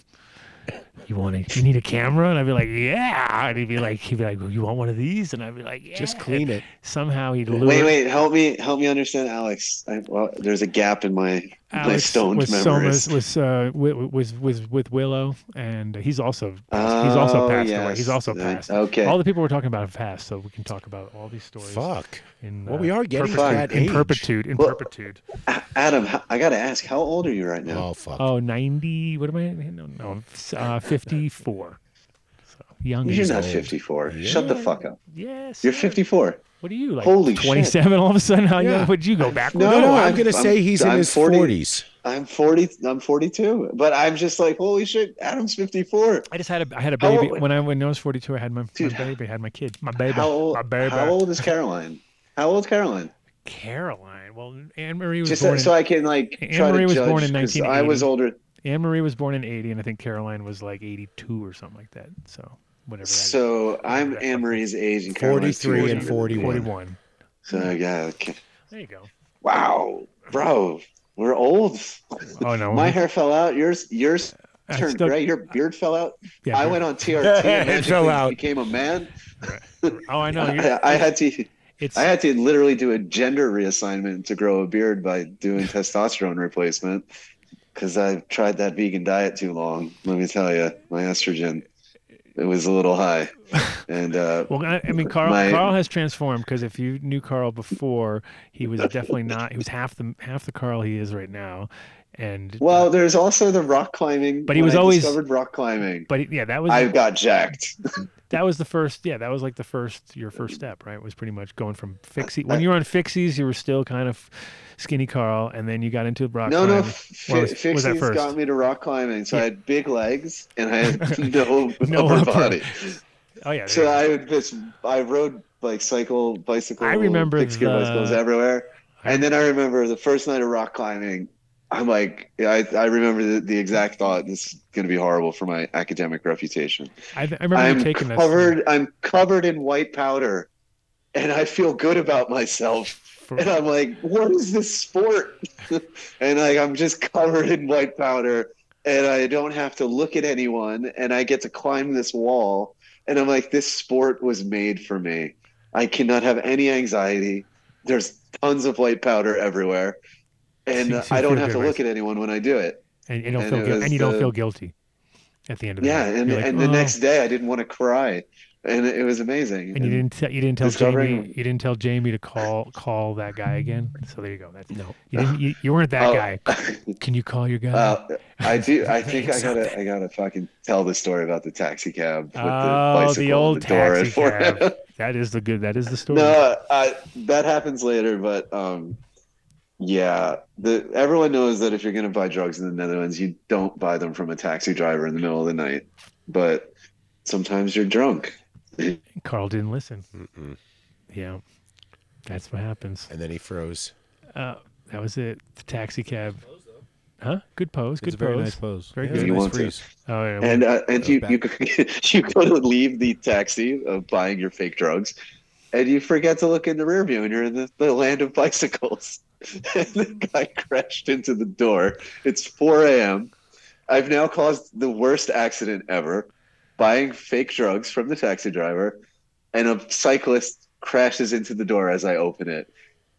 [SPEAKER 4] you want a, you need a camera?" And I'd be like, "Yeah," and he'd be like, "He'd be like, well, you want one of these?" And I'd be like, "Yeah."
[SPEAKER 5] Just clean it.
[SPEAKER 4] Somehow he'd lure.
[SPEAKER 10] Wait, wait, help me, help me understand, Alex. I, well, there's a gap in my my
[SPEAKER 4] Alex
[SPEAKER 10] stoned
[SPEAKER 4] was
[SPEAKER 10] memories.
[SPEAKER 4] Somas, was uh, wi- wi- was was with Willow, and he's also passed, he's also
[SPEAKER 10] Oh,
[SPEAKER 4] passed away. He's
[SPEAKER 10] yes.
[SPEAKER 4] also
[SPEAKER 10] Uh,
[SPEAKER 4] passed.
[SPEAKER 10] okay.
[SPEAKER 4] All the people we're talking about have passed, so we can talk about all these stories.
[SPEAKER 5] Fuck.
[SPEAKER 4] In,
[SPEAKER 5] Well, we are getting to
[SPEAKER 4] perpetuity-
[SPEAKER 5] that
[SPEAKER 4] in
[SPEAKER 5] age.
[SPEAKER 4] perpetude. In
[SPEAKER 10] Well-
[SPEAKER 4] perpetude.
[SPEAKER 10] A- Adam, h- I gotta ask, how old are you right now?
[SPEAKER 5] Oh fuck.
[SPEAKER 4] Oh, 90, What am I? No, no, uh, fifty-four. So young.
[SPEAKER 10] You're
[SPEAKER 4] as
[SPEAKER 10] not
[SPEAKER 4] old.
[SPEAKER 10] 54. Shut the fuck up.
[SPEAKER 4] Yes.
[SPEAKER 10] You're 54.
[SPEAKER 4] What are you like?
[SPEAKER 10] Holy shit.
[SPEAKER 4] twenty-seven. All of a sudden, how
[SPEAKER 5] Yeah.
[SPEAKER 4] young would you go back?
[SPEAKER 5] No, no, I'm
[SPEAKER 10] I'm-
[SPEAKER 5] gonna say
[SPEAKER 10] I'm-
[SPEAKER 5] he's in
[SPEAKER 10] I'm
[SPEAKER 5] his
[SPEAKER 10] 40.
[SPEAKER 5] forties.
[SPEAKER 10] I'm 40. I'm 42. But I'm just like, holy shit, Adam's 54.
[SPEAKER 4] I just had a I had a
[SPEAKER 10] How
[SPEAKER 4] baby
[SPEAKER 10] old-
[SPEAKER 4] when I when I was forty-two. I had my, my
[SPEAKER 10] Dude,
[SPEAKER 4] baby. I had my kid. My baby.
[SPEAKER 10] How old?
[SPEAKER 4] my baby.
[SPEAKER 10] How old is Caroline? How old is Caroline?
[SPEAKER 4] Caroline. Well, Anne Marie was
[SPEAKER 10] Just
[SPEAKER 4] born.
[SPEAKER 10] so, so
[SPEAKER 4] in,
[SPEAKER 10] I can like
[SPEAKER 4] Anne
[SPEAKER 10] try
[SPEAKER 4] Marie
[SPEAKER 10] to
[SPEAKER 4] was
[SPEAKER 10] judge
[SPEAKER 4] born in
[SPEAKER 10] 'cause I
[SPEAKER 4] 1980.
[SPEAKER 10] was older.
[SPEAKER 4] Anne Marie was born in '80, and I think Caroline was like '82 or something like that. So whatever. That is.
[SPEAKER 10] So I'm Anne Marie's age and Caroline's two
[SPEAKER 5] 43
[SPEAKER 10] years
[SPEAKER 5] and
[SPEAKER 10] younger than
[SPEAKER 5] 41.
[SPEAKER 4] 41.
[SPEAKER 10] me. So yeah, okay.
[SPEAKER 4] There you go.
[SPEAKER 10] wow, bro, we're old.
[SPEAKER 4] Oh no.
[SPEAKER 10] My hair fell out. Yours, yours
[SPEAKER 4] I
[SPEAKER 10] turned
[SPEAKER 4] still-
[SPEAKER 10] gray. Your beard fell out.
[SPEAKER 4] Yeah,
[SPEAKER 10] I
[SPEAKER 4] your-
[SPEAKER 10] went on TRT. And
[SPEAKER 5] It fell
[SPEAKER 10] magically
[SPEAKER 5] out.
[SPEAKER 10] Became a man.
[SPEAKER 4] Oh, I know. You're,
[SPEAKER 10] I, I had to.
[SPEAKER 4] it's
[SPEAKER 10] I had to literally do a gender reassignment to grow a beard by doing testosterone replacement because I've tried that vegan diet too long. Let me tell you, my estrogen it was a little high, and uh,
[SPEAKER 4] well. I, I mean, Carl.
[SPEAKER 10] my-
[SPEAKER 4] Carl has transformed because if you knew Carl before, he was definitely not. He was half the half the Carl he is right now, and
[SPEAKER 10] well, there's also the rock climbing.
[SPEAKER 4] But he
[SPEAKER 10] when
[SPEAKER 4] was
[SPEAKER 10] I
[SPEAKER 4] always-
[SPEAKER 10] discovered rock climbing.
[SPEAKER 4] But yeah, that was
[SPEAKER 10] I got jacked.
[SPEAKER 4] that was the first. Yeah, that was like the first your first step, right? Was pretty much going
[SPEAKER 10] Uh,
[SPEAKER 4] from fixie. When you were on fixies, you were still kind of skinny Carl, and then you got into rock.
[SPEAKER 10] No, no,
[SPEAKER 4] climbing.
[SPEAKER 10] fi-
[SPEAKER 4] What was- what was that
[SPEAKER 10] Fixies
[SPEAKER 4] first?
[SPEAKER 10] got me to rock climbing. So I
[SPEAKER 4] Yeah.
[SPEAKER 10] had big legs and I had no,
[SPEAKER 4] No
[SPEAKER 10] upper
[SPEAKER 4] upper.
[SPEAKER 10] body.
[SPEAKER 4] Oh yeah.
[SPEAKER 10] So
[SPEAKER 4] there you
[SPEAKER 10] I would just I rode like cycle bicycle.
[SPEAKER 4] I remember
[SPEAKER 10] big scare
[SPEAKER 4] the-
[SPEAKER 10] bicycles everywhere.
[SPEAKER 4] I-
[SPEAKER 10] And then I remember the first night of rock climbing. I'm like, I, I remember the, the exact thought. This is going to be horrible for my academic reputation.
[SPEAKER 4] go. I, I remember you
[SPEAKER 10] I'm
[SPEAKER 4] taking this.
[SPEAKER 10] covered. I'm covered in white powder, and I feel good about myself.
[SPEAKER 4] for-
[SPEAKER 10] And I'm like, what is this sport? and like, I'm just covered in white powder and I don't have to look at anyone and I get to climb this wall. And I'm like, this sport was made for me. I cannot have any anxiety. There's tons of white powder everywhere. And uh,
[SPEAKER 4] So you- so you
[SPEAKER 10] I don't
[SPEAKER 4] feel
[SPEAKER 10] have
[SPEAKER 4] good
[SPEAKER 10] to
[SPEAKER 4] about
[SPEAKER 10] look at anyone when I do it.
[SPEAKER 4] and you don't
[SPEAKER 10] and
[SPEAKER 4] feel
[SPEAKER 10] it
[SPEAKER 4] guil-
[SPEAKER 10] was
[SPEAKER 4] and you don't
[SPEAKER 10] the-
[SPEAKER 4] feel guilty at the end of the
[SPEAKER 10] Yeah.
[SPEAKER 4] night.
[SPEAKER 10] And,
[SPEAKER 4] You're like,
[SPEAKER 10] and the
[SPEAKER 4] "Oh."
[SPEAKER 10] next day, I didn't want to cry. And it was amazing.
[SPEAKER 4] And you didn't tell you didn't tell
[SPEAKER 10] discovering-
[SPEAKER 4] Jamie you didn't tell Jamie to call call that guy again. So there you go. That's no. You didn't you, you weren't that
[SPEAKER 10] Oh.
[SPEAKER 4] guy. Can you call your guy?
[SPEAKER 10] Uh, I do. I think
[SPEAKER 4] It's
[SPEAKER 10] I gotta. I gotta fucking tell the story about the taxi cab with the
[SPEAKER 4] oh,
[SPEAKER 10] bicycle,
[SPEAKER 4] the,
[SPEAKER 10] and
[SPEAKER 4] old
[SPEAKER 10] the door
[SPEAKER 4] taxi
[SPEAKER 10] for
[SPEAKER 4] cab. that is the good. That is the story.
[SPEAKER 10] no, I, that happens later. But um, yeah, the everyone knows that if you're gonna buy drugs in the Netherlands, you don't buy them from a taxi driver in the middle of the night. But sometimes you're drunk.
[SPEAKER 4] Carl didn't listen.
[SPEAKER 5] Mm-mm.
[SPEAKER 4] Yeah, that's what happens.
[SPEAKER 5] And then he froze.
[SPEAKER 4] Uh, that was it. The taxi cab. Huh? Good pose. Good
[SPEAKER 7] it's a very
[SPEAKER 4] pose.
[SPEAKER 7] nice pose.
[SPEAKER 4] Very
[SPEAKER 7] Yeah, it's
[SPEAKER 10] good.
[SPEAKER 7] a
[SPEAKER 10] You
[SPEAKER 7] nice
[SPEAKER 10] want to.
[SPEAKER 7] freeze.
[SPEAKER 4] Oh yeah.
[SPEAKER 10] And
[SPEAKER 4] well,
[SPEAKER 10] uh, and you you you go to leave the taxi of buying your fake drugs, and you forget to look in the rear view, and you're in the, the land of bicycles. and the guy crashed into the door. It's 4 a.m. I've now caused the worst accident ever, buying fake drugs from the taxi driver, and a cyclist crashes into the door as I open it,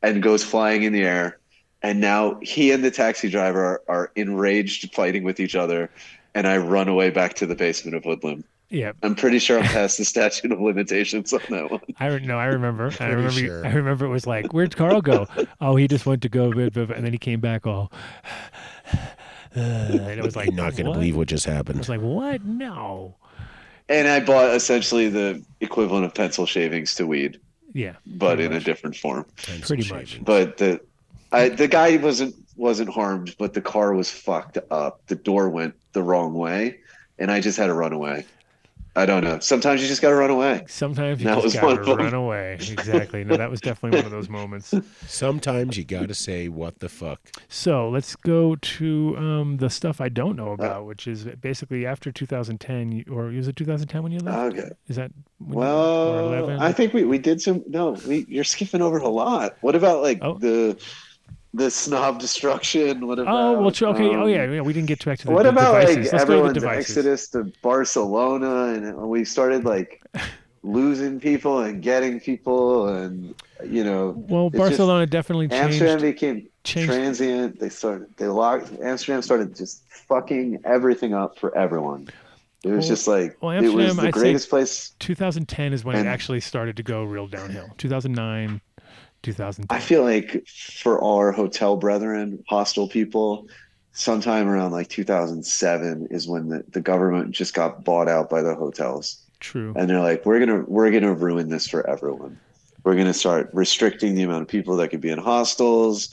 [SPEAKER 10] and goes flying in the air. And now he and the taxi driver are, are enraged, fighting with each other and I run away back to the basement of Woodland.
[SPEAKER 4] Yeah.
[SPEAKER 10] I'm pretty sure I'm past the statute of limitations on that one.
[SPEAKER 4] I re- no, I remember. I
[SPEAKER 10] Pretty
[SPEAKER 4] remember.
[SPEAKER 10] sure.
[SPEAKER 4] I remember it was like, "Where'd Carl go? oh, he just went to go," blah, blah, blah," and then he came back all. and it was like,
[SPEAKER 5] You're not going to
[SPEAKER 4] "What?"
[SPEAKER 5] believe what just
[SPEAKER 4] I
[SPEAKER 5] happened.
[SPEAKER 4] was like, "What? No."
[SPEAKER 10] And I bought essentially the equivalent of pencil shavings to weed,
[SPEAKER 4] Yeah.
[SPEAKER 10] but in a different form.
[SPEAKER 4] Pretty much.
[SPEAKER 10] But the I, the guy wasn't wasn't harmed, but the car was fucked up. The door went the wrong way, and I just had to run away. I don't know. Sometimes you just got to run away.
[SPEAKER 4] Sometimes you
[SPEAKER 10] That
[SPEAKER 4] just
[SPEAKER 10] was
[SPEAKER 4] gotta
[SPEAKER 10] one of them.
[SPEAKER 4] run away. Exactly. No, that was definitely one of those moments.
[SPEAKER 5] Sometimes you got to say, what the fuck?
[SPEAKER 4] So let's go to um, the stuff I don't know about, which is basically after 2010, you- or was it 2010 when you left?
[SPEAKER 10] Okay.
[SPEAKER 4] Is that when you- or
[SPEAKER 10] Well,
[SPEAKER 4] 11?
[SPEAKER 10] I think we, we did some. No, we, you're skipping over a lot. What about like the the snob destruction? What about
[SPEAKER 4] Oh. Oh well, tr- okay. oh
[SPEAKER 10] um,
[SPEAKER 4] yeah, yeah, we didn't get back to the,
[SPEAKER 10] what
[SPEAKER 4] the
[SPEAKER 10] about
[SPEAKER 4] devices. Let's
[SPEAKER 10] like
[SPEAKER 4] go to the
[SPEAKER 10] everyone's
[SPEAKER 4] devices.
[SPEAKER 10] exodus to Barcelona, and we started like losing people and getting people, and you know,
[SPEAKER 4] Well,
[SPEAKER 10] it's just-
[SPEAKER 4] Barcelona definitely changed.
[SPEAKER 10] Amsterdam became
[SPEAKER 4] changed-
[SPEAKER 10] transient. They started they locked Amsterdam started just fucking everything up for everyone. It was
[SPEAKER 4] Well-
[SPEAKER 10] just like
[SPEAKER 4] well,
[SPEAKER 10] it was
[SPEAKER 4] Amsterdam,
[SPEAKER 10] the
[SPEAKER 4] I'd say-
[SPEAKER 10] greatest place
[SPEAKER 4] 2010 is when
[SPEAKER 10] And-
[SPEAKER 4] it actually started to go real downhill. 2009, 2000.
[SPEAKER 10] I feel like for all our hotel brethren, hostel people, sometime around like 2007 is when the, the government just got bought out by the hotels.
[SPEAKER 4] True.
[SPEAKER 10] And they're like, we're gonna we're gonna ruin this for everyone. We're gonna start restricting the amount of people that could be in hostels.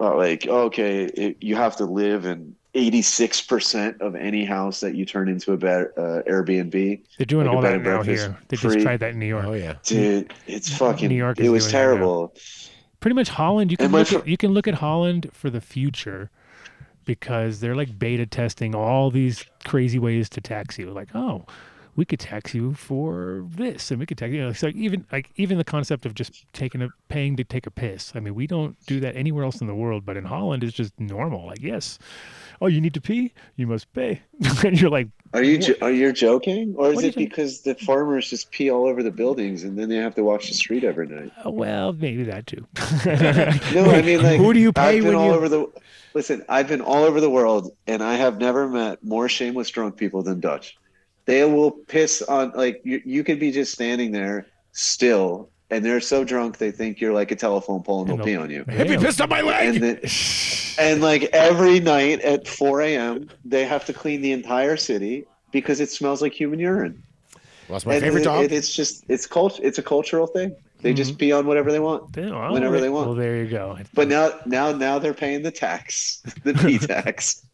[SPEAKER 10] Uh, like, okay, it, you have to live in 86% of any house that you turn into a bed, uh, Airbnb.
[SPEAKER 4] They're doing
[SPEAKER 10] Like a
[SPEAKER 4] all
[SPEAKER 10] bed
[SPEAKER 4] that
[SPEAKER 10] and
[SPEAKER 4] now
[SPEAKER 10] breakfast
[SPEAKER 4] here. They just
[SPEAKER 10] free.
[SPEAKER 4] tried that in New York. Oh
[SPEAKER 5] yeah,
[SPEAKER 10] Dude, it's fucking.
[SPEAKER 4] Mm. New York
[SPEAKER 10] it
[SPEAKER 4] is
[SPEAKER 10] was
[SPEAKER 4] doing that now.
[SPEAKER 10] terrible.
[SPEAKER 4] Pretty much Holland. You can
[SPEAKER 10] And my
[SPEAKER 4] look
[SPEAKER 10] fr-
[SPEAKER 4] at, you can look at Holland for the future because they're like beta testing all these crazy ways to tax you. Like, oh, we could tax you for this, and we could tax you. know, it's like even like even the concept of just taking a paying to take a piss. I mean, we don't do that anywhere else in the world, but in Holland, it's just normal. Like, yes, oh, you need to pee, you must pay, and you're like,
[SPEAKER 10] Are you jo- are you joking, or is
[SPEAKER 4] What do
[SPEAKER 10] it because the farmers just pee all over the buildings and then they have to watch the street every night?
[SPEAKER 4] oh, well, maybe that too.
[SPEAKER 10] No, I mean like
[SPEAKER 4] who do you pay
[SPEAKER 10] I've been
[SPEAKER 4] when
[SPEAKER 10] all
[SPEAKER 4] you?
[SPEAKER 10] over the. Listen, I've been all over the world, and I have never met more shameless drunk people than Dutch. They will piss on like you. You could be just standing there still, and they're so drunk they think you're like a telephone pole, and, they'll pee on you.
[SPEAKER 5] Hippie pissed on my leg.
[SPEAKER 10] And, the- and like every night at 4 a.m., they have to clean the entire city because it smells like human urine.
[SPEAKER 5] Lost
[SPEAKER 10] And it- it- it's just it's cult. It's a cultural thing. They
[SPEAKER 4] Mm-hmm.
[SPEAKER 10] just pee on whatever they want,
[SPEAKER 4] Oh,
[SPEAKER 10] whenever they want.
[SPEAKER 4] Well, there you go.
[SPEAKER 10] But now, now, now they're paying the tax, the pee tax.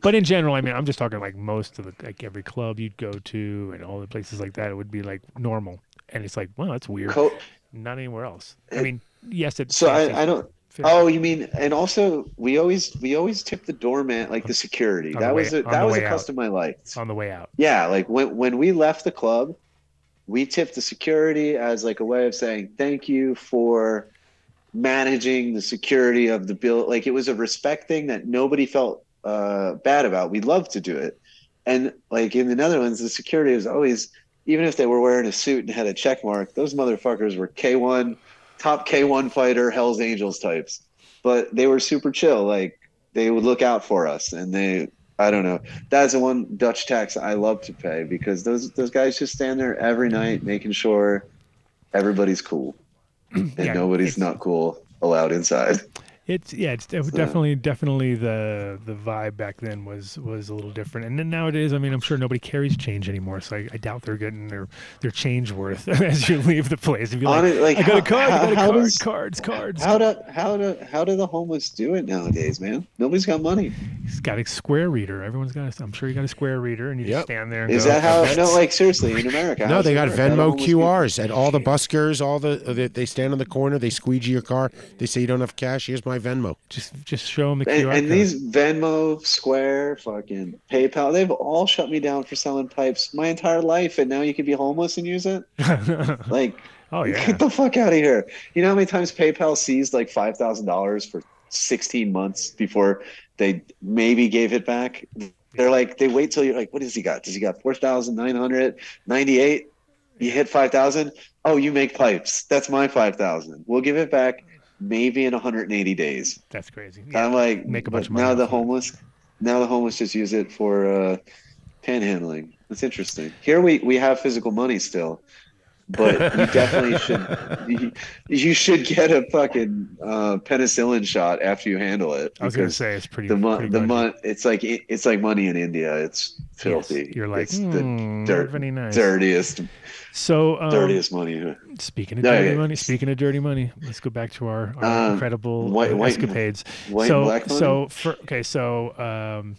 [SPEAKER 4] but in general, I mean, I'm just talking like most of the like every club you'd go to and all the places like that, it would be like normal, and it's like, wow, that's weird.
[SPEAKER 10] Co-
[SPEAKER 4] Not anywhere else. I mean, yes, it.
[SPEAKER 10] So
[SPEAKER 4] yes,
[SPEAKER 10] I, I don't.
[SPEAKER 4] Fair.
[SPEAKER 10] Oh, you mean? And also, we always we always tip the doormat like the security.
[SPEAKER 4] On
[SPEAKER 10] That
[SPEAKER 4] the
[SPEAKER 10] was
[SPEAKER 4] way-
[SPEAKER 10] a,
[SPEAKER 4] on
[SPEAKER 10] that
[SPEAKER 4] the
[SPEAKER 10] was a
[SPEAKER 4] way out. Oh.
[SPEAKER 10] custom I liked.
[SPEAKER 4] on the way out.
[SPEAKER 10] Yeah, like when when we left the club, we tipped the security as like a way of saying thank you for managing the security of the bill. Like it was a respect thing that nobody felt uh, bad about. We loved to do it, and like in the Netherlands, the security was always even if they were wearing a suit and had a check mark, those motherfuckers were K one top K one fighter, Hell's Angels types. But they were super chill. Like they would look out for us, and they I don't know. That's the one Dutch tax I love to pay because those those guys just stand there every night making sure everybody's cool and
[SPEAKER 4] Yeah,
[SPEAKER 10] nobody's not cool allowed inside.
[SPEAKER 4] It's yeah, it's def-
[SPEAKER 10] So-
[SPEAKER 4] definitely definitely the the vibe back then was was a little different, and then nowadays, I mean, I'm sure nobody carries change anymore, so I, I doubt they're getting their their change worth as you leave the place. If you like,
[SPEAKER 10] Honest- like,
[SPEAKER 4] I got a
[SPEAKER 10] how-
[SPEAKER 4] card,
[SPEAKER 10] how-
[SPEAKER 4] I got a
[SPEAKER 10] how
[SPEAKER 4] card,
[SPEAKER 10] does-
[SPEAKER 4] cards, cards.
[SPEAKER 10] How do how do how do the homeless do it nowadays, man? Nobody's got money.
[SPEAKER 4] He's got a square reader. Everyone's got. A, I'm sure you got a square reader, and you just stand there. And
[SPEAKER 10] Is
[SPEAKER 4] go,
[SPEAKER 10] that how? No,
[SPEAKER 4] "That's-
[SPEAKER 10] like seriously, in America.
[SPEAKER 5] No,
[SPEAKER 10] how's
[SPEAKER 5] they
[SPEAKER 10] it
[SPEAKER 5] got
[SPEAKER 10] work? How do
[SPEAKER 5] Venmo
[SPEAKER 10] homeless people-
[SPEAKER 5] QRs at all the buskers. All the uh, they, they stand on the corner. They squeegee your car. They say you don't have cash. Here's my Venmo.
[SPEAKER 4] Just just show them the
[SPEAKER 10] And,
[SPEAKER 4] QR
[SPEAKER 10] and
[SPEAKER 4] code.
[SPEAKER 10] these Venmo, Square, fucking PayPal, they've all shut me down for selling pipes my entire life, and now you can be homeless and use it. Like,
[SPEAKER 4] oh yeah,
[SPEAKER 10] Get the fuck out of here. You know how many times PayPal seized like five thousand dollars for sixteen months before they maybe gave it back? They're like they wait till you're like, what does he got? Does he got four thousand nine hundred ninety eight? You hit five thousand. Oh, you make pipes. That's my five thousand. We'll give it back maybe in 180 days.
[SPEAKER 4] that's crazy.
[SPEAKER 10] I'm like,
[SPEAKER 4] Make a bunch
[SPEAKER 10] but
[SPEAKER 4] of money
[SPEAKER 10] now the
[SPEAKER 4] off of it.
[SPEAKER 10] homeless, now the homeless just use it for uh, panhandling. That's interesting. Here we we have physical money still, but you definitely should you, you should get a fucking uh, penicillin shot after you handle it.
[SPEAKER 4] I was gonna
[SPEAKER 10] because
[SPEAKER 4] say it's pretty.
[SPEAKER 10] the
[SPEAKER 4] pretty
[SPEAKER 10] month the
[SPEAKER 4] much-
[SPEAKER 10] month it's like it's like money in India. It's filthy.
[SPEAKER 4] You're like,
[SPEAKER 10] it's
[SPEAKER 4] "Hmm,
[SPEAKER 10] dirt-
[SPEAKER 4] very nice."
[SPEAKER 10] dirtiest
[SPEAKER 4] So um,
[SPEAKER 10] dirtiest money.
[SPEAKER 4] Speaking of
[SPEAKER 10] No,
[SPEAKER 4] dirty
[SPEAKER 10] yeah.
[SPEAKER 4] money, speaking of dirty money, let's go back to our, our
[SPEAKER 10] Um,
[SPEAKER 4] incredible
[SPEAKER 10] white-
[SPEAKER 4] uh,
[SPEAKER 10] white-
[SPEAKER 4] escapades.
[SPEAKER 10] white
[SPEAKER 4] so,
[SPEAKER 10] and black money?
[SPEAKER 4] so for, okay, so um,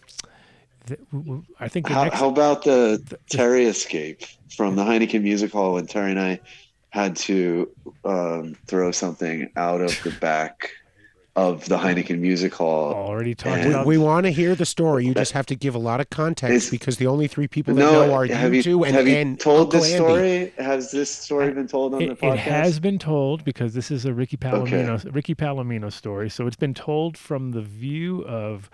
[SPEAKER 4] th- w- w- I think the
[SPEAKER 10] How,
[SPEAKER 4] next
[SPEAKER 10] how about the Terry escape from the Heineken Music Hall when Terry and I had to um, throw something out of the back of the Heineken Music Hall?
[SPEAKER 4] Already
[SPEAKER 10] talked
[SPEAKER 5] We, we want to hear the story. You just have to give a lot of context because the only three people that know are
[SPEAKER 10] have
[SPEAKER 5] you two and,
[SPEAKER 10] have you
[SPEAKER 5] and
[SPEAKER 10] told
[SPEAKER 5] Uncle
[SPEAKER 10] this
[SPEAKER 5] Andy.
[SPEAKER 10] story? Has this story been told on
[SPEAKER 4] it,
[SPEAKER 10] the
[SPEAKER 4] it
[SPEAKER 10] podcast?
[SPEAKER 4] has been told because this is a Ricky Palomino Ricky Palomino story. So it's been told from the view of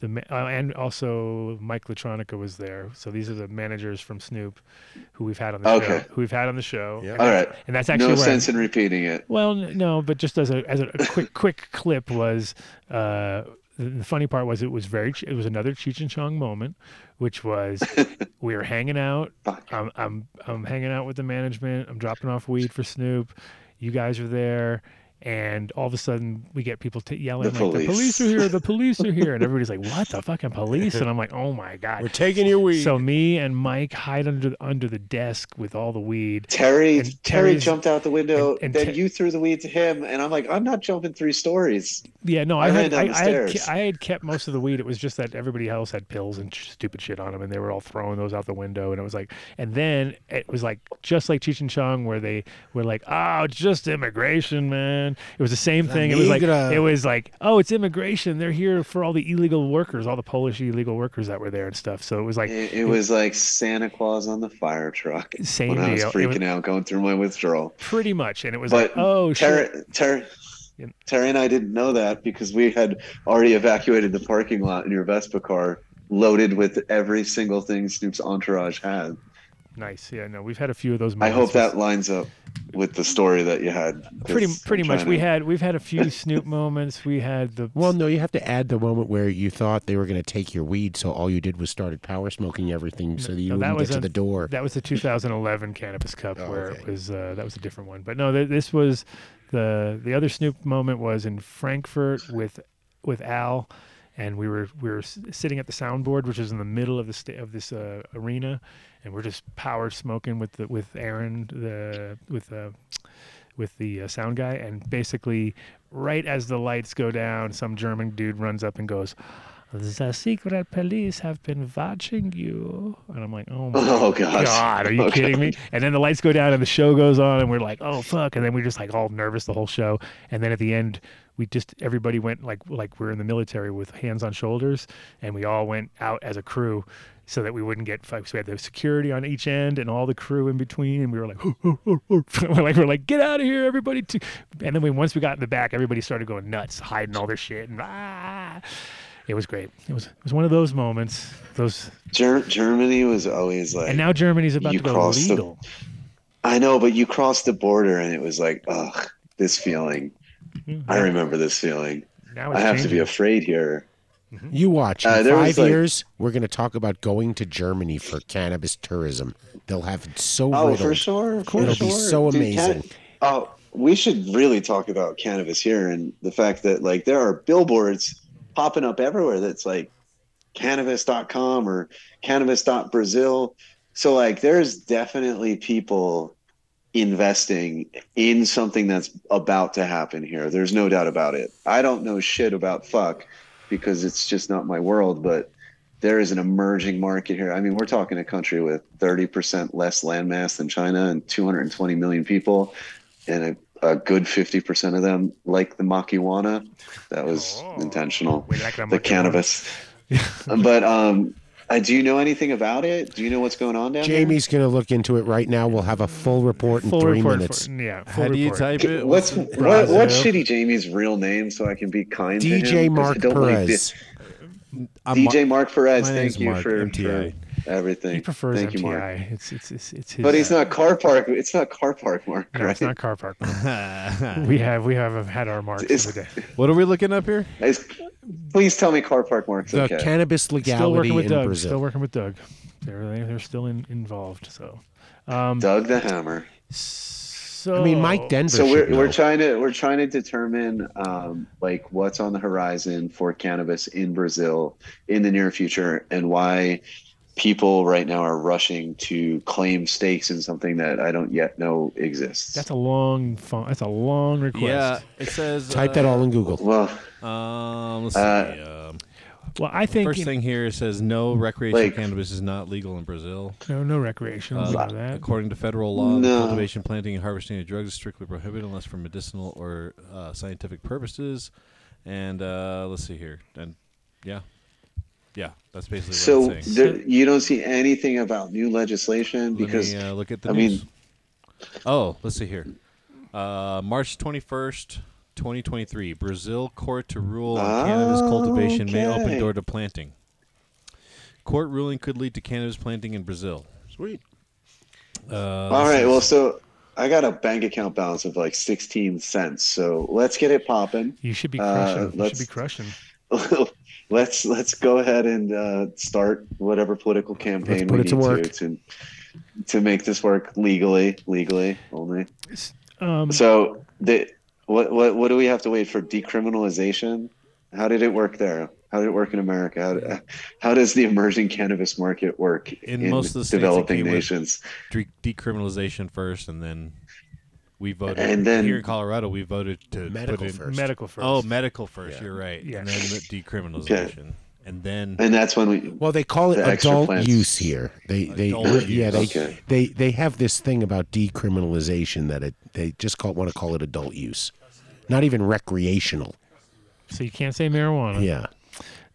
[SPEAKER 4] the ma- uh, and also Mike Latronica was there. So these are the managers from Snoop who we've had on the
[SPEAKER 10] Okay.
[SPEAKER 4] show. Who we've had on the show. And
[SPEAKER 10] All
[SPEAKER 4] that's-
[SPEAKER 10] right.
[SPEAKER 4] And that's actually
[SPEAKER 10] no
[SPEAKER 4] where I-
[SPEAKER 10] sense in repeating it.
[SPEAKER 4] Well, n- no, but just as a as a, a quick quick clip was uh, the, the funny part was it was very it was another Cheech and Chong moment, which was we were hanging out. I'm, I'm I'm hanging out with the management. I'm dropping off weed for Snoop. You guys are there. And all of a sudden, we get people t- yelling
[SPEAKER 5] The
[SPEAKER 4] like, "The
[SPEAKER 5] police.
[SPEAKER 4] police are here! The police are here!" And everybody's like, "What the fucking police?" And I'm like, "Oh my god,
[SPEAKER 5] We're taking your weed."
[SPEAKER 4] So me and Mike hide under under the desk with all the weed.
[SPEAKER 10] Terry
[SPEAKER 4] And
[SPEAKER 10] Terry
[SPEAKER 4] Terry's-
[SPEAKER 10] jumped out the window.
[SPEAKER 4] and
[SPEAKER 10] then
[SPEAKER 4] Ter-
[SPEAKER 10] you threw the weed to him, and I'm like, I'm not jumping three stories.
[SPEAKER 4] Yeah, no,
[SPEAKER 10] I
[SPEAKER 4] I,
[SPEAKER 10] ran
[SPEAKER 4] had, I,
[SPEAKER 10] down
[SPEAKER 4] I,
[SPEAKER 10] the
[SPEAKER 4] had,
[SPEAKER 10] stairs.
[SPEAKER 4] ke- I had kept most of the weed. It was just that everybody else had pills and sh- stupid shit on them, and they were all throwing those out the window. And it was like, and then it was like just like Cheech and Chong, where they were like, "Oh, it's just immigration, man." It was the same thing. It was like
[SPEAKER 5] Migra.
[SPEAKER 4] it was like, "Oh, it's immigration. They're here for all the illegal workers, all the Polish illegal workers that were there and stuff." So it was like
[SPEAKER 10] It, it was like Santa Claus on the fire truck.
[SPEAKER 4] Same
[SPEAKER 10] when I was
[SPEAKER 4] deal. It
[SPEAKER 10] freaking
[SPEAKER 4] was-
[SPEAKER 10] out, going through my withdrawal.
[SPEAKER 4] pretty much, and it was
[SPEAKER 10] But
[SPEAKER 4] like, "Oh shit."
[SPEAKER 10] Terry, Terry, Terry and I didn't know that because we had already evacuated the parking lot in your Vespa car, loaded with every single thing Snoop's entourage had.
[SPEAKER 4] Nice. Yeah, no, we've had a few of those.
[SPEAKER 10] I
[SPEAKER 4] Moments
[SPEAKER 10] hope that lines up with the story that you had. 'cause
[SPEAKER 4] Pretty,
[SPEAKER 10] I'm
[SPEAKER 4] pretty much.
[SPEAKER 10] trying
[SPEAKER 4] We
[SPEAKER 10] to-
[SPEAKER 4] had we've had a few Snoop moments. We had the
[SPEAKER 5] Well, no, you have to add the moment where you thought they were going to take your weed, so all you did was started power smoking everything so that you
[SPEAKER 4] No,
[SPEAKER 5] wouldn't get to
[SPEAKER 4] on-
[SPEAKER 5] the door.
[SPEAKER 4] That was the 2011 Cannabis Cup where it was uh, that was a different one. But no, th- this was the the other Snoop moment was in Frankfurt with with Al, and we were we were s- sitting at the soundboard, which is in the middle of the sta- of this uh, arena, and we're just power smoking with the with Aaron the with uh, with the uh, sound guy, and basically right as the lights go down, some German dude runs up and goes. The secret police have been watching you. And I'm like, oh my
[SPEAKER 10] Oh, gosh.
[SPEAKER 4] God, are you
[SPEAKER 10] Oh,
[SPEAKER 4] kidding
[SPEAKER 10] God.
[SPEAKER 4] me? And then the lights go down and the show goes on and we're like, oh fuck. And then we're just like all nervous the whole show. And then at the end, we just everybody went like like we're in the military with hands on shoulders and we all went out as a crew so that we wouldn't get fucked. So we had the security on each end and all the crew in between and we were like, we're like we're like, get out of here, everybody to-" and then we once we got in the back, everybody started going nuts, hiding all their shit and ah it was great. It was it was one of those moments. Those
[SPEAKER 10] Ger- Germany was always like.
[SPEAKER 4] and now Germany's about
[SPEAKER 10] you
[SPEAKER 4] to go
[SPEAKER 10] crossed the-
[SPEAKER 4] legal.
[SPEAKER 10] I know, but you crossed the border and it was like, ugh, this feeling. I remember this feeling.
[SPEAKER 4] Now
[SPEAKER 10] I
[SPEAKER 4] it's
[SPEAKER 10] have to be
[SPEAKER 4] Mm-hmm. changing. Mm-hmm.
[SPEAKER 10] afraid here.
[SPEAKER 5] You watch. In
[SPEAKER 10] Uh, there was,
[SPEAKER 5] five
[SPEAKER 10] like-
[SPEAKER 5] years, we're going to talk about going to Germany for cannabis tourism. They'll have it so
[SPEAKER 10] Oh,
[SPEAKER 5] riddled.
[SPEAKER 10] for sure. For
[SPEAKER 5] It'll be
[SPEAKER 10] sure.
[SPEAKER 5] so
[SPEAKER 10] Dude, can-
[SPEAKER 5] amazing.
[SPEAKER 10] oh, we should really talk about cannabis here and the fact that like there are billboards popping up everywhere that's like cannabis.com or cannabis.brazil. So like there's definitely people investing in something that's about to happen here. There's no doubt about it. I don't know shit about fuck because it's just not my world, but there is an emerging market here. I mean, we're talking a country with 30% less landmass than China and 220 million people, and a, a good 50% of them like the marijuana. That was intentional.
[SPEAKER 4] like the
[SPEAKER 10] the
[SPEAKER 4] marijuana.
[SPEAKER 10] cannabis. but um, uh, do you know anything about it? Do you know what's going on down there?
[SPEAKER 5] Jamie's going to look into it right now. We'll have a full report in
[SPEAKER 10] Full
[SPEAKER 5] three
[SPEAKER 10] report for-
[SPEAKER 5] minutes.
[SPEAKER 4] yeah,
[SPEAKER 7] How do you type it?
[SPEAKER 10] What's
[SPEAKER 7] What's
[SPEAKER 10] what,
[SPEAKER 7] the-
[SPEAKER 10] what's
[SPEAKER 7] Brazil?
[SPEAKER 10] shitty Jamie's real name so I can be kind to him?
[SPEAKER 5] DJ
[SPEAKER 10] 'Cause I
[SPEAKER 5] Mark
[SPEAKER 10] don't like
[SPEAKER 5] Perez.
[SPEAKER 10] this-
[SPEAKER 7] I'm
[SPEAKER 10] DJ
[SPEAKER 7] Mar-
[SPEAKER 10] Mark Perez,
[SPEAKER 7] My
[SPEAKER 10] thank
[SPEAKER 7] name's
[SPEAKER 10] you
[SPEAKER 7] Mark,
[SPEAKER 10] for,
[SPEAKER 7] MTI.
[SPEAKER 10] for everything.
[SPEAKER 4] He prefers
[SPEAKER 10] thank
[SPEAKER 4] MTI.
[SPEAKER 10] you, Mark.
[SPEAKER 4] It's it's it's it's his. uh,
[SPEAKER 10] But he's not car park. It's not car park, Mark.
[SPEAKER 4] no,
[SPEAKER 10] right?
[SPEAKER 4] it's not car park. we have we have had our marks
[SPEAKER 10] It's-
[SPEAKER 4] for the day.
[SPEAKER 7] What are we looking up here?
[SPEAKER 10] It's- please tell me car park, Mark.
[SPEAKER 5] The
[SPEAKER 10] okay.
[SPEAKER 5] cannabis
[SPEAKER 4] Still
[SPEAKER 5] legality
[SPEAKER 4] working with
[SPEAKER 5] in
[SPEAKER 4] Doug.
[SPEAKER 5] Brazil.
[SPEAKER 4] Still working with Doug. They're they're they're still in, involved. So, um,
[SPEAKER 10] Doug the Hammer.
[SPEAKER 4] So
[SPEAKER 10] So we're, we're trying to we're trying to determine um, like what's on the horizon for cannabis in Brazil in the near future, and why people right now are rushing to claim stakes in something that I don't yet know exists.
[SPEAKER 4] That's a long phone. That's a long request.
[SPEAKER 7] Yeah, it says. uh,
[SPEAKER 5] Type that all in Google.
[SPEAKER 10] Well,
[SPEAKER 7] Um, let's
[SPEAKER 10] Uh,
[SPEAKER 7] see. Um,
[SPEAKER 4] well, I think
[SPEAKER 7] first
[SPEAKER 4] in-
[SPEAKER 7] thing here it says no recreational
[SPEAKER 4] Like-
[SPEAKER 7] cannabis is not legal in Brazil.
[SPEAKER 4] No, no recreational.
[SPEAKER 7] Uh,
[SPEAKER 4] we know that.
[SPEAKER 7] According to federal law, the
[SPEAKER 4] No.
[SPEAKER 7] cultivation, planting, and harvesting of drugs is strictly prohibited unless for medicinal or uh, scientific purposes. And uh, let's see here. And yeah, yeah, that's basically
[SPEAKER 10] so
[SPEAKER 7] what it's saying.
[SPEAKER 10] there, you don't see anything about new legislation because
[SPEAKER 7] Let me, uh, look at the
[SPEAKER 10] I
[SPEAKER 7] news.
[SPEAKER 10] mean
[SPEAKER 7] oh, let's see here. Uh, March 21st, 2023, Brazil court to rule on cannabis
[SPEAKER 10] Oh,
[SPEAKER 7] cultivation may open
[SPEAKER 10] okay.
[SPEAKER 7] door to planting. Court ruling could lead to cannabis planting in Brazil.
[SPEAKER 5] Sweet.
[SPEAKER 7] Uh,
[SPEAKER 10] all
[SPEAKER 7] this
[SPEAKER 10] right.
[SPEAKER 7] is-
[SPEAKER 10] Well, so I got a bank account balance of like sixteen cents. So let's get it popping.
[SPEAKER 4] You should be
[SPEAKER 10] Uh,
[SPEAKER 4] crushing. you should
[SPEAKER 10] let's-
[SPEAKER 4] be crushing.
[SPEAKER 10] let's let's go ahead and uh, start whatever political campaign
[SPEAKER 5] put
[SPEAKER 10] we
[SPEAKER 5] it to
[SPEAKER 10] need to,
[SPEAKER 5] work.
[SPEAKER 10] to to make this work legally, legally only.
[SPEAKER 4] Um,
[SPEAKER 10] So the what what what do we have to wait for decriminalization? How did it work there? How did it work in America? How, do- how does the emerging cannabis market work
[SPEAKER 7] in, most of the states, it
[SPEAKER 10] developing
[SPEAKER 7] came with
[SPEAKER 10] nations?
[SPEAKER 7] de- decriminalization first, and then we voted.
[SPEAKER 10] And then-
[SPEAKER 7] here in Colorado, we voted to
[SPEAKER 5] Medical
[SPEAKER 7] put in,
[SPEAKER 5] first.
[SPEAKER 4] Medical first.
[SPEAKER 7] Oh, medical first. You're right.
[SPEAKER 4] Yeah.
[SPEAKER 7] And then the decriminalization, and then
[SPEAKER 10] And that's when we
[SPEAKER 5] Well, they call it
[SPEAKER 10] the extra
[SPEAKER 5] adult
[SPEAKER 10] plants.
[SPEAKER 5] use here. They they
[SPEAKER 7] Adult
[SPEAKER 5] yeah
[SPEAKER 7] use.
[SPEAKER 5] they,
[SPEAKER 10] Okay.
[SPEAKER 5] they they have this thing about decriminalization that it they just call, want to call it adult use, not even recreational.
[SPEAKER 4] So you can't say marijuana.
[SPEAKER 5] Yeah.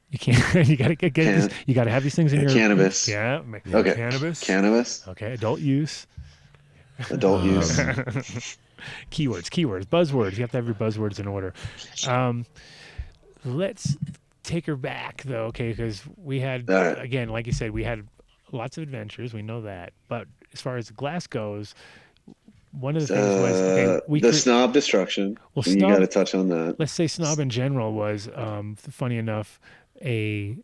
[SPEAKER 4] You can't. You gotta get, get
[SPEAKER 5] Can-
[SPEAKER 4] these, You gotta have these things in your
[SPEAKER 10] Cannabis.
[SPEAKER 4] Yeah. ma-
[SPEAKER 10] Okay.
[SPEAKER 4] Cannabis.
[SPEAKER 10] Cannabis.
[SPEAKER 4] Okay. Adult use.
[SPEAKER 10] Adult use.
[SPEAKER 4] keywords. Keywords. Buzzwords. You have to have your buzzwords in order. Um, let's take her back though. Okay, because we had
[SPEAKER 10] All right.
[SPEAKER 4] again, like you said, we had lots of adventures. We know that. But as far as glass goes, one of the things was
[SPEAKER 10] Uh,
[SPEAKER 4] okay, we
[SPEAKER 10] the
[SPEAKER 4] cre-
[SPEAKER 10] snob destruction.
[SPEAKER 4] Well,
[SPEAKER 10] you
[SPEAKER 4] snob-
[SPEAKER 10] got to touch on that.
[SPEAKER 4] let's say snob in general was um, f- funny enough a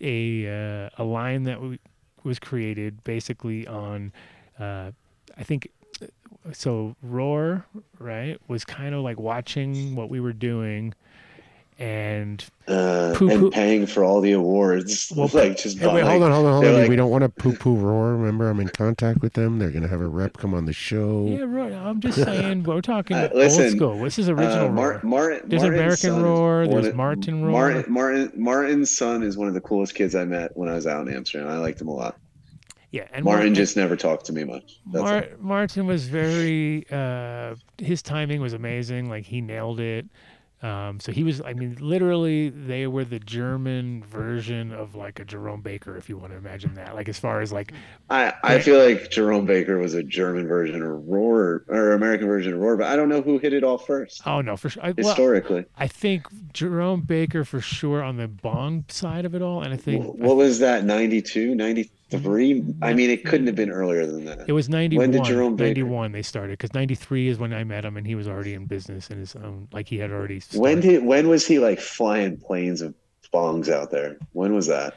[SPEAKER 4] a uh, a line that we, was created basically on uh, I think uh, so roar right was kind of like watching what we were doing and
[SPEAKER 10] Uh,
[SPEAKER 4] Poo poo-
[SPEAKER 10] and paying for all the awards.
[SPEAKER 4] Well,
[SPEAKER 10] like just
[SPEAKER 5] Hey, wait,
[SPEAKER 10] buying-
[SPEAKER 5] hold on, hold on, hold
[SPEAKER 10] they're
[SPEAKER 5] on.
[SPEAKER 10] like,
[SPEAKER 5] we don't want to poo poo roar. Remember, I'm in contact with them. They're gonna have a rep come on the show.
[SPEAKER 4] yeah roar I'm just saying we're talking
[SPEAKER 10] Uh,
[SPEAKER 4] old
[SPEAKER 10] listen,
[SPEAKER 4] school this is original
[SPEAKER 10] uh, Mar-
[SPEAKER 4] roar
[SPEAKER 10] Mar-
[SPEAKER 4] there's
[SPEAKER 10] Martin's
[SPEAKER 4] American
[SPEAKER 10] son is
[SPEAKER 4] roar
[SPEAKER 10] one
[SPEAKER 4] there's
[SPEAKER 10] of-
[SPEAKER 4] Martin roar
[SPEAKER 10] Martin, Martin Martin's son is one of the coolest kids I met when I was out in Amsterdam. I liked him a lot.
[SPEAKER 4] yeah and
[SPEAKER 10] Martin
[SPEAKER 4] Martin-
[SPEAKER 10] just never talked to me much. That's all.
[SPEAKER 4] Mar- Martin was very. Uh, his timing was amazing. Like he nailed it. Um, so he was. I mean, literally, they were the German version of like a Jerome Baker, if you want to imagine that. Like as far as like,
[SPEAKER 10] I, I feel like Jerome Baker was a German version of Roar or American version of Roar, but I don't know who hit it all first
[SPEAKER 4] oh no, for sure. I, well,
[SPEAKER 10] historically.
[SPEAKER 4] I think Jerome Baker for sure on the bong side of it all, and I think
[SPEAKER 10] Wh- What was that? 92, 93?
[SPEAKER 5] Mm-hmm.
[SPEAKER 10] I mean, it couldn't have been earlier than that.
[SPEAKER 4] It was 91.
[SPEAKER 10] When did Jerome Baker?
[SPEAKER 4] 91 they started because 93 is when I met him and he was already in business in his own like he had already
[SPEAKER 10] When did when was he like flying planes of bongs out there? When was that?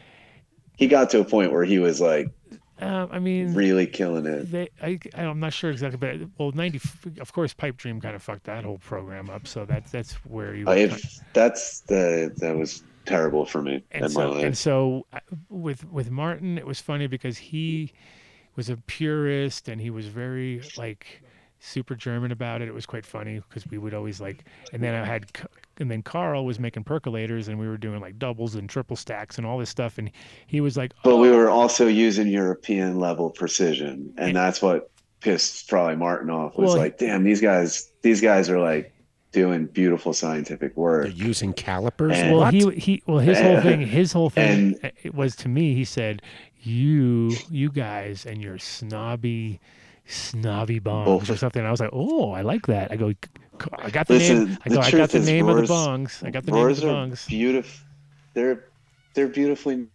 [SPEAKER 10] He got to a point where he was like
[SPEAKER 4] um, I mean
[SPEAKER 10] really killing it.
[SPEAKER 4] They, I, I'm not sure exactly, but well, 90, of course, Pipe Dream kind of fucked that whole program up. So that's that's where you.
[SPEAKER 10] I, if that's the that was terrible for me
[SPEAKER 4] and
[SPEAKER 10] in my
[SPEAKER 4] so,
[SPEAKER 10] life.
[SPEAKER 4] and so uh, with with Martin, it was funny because he was a purist and he was very like super German about it. It was quite funny because we would always like, and then I had, C- and then Carl was making percolators and we were doing like doubles and triple stacks and all this stuff, and he was like, "Oh,
[SPEAKER 10] but we were also using European level precision, and that's what pissed probably Martin off. Was
[SPEAKER 4] Well,
[SPEAKER 10] like, damn, these guys, these guys are like doing beautiful scientific work.
[SPEAKER 5] Using calipers.
[SPEAKER 10] And-
[SPEAKER 4] well,
[SPEAKER 5] what?
[SPEAKER 4] he he well his whole thing his whole thing uh, it was to me he said you you guys and your snobby snobby bongs or
[SPEAKER 10] Bullshit.
[SPEAKER 4] something. I was like, "Oh, I like that." I go "C- c- I got the
[SPEAKER 10] Listen,
[SPEAKER 4] name I go I got
[SPEAKER 10] truth
[SPEAKER 4] the
[SPEAKER 10] is
[SPEAKER 4] name of the
[SPEAKER 10] roars-
[SPEAKER 4] bongs. I got the name of
[SPEAKER 10] roars
[SPEAKER 4] the
[SPEAKER 10] are
[SPEAKER 4] bongs.
[SPEAKER 10] Beautiful. They're they're beautifully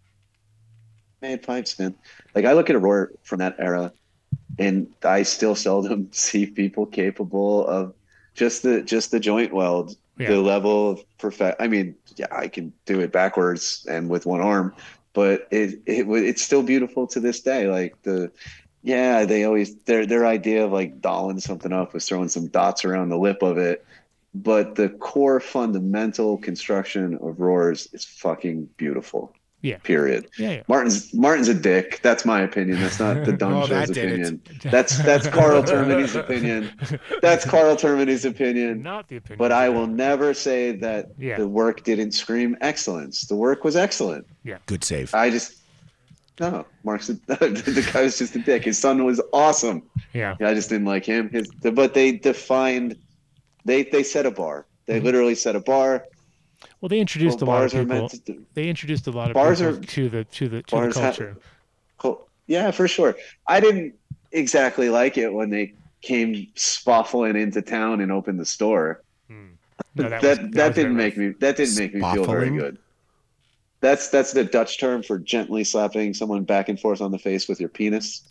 [SPEAKER 10] made pipes, man. Like I look at a roar from that era, and I still seldom see people capable of just the just the joint weld,
[SPEAKER 4] Yeah.
[SPEAKER 10] the level of perfect. I mean, yeah, I can do it backwards and with one arm, but it it wa- it's still beautiful to this day. Like the yeah, they always their their idea of like dolling something up was throwing some dots around the lip of it. But the core fundamental construction of roars is fucking beautiful.
[SPEAKER 4] Yeah.
[SPEAKER 10] Period.
[SPEAKER 4] Yeah, yeah.
[SPEAKER 10] Martin's Martin's a dick. That's my opinion. That's not the dumb
[SPEAKER 5] Oh, that
[SPEAKER 10] show's
[SPEAKER 5] did it.
[SPEAKER 10] opinion. That's that's Carl Termini's opinion. That's Carl Termini's opinion.
[SPEAKER 4] Not the opinion.
[SPEAKER 10] But I will never say that
[SPEAKER 4] Yeah.
[SPEAKER 10] the work didn't scream excellence. The work was excellent.
[SPEAKER 4] Yeah.
[SPEAKER 5] Good save.
[SPEAKER 10] I just no, Mark's the guy was just a dick. His son was awesome.
[SPEAKER 4] Yeah.
[SPEAKER 10] I just didn't like him. His but they defined they they set a bar. They literally set a bar.
[SPEAKER 4] Well, they Mm-hmm. introduced
[SPEAKER 10] Well,
[SPEAKER 4] a lot of
[SPEAKER 10] bars are
[SPEAKER 4] people.
[SPEAKER 10] meant to do-
[SPEAKER 4] They introduced a lot of
[SPEAKER 10] Bars
[SPEAKER 4] people
[SPEAKER 10] are-
[SPEAKER 4] to the to the to the
[SPEAKER 10] bars ha-
[SPEAKER 4] culture.
[SPEAKER 10] Cool. Yeah, for sure. I didn't exactly like it when they came spuffling into town and opened the store.
[SPEAKER 4] No,
[SPEAKER 10] that
[SPEAKER 4] was-
[SPEAKER 10] that,
[SPEAKER 4] was very
[SPEAKER 10] didn't make me that didn't make me feel very
[SPEAKER 5] Spoffeling?
[SPEAKER 10] good. That's that's the Dutch term for gently slapping someone back and forth on the face with your penis.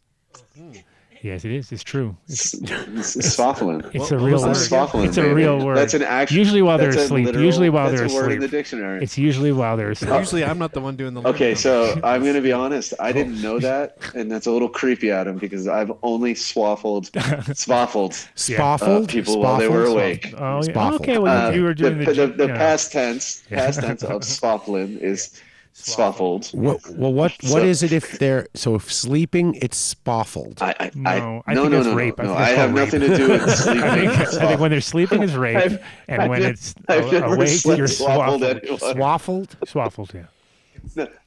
[SPEAKER 4] rough. Yes, it is. It's true. It's,
[SPEAKER 10] It's, it's swaffling.
[SPEAKER 4] it's a real word.
[SPEAKER 10] That's swaffling,
[SPEAKER 4] It's a
[SPEAKER 10] baby.
[SPEAKER 4] real word.
[SPEAKER 10] That's an actual.
[SPEAKER 4] Usually while they're
[SPEAKER 10] that's a
[SPEAKER 4] asleep.
[SPEAKER 10] literal-
[SPEAKER 4] usually while
[SPEAKER 10] that's
[SPEAKER 4] they're
[SPEAKER 10] a word in
[SPEAKER 4] asleep.
[SPEAKER 10] the dictionary.
[SPEAKER 4] It's usually while they're asleep.
[SPEAKER 7] Usually, I'm not the one doing the.
[SPEAKER 10] Okay,
[SPEAKER 7] learning.
[SPEAKER 10] so I'm gonna be honest.
[SPEAKER 4] Oh.
[SPEAKER 10] I didn't know that, and that's a little creepy, Adam, because I've only swaffled, swaffled
[SPEAKER 5] Spoffled?
[SPEAKER 10] Uh, people while they were
[SPEAKER 5] Spoffled?
[SPEAKER 10] awake.
[SPEAKER 4] Oh, yeah.
[SPEAKER 5] Spoffled.
[SPEAKER 4] Okay, well,
[SPEAKER 10] Uh,
[SPEAKER 4] you- you were doing the,
[SPEAKER 10] the, the
[SPEAKER 4] yeah.
[SPEAKER 10] past tense, past tense of swaffling is swaffled.
[SPEAKER 5] What, well, what what is
[SPEAKER 10] So-
[SPEAKER 5] it if they're so if sleeping it's spoffled?
[SPEAKER 10] I, I,
[SPEAKER 4] No, I
[SPEAKER 10] no,
[SPEAKER 4] think
[SPEAKER 10] no,
[SPEAKER 4] that's
[SPEAKER 10] no,
[SPEAKER 4] rape. I
[SPEAKER 10] no, no.
[SPEAKER 4] think
[SPEAKER 10] I
[SPEAKER 4] that's
[SPEAKER 10] have
[SPEAKER 4] called
[SPEAKER 10] nothing
[SPEAKER 4] rape.
[SPEAKER 10] to do with sleeping.
[SPEAKER 4] I think, I think
[SPEAKER 10] Swaff-
[SPEAKER 4] when they're sleeping is rape,
[SPEAKER 10] I've-
[SPEAKER 4] and
[SPEAKER 10] I've
[SPEAKER 4] when
[SPEAKER 10] never-
[SPEAKER 4] it's
[SPEAKER 10] I've never
[SPEAKER 4] awake,
[SPEAKER 10] slept
[SPEAKER 4] you're
[SPEAKER 10] swaffled
[SPEAKER 4] swaffled.
[SPEAKER 10] anyone.
[SPEAKER 5] Swaffled?
[SPEAKER 4] Swaffled, yeah.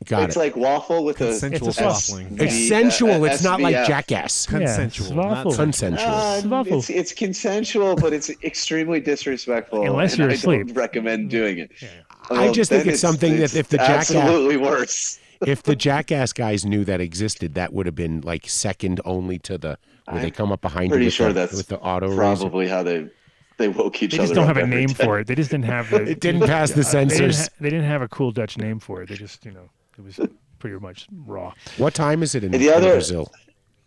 [SPEAKER 5] Got
[SPEAKER 10] it's
[SPEAKER 5] it.
[SPEAKER 10] like waffle with a
[SPEAKER 7] Consensual
[SPEAKER 4] It's a swaff-
[SPEAKER 7] swaffling.
[SPEAKER 5] It's
[SPEAKER 10] the, uh,
[SPEAKER 5] sensual. It's not like
[SPEAKER 10] SBF.
[SPEAKER 5] jackass.
[SPEAKER 7] Consensual,
[SPEAKER 4] Yeah,
[SPEAKER 7] not
[SPEAKER 4] swaffled.
[SPEAKER 5] Consensual.
[SPEAKER 10] Uh,
[SPEAKER 4] Swaffle.
[SPEAKER 10] it's, it's consensual, but it's extremely disrespectful.
[SPEAKER 4] Unless
[SPEAKER 10] and
[SPEAKER 4] you're
[SPEAKER 10] I
[SPEAKER 4] asleep.
[SPEAKER 10] Don't recommend doing it.
[SPEAKER 5] I just think
[SPEAKER 10] then
[SPEAKER 5] it's something that if the jackass-
[SPEAKER 10] absolutely worse.
[SPEAKER 5] if the jackass guys knew that existed, that would have been like second only to the where they come up behind you
[SPEAKER 10] Pretty
[SPEAKER 5] with,
[SPEAKER 10] sure
[SPEAKER 5] the,
[SPEAKER 10] that's
[SPEAKER 5] with the auto razor.
[SPEAKER 10] probably how they they woke each
[SPEAKER 4] They
[SPEAKER 10] other.
[SPEAKER 4] just don't have
[SPEAKER 10] up
[SPEAKER 4] a
[SPEAKER 10] every
[SPEAKER 4] name
[SPEAKER 10] day.
[SPEAKER 4] for it. They just didn't have the.
[SPEAKER 5] It didn't pass the
[SPEAKER 4] They didn't,
[SPEAKER 5] sensors.
[SPEAKER 4] ha- they didn't have a cool Dutch name for it. They just, you know, it was pretty much raw.
[SPEAKER 5] What time is it in,
[SPEAKER 10] And the
[SPEAKER 5] in
[SPEAKER 10] other-
[SPEAKER 5] Brazil?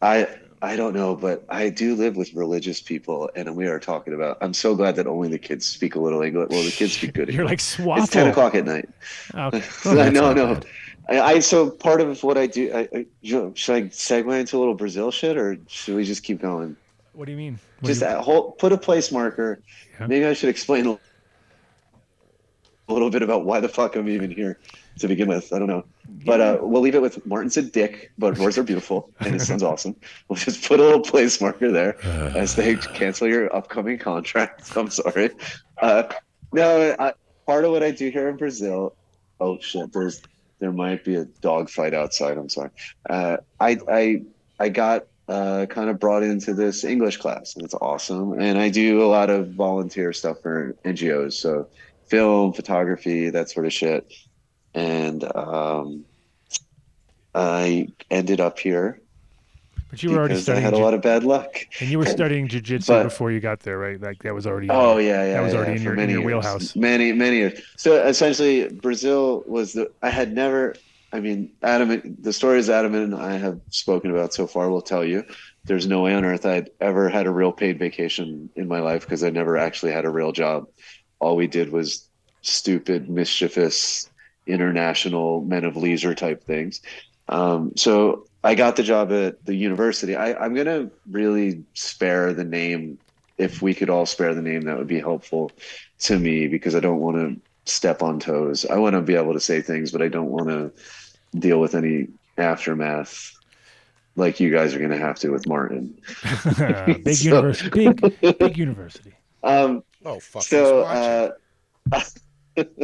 [SPEAKER 10] I I don't know, but I do live with religious people, and we are talking about. I'm so glad that only the kids speak a little English. Well, the kids speak good.
[SPEAKER 4] You're
[SPEAKER 10] English.
[SPEAKER 4] like swaffle.
[SPEAKER 10] It's ten o'clock at night.
[SPEAKER 4] Okay.
[SPEAKER 10] I no, no. I, I so part of what I do. I, I, should I segue into a little Brazil shit, or should we just keep going?
[SPEAKER 4] What do you mean? What
[SPEAKER 10] just
[SPEAKER 4] do you-
[SPEAKER 10] that whole, put a place marker.
[SPEAKER 4] Yeah.
[SPEAKER 10] Maybe I should explain a little bit about why the fuck I'm even here to begin with. I don't know, but uh, we'll leave it with Martin's a dick, but roars are beautiful, and his son's awesome. We'll just put a little place marker there as they cancel your upcoming contract. I'm sorry. Uh, no, I, part of what I do here in Brazil. Oh shit! There's there might be a dog fight outside. I'm sorry. Uh, I I I got uh, kind of brought into this English class, and it's awesome. And I do a lot of volunteer stuff for NGOs, so film, photography, that sort of shit. And um, I ended up here
[SPEAKER 4] but you were already
[SPEAKER 10] because I
[SPEAKER 4] studying.
[SPEAKER 10] had a
[SPEAKER 4] ju-
[SPEAKER 10] lot of bad luck.
[SPEAKER 4] and you were studying jujitsu
[SPEAKER 10] but-
[SPEAKER 4] before you got there, right? Like that was already.
[SPEAKER 10] Oh yeah, yeah.
[SPEAKER 4] That was
[SPEAKER 10] yeah,
[SPEAKER 4] already in
[SPEAKER 10] for
[SPEAKER 4] your- in
[SPEAKER 10] many
[SPEAKER 4] your
[SPEAKER 10] years.
[SPEAKER 4] wheelhouse.
[SPEAKER 10] Many, many years. So essentially, Brazil was the. I had never. I mean, Adam. and- The stories Adam and I have spoken about so far will tell you. There's no way on earth I'd ever had a real paid vacation in my life because I never actually had a real job. All we did was stupid, mischievous, international men of leisure type things. Um, so I got the job at the university. I, I'm gonna really spare the name if we could all spare the name, that would be helpful to me because I don't want to step on toes. I want to be able to say things, but I don't want to deal with any aftermath like you guys are going to have to with Martin.
[SPEAKER 4] big
[SPEAKER 10] So-
[SPEAKER 4] university. Big, big university.
[SPEAKER 10] Um,
[SPEAKER 5] Oh fuck!
[SPEAKER 10] so, uh, do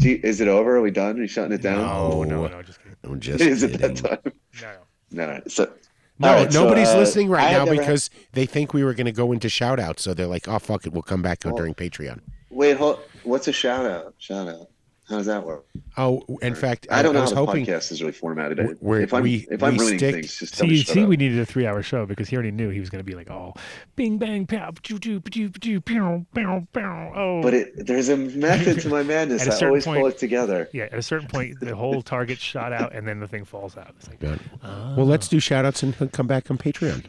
[SPEAKER 10] you- is it over? Are we done? Are you shutting it down?
[SPEAKER 4] Oh no, no, just kidding.
[SPEAKER 5] I'm just
[SPEAKER 10] is it
[SPEAKER 5] kidding.
[SPEAKER 10] that time?
[SPEAKER 4] No, no.
[SPEAKER 10] No, no. So,
[SPEAKER 5] No,
[SPEAKER 10] all right, so,
[SPEAKER 5] nobody's
[SPEAKER 10] uh,
[SPEAKER 5] listening
[SPEAKER 10] I
[SPEAKER 5] right
[SPEAKER 10] had
[SPEAKER 5] now
[SPEAKER 10] never had-
[SPEAKER 5] because they think we were going to go into shout outs. So they're like, oh, fuck it. We'll come back during Patreon.
[SPEAKER 10] wait, hold, what's a shout out? Shout out. How does that work?
[SPEAKER 5] Oh, in fact,
[SPEAKER 10] I don't know
[SPEAKER 5] was
[SPEAKER 10] how the
[SPEAKER 5] hoping.
[SPEAKER 10] podcast is really formatted.
[SPEAKER 5] W- where
[SPEAKER 10] if I'm,
[SPEAKER 5] we-
[SPEAKER 10] if I'm
[SPEAKER 5] we
[SPEAKER 10] ruining
[SPEAKER 5] stick-
[SPEAKER 10] things, just tell me
[SPEAKER 4] See,
[SPEAKER 10] to shut
[SPEAKER 4] see,
[SPEAKER 10] up.
[SPEAKER 4] we needed a three-hour show because he already knew he was going to be like, oh, bing bang pow, doo doo doo doo, pow, pow, pow. Oh,
[SPEAKER 10] But it, there's a method to my madness.
[SPEAKER 4] At a
[SPEAKER 10] I
[SPEAKER 4] certain
[SPEAKER 10] always
[SPEAKER 4] point-
[SPEAKER 10] pull it together.
[SPEAKER 4] yeah. At a certain point, the whole target shot out, and then the thing falls out. It's like,
[SPEAKER 5] Got it. Well, let's do shout outs and come back on Patreon.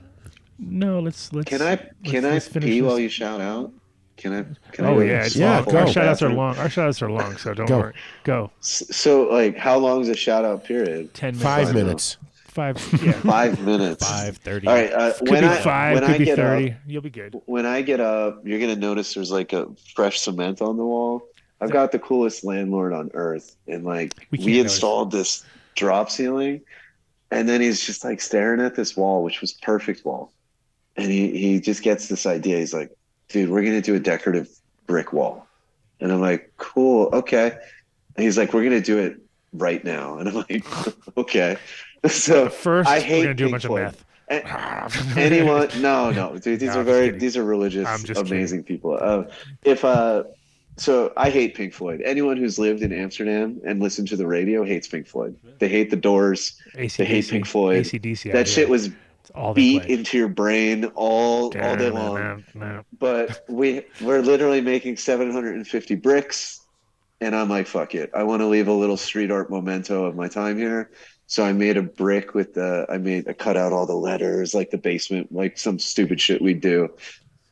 [SPEAKER 4] no, let's let's.
[SPEAKER 10] Can I
[SPEAKER 4] let's-
[SPEAKER 10] can I
[SPEAKER 4] let's finish
[SPEAKER 10] pee
[SPEAKER 4] this.
[SPEAKER 10] while you shout out? Can I? Can I
[SPEAKER 4] Oh
[SPEAKER 10] go
[SPEAKER 4] yeah, it's
[SPEAKER 10] to the
[SPEAKER 4] long.
[SPEAKER 10] bathroom?
[SPEAKER 4] Our shout outs are long. Our shout outs are long, so don't
[SPEAKER 10] Go.
[SPEAKER 4] worry. Go.
[SPEAKER 10] So, like, how long is a shout out period?
[SPEAKER 4] Ten minutes.
[SPEAKER 5] Five minutes.
[SPEAKER 4] Five. Yeah.
[SPEAKER 10] Five minutes.
[SPEAKER 4] Five thirty.
[SPEAKER 10] All right. Uh,
[SPEAKER 4] Could
[SPEAKER 10] when
[SPEAKER 4] be
[SPEAKER 10] I,
[SPEAKER 4] five,
[SPEAKER 10] When
[SPEAKER 4] could
[SPEAKER 10] I
[SPEAKER 4] be
[SPEAKER 10] get
[SPEAKER 4] 30.
[SPEAKER 10] Up,
[SPEAKER 4] You'll be good.
[SPEAKER 10] When I get up, you're gonna notice there's like a fresh cement on the wall. I've got the coolest landlord on earth, and like
[SPEAKER 4] We
[SPEAKER 10] we,
[SPEAKER 4] can't notice.
[SPEAKER 10] installed this drop ceiling, and then he's just like staring at this wall, which was perfect wall, and he he just gets this idea. He's like, "Dude, we're gonna do a decorative brick wall," and I'm like, "Cool, okay." And he's like, "We're gonna do it right now," and I'm like, "Okay." So
[SPEAKER 4] First,
[SPEAKER 10] I
[SPEAKER 4] we're
[SPEAKER 10] hate
[SPEAKER 4] gonna do a
[SPEAKER 10] Pink
[SPEAKER 4] bunch
[SPEAKER 10] Floyd.
[SPEAKER 4] of
[SPEAKER 10] A-
[SPEAKER 4] math.
[SPEAKER 10] anyone no no dude these
[SPEAKER 4] No,
[SPEAKER 10] are
[SPEAKER 4] I'm just
[SPEAKER 10] very
[SPEAKER 4] kidding.
[SPEAKER 10] these are religious
[SPEAKER 4] I'm just
[SPEAKER 10] amazing people uh, if uh so i hate pink floyd anyone who's lived in amsterdam and listened to the radio hates pink floyd they hate the doors they hate
[SPEAKER 4] AC/DC.
[SPEAKER 10] pink floyd
[SPEAKER 4] AC/DC out here.
[SPEAKER 10] that shit was
[SPEAKER 4] It's all they
[SPEAKER 10] beat
[SPEAKER 4] play.
[SPEAKER 10] into your brain all all day long but we we're literally making 750 bricks and i'm like fuck it i want to leave a little street art memento of my time here so i made a brick with the i made i cut out all the letters like the basement like some stupid shit we do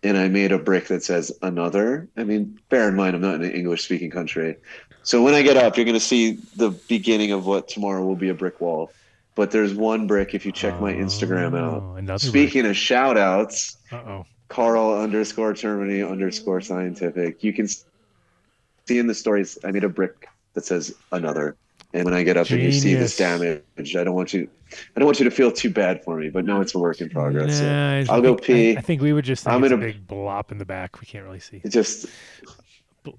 [SPEAKER 10] and i made a brick that says another i mean bear in mind i'm not in an english speaking country so when i get up you're going to see the beginning of what tomorrow will be a brick wall but there's one brick if you check my instagram out
[SPEAKER 4] Oh, another
[SPEAKER 10] speaking of shout outs
[SPEAKER 4] Uh oh.
[SPEAKER 10] Carl underscore Termini underscore scientific. You can s- see in the stories, I made a brick that says another. And when I get up and you see this
[SPEAKER 4] Genius.
[SPEAKER 10] damage, I don't want you, I don't want you to feel too bad for me. But no, it's a work in progress. so
[SPEAKER 4] Nah, I
[SPEAKER 10] I'll go
[SPEAKER 4] think- I-
[SPEAKER 10] pee.
[SPEAKER 4] I, think we would just think
[SPEAKER 10] I'm
[SPEAKER 4] it's a
[SPEAKER 10] gonna-
[SPEAKER 4] big blob in the back. We can't really see.
[SPEAKER 10] It just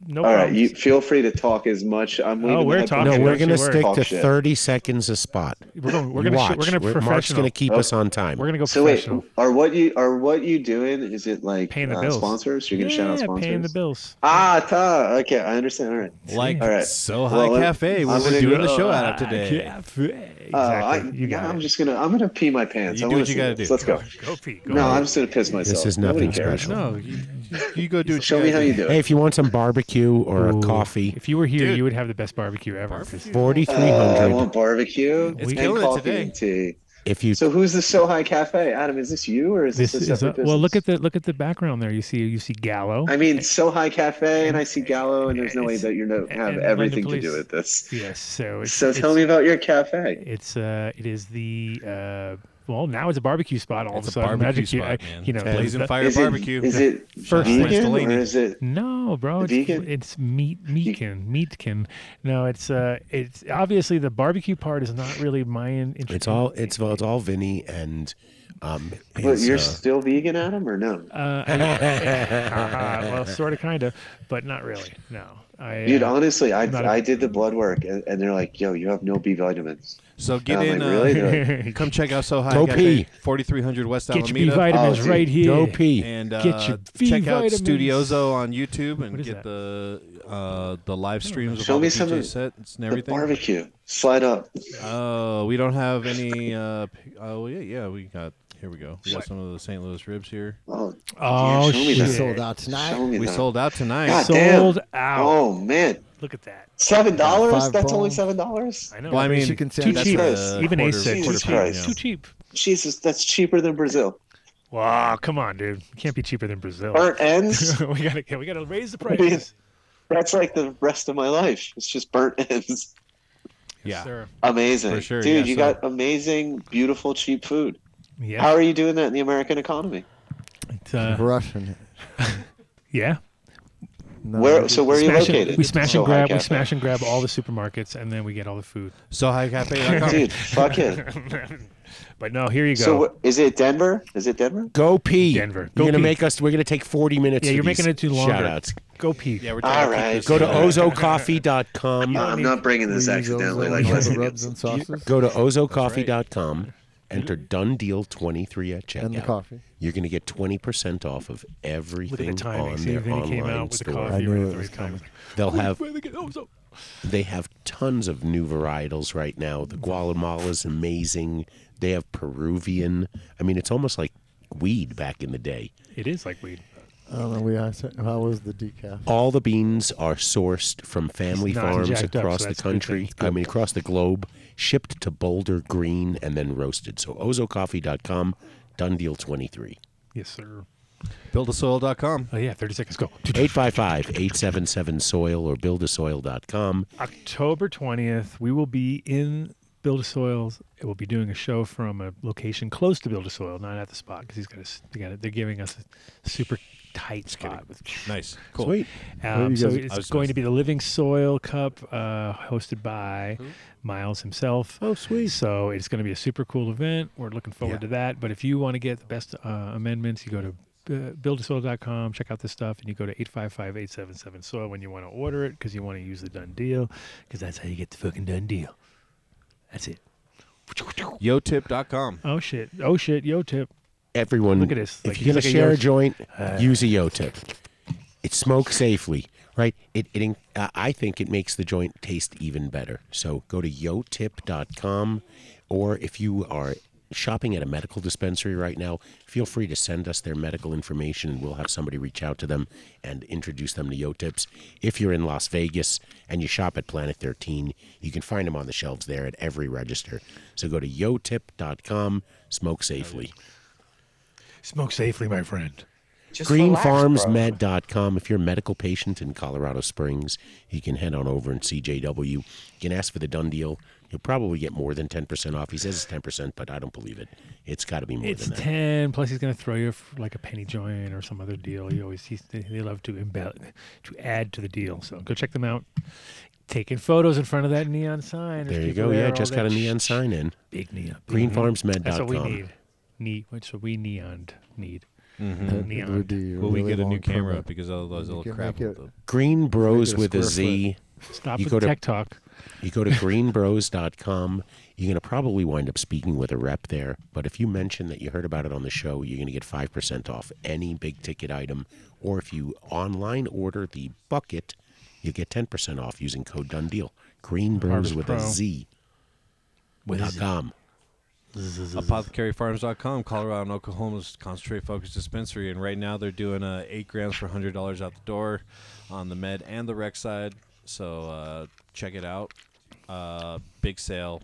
[SPEAKER 4] No
[SPEAKER 10] all right.
[SPEAKER 4] problem.
[SPEAKER 10] You feel free to talk as much. I'm leaving.
[SPEAKER 4] we're
[SPEAKER 10] the
[SPEAKER 4] talking.
[SPEAKER 5] No,
[SPEAKER 10] headphones
[SPEAKER 5] we're
[SPEAKER 10] on.
[SPEAKER 5] going to
[SPEAKER 4] worry.
[SPEAKER 5] stick
[SPEAKER 10] Talk
[SPEAKER 5] to
[SPEAKER 10] shit.
[SPEAKER 5] 30 seconds a spot.
[SPEAKER 4] We're going. We're going.
[SPEAKER 5] Watch.
[SPEAKER 4] We're going to.
[SPEAKER 5] Mark's going to keep us on time.
[SPEAKER 4] We're going to go
[SPEAKER 10] So wait,
[SPEAKER 4] professional.
[SPEAKER 10] are what you are what you doing? Is it like
[SPEAKER 4] Paying the
[SPEAKER 10] uh,
[SPEAKER 4] bills.
[SPEAKER 10] sponsors? You're gonna shout out
[SPEAKER 4] Yeah,
[SPEAKER 10] sponsors?
[SPEAKER 4] paying the bills.
[SPEAKER 10] Ah, ta. Okay, I understand. All right.
[SPEAKER 7] Like
[SPEAKER 10] all right.
[SPEAKER 7] So High
[SPEAKER 10] Well, let-
[SPEAKER 7] Cafe, where
[SPEAKER 10] I'm
[SPEAKER 7] we're
[SPEAKER 10] gonna
[SPEAKER 7] doing
[SPEAKER 10] go-
[SPEAKER 7] the show out
[SPEAKER 4] Ah,
[SPEAKER 7] of today.
[SPEAKER 4] cafe. Exactly.
[SPEAKER 10] Uh, I,
[SPEAKER 4] you got
[SPEAKER 10] Oh, I'm
[SPEAKER 4] it.
[SPEAKER 10] just gonna I'm gonna pee my pants.
[SPEAKER 7] You
[SPEAKER 10] I
[SPEAKER 7] do
[SPEAKER 10] wanna
[SPEAKER 7] what you
[SPEAKER 10] see
[SPEAKER 7] gotta
[SPEAKER 10] this.
[SPEAKER 7] do.
[SPEAKER 10] Let's go.
[SPEAKER 4] Go pee. Go
[SPEAKER 10] No,
[SPEAKER 4] pee.
[SPEAKER 10] I'm just gonna piss myself.
[SPEAKER 5] This is
[SPEAKER 10] Nobody
[SPEAKER 5] nothing
[SPEAKER 10] cares.
[SPEAKER 5] special.
[SPEAKER 7] No, you, you go do what
[SPEAKER 10] Show
[SPEAKER 7] you
[SPEAKER 10] me
[SPEAKER 7] gotta
[SPEAKER 10] how you
[SPEAKER 7] do.
[SPEAKER 10] do
[SPEAKER 5] Hey,
[SPEAKER 10] it.
[SPEAKER 5] if you want some barbecue or
[SPEAKER 4] Ooh,
[SPEAKER 5] a coffee,
[SPEAKER 4] If you were here,
[SPEAKER 7] Dude.
[SPEAKER 4] you would have the best barbecue ever. 'cause
[SPEAKER 10] Uh, I
[SPEAKER 5] 4300
[SPEAKER 10] want barbecue
[SPEAKER 7] It's
[SPEAKER 10] and
[SPEAKER 7] killing it
[SPEAKER 10] coffee
[SPEAKER 7] today.
[SPEAKER 10] and tea.
[SPEAKER 5] if you
[SPEAKER 10] So who's the So High Cafe? Adam, is this you or is this,
[SPEAKER 4] This is
[SPEAKER 10] a
[SPEAKER 4] a,
[SPEAKER 10] separate
[SPEAKER 4] well. Look at
[SPEAKER 10] business?
[SPEAKER 4] the look at the background there. You see you see Gallo.
[SPEAKER 10] I mean, So High Cafe, and I see Gallo, and there's no way
[SPEAKER 4] It's-
[SPEAKER 10] that you don't have
[SPEAKER 4] and
[SPEAKER 10] everything to
[SPEAKER 4] London
[SPEAKER 10] do
[SPEAKER 4] Police.
[SPEAKER 10] with this.
[SPEAKER 4] yes. So it's,
[SPEAKER 10] So
[SPEAKER 4] it's,
[SPEAKER 10] tell me about your cafe.
[SPEAKER 4] It's uh, it is the uh, well now it's a barbecue spot. All
[SPEAKER 7] It's
[SPEAKER 4] of a
[SPEAKER 7] a
[SPEAKER 4] sudden,
[SPEAKER 7] barbecue
[SPEAKER 4] magic you-
[SPEAKER 7] spot,
[SPEAKER 4] I-
[SPEAKER 7] man.
[SPEAKER 4] you know,
[SPEAKER 7] Blazing
[SPEAKER 4] the-
[SPEAKER 7] Fire
[SPEAKER 10] Is
[SPEAKER 7] Barbecue.
[SPEAKER 10] it is it
[SPEAKER 7] out to
[SPEAKER 10] vegan or
[SPEAKER 7] Castellini.
[SPEAKER 10] is it?
[SPEAKER 4] No, bro, it's
[SPEAKER 10] Vegan?
[SPEAKER 4] it's meat meatkin meatkin. No, it's uh, it's obviously the barbecue part is not really my in- interest.
[SPEAKER 5] it's all it's, well, it's all Vinny and um
[SPEAKER 10] Well,
[SPEAKER 5] his,
[SPEAKER 10] you're
[SPEAKER 5] uh,
[SPEAKER 10] still vegan, Adam, or no?
[SPEAKER 4] Uh, I- well, sort of, kind of, but not really. No, I.
[SPEAKER 10] Dude,
[SPEAKER 4] uh,
[SPEAKER 10] honestly, I
[SPEAKER 4] Not a-
[SPEAKER 10] I did the blood work, and, and they're like, "Yo, you have no B vitamins."
[SPEAKER 7] So get
[SPEAKER 10] I'm
[SPEAKER 7] in.
[SPEAKER 10] like,
[SPEAKER 7] uh,
[SPEAKER 10] really? They're like,
[SPEAKER 7] Come check out So High
[SPEAKER 5] Go
[SPEAKER 7] Cafe,
[SPEAKER 5] pee.
[SPEAKER 7] 4300 West
[SPEAKER 4] get your B
[SPEAKER 7] Alameda.
[SPEAKER 4] vitamins
[SPEAKER 10] Oh, dude.
[SPEAKER 4] right here.
[SPEAKER 5] go pee.
[SPEAKER 7] and uh,
[SPEAKER 4] Get your B
[SPEAKER 7] check
[SPEAKER 4] vitamins.
[SPEAKER 7] out Studiozo on YouTube and
[SPEAKER 4] What is that?
[SPEAKER 7] get the uh, the live streams of
[SPEAKER 10] Show
[SPEAKER 7] all
[SPEAKER 10] me
[SPEAKER 7] the
[SPEAKER 10] some
[SPEAKER 7] DJ
[SPEAKER 10] of
[SPEAKER 7] sets and
[SPEAKER 10] the
[SPEAKER 7] everything.
[SPEAKER 10] barbecue. Slide up.
[SPEAKER 7] Oh, we don't have any. Uh, p- oh yeah, yeah, we got. Here we go. We got some of the St. Louis ribs here.
[SPEAKER 10] Oh,
[SPEAKER 4] Oh,
[SPEAKER 10] damn, show me
[SPEAKER 4] shit.
[SPEAKER 6] We
[SPEAKER 10] that.
[SPEAKER 6] sold out tonight.
[SPEAKER 10] Show me
[SPEAKER 7] We
[SPEAKER 10] that.
[SPEAKER 7] sold out tonight.
[SPEAKER 10] God damn.
[SPEAKER 4] Sold out.
[SPEAKER 10] Oh man,
[SPEAKER 4] Look at that.
[SPEAKER 10] seven dollars?
[SPEAKER 6] Five
[SPEAKER 10] That's only
[SPEAKER 6] balls.
[SPEAKER 10] seven dollars?
[SPEAKER 4] I know.
[SPEAKER 7] Well, I mean,
[SPEAKER 6] you can say
[SPEAKER 4] too
[SPEAKER 6] that's
[SPEAKER 4] cheap.
[SPEAKER 10] Christ.
[SPEAKER 4] Even
[SPEAKER 7] quarter-
[SPEAKER 4] Ace said
[SPEAKER 10] Jesus
[SPEAKER 4] too cheap.
[SPEAKER 10] Christ.
[SPEAKER 4] Too cheap.
[SPEAKER 10] Jesus, that's cheaper than Brazil.
[SPEAKER 4] Wow, come on, dude. Can't be cheaper than Brazil.
[SPEAKER 10] Aren't ends?
[SPEAKER 4] we gotta we gotta raise the prices.
[SPEAKER 10] That's like the rest of my life. It's just burnt ends.
[SPEAKER 7] Yeah.
[SPEAKER 4] Sir.
[SPEAKER 10] Amazing,
[SPEAKER 7] For sure,
[SPEAKER 10] dude.
[SPEAKER 7] yeah,
[SPEAKER 10] you
[SPEAKER 7] so-
[SPEAKER 10] got amazing, beautiful, cheap food.
[SPEAKER 4] Yeah.
[SPEAKER 10] How are you doing that in the American economy?
[SPEAKER 4] it's, uh,
[SPEAKER 6] Russian.
[SPEAKER 4] yeah.
[SPEAKER 6] No,
[SPEAKER 10] where? So where are you
[SPEAKER 4] Smash and-
[SPEAKER 10] located?
[SPEAKER 4] we smash and
[SPEAKER 10] So High
[SPEAKER 4] grab. We
[SPEAKER 10] Cafe.
[SPEAKER 4] smash and grab all the supermarkets, and then we get all the food.
[SPEAKER 7] So High Cafe.
[SPEAKER 10] Dude, fuck it.
[SPEAKER 4] But no, here you go.
[SPEAKER 10] So wh- is it Denver? Is it Denver?
[SPEAKER 5] Go pee.
[SPEAKER 4] Denver. Go
[SPEAKER 5] you're gonna
[SPEAKER 4] pee.
[SPEAKER 5] make us. We're gonna take 40 minutes.
[SPEAKER 4] yeah,
[SPEAKER 5] for
[SPEAKER 4] you're
[SPEAKER 5] these
[SPEAKER 4] making it too long.
[SPEAKER 5] Shout-outs.
[SPEAKER 4] Go pee.
[SPEAKER 7] Yeah, we're
[SPEAKER 10] All
[SPEAKER 7] trying to keep
[SPEAKER 10] right.
[SPEAKER 7] this,
[SPEAKER 5] Go to
[SPEAKER 7] uh,
[SPEAKER 5] ozocoffee.com.
[SPEAKER 10] I'm not bringing this accidentally. Like Leslie
[SPEAKER 6] rubs
[SPEAKER 10] gets.
[SPEAKER 6] and sauces
[SPEAKER 5] Go to ozocoffee.com. Enter done deal 23 at checkout.
[SPEAKER 6] and the coffee.
[SPEAKER 5] You're going to get 20% off of
[SPEAKER 4] Look at the
[SPEAKER 5] everything
[SPEAKER 4] timing.
[SPEAKER 5] on
[SPEAKER 4] See,
[SPEAKER 5] their
[SPEAKER 4] then he
[SPEAKER 5] online
[SPEAKER 4] came out with the
[SPEAKER 5] store.
[SPEAKER 4] coffee.
[SPEAKER 6] I knew
[SPEAKER 4] right
[SPEAKER 6] it
[SPEAKER 4] at the
[SPEAKER 6] was
[SPEAKER 4] right time.
[SPEAKER 5] They'll have
[SPEAKER 4] Where they get oh, those up?
[SPEAKER 5] they have tons of new varietals right now. The Guatemala is amazing. They have Peruvian. I mean, it's almost like weed back in the day.
[SPEAKER 4] It is like weed.
[SPEAKER 6] I don't know. We asked, how was the decaf?
[SPEAKER 5] All the beans are sourced from family
[SPEAKER 4] It's not
[SPEAKER 5] farms
[SPEAKER 4] jacked up,
[SPEAKER 5] across
[SPEAKER 4] so
[SPEAKER 5] the
[SPEAKER 4] that's a good thing.
[SPEAKER 5] country.
[SPEAKER 4] It's
[SPEAKER 5] I mean, across the globe, shipped to Boulder Green and then roasted. So ozocoffee.com, done deal 23.
[SPEAKER 4] Yes, sir.
[SPEAKER 7] Buildasoil.com.
[SPEAKER 4] Oh, yeah, 30 seconds. Go.
[SPEAKER 5] 855 877 soil or buildasoil.com.
[SPEAKER 4] October 20th, we will be in Build a Soils. It will be doing a show from a location close to Build a Soil, not at the spot, because he's got a, they got a, they're giving us a super tight spot. With,
[SPEAKER 7] Nice. Cool.
[SPEAKER 4] Sweet.
[SPEAKER 7] What do
[SPEAKER 4] Um,
[SPEAKER 7] you
[SPEAKER 4] so
[SPEAKER 7] guys- I
[SPEAKER 4] it's
[SPEAKER 7] was
[SPEAKER 4] going
[SPEAKER 7] gonna
[SPEAKER 4] to be the Living Soil Cup, uh, hosted by Miles himself. Oh, sweet! So it's going to be a super cool event. We're looking forward to that. But if you want to get the best uh, amendments, you go to uh, buildasoil.com, check out this stuff, and you go to 855-877-SOIL when you want to order it because you want to use the done deal because that's how you get the fucking done deal. That's it.
[SPEAKER 7] Yotip.com.
[SPEAKER 4] Oh, shit. Oh, shit. Yo, tip.
[SPEAKER 5] Everyone,
[SPEAKER 4] Look at this.
[SPEAKER 5] If
[SPEAKER 4] Like,
[SPEAKER 5] you're going
[SPEAKER 4] he's
[SPEAKER 5] to
[SPEAKER 4] like a
[SPEAKER 5] share a,
[SPEAKER 4] yo-
[SPEAKER 5] joint,
[SPEAKER 4] Uh,
[SPEAKER 5] use a yo tip. It smokes safely, right? It, it in- uh, I think it makes the joint taste even better. So go to yotip.com, or if you are shopping at a medical dispensary right now, feel free to send us their medical information. We'll have somebody reach out to them and introduce them to yo tips. If you're in Las Vegas and you shop at Planet 13, you can find them on the shelves there at every register. So go to yotip.com, smoke safely.
[SPEAKER 4] Smoke safely, my friend.
[SPEAKER 5] greenfarmsmed.com if you're a medical patient in colorado springs you can head on over and see jw you can ask for the done deal you'll probably get more than 10% off he says it's 10% but i don't believe it it's got to be more
[SPEAKER 4] It's
[SPEAKER 5] than that
[SPEAKER 4] ten. Plus, he's gonna throw you f- like a penny joint or some other deal. You always he's, they, they love to embell to add to the deal. So go check them out. Taking photos in front of that neon sign. There's
[SPEAKER 5] there you
[SPEAKER 4] people
[SPEAKER 5] go yeah
[SPEAKER 4] all
[SPEAKER 5] just
[SPEAKER 4] that
[SPEAKER 5] got a
[SPEAKER 4] sh-
[SPEAKER 5] neon sign in
[SPEAKER 4] Big neon. big neon.
[SPEAKER 5] greenfarmsmed.com
[SPEAKER 4] That's what we need. Need. That's what we neoned need.
[SPEAKER 5] Mm-hmm.
[SPEAKER 6] That would be a
[SPEAKER 7] Will we
[SPEAKER 6] really
[SPEAKER 7] get a new
[SPEAKER 6] long
[SPEAKER 7] camera?
[SPEAKER 6] permit.
[SPEAKER 7] Because otherwise
[SPEAKER 6] You
[SPEAKER 7] it'll
[SPEAKER 6] can
[SPEAKER 7] crap
[SPEAKER 6] make
[SPEAKER 7] up
[SPEAKER 6] it-
[SPEAKER 5] Green Bros
[SPEAKER 6] Make it a
[SPEAKER 5] with a
[SPEAKER 6] square
[SPEAKER 5] Z.
[SPEAKER 4] Stop
[SPEAKER 5] you
[SPEAKER 4] with
[SPEAKER 5] go to,
[SPEAKER 4] tech talk.
[SPEAKER 5] You go to greenbros.com. You're going to probably wind up speaking with a rep there. But if you mention that you heard about it on the show, you're going to get 5% off any big ticket item. Or if you online order the bucket, you get 10% off using code DUNDEAL. Green Bros
[SPEAKER 4] Harvest
[SPEAKER 5] with a
[SPEAKER 4] Pro.
[SPEAKER 5] Z.
[SPEAKER 4] With a Z.
[SPEAKER 5] .com.
[SPEAKER 7] apothecaryfarms.com colorado and oklahoma's concentrate focused dispensary and right now they're doing uh, eight grams for hundred dollars out the door on the med and the rec side so uh, check it out uh, big sale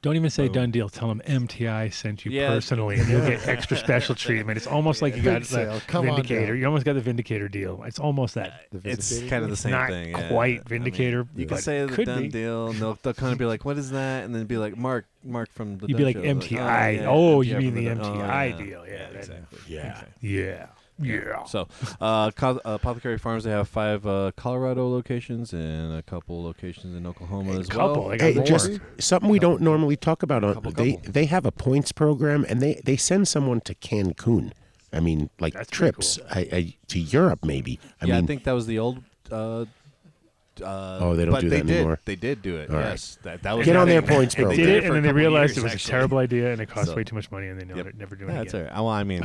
[SPEAKER 4] Don't even say
[SPEAKER 7] Boom.
[SPEAKER 4] done deal. Tell them MTI sent you
[SPEAKER 7] Yeah.
[SPEAKER 4] personally, and you'll get extra special treatment. It's almost like you
[SPEAKER 6] Yeah.
[SPEAKER 4] got
[SPEAKER 6] Big
[SPEAKER 4] the
[SPEAKER 6] sale. Come on
[SPEAKER 4] vindicator.
[SPEAKER 6] down.
[SPEAKER 4] You almost got the vindicator deal. It's almost that.
[SPEAKER 7] it's kind of the
[SPEAKER 4] It's
[SPEAKER 7] same
[SPEAKER 4] not
[SPEAKER 7] thing yeah.
[SPEAKER 4] quite
[SPEAKER 7] I mean,
[SPEAKER 4] Vindicator,
[SPEAKER 7] you can
[SPEAKER 4] but
[SPEAKER 7] say the
[SPEAKER 4] could
[SPEAKER 7] done
[SPEAKER 4] be.
[SPEAKER 7] deal and they'll, they'll kind of be like what is that and then be like mark mark from the
[SPEAKER 4] You'd be
[SPEAKER 7] Dun
[SPEAKER 4] like
[SPEAKER 7] Show."
[SPEAKER 4] MTI.
[SPEAKER 7] yeah,
[SPEAKER 4] Oh, you
[SPEAKER 7] MTI
[SPEAKER 4] mean
[SPEAKER 7] from
[SPEAKER 4] the
[SPEAKER 7] Dun- oh,
[SPEAKER 4] MTI
[SPEAKER 7] yeah.
[SPEAKER 4] deal? Yeah, that-
[SPEAKER 7] exactly
[SPEAKER 5] Yeah.
[SPEAKER 4] Yeah. Yeah.
[SPEAKER 7] So, uh, Co- Apothecary Farms, they have five uh, Colorado locations and a couple locations in Oklahoma as
[SPEAKER 4] couple,
[SPEAKER 7] well.
[SPEAKER 4] they got
[SPEAKER 5] Hey,
[SPEAKER 4] more.
[SPEAKER 5] just something we don't normally talk about. On
[SPEAKER 7] Couple,
[SPEAKER 5] they
[SPEAKER 7] couple.
[SPEAKER 5] they have a points program, and they they send someone to Cancun. I mean, like
[SPEAKER 4] That's pretty
[SPEAKER 5] trips I, I, to Europe, maybe. I
[SPEAKER 7] yeah,
[SPEAKER 5] mean,
[SPEAKER 7] I think that was the old. Uh, uh,
[SPEAKER 5] Oh, they don't
[SPEAKER 7] but
[SPEAKER 5] do
[SPEAKER 7] they
[SPEAKER 5] that
[SPEAKER 7] did.
[SPEAKER 5] anymore.
[SPEAKER 7] They did do it.
[SPEAKER 5] All right.
[SPEAKER 7] yes, that, that was
[SPEAKER 5] Get
[SPEAKER 7] the
[SPEAKER 5] on their
[SPEAKER 7] thing.
[SPEAKER 5] points
[SPEAKER 7] They
[SPEAKER 5] program.
[SPEAKER 4] did it,
[SPEAKER 7] for a
[SPEAKER 4] and then they
[SPEAKER 7] couple
[SPEAKER 4] realized it
[SPEAKER 7] years,
[SPEAKER 4] was
[SPEAKER 7] actually.
[SPEAKER 4] a terrible idea, and it cost
[SPEAKER 7] So-
[SPEAKER 4] way too much money, and they never, never do it
[SPEAKER 7] That's all
[SPEAKER 4] again.
[SPEAKER 7] right. Well, I mean,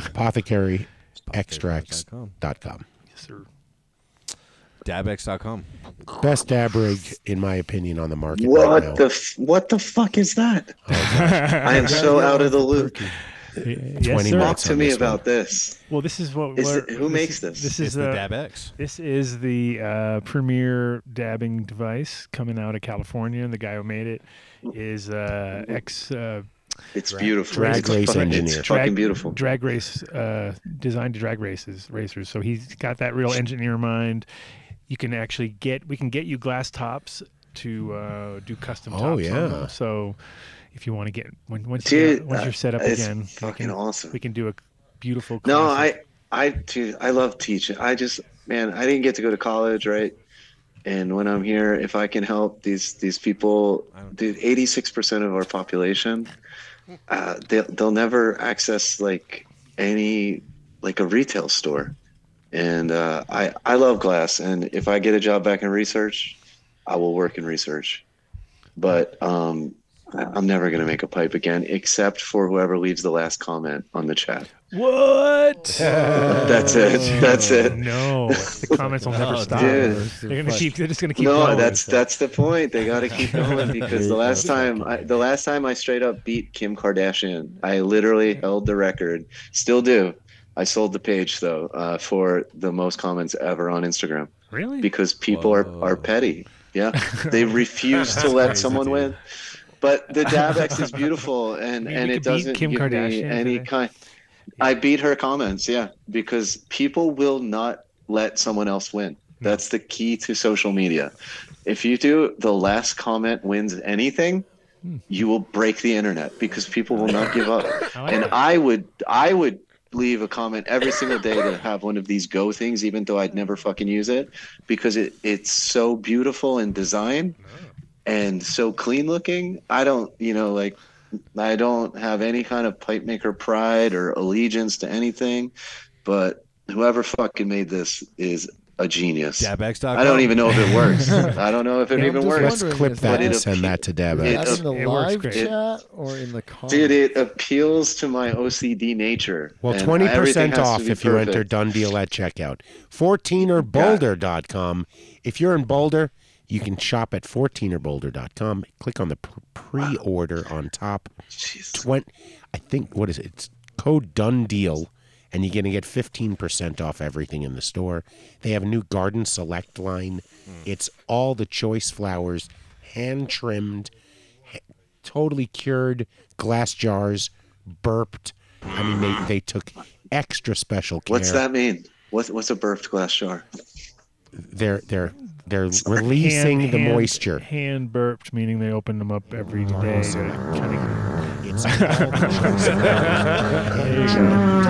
[SPEAKER 5] apothecary.extracts.com.
[SPEAKER 4] Yes, sir.
[SPEAKER 7] dabex.com.
[SPEAKER 5] Best dab rig, in my opinion, on the market right now.
[SPEAKER 10] What the f- what the fuck is that? I am so out of the loop.
[SPEAKER 4] Yes,
[SPEAKER 5] 20
[SPEAKER 4] sir.
[SPEAKER 10] Talk
[SPEAKER 5] minutes
[SPEAKER 10] to
[SPEAKER 5] on
[SPEAKER 10] me
[SPEAKER 5] this
[SPEAKER 10] about this.
[SPEAKER 4] Well, this is what.
[SPEAKER 10] Is
[SPEAKER 4] we're-
[SPEAKER 10] it- who makes this?
[SPEAKER 4] This
[SPEAKER 7] It's
[SPEAKER 4] is
[SPEAKER 7] the
[SPEAKER 4] uh,
[SPEAKER 7] dabex.
[SPEAKER 4] This is the uh, premier dabbing device coming out of California, and the guy who made it is uh, ex uh,
[SPEAKER 10] It's beautiful.
[SPEAKER 5] drag
[SPEAKER 10] It's
[SPEAKER 5] race
[SPEAKER 10] fucking-
[SPEAKER 5] engineer.
[SPEAKER 10] It's fucking
[SPEAKER 4] drag-
[SPEAKER 10] beautiful.
[SPEAKER 4] drag race uh, designed to drag races racers. So he's got that real engineer mind. You can actually get we can get you glass tops to uh, do custom tops.
[SPEAKER 5] Oh,
[SPEAKER 4] on
[SPEAKER 5] yeah.
[SPEAKER 4] them. So if you want to get when, once you
[SPEAKER 10] Dude,
[SPEAKER 4] get, once you're set up
[SPEAKER 10] uh, it's
[SPEAKER 4] again, we
[SPEAKER 10] fucking
[SPEAKER 4] can-
[SPEAKER 10] awesome.
[SPEAKER 4] We can do a beautiful.
[SPEAKER 10] No,
[SPEAKER 4] classic-
[SPEAKER 10] I, I, dude, I love teaching. I just, man, I didn't get to go to college, right? And when I'm here, if I can help these these people, dude, 86 percent of our population, uh, they'll they'll never access like any like a retail store, and uh, I I love glass, and if I get a job back in research, I will work in research, but um. I- I'm never going to make a pipe again, except for whoever leaves the last comment on the chat.
[SPEAKER 4] what?
[SPEAKER 10] That's it. That's it.
[SPEAKER 4] No, the comments will
[SPEAKER 5] Oh,
[SPEAKER 4] never stop.
[SPEAKER 10] dude.
[SPEAKER 4] They're gonna keep. They're just gonna keep.
[SPEAKER 10] no,
[SPEAKER 4] going.
[SPEAKER 10] that's that's the point. They got to keep going because the last time, I, the last time I straight up beat Kim Kardashian, I literally held the record. Still do. I sold the page though uh, for the most comments ever on Instagram
[SPEAKER 4] really.
[SPEAKER 10] because people are, are petty. Yeah, they refuse to let
[SPEAKER 7] crazy,
[SPEAKER 10] someone
[SPEAKER 7] dude.
[SPEAKER 10] win. But the Dabex is beautiful, and
[SPEAKER 4] mean,
[SPEAKER 10] and
[SPEAKER 4] we could beat
[SPEAKER 10] it doesn't
[SPEAKER 4] Kim
[SPEAKER 10] give
[SPEAKER 4] Kardashian
[SPEAKER 10] me any
[SPEAKER 4] today.
[SPEAKER 10] kind. I beat her comments, yeah, because people will not let someone else win.
[SPEAKER 4] Hmm.
[SPEAKER 10] That's the key to social media. If you do the last comment wins anything,
[SPEAKER 4] Hmm.
[SPEAKER 10] you will break the internet because people will not give up. and I would I would leave a comment every single day to have one of these go things, even though I'd never fucking use it, because it, it's so beautiful in design and so clean looking. I don't you know, like I don't have any kind of pipe maker pride or allegiance to anything, but whoever fucking made this is a genius.
[SPEAKER 7] Dabx.com.
[SPEAKER 10] I don't even know if it works. I don't know if it
[SPEAKER 6] Yeah, I'm
[SPEAKER 10] even
[SPEAKER 6] just
[SPEAKER 10] works.
[SPEAKER 5] Let's
[SPEAKER 6] wondering
[SPEAKER 5] clip
[SPEAKER 6] if
[SPEAKER 5] that
[SPEAKER 10] that-
[SPEAKER 5] and send that to Deb.
[SPEAKER 10] It-
[SPEAKER 6] That's in the
[SPEAKER 10] it
[SPEAKER 4] works
[SPEAKER 6] live
[SPEAKER 4] great.
[SPEAKER 6] chat or in the comments?
[SPEAKER 10] Dude, it appeals to my OCD nature.
[SPEAKER 5] Well,
[SPEAKER 10] and
[SPEAKER 5] twenty
[SPEAKER 10] everything
[SPEAKER 5] percent
[SPEAKER 10] has to
[SPEAKER 5] off
[SPEAKER 10] be
[SPEAKER 5] if you enter
[SPEAKER 10] perfect.
[SPEAKER 5] done deal at checkout. Fourteen or Boulder.com. If you're in Boulder, you can shop at 14erboulder.com. Click on the pr- pre-order on top. Twenty, I think what is it? It's code done deal, and you're gonna get fifteen percent off everything in the store. They have a new garden select line.
[SPEAKER 10] Hmm.
[SPEAKER 5] It's all the choice flowers, hand trimmed totally cured glass jars, burped. I mean, they, they took extra special care.
[SPEAKER 10] What's that mean? What's what's a burped glass jar?
[SPEAKER 5] They're they're they're releasing
[SPEAKER 4] Hand-
[SPEAKER 5] the
[SPEAKER 4] hand-
[SPEAKER 5] moisture. Oh,
[SPEAKER 4] Hand burped, meaning they open them up every day. to kinda-
[SPEAKER 5] It's all the choice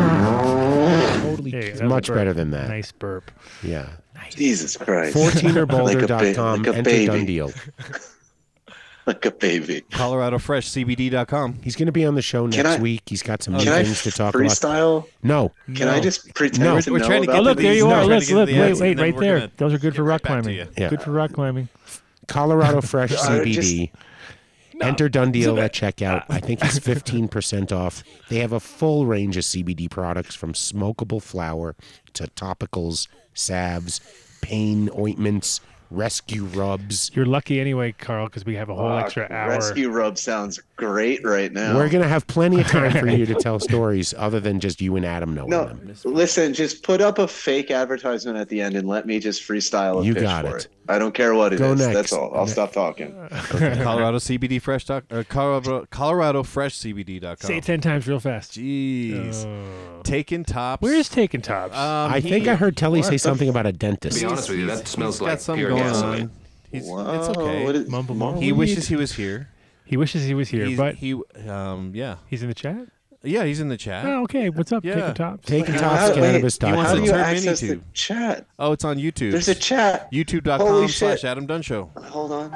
[SPEAKER 5] flowers. totally
[SPEAKER 4] Hey,
[SPEAKER 5] cured.
[SPEAKER 4] that's a
[SPEAKER 5] much
[SPEAKER 4] burp.
[SPEAKER 5] better than that.
[SPEAKER 4] Nice burp.
[SPEAKER 5] Yeah.
[SPEAKER 10] Jesus Christ.
[SPEAKER 5] 14erboulder.com.
[SPEAKER 10] like a
[SPEAKER 5] enter
[SPEAKER 10] baby.
[SPEAKER 5] done deal.
[SPEAKER 10] Like a baby.
[SPEAKER 7] ColoradoFreshCBD.com.
[SPEAKER 5] He's going to be on the show
[SPEAKER 10] Can
[SPEAKER 5] next
[SPEAKER 10] I-
[SPEAKER 5] week. He's got some new
[SPEAKER 10] Can I
[SPEAKER 5] things to talk about.
[SPEAKER 10] freestyle?
[SPEAKER 5] No.
[SPEAKER 10] Can I just pretend
[SPEAKER 5] No.
[SPEAKER 10] to
[SPEAKER 7] We're
[SPEAKER 10] know
[SPEAKER 7] trying to
[SPEAKER 10] about
[SPEAKER 7] get
[SPEAKER 4] Oh, look, there you
[SPEAKER 7] No,
[SPEAKER 4] are.
[SPEAKER 7] trying to
[SPEAKER 4] Look,
[SPEAKER 7] get
[SPEAKER 4] look,
[SPEAKER 7] to the
[SPEAKER 4] wait,
[SPEAKER 7] ads,
[SPEAKER 4] wait,
[SPEAKER 7] and then
[SPEAKER 4] right
[SPEAKER 7] we're
[SPEAKER 4] there.
[SPEAKER 7] gonna
[SPEAKER 4] Those are good
[SPEAKER 7] get
[SPEAKER 4] for
[SPEAKER 7] right
[SPEAKER 4] rock
[SPEAKER 7] back to
[SPEAKER 4] climbing.
[SPEAKER 7] you.
[SPEAKER 5] Yeah.
[SPEAKER 4] Good for rock climbing.
[SPEAKER 5] Colorado Fresh
[SPEAKER 10] I
[SPEAKER 5] CBD. Enter Done Deal at checkout. I think it's 15% off. They have a full range of CBD products from smokable flower to topicals, salves, pain ointments, rescue rubs.
[SPEAKER 4] You're lucky anyway, Carl, because we have a whole
[SPEAKER 10] Fuck,
[SPEAKER 4] extra hour.
[SPEAKER 10] Rescue rub sounds great right now.
[SPEAKER 5] We're going to have plenty of time for you to tell stories other than just you and Adam knowing
[SPEAKER 10] no,
[SPEAKER 5] them.
[SPEAKER 10] listen, just put up a fake advertisement at the end and let me just freestyle a
[SPEAKER 5] You
[SPEAKER 10] pitch
[SPEAKER 5] got
[SPEAKER 10] for
[SPEAKER 5] it.
[SPEAKER 10] it. I don't care what it is.
[SPEAKER 5] Go next.
[SPEAKER 10] That's all. I'll stop talking.
[SPEAKER 7] ColoradoCBDFresh. Or Colorado, ColoradoFreshCBD.com.
[SPEAKER 4] Say it 10 times real fast.
[SPEAKER 7] Jeez.
[SPEAKER 6] Oh.
[SPEAKER 7] Taking tops.
[SPEAKER 4] Where is Taking Tops?
[SPEAKER 7] Um,
[SPEAKER 5] I
[SPEAKER 7] he-
[SPEAKER 5] think I heard Telly say something about a dentist.
[SPEAKER 7] honest with you, that smells like something
[SPEAKER 11] pure
[SPEAKER 7] going
[SPEAKER 11] gasoline.
[SPEAKER 7] On. He's,
[SPEAKER 10] Wow,
[SPEAKER 7] it's okay.
[SPEAKER 10] what is-
[SPEAKER 4] mumble mumble.
[SPEAKER 7] he wishes he was here.
[SPEAKER 4] he wishes he was here,
[SPEAKER 7] He's-
[SPEAKER 4] but
[SPEAKER 7] he, um, yeah,
[SPEAKER 4] he's in the chat.
[SPEAKER 7] yeah, he's in the chat.
[SPEAKER 4] Oh, okay. What's up,
[SPEAKER 7] Uh, Yeah.
[SPEAKER 4] Taking Tops?
[SPEAKER 5] Taking
[SPEAKER 10] How-
[SPEAKER 5] tops
[SPEAKER 10] wait,
[SPEAKER 5] cannabis
[SPEAKER 7] you want
[SPEAKER 10] How
[SPEAKER 7] It's a
[SPEAKER 10] do
[SPEAKER 5] doctor.
[SPEAKER 10] you
[SPEAKER 7] term
[SPEAKER 10] access the
[SPEAKER 7] mini-tube.
[SPEAKER 10] chat?
[SPEAKER 7] Oh, it's on YouTube.
[SPEAKER 10] There's a chat. Holy
[SPEAKER 7] YouTube.com
[SPEAKER 10] shit.
[SPEAKER 7] slash Adam Dunn Show.
[SPEAKER 10] Hold on.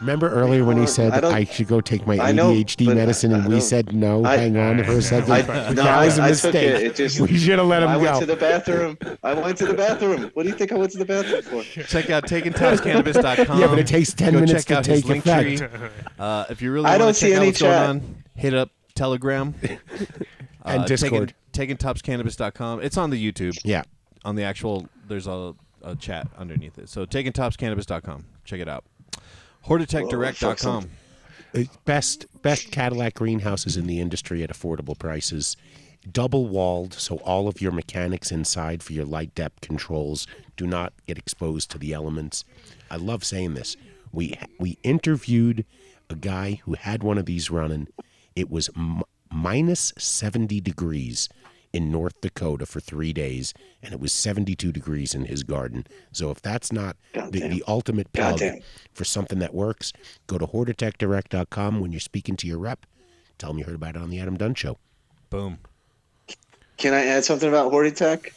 [SPEAKER 5] Remember earlier when he
[SPEAKER 10] Hold on,
[SPEAKER 5] said
[SPEAKER 10] I
[SPEAKER 5] I,
[SPEAKER 10] don't-
[SPEAKER 5] should go take my
[SPEAKER 10] I know,
[SPEAKER 5] ADHD
[SPEAKER 10] but
[SPEAKER 5] medicine, and
[SPEAKER 10] I
[SPEAKER 5] we
[SPEAKER 10] don't-
[SPEAKER 5] said no.
[SPEAKER 10] I-
[SPEAKER 5] hang on for a second.
[SPEAKER 10] I-
[SPEAKER 5] that
[SPEAKER 10] no,
[SPEAKER 5] was a
[SPEAKER 10] I- I took
[SPEAKER 5] mistake.
[SPEAKER 10] it. It just-
[SPEAKER 5] we should have let him
[SPEAKER 10] I
[SPEAKER 5] go.
[SPEAKER 10] went to the bathroom. I went to the bathroom. What do you think I went to the bathroom for?
[SPEAKER 7] Check out takingtopscannabis.com.
[SPEAKER 5] Yeah, but it takes 10
[SPEAKER 7] Go
[SPEAKER 5] minutes
[SPEAKER 7] check
[SPEAKER 5] to
[SPEAKER 7] out his
[SPEAKER 5] take
[SPEAKER 7] link
[SPEAKER 5] effect.
[SPEAKER 7] tree. Uh, if you really
[SPEAKER 10] I
[SPEAKER 7] want
[SPEAKER 10] don't
[SPEAKER 7] to
[SPEAKER 10] see
[SPEAKER 7] check out
[SPEAKER 10] any
[SPEAKER 7] what's
[SPEAKER 10] chat.
[SPEAKER 7] going on, hit up Telegram uh,
[SPEAKER 5] And Discord.
[SPEAKER 7] Taking, takingtopscannabis.com. It's on the YouTube.
[SPEAKER 5] Yeah.
[SPEAKER 7] On the actual, there's a, a chat underneath it. So takingtopscannabis.com. Check it out.
[SPEAKER 10] fuck
[SPEAKER 7] HortitechDirect.com.
[SPEAKER 10] something.
[SPEAKER 5] Uh, Best best Cadillac greenhouses in the industry at affordable prices. Double walled, so all of your mechanics inside for your light depth controls do not get exposed to the elements. I love saying this. We we interviewed a guy who had one of these running. It was m- minus 70 degrees in North Dakota for three days, and it was 72 degrees in his garden. So if that's not the, the ultimate plug
[SPEAKER 10] Goddamn.
[SPEAKER 5] for something that works, go to hortitechdirect.com when you're speaking to your rep. Tell them you heard about it on the Adam Dunn Show.
[SPEAKER 7] Boom.
[SPEAKER 10] Can I add something about Hortitech?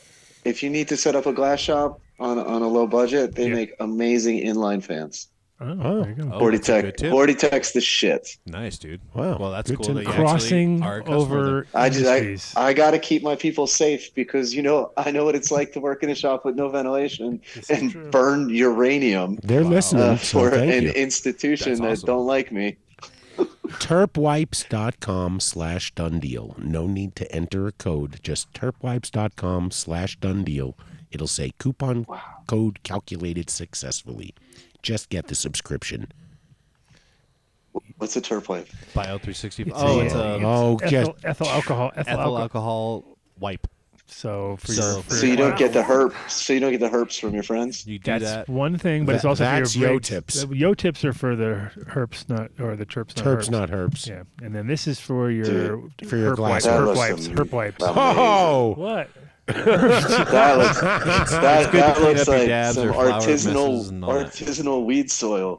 [SPEAKER 10] If you need to set up a glass shop on, on a low budget, they make amazing inline fans.
[SPEAKER 4] Oh,
[SPEAKER 5] Oh.
[SPEAKER 4] there you go.
[SPEAKER 7] Oh, that's a
[SPEAKER 10] Hortitech,
[SPEAKER 7] good tip.
[SPEAKER 10] Hortitech's the shit.
[SPEAKER 7] Nice, dude.
[SPEAKER 5] Wow.
[SPEAKER 7] Well, that's
[SPEAKER 5] Good
[SPEAKER 7] cool.
[SPEAKER 5] to
[SPEAKER 7] That you
[SPEAKER 5] know.
[SPEAKER 7] actually
[SPEAKER 4] Crossing
[SPEAKER 7] are a customer
[SPEAKER 4] over
[SPEAKER 10] I just I,
[SPEAKER 4] industries.
[SPEAKER 10] I got to keep my people safe because you know I know what it's like to work in a shop with no ventilation and burn uranium
[SPEAKER 5] They're listening,
[SPEAKER 10] uh,
[SPEAKER 5] so
[SPEAKER 10] for
[SPEAKER 5] thank
[SPEAKER 10] an
[SPEAKER 5] you.
[SPEAKER 10] institution
[SPEAKER 7] That's
[SPEAKER 10] that
[SPEAKER 7] awesome.
[SPEAKER 10] don't like me.
[SPEAKER 5] Terpwipes.com slash done deal. No need to enter a code. Just terpwipes.com slash done deal. It'll say coupon code calculated successfully. Just get the subscription.
[SPEAKER 10] What's a turp wipe?
[SPEAKER 7] Bio 365. Oh, it's a
[SPEAKER 5] oh,
[SPEAKER 4] ethyl,
[SPEAKER 5] just
[SPEAKER 4] ethyl alcohol. Ethyl,
[SPEAKER 7] ethyl
[SPEAKER 4] alcohol.
[SPEAKER 7] alcohol wipe.
[SPEAKER 4] So for
[SPEAKER 10] So,
[SPEAKER 4] your, for
[SPEAKER 10] you
[SPEAKER 4] your-
[SPEAKER 10] don't get the herps. So you don't get the herps from your friends.
[SPEAKER 7] You do
[SPEAKER 4] That's one thing, but it's
[SPEAKER 10] Tha-
[SPEAKER 4] also
[SPEAKER 10] that's
[SPEAKER 4] for your
[SPEAKER 10] yo
[SPEAKER 4] rigs.
[SPEAKER 10] tips.
[SPEAKER 4] Uh, Yo tips are for the herps, not or the chirps, not
[SPEAKER 5] Terps,
[SPEAKER 4] herps.
[SPEAKER 5] not herps.
[SPEAKER 4] Yeah, and then this is for your
[SPEAKER 5] Dude, for your
[SPEAKER 4] herp wipes.
[SPEAKER 5] glasses. That
[SPEAKER 4] Herp
[SPEAKER 5] looks
[SPEAKER 4] wipes.
[SPEAKER 5] am-
[SPEAKER 4] Herp wipes.
[SPEAKER 5] amazing. Oh!
[SPEAKER 4] what?
[SPEAKER 10] that looks that,
[SPEAKER 5] good to
[SPEAKER 10] that
[SPEAKER 5] clean
[SPEAKER 10] looks
[SPEAKER 5] up your
[SPEAKER 10] like
[SPEAKER 5] dabs
[SPEAKER 10] some
[SPEAKER 5] or flower
[SPEAKER 10] artisanal
[SPEAKER 5] messes and all that.
[SPEAKER 10] artisanal weed soil.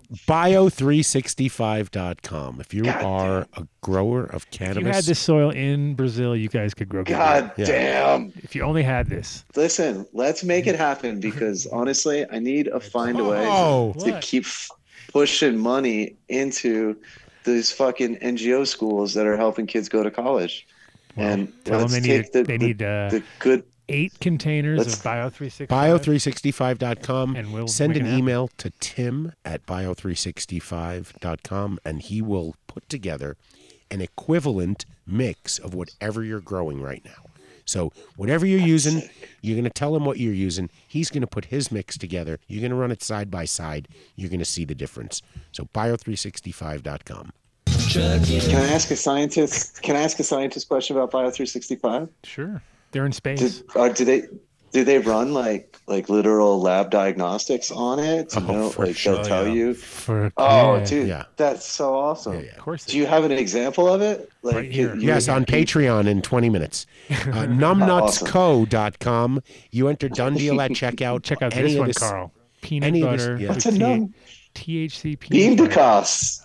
[SPEAKER 5] Bio365.com. If you are a grower of cannabis,
[SPEAKER 4] If you had this soil in Brazil, you guys could grow.
[SPEAKER 10] God
[SPEAKER 4] good.
[SPEAKER 10] damn.
[SPEAKER 4] If you only had this.
[SPEAKER 10] Listen, let's make
[SPEAKER 5] Mm-hmm.
[SPEAKER 10] it happen because honestly, I need a find a way
[SPEAKER 4] Oh,
[SPEAKER 10] to
[SPEAKER 4] what?
[SPEAKER 10] keep f- pushing money into these fucking NGO schools that are helping kids go to college. and
[SPEAKER 4] tell 'em
[SPEAKER 10] let's
[SPEAKER 4] they need
[SPEAKER 10] take
[SPEAKER 4] a-
[SPEAKER 10] the,
[SPEAKER 4] they
[SPEAKER 10] the-
[SPEAKER 4] need, uh,
[SPEAKER 10] the good
[SPEAKER 4] Eight containers
[SPEAKER 10] Let's-
[SPEAKER 4] of Bio 365.
[SPEAKER 5] bio365.com.
[SPEAKER 4] And we'll
[SPEAKER 5] send
[SPEAKER 4] make
[SPEAKER 5] an
[SPEAKER 4] it happen.
[SPEAKER 5] email to tim at bio365.com and he will put together an equivalent mix of whatever you're growing right now. So, whatever you're using, you're going to tell him what you're using. He's going to put his mix together. You're going to run it side by side. You're going to see the difference. So, bio365.com.
[SPEAKER 10] Can I ask a scientist? Can I ask a scientist question about Bio three sixty five?
[SPEAKER 4] Sure. They're in space.
[SPEAKER 10] Did, or do they do they run like like literal lab diagnostics on it? You
[SPEAKER 4] Oh,
[SPEAKER 10] know,
[SPEAKER 4] for
[SPEAKER 10] like
[SPEAKER 4] sure,
[SPEAKER 10] they'll tell
[SPEAKER 4] yeah.
[SPEAKER 10] you.
[SPEAKER 4] For-
[SPEAKER 10] oh,
[SPEAKER 4] yeah.
[SPEAKER 10] dude,
[SPEAKER 4] Yeah.
[SPEAKER 10] that's so awesome. Of
[SPEAKER 4] course.
[SPEAKER 10] Do you have an example of it? Like
[SPEAKER 4] here.
[SPEAKER 10] you-
[SPEAKER 5] Yes, on Patreon in 20 minutes. Uh, numnutsco.com. You enter Dun Deal at checkout.
[SPEAKER 4] Check out this
[SPEAKER 5] Any of
[SPEAKER 4] one, Carl. Peanut
[SPEAKER 5] any of this-
[SPEAKER 4] butter.
[SPEAKER 5] yeah.
[SPEAKER 4] with
[SPEAKER 5] What's a
[SPEAKER 4] T-
[SPEAKER 5] num?
[SPEAKER 4] THC
[SPEAKER 10] Bean
[SPEAKER 4] peanut butter.
[SPEAKER 10] Dacos.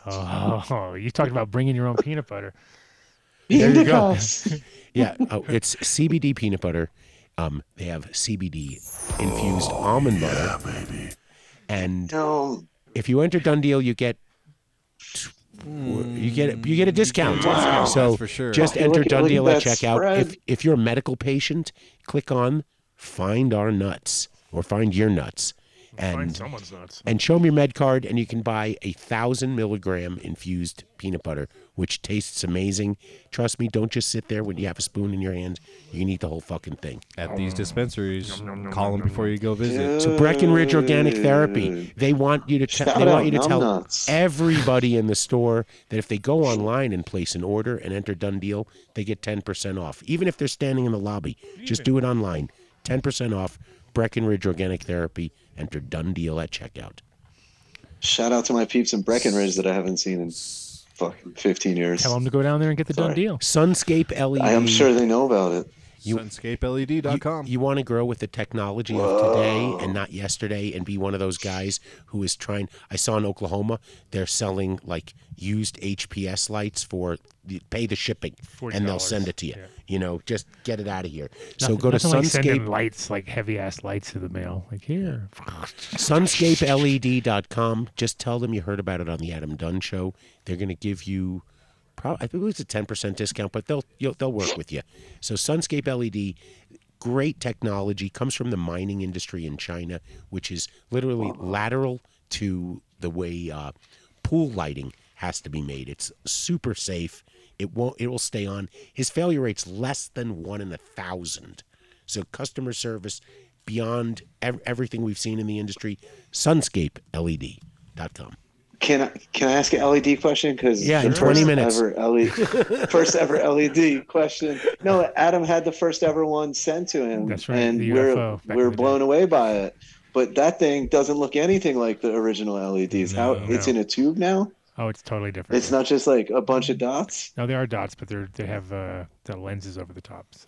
[SPEAKER 4] Oh, you talked about bringing your own peanut butter.
[SPEAKER 5] There you go.
[SPEAKER 10] Indicos.
[SPEAKER 5] yeah, oh, it's CBD peanut butter. Um, they have CBD infused almond butter. And
[SPEAKER 10] No.
[SPEAKER 5] if you enter Dun Deal, you get you get you get a discount.
[SPEAKER 7] Wow.
[SPEAKER 5] So
[SPEAKER 7] That's for sure.
[SPEAKER 5] just
[SPEAKER 7] Look
[SPEAKER 5] enter
[SPEAKER 7] at-
[SPEAKER 5] Dun
[SPEAKER 7] look at
[SPEAKER 5] Deal at
[SPEAKER 7] that
[SPEAKER 5] checkout. If
[SPEAKER 7] spread.
[SPEAKER 5] if you're a medical patient, click on Find Our Nuts or Find Your Nuts. And
[SPEAKER 4] Find someone's nuts.
[SPEAKER 5] and show them your med card and you can buy a thousand milligram infused peanut butter which tastes amazing trust me don't just sit there when you have a spoon in your hand you can eat the whole fucking thing
[SPEAKER 7] at these dispensaries. Call them before you go visit.
[SPEAKER 5] so breckenridge organic therapy they want you to te-
[SPEAKER 7] Shout
[SPEAKER 5] they want
[SPEAKER 7] out
[SPEAKER 5] you to tell
[SPEAKER 7] Numnuts.
[SPEAKER 5] everybody in the store that if they go online and place an order and enter done deal they get 10% off even if they're standing in the lobby just do it online 10% off breckenridge organic therapy enter done deal at checkout
[SPEAKER 10] Shout out to my peeps in Breckenridge that I haven't seen in fucking fifteen years.
[SPEAKER 4] Tell them to go down there and get the done
[SPEAKER 10] Sorry.
[SPEAKER 4] deal.
[SPEAKER 5] Sunscape E LED.
[SPEAKER 10] I am sure they know about it.
[SPEAKER 5] You,
[SPEAKER 7] SunscapeLED.com.
[SPEAKER 5] You, you want to grow with the technology of today and not yesterday and be one of those guys who is trying. I saw in Oklahoma, they're selling like used HPS lights for you pay the shipping and they'll
[SPEAKER 4] $40,
[SPEAKER 5] send it to you. You know, just get it out of here. so
[SPEAKER 4] Nothing-
[SPEAKER 5] go to
[SPEAKER 4] nothing like sending
[SPEAKER 5] Sunscape.
[SPEAKER 4] lights, like heavy ass lights to the mail. Like here.
[SPEAKER 5] E SunscapeLED.com. Just tell them you heard about it on the Adam Dunn Show. They're going to give you, probably, I think it's a ten percent discount, but they'll you'll, they'll work with you. So Sunscape LED, great technology, comes from the mining industry in China, which is literally lateral to the way uh, pool lighting has to be made. It's super safe. It won't. It will stay on. His failure rate's less than one in a thousand. So customer service beyond ev- everything we've seen in the industry. E SunscapeLED.com.
[SPEAKER 10] Can I can I ask an LED question? Because
[SPEAKER 5] Yeah, in 20 minutes.
[SPEAKER 10] Ever LED, first ever LED question. No, Adam had the first ever one sent to him,
[SPEAKER 4] That's right,
[SPEAKER 10] and
[SPEAKER 4] the UFO
[SPEAKER 10] we're
[SPEAKER 4] back
[SPEAKER 10] we're blown away by it. But that thing doesn't look anything like the original LEDs. How it's in a tube now?
[SPEAKER 4] Oh, it's totally different.
[SPEAKER 10] It's not just like a bunch of dots,
[SPEAKER 4] No, they are dots, but they're they have uh, the lenses over the tops.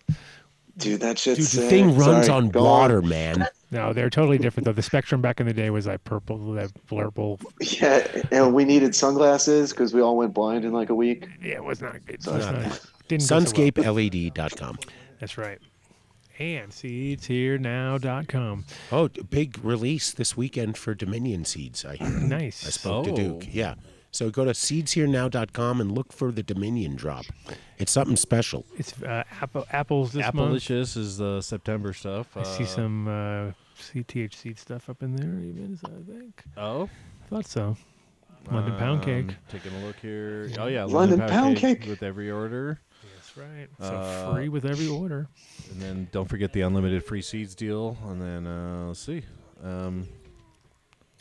[SPEAKER 10] dude. That shit's
[SPEAKER 5] Dude, the
[SPEAKER 10] sick.
[SPEAKER 5] thing runs
[SPEAKER 10] uh, Sorry,
[SPEAKER 5] on
[SPEAKER 10] go
[SPEAKER 5] water, man.
[SPEAKER 4] No, they're totally different though. The spectrum back in the day was that purple, that blurple.
[SPEAKER 10] Yeah, and we needed sunglasses because we all went blind in like a week.
[SPEAKER 4] Yeah, it was not. It was
[SPEAKER 10] Sorry.
[SPEAKER 4] not. Didn't go so well.
[SPEAKER 5] E SunscapeLED.com.
[SPEAKER 4] That's right. And seedsherenow.com.
[SPEAKER 5] Oh, d- big release this weekend for Dominion Seeds. I hear.
[SPEAKER 4] Nice.
[SPEAKER 5] I spoke
[SPEAKER 4] Oh.
[SPEAKER 5] to Duke. Yeah. So go to seedsherenow.com and look for the Dominion drop. It's something special.
[SPEAKER 4] It's uh, apple, apples this month.
[SPEAKER 7] Appalicious is the September stuff.
[SPEAKER 4] I see
[SPEAKER 7] Uh,
[SPEAKER 4] some uh, CTH seed stuff up in there, even, so I think.
[SPEAKER 7] Oh,
[SPEAKER 4] Thought so. London pound cake.
[SPEAKER 7] Um, Taking a look here. Oh yeah,
[SPEAKER 4] London pound
[SPEAKER 7] with every order.
[SPEAKER 4] That's right.
[SPEAKER 7] uh,
[SPEAKER 4] So free with every order.
[SPEAKER 7] And then don't forget the unlimited free seeds deal. And then uh, let's see. Um,
[SPEAKER 5] And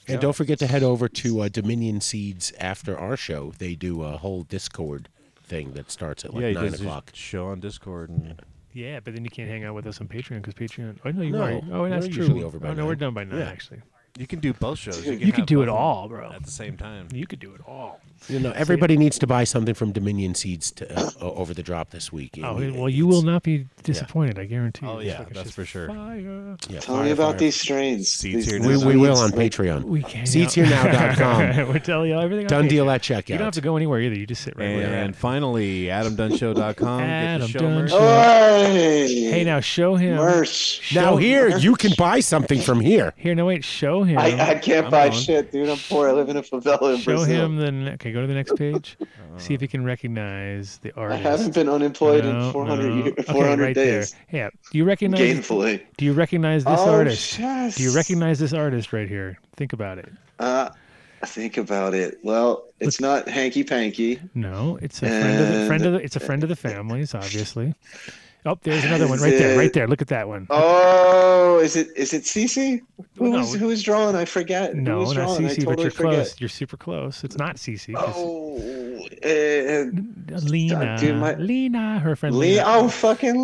[SPEAKER 7] yeah.
[SPEAKER 5] don't forget to head over to uh, Dominion Seeds after our show. They do a whole Discord thing that starts at like
[SPEAKER 7] yeah, he
[SPEAKER 5] 9
[SPEAKER 7] does his
[SPEAKER 5] o'clock.
[SPEAKER 7] show on Discord. And
[SPEAKER 4] Yeah, but then you can't hang out with us on Patreon because Patreon. Oh no, you
[SPEAKER 7] No,
[SPEAKER 4] are. Oh,
[SPEAKER 7] we're
[SPEAKER 4] that's true.
[SPEAKER 7] usually over by
[SPEAKER 4] oh, no, we're
[SPEAKER 7] nine.
[SPEAKER 4] done by now.
[SPEAKER 7] Yeah.
[SPEAKER 4] Actually,
[SPEAKER 7] You can do both shows.
[SPEAKER 4] You,
[SPEAKER 7] can
[SPEAKER 4] could
[SPEAKER 7] have
[SPEAKER 4] do it
[SPEAKER 7] both of them
[SPEAKER 4] all, bro.
[SPEAKER 7] At the same time.
[SPEAKER 4] You could do it all.
[SPEAKER 5] You know,
[SPEAKER 4] So,
[SPEAKER 5] everybody needs to buy something from Dominion Seeds to, uh, o- over the drop this week.
[SPEAKER 4] Oh
[SPEAKER 5] It-
[SPEAKER 4] well, you will not be disappointed. I guarantee. you.
[SPEAKER 7] Oh
[SPEAKER 4] This
[SPEAKER 7] yeah,
[SPEAKER 4] fucking
[SPEAKER 7] that's
[SPEAKER 4] shit's
[SPEAKER 7] for sure.
[SPEAKER 4] Fire.
[SPEAKER 5] Yeah,
[SPEAKER 10] Tell me about these strains.
[SPEAKER 7] Seeds
[SPEAKER 10] these
[SPEAKER 7] here
[SPEAKER 5] We,
[SPEAKER 10] new
[SPEAKER 5] we will on
[SPEAKER 10] strains. Like,
[SPEAKER 5] Patreon.
[SPEAKER 4] We can
[SPEAKER 5] SeedsHereNow.com.
[SPEAKER 4] We're telling you everything. on
[SPEAKER 5] Done
[SPEAKER 4] Patreon.
[SPEAKER 5] deal at checkout.
[SPEAKER 4] You don't have to go anywhere either. You just sit right where you're at.
[SPEAKER 7] And finally,
[SPEAKER 4] Adam
[SPEAKER 7] AdamDunshow.com. get the show
[SPEAKER 4] Dunn
[SPEAKER 7] merch.
[SPEAKER 4] Show.
[SPEAKER 10] Hey,
[SPEAKER 4] Hey, now show him.
[SPEAKER 10] merch.
[SPEAKER 5] Now
[SPEAKER 4] Show-
[SPEAKER 5] here you can buy something from here.
[SPEAKER 4] Here, no wait. Show him.
[SPEAKER 10] I, I can't
[SPEAKER 7] I'm
[SPEAKER 10] buy
[SPEAKER 7] going.
[SPEAKER 10] shit, dude. I'm poor. I live in a favela in
[SPEAKER 4] show
[SPEAKER 10] Brazil.
[SPEAKER 4] him the. ne- Okay, go to the next page. See if he can recognize the
[SPEAKER 10] I
[SPEAKER 4] artist.
[SPEAKER 10] haven't been unemployed
[SPEAKER 4] No,
[SPEAKER 10] in 400
[SPEAKER 4] no.
[SPEAKER 10] year,
[SPEAKER 4] Okay,
[SPEAKER 10] 400
[SPEAKER 4] right there.
[SPEAKER 10] days
[SPEAKER 4] Yeah. Do you recognize?
[SPEAKER 10] gainfully.
[SPEAKER 4] Do you recognize this
[SPEAKER 10] oh,
[SPEAKER 4] artist?
[SPEAKER 10] yes.
[SPEAKER 4] Do you recognize this artist right here? Think about it.
[SPEAKER 10] Uh, think about it. Well, it's not hanky panky.
[SPEAKER 4] No, it's a friend of the, friend of the, it's a friend of the family's, obviously. Oh, there's another one right there, right there. Look at that one.
[SPEAKER 10] Oh, is it is it Cece? Who
[SPEAKER 4] No.
[SPEAKER 10] was who was drawing? I forget. who
[SPEAKER 4] no,
[SPEAKER 10] was
[SPEAKER 4] not
[SPEAKER 10] drawing? I
[SPEAKER 4] Cece,
[SPEAKER 10] totally
[SPEAKER 4] but you're
[SPEAKER 10] forget.
[SPEAKER 4] close. You're super close. It's not Cece. it's
[SPEAKER 10] Oh, eh,
[SPEAKER 4] Lena.
[SPEAKER 10] dude, my-
[SPEAKER 4] Lena, her friend.
[SPEAKER 10] Le-
[SPEAKER 4] Lena.
[SPEAKER 10] oh, fucking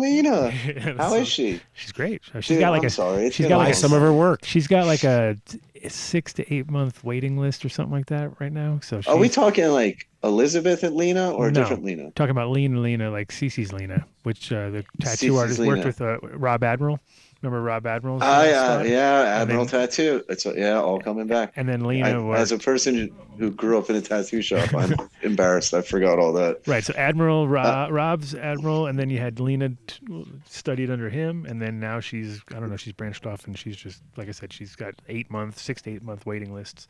[SPEAKER 10] Lena.
[SPEAKER 4] Yeah,
[SPEAKER 10] How
[SPEAKER 4] so-
[SPEAKER 10] is she?
[SPEAKER 4] She's great. She's
[SPEAKER 10] Dude,
[SPEAKER 4] got like
[SPEAKER 10] I'm
[SPEAKER 4] a.
[SPEAKER 10] sorry. It's
[SPEAKER 4] she's
[SPEAKER 10] been
[SPEAKER 4] got
[SPEAKER 10] a
[SPEAKER 4] like
[SPEAKER 5] Buy
[SPEAKER 10] while.
[SPEAKER 4] a
[SPEAKER 5] some of her work.
[SPEAKER 4] She's got like a t- six to eight month waiting list or something like that right now. So she's
[SPEAKER 10] Are we talking like Elizabeth and Lena or
[SPEAKER 4] No.
[SPEAKER 10] different Lena?
[SPEAKER 4] talking about Lena Lena, like Cece's Lena, which uh, the tattoo
[SPEAKER 10] Cece's
[SPEAKER 4] artist worked
[SPEAKER 10] Lena.
[SPEAKER 4] with uh, Rob Admiral. Remember Rob Admiral's? uh,
[SPEAKER 10] I, uh,
[SPEAKER 4] spot?
[SPEAKER 10] yeah,
[SPEAKER 4] And
[SPEAKER 10] Admiral
[SPEAKER 4] then-
[SPEAKER 10] Tattoo. It's yeah, all coming back.
[SPEAKER 4] And then
[SPEAKER 10] I-
[SPEAKER 4] Lena was
[SPEAKER 10] as a person who grew up in a tattoo shop, I'm embarrassed. I forgot all that.
[SPEAKER 4] right. So Admiral Ro-
[SPEAKER 10] Uh,
[SPEAKER 4] Rob's Admiral, and then you had Lena t- studied under him, and then now she's I don't know. She's branched off, and she's just like I said, she's got eight month, six to eight month waiting lists.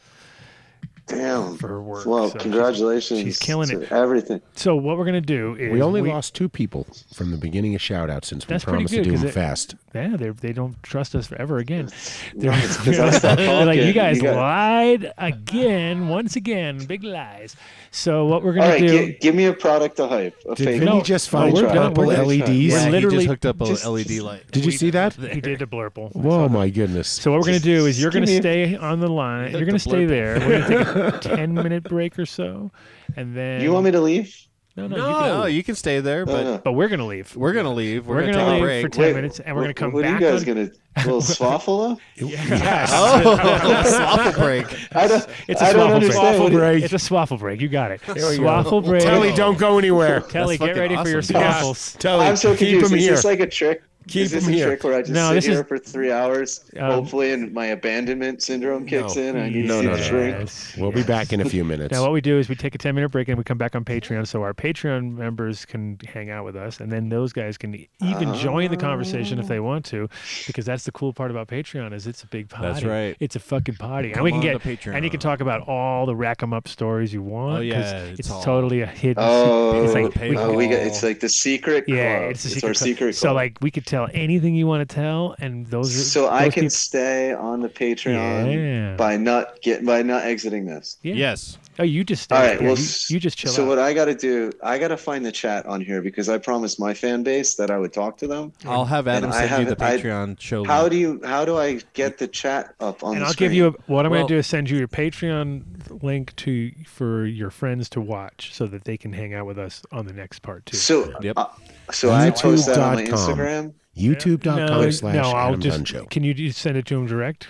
[SPEAKER 10] Damn.
[SPEAKER 4] For her work,
[SPEAKER 10] Well,
[SPEAKER 4] so she's-
[SPEAKER 10] congratulations.
[SPEAKER 4] she's killing
[SPEAKER 10] to
[SPEAKER 4] it.
[SPEAKER 10] Everything.
[SPEAKER 4] So what we're gonna do is
[SPEAKER 5] We only lost two people from the beginning of shout out since we
[SPEAKER 4] That's pretty
[SPEAKER 5] promised to
[SPEAKER 4] good,
[SPEAKER 5] do
[SPEAKER 4] 'cause
[SPEAKER 5] them
[SPEAKER 4] it-
[SPEAKER 5] fast.
[SPEAKER 4] Yeah, they they don't trust us ever again. They're,
[SPEAKER 10] it's 'cause I stopped
[SPEAKER 4] they're like,
[SPEAKER 10] talking.
[SPEAKER 4] you guys
[SPEAKER 10] You got-
[SPEAKER 4] lied again, once again, big lies. So what we're
[SPEAKER 10] All
[SPEAKER 4] gonna
[SPEAKER 10] right,
[SPEAKER 4] do?
[SPEAKER 10] gi- give me a product to hype. A
[SPEAKER 5] Did
[SPEAKER 10] fake.
[SPEAKER 5] Vinny
[SPEAKER 4] No,
[SPEAKER 5] just
[SPEAKER 10] no,
[SPEAKER 5] find
[SPEAKER 10] we're done.
[SPEAKER 5] purple
[SPEAKER 10] We're done.
[SPEAKER 5] LEDs?
[SPEAKER 4] We're
[SPEAKER 7] Yeah, he
[SPEAKER 4] literally-
[SPEAKER 7] just hooked up a
[SPEAKER 10] just-
[SPEAKER 7] LED light.
[SPEAKER 5] Did you see that?
[SPEAKER 4] he did a blurple.
[SPEAKER 5] Whoa, Oh, my goodness.
[SPEAKER 4] So what we're gonna do is you're gonna
[SPEAKER 10] Give me-
[SPEAKER 4] stay on the line. You're
[SPEAKER 7] Look,
[SPEAKER 4] gonna
[SPEAKER 7] the
[SPEAKER 4] stay
[SPEAKER 7] blurple.
[SPEAKER 4] there. We're gonna take a ten minute break or so, and then
[SPEAKER 10] You want me to leave?
[SPEAKER 4] No, no,
[SPEAKER 7] No,
[SPEAKER 4] you can-
[SPEAKER 7] you can stay there,
[SPEAKER 10] No,
[SPEAKER 7] but
[SPEAKER 10] no.
[SPEAKER 4] But we're gonna leave.
[SPEAKER 7] we're gonna leave. We're,
[SPEAKER 4] We're
[SPEAKER 7] gonna,
[SPEAKER 4] gonna
[SPEAKER 7] take
[SPEAKER 4] leave
[SPEAKER 7] a break.
[SPEAKER 4] for 10 minutes, and we're
[SPEAKER 10] what-
[SPEAKER 4] gonna come
[SPEAKER 10] What
[SPEAKER 4] back
[SPEAKER 10] are you guys
[SPEAKER 4] on-
[SPEAKER 10] gonna? A little swaffle?
[SPEAKER 4] Yes.
[SPEAKER 7] Oh, sloppy break.
[SPEAKER 10] I don't.
[SPEAKER 4] It's a
[SPEAKER 10] I
[SPEAKER 4] swaffle
[SPEAKER 10] don't
[SPEAKER 4] break.
[SPEAKER 10] understand.
[SPEAKER 5] Swaffle
[SPEAKER 10] what it-
[SPEAKER 5] break.
[SPEAKER 4] It's a swaffle break. You got it. Swaffle break.
[SPEAKER 5] Telly, don't go anywhere.
[SPEAKER 4] Telly,
[SPEAKER 7] That's
[SPEAKER 4] get ready for
[SPEAKER 7] fucking
[SPEAKER 4] your
[SPEAKER 7] awesome, dude.
[SPEAKER 4] swaffles.
[SPEAKER 5] Telly,
[SPEAKER 10] I'm so
[SPEAKER 5] keep
[SPEAKER 10] confused.
[SPEAKER 5] him
[SPEAKER 10] is
[SPEAKER 5] here.
[SPEAKER 10] this like a trick?
[SPEAKER 5] Keep
[SPEAKER 10] is this
[SPEAKER 5] him
[SPEAKER 10] a
[SPEAKER 5] here.
[SPEAKER 10] trick where I just
[SPEAKER 4] No,
[SPEAKER 10] sit
[SPEAKER 4] this
[SPEAKER 10] here
[SPEAKER 4] is-
[SPEAKER 10] for three hours,
[SPEAKER 4] Um,
[SPEAKER 10] hopefully, and my abandonment syndrome kicks in? I need
[SPEAKER 5] No, no,
[SPEAKER 10] to see
[SPEAKER 5] no,
[SPEAKER 10] the
[SPEAKER 5] no.
[SPEAKER 10] shrink.
[SPEAKER 4] Yes,
[SPEAKER 5] We'll be
[SPEAKER 4] yes.
[SPEAKER 5] back in a few minutes.
[SPEAKER 4] Now, what we do is we take a 10 minute break and we come back on Patreon so our Patreon members can hang out with us. And then those guys can even join the conversation if they
[SPEAKER 10] Uh-huh.
[SPEAKER 4] want to, because that's the cool part about Patreon is it's a big party.
[SPEAKER 7] That's right.
[SPEAKER 4] It's a fucking party. and we can
[SPEAKER 7] on
[SPEAKER 4] get,
[SPEAKER 7] to Patreon.
[SPEAKER 4] and you can talk about all the rack 'em up stories you want. 'cause
[SPEAKER 7] yeah,
[SPEAKER 4] It's,
[SPEAKER 7] it's all-
[SPEAKER 4] totally a hidden.
[SPEAKER 10] Oh,
[SPEAKER 4] it's
[SPEAKER 10] it's
[SPEAKER 4] like,
[SPEAKER 7] the
[SPEAKER 4] we,
[SPEAKER 7] paywall.
[SPEAKER 10] we got, it's like the secret.
[SPEAKER 4] yeah,
[SPEAKER 10] club.
[SPEAKER 4] it's, a
[SPEAKER 10] our
[SPEAKER 4] secret club.
[SPEAKER 10] secret.
[SPEAKER 4] So
[SPEAKER 10] club.
[SPEAKER 4] like we could tell anything you want to tell, and those. Are,
[SPEAKER 10] so I
[SPEAKER 4] those
[SPEAKER 10] can
[SPEAKER 4] peop-
[SPEAKER 10] stay on the Patreon
[SPEAKER 4] Yeah.
[SPEAKER 10] by not get by not exiting this.
[SPEAKER 4] yeah.
[SPEAKER 7] Yes.
[SPEAKER 4] Oh, you just. Stay
[SPEAKER 10] All
[SPEAKER 4] up
[SPEAKER 10] right,
[SPEAKER 4] here.
[SPEAKER 10] well,
[SPEAKER 4] you,
[SPEAKER 10] s-
[SPEAKER 4] you just chill
[SPEAKER 10] so
[SPEAKER 4] out.
[SPEAKER 10] what I got to do? I got to find the chat on here because I promised my fan base that I would talk to them.
[SPEAKER 7] I'll have Adam
[SPEAKER 10] And I
[SPEAKER 7] send you the
[SPEAKER 10] haven't- I-
[SPEAKER 7] Patreon show.
[SPEAKER 10] How
[SPEAKER 7] link.
[SPEAKER 10] do you? How do I get the chat up on?
[SPEAKER 4] and
[SPEAKER 10] the
[SPEAKER 4] I'll
[SPEAKER 10] screen?
[SPEAKER 4] give you a, what I'm going
[SPEAKER 7] Well-
[SPEAKER 4] to do is send you your Patreon link to for your friends to watch so that they can hang out with us on the next part too.
[SPEAKER 10] So
[SPEAKER 7] Yep.
[SPEAKER 10] uh, so I post that on my
[SPEAKER 5] YouTube.com.
[SPEAKER 10] Instagram.
[SPEAKER 5] YouTube.com
[SPEAKER 4] no,
[SPEAKER 5] slash
[SPEAKER 4] no, I'll
[SPEAKER 5] Adam
[SPEAKER 4] just
[SPEAKER 5] Dunn Show.
[SPEAKER 4] can you just send it to them direct,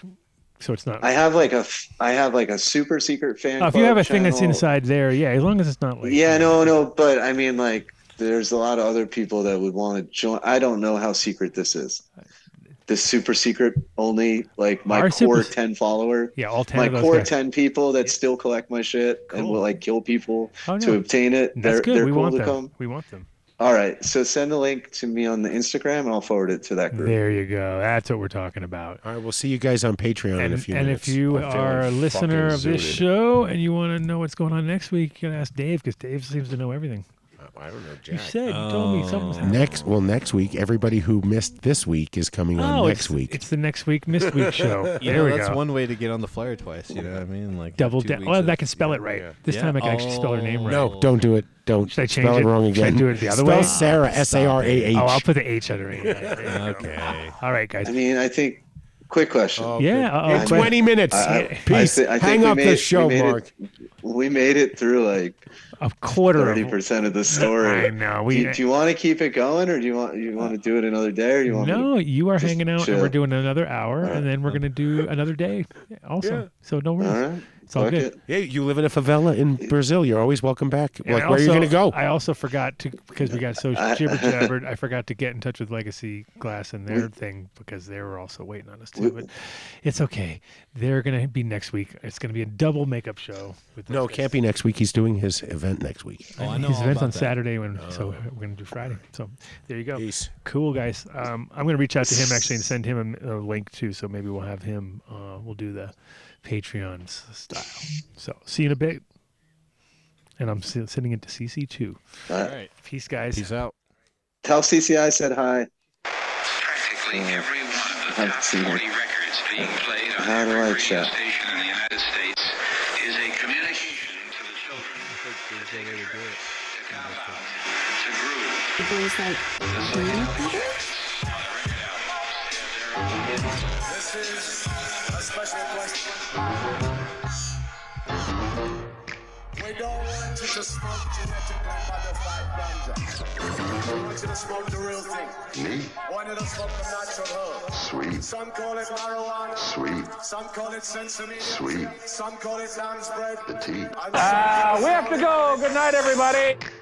[SPEAKER 4] so it's not.
[SPEAKER 10] I have like a f- I have like a super secret fan.
[SPEAKER 4] Oh, if you
[SPEAKER 10] club
[SPEAKER 4] have a thing that's
[SPEAKER 10] channel.
[SPEAKER 4] inside there, yeah, as long as it's not like
[SPEAKER 10] Yeah, no, no, but I mean like there's a lot of other people that would want to join. I don't know how secret this is. This super secret only like my
[SPEAKER 4] Our super-
[SPEAKER 10] core ten follower.
[SPEAKER 4] yeah, all ten
[SPEAKER 10] My
[SPEAKER 4] of those
[SPEAKER 10] core
[SPEAKER 4] guys.
[SPEAKER 10] ten people that still collect my shit and
[SPEAKER 4] Cool.
[SPEAKER 10] will like kill people
[SPEAKER 4] Oh,
[SPEAKER 10] to
[SPEAKER 4] no.
[SPEAKER 10] obtain it.
[SPEAKER 4] That's
[SPEAKER 10] they're
[SPEAKER 4] good.
[SPEAKER 10] they're
[SPEAKER 4] we
[SPEAKER 10] cool
[SPEAKER 4] want
[SPEAKER 10] to
[SPEAKER 4] them.
[SPEAKER 10] come.
[SPEAKER 4] We want them.
[SPEAKER 10] All right, so send the link to me on the Instagram and I'll forward it to that group.
[SPEAKER 4] There you go. That's what we're talking about.
[SPEAKER 5] All right, we'll see you guys on Patreon in a
[SPEAKER 4] And,
[SPEAKER 5] few
[SPEAKER 4] and
[SPEAKER 5] minutes.
[SPEAKER 4] if you
[SPEAKER 5] I'm feeling
[SPEAKER 4] are a listener
[SPEAKER 5] fucking
[SPEAKER 4] of this
[SPEAKER 5] zooted.
[SPEAKER 4] show and you want to know what's going on next week, you can ask Dave because Dave seems to know everything.
[SPEAKER 5] I don't know,
[SPEAKER 4] You
[SPEAKER 5] Jack.
[SPEAKER 4] said you told me something's
[SPEAKER 10] Oh.
[SPEAKER 4] happening.
[SPEAKER 5] Next, well, next week, everybody who missed this week is coming on Uh,
[SPEAKER 4] Oh, it's,
[SPEAKER 5] next week.
[SPEAKER 4] It's the next week, missed week show.
[SPEAKER 7] You
[SPEAKER 4] there
[SPEAKER 7] know,
[SPEAKER 4] we
[SPEAKER 7] that's
[SPEAKER 4] go.
[SPEAKER 7] one way to get on the flyer twice. You know what I mean? Like
[SPEAKER 4] Double
[SPEAKER 7] two
[SPEAKER 4] down.
[SPEAKER 7] weeks
[SPEAKER 4] Well,
[SPEAKER 7] of-
[SPEAKER 4] I can spell it right. This
[SPEAKER 7] Yeah.
[SPEAKER 4] time I can actually spell her name
[SPEAKER 7] Oh.
[SPEAKER 4] right.
[SPEAKER 5] no, don't do it. Don't
[SPEAKER 4] Should I change
[SPEAKER 5] spell it
[SPEAKER 4] it?
[SPEAKER 5] wrong
[SPEAKER 4] Should I
[SPEAKER 5] again.
[SPEAKER 4] do it Oh, the other
[SPEAKER 5] spell
[SPEAKER 4] way?
[SPEAKER 5] Sarah S A R A H.
[SPEAKER 4] Oh, I'll put the H under it. Yeah, there you go.
[SPEAKER 7] Okay.
[SPEAKER 4] All right, guys.
[SPEAKER 10] I mean, I think Quick question.
[SPEAKER 4] Yeah, uh-oh,
[SPEAKER 5] In 20 minutes. Peace.
[SPEAKER 10] thi- think
[SPEAKER 5] Hang
[SPEAKER 10] we
[SPEAKER 5] up the
[SPEAKER 10] made-
[SPEAKER 5] show,
[SPEAKER 10] we made
[SPEAKER 5] Mark.
[SPEAKER 10] It, we made it through like
[SPEAKER 4] a quarter of-
[SPEAKER 10] thirty percent of the story.
[SPEAKER 4] I know, we-
[SPEAKER 10] do, you- do you want to keep it going, or do you want you want to do it another day, or you want? me to-
[SPEAKER 4] No, you are hanging out, and
[SPEAKER 10] chill.
[SPEAKER 4] we're doing another hour, and then we're gonna do another day, also. So no worries. It's all
[SPEAKER 5] Fuck
[SPEAKER 4] good.
[SPEAKER 5] it. Yeah, you live in a favela in Brazil. You're always welcome back.
[SPEAKER 4] And
[SPEAKER 5] like,
[SPEAKER 4] I
[SPEAKER 5] where are you
[SPEAKER 4] also-
[SPEAKER 5] going to go?
[SPEAKER 4] I also forgot to because we got so
[SPEAKER 5] I-
[SPEAKER 4] jibber jabbered. I forgot to get in touch with Legacy Glass and their thing because they were also waiting on us too. But it's okay. They're gonna be next week. It's gonna be a double makeup show. With
[SPEAKER 5] no, it can't be Oh, next week. He's doing his event next week.
[SPEAKER 4] I know his event's on Saturday, when, so we're gonna do Friday. So there you go. Cool guys. Um, I'm gonna reach out to him actually and send him a, a link too. So maybe we'll have him. Uh, we'll do the Patreons style. So see you in a bit. And I'm s- sending it to CC too.
[SPEAKER 10] All
[SPEAKER 4] right. Peace, guys. Peace
[SPEAKER 7] out.
[SPEAKER 10] Tell CCI said hi.
[SPEAKER 1] Practically every one of the
[SPEAKER 10] Hmm. I haven't
[SPEAKER 1] top
[SPEAKER 10] seen
[SPEAKER 1] 40
[SPEAKER 10] it.
[SPEAKER 1] records being played on
[SPEAKER 10] How do
[SPEAKER 1] every
[SPEAKER 10] I
[SPEAKER 1] radio
[SPEAKER 10] check?
[SPEAKER 1] station in the United States is a communication to the children to take a trip, to cop out, to groove. The selected tracks on the record albums have their own-
[SPEAKER 2] This is a special question. We don't want you to smoke genetically modified ganja. We want you to smoke the real thing.
[SPEAKER 12] Me?
[SPEAKER 2] Want you to smoke the natural herb.
[SPEAKER 12] Sweet.
[SPEAKER 2] Some call it marijuana.
[SPEAKER 12] Sweet.
[SPEAKER 2] Some call it sesame.
[SPEAKER 12] Sweet.
[SPEAKER 2] Some call it lamb's bread.
[SPEAKER 12] The tea.
[SPEAKER 2] Uh, we have to go. Good night, everybody.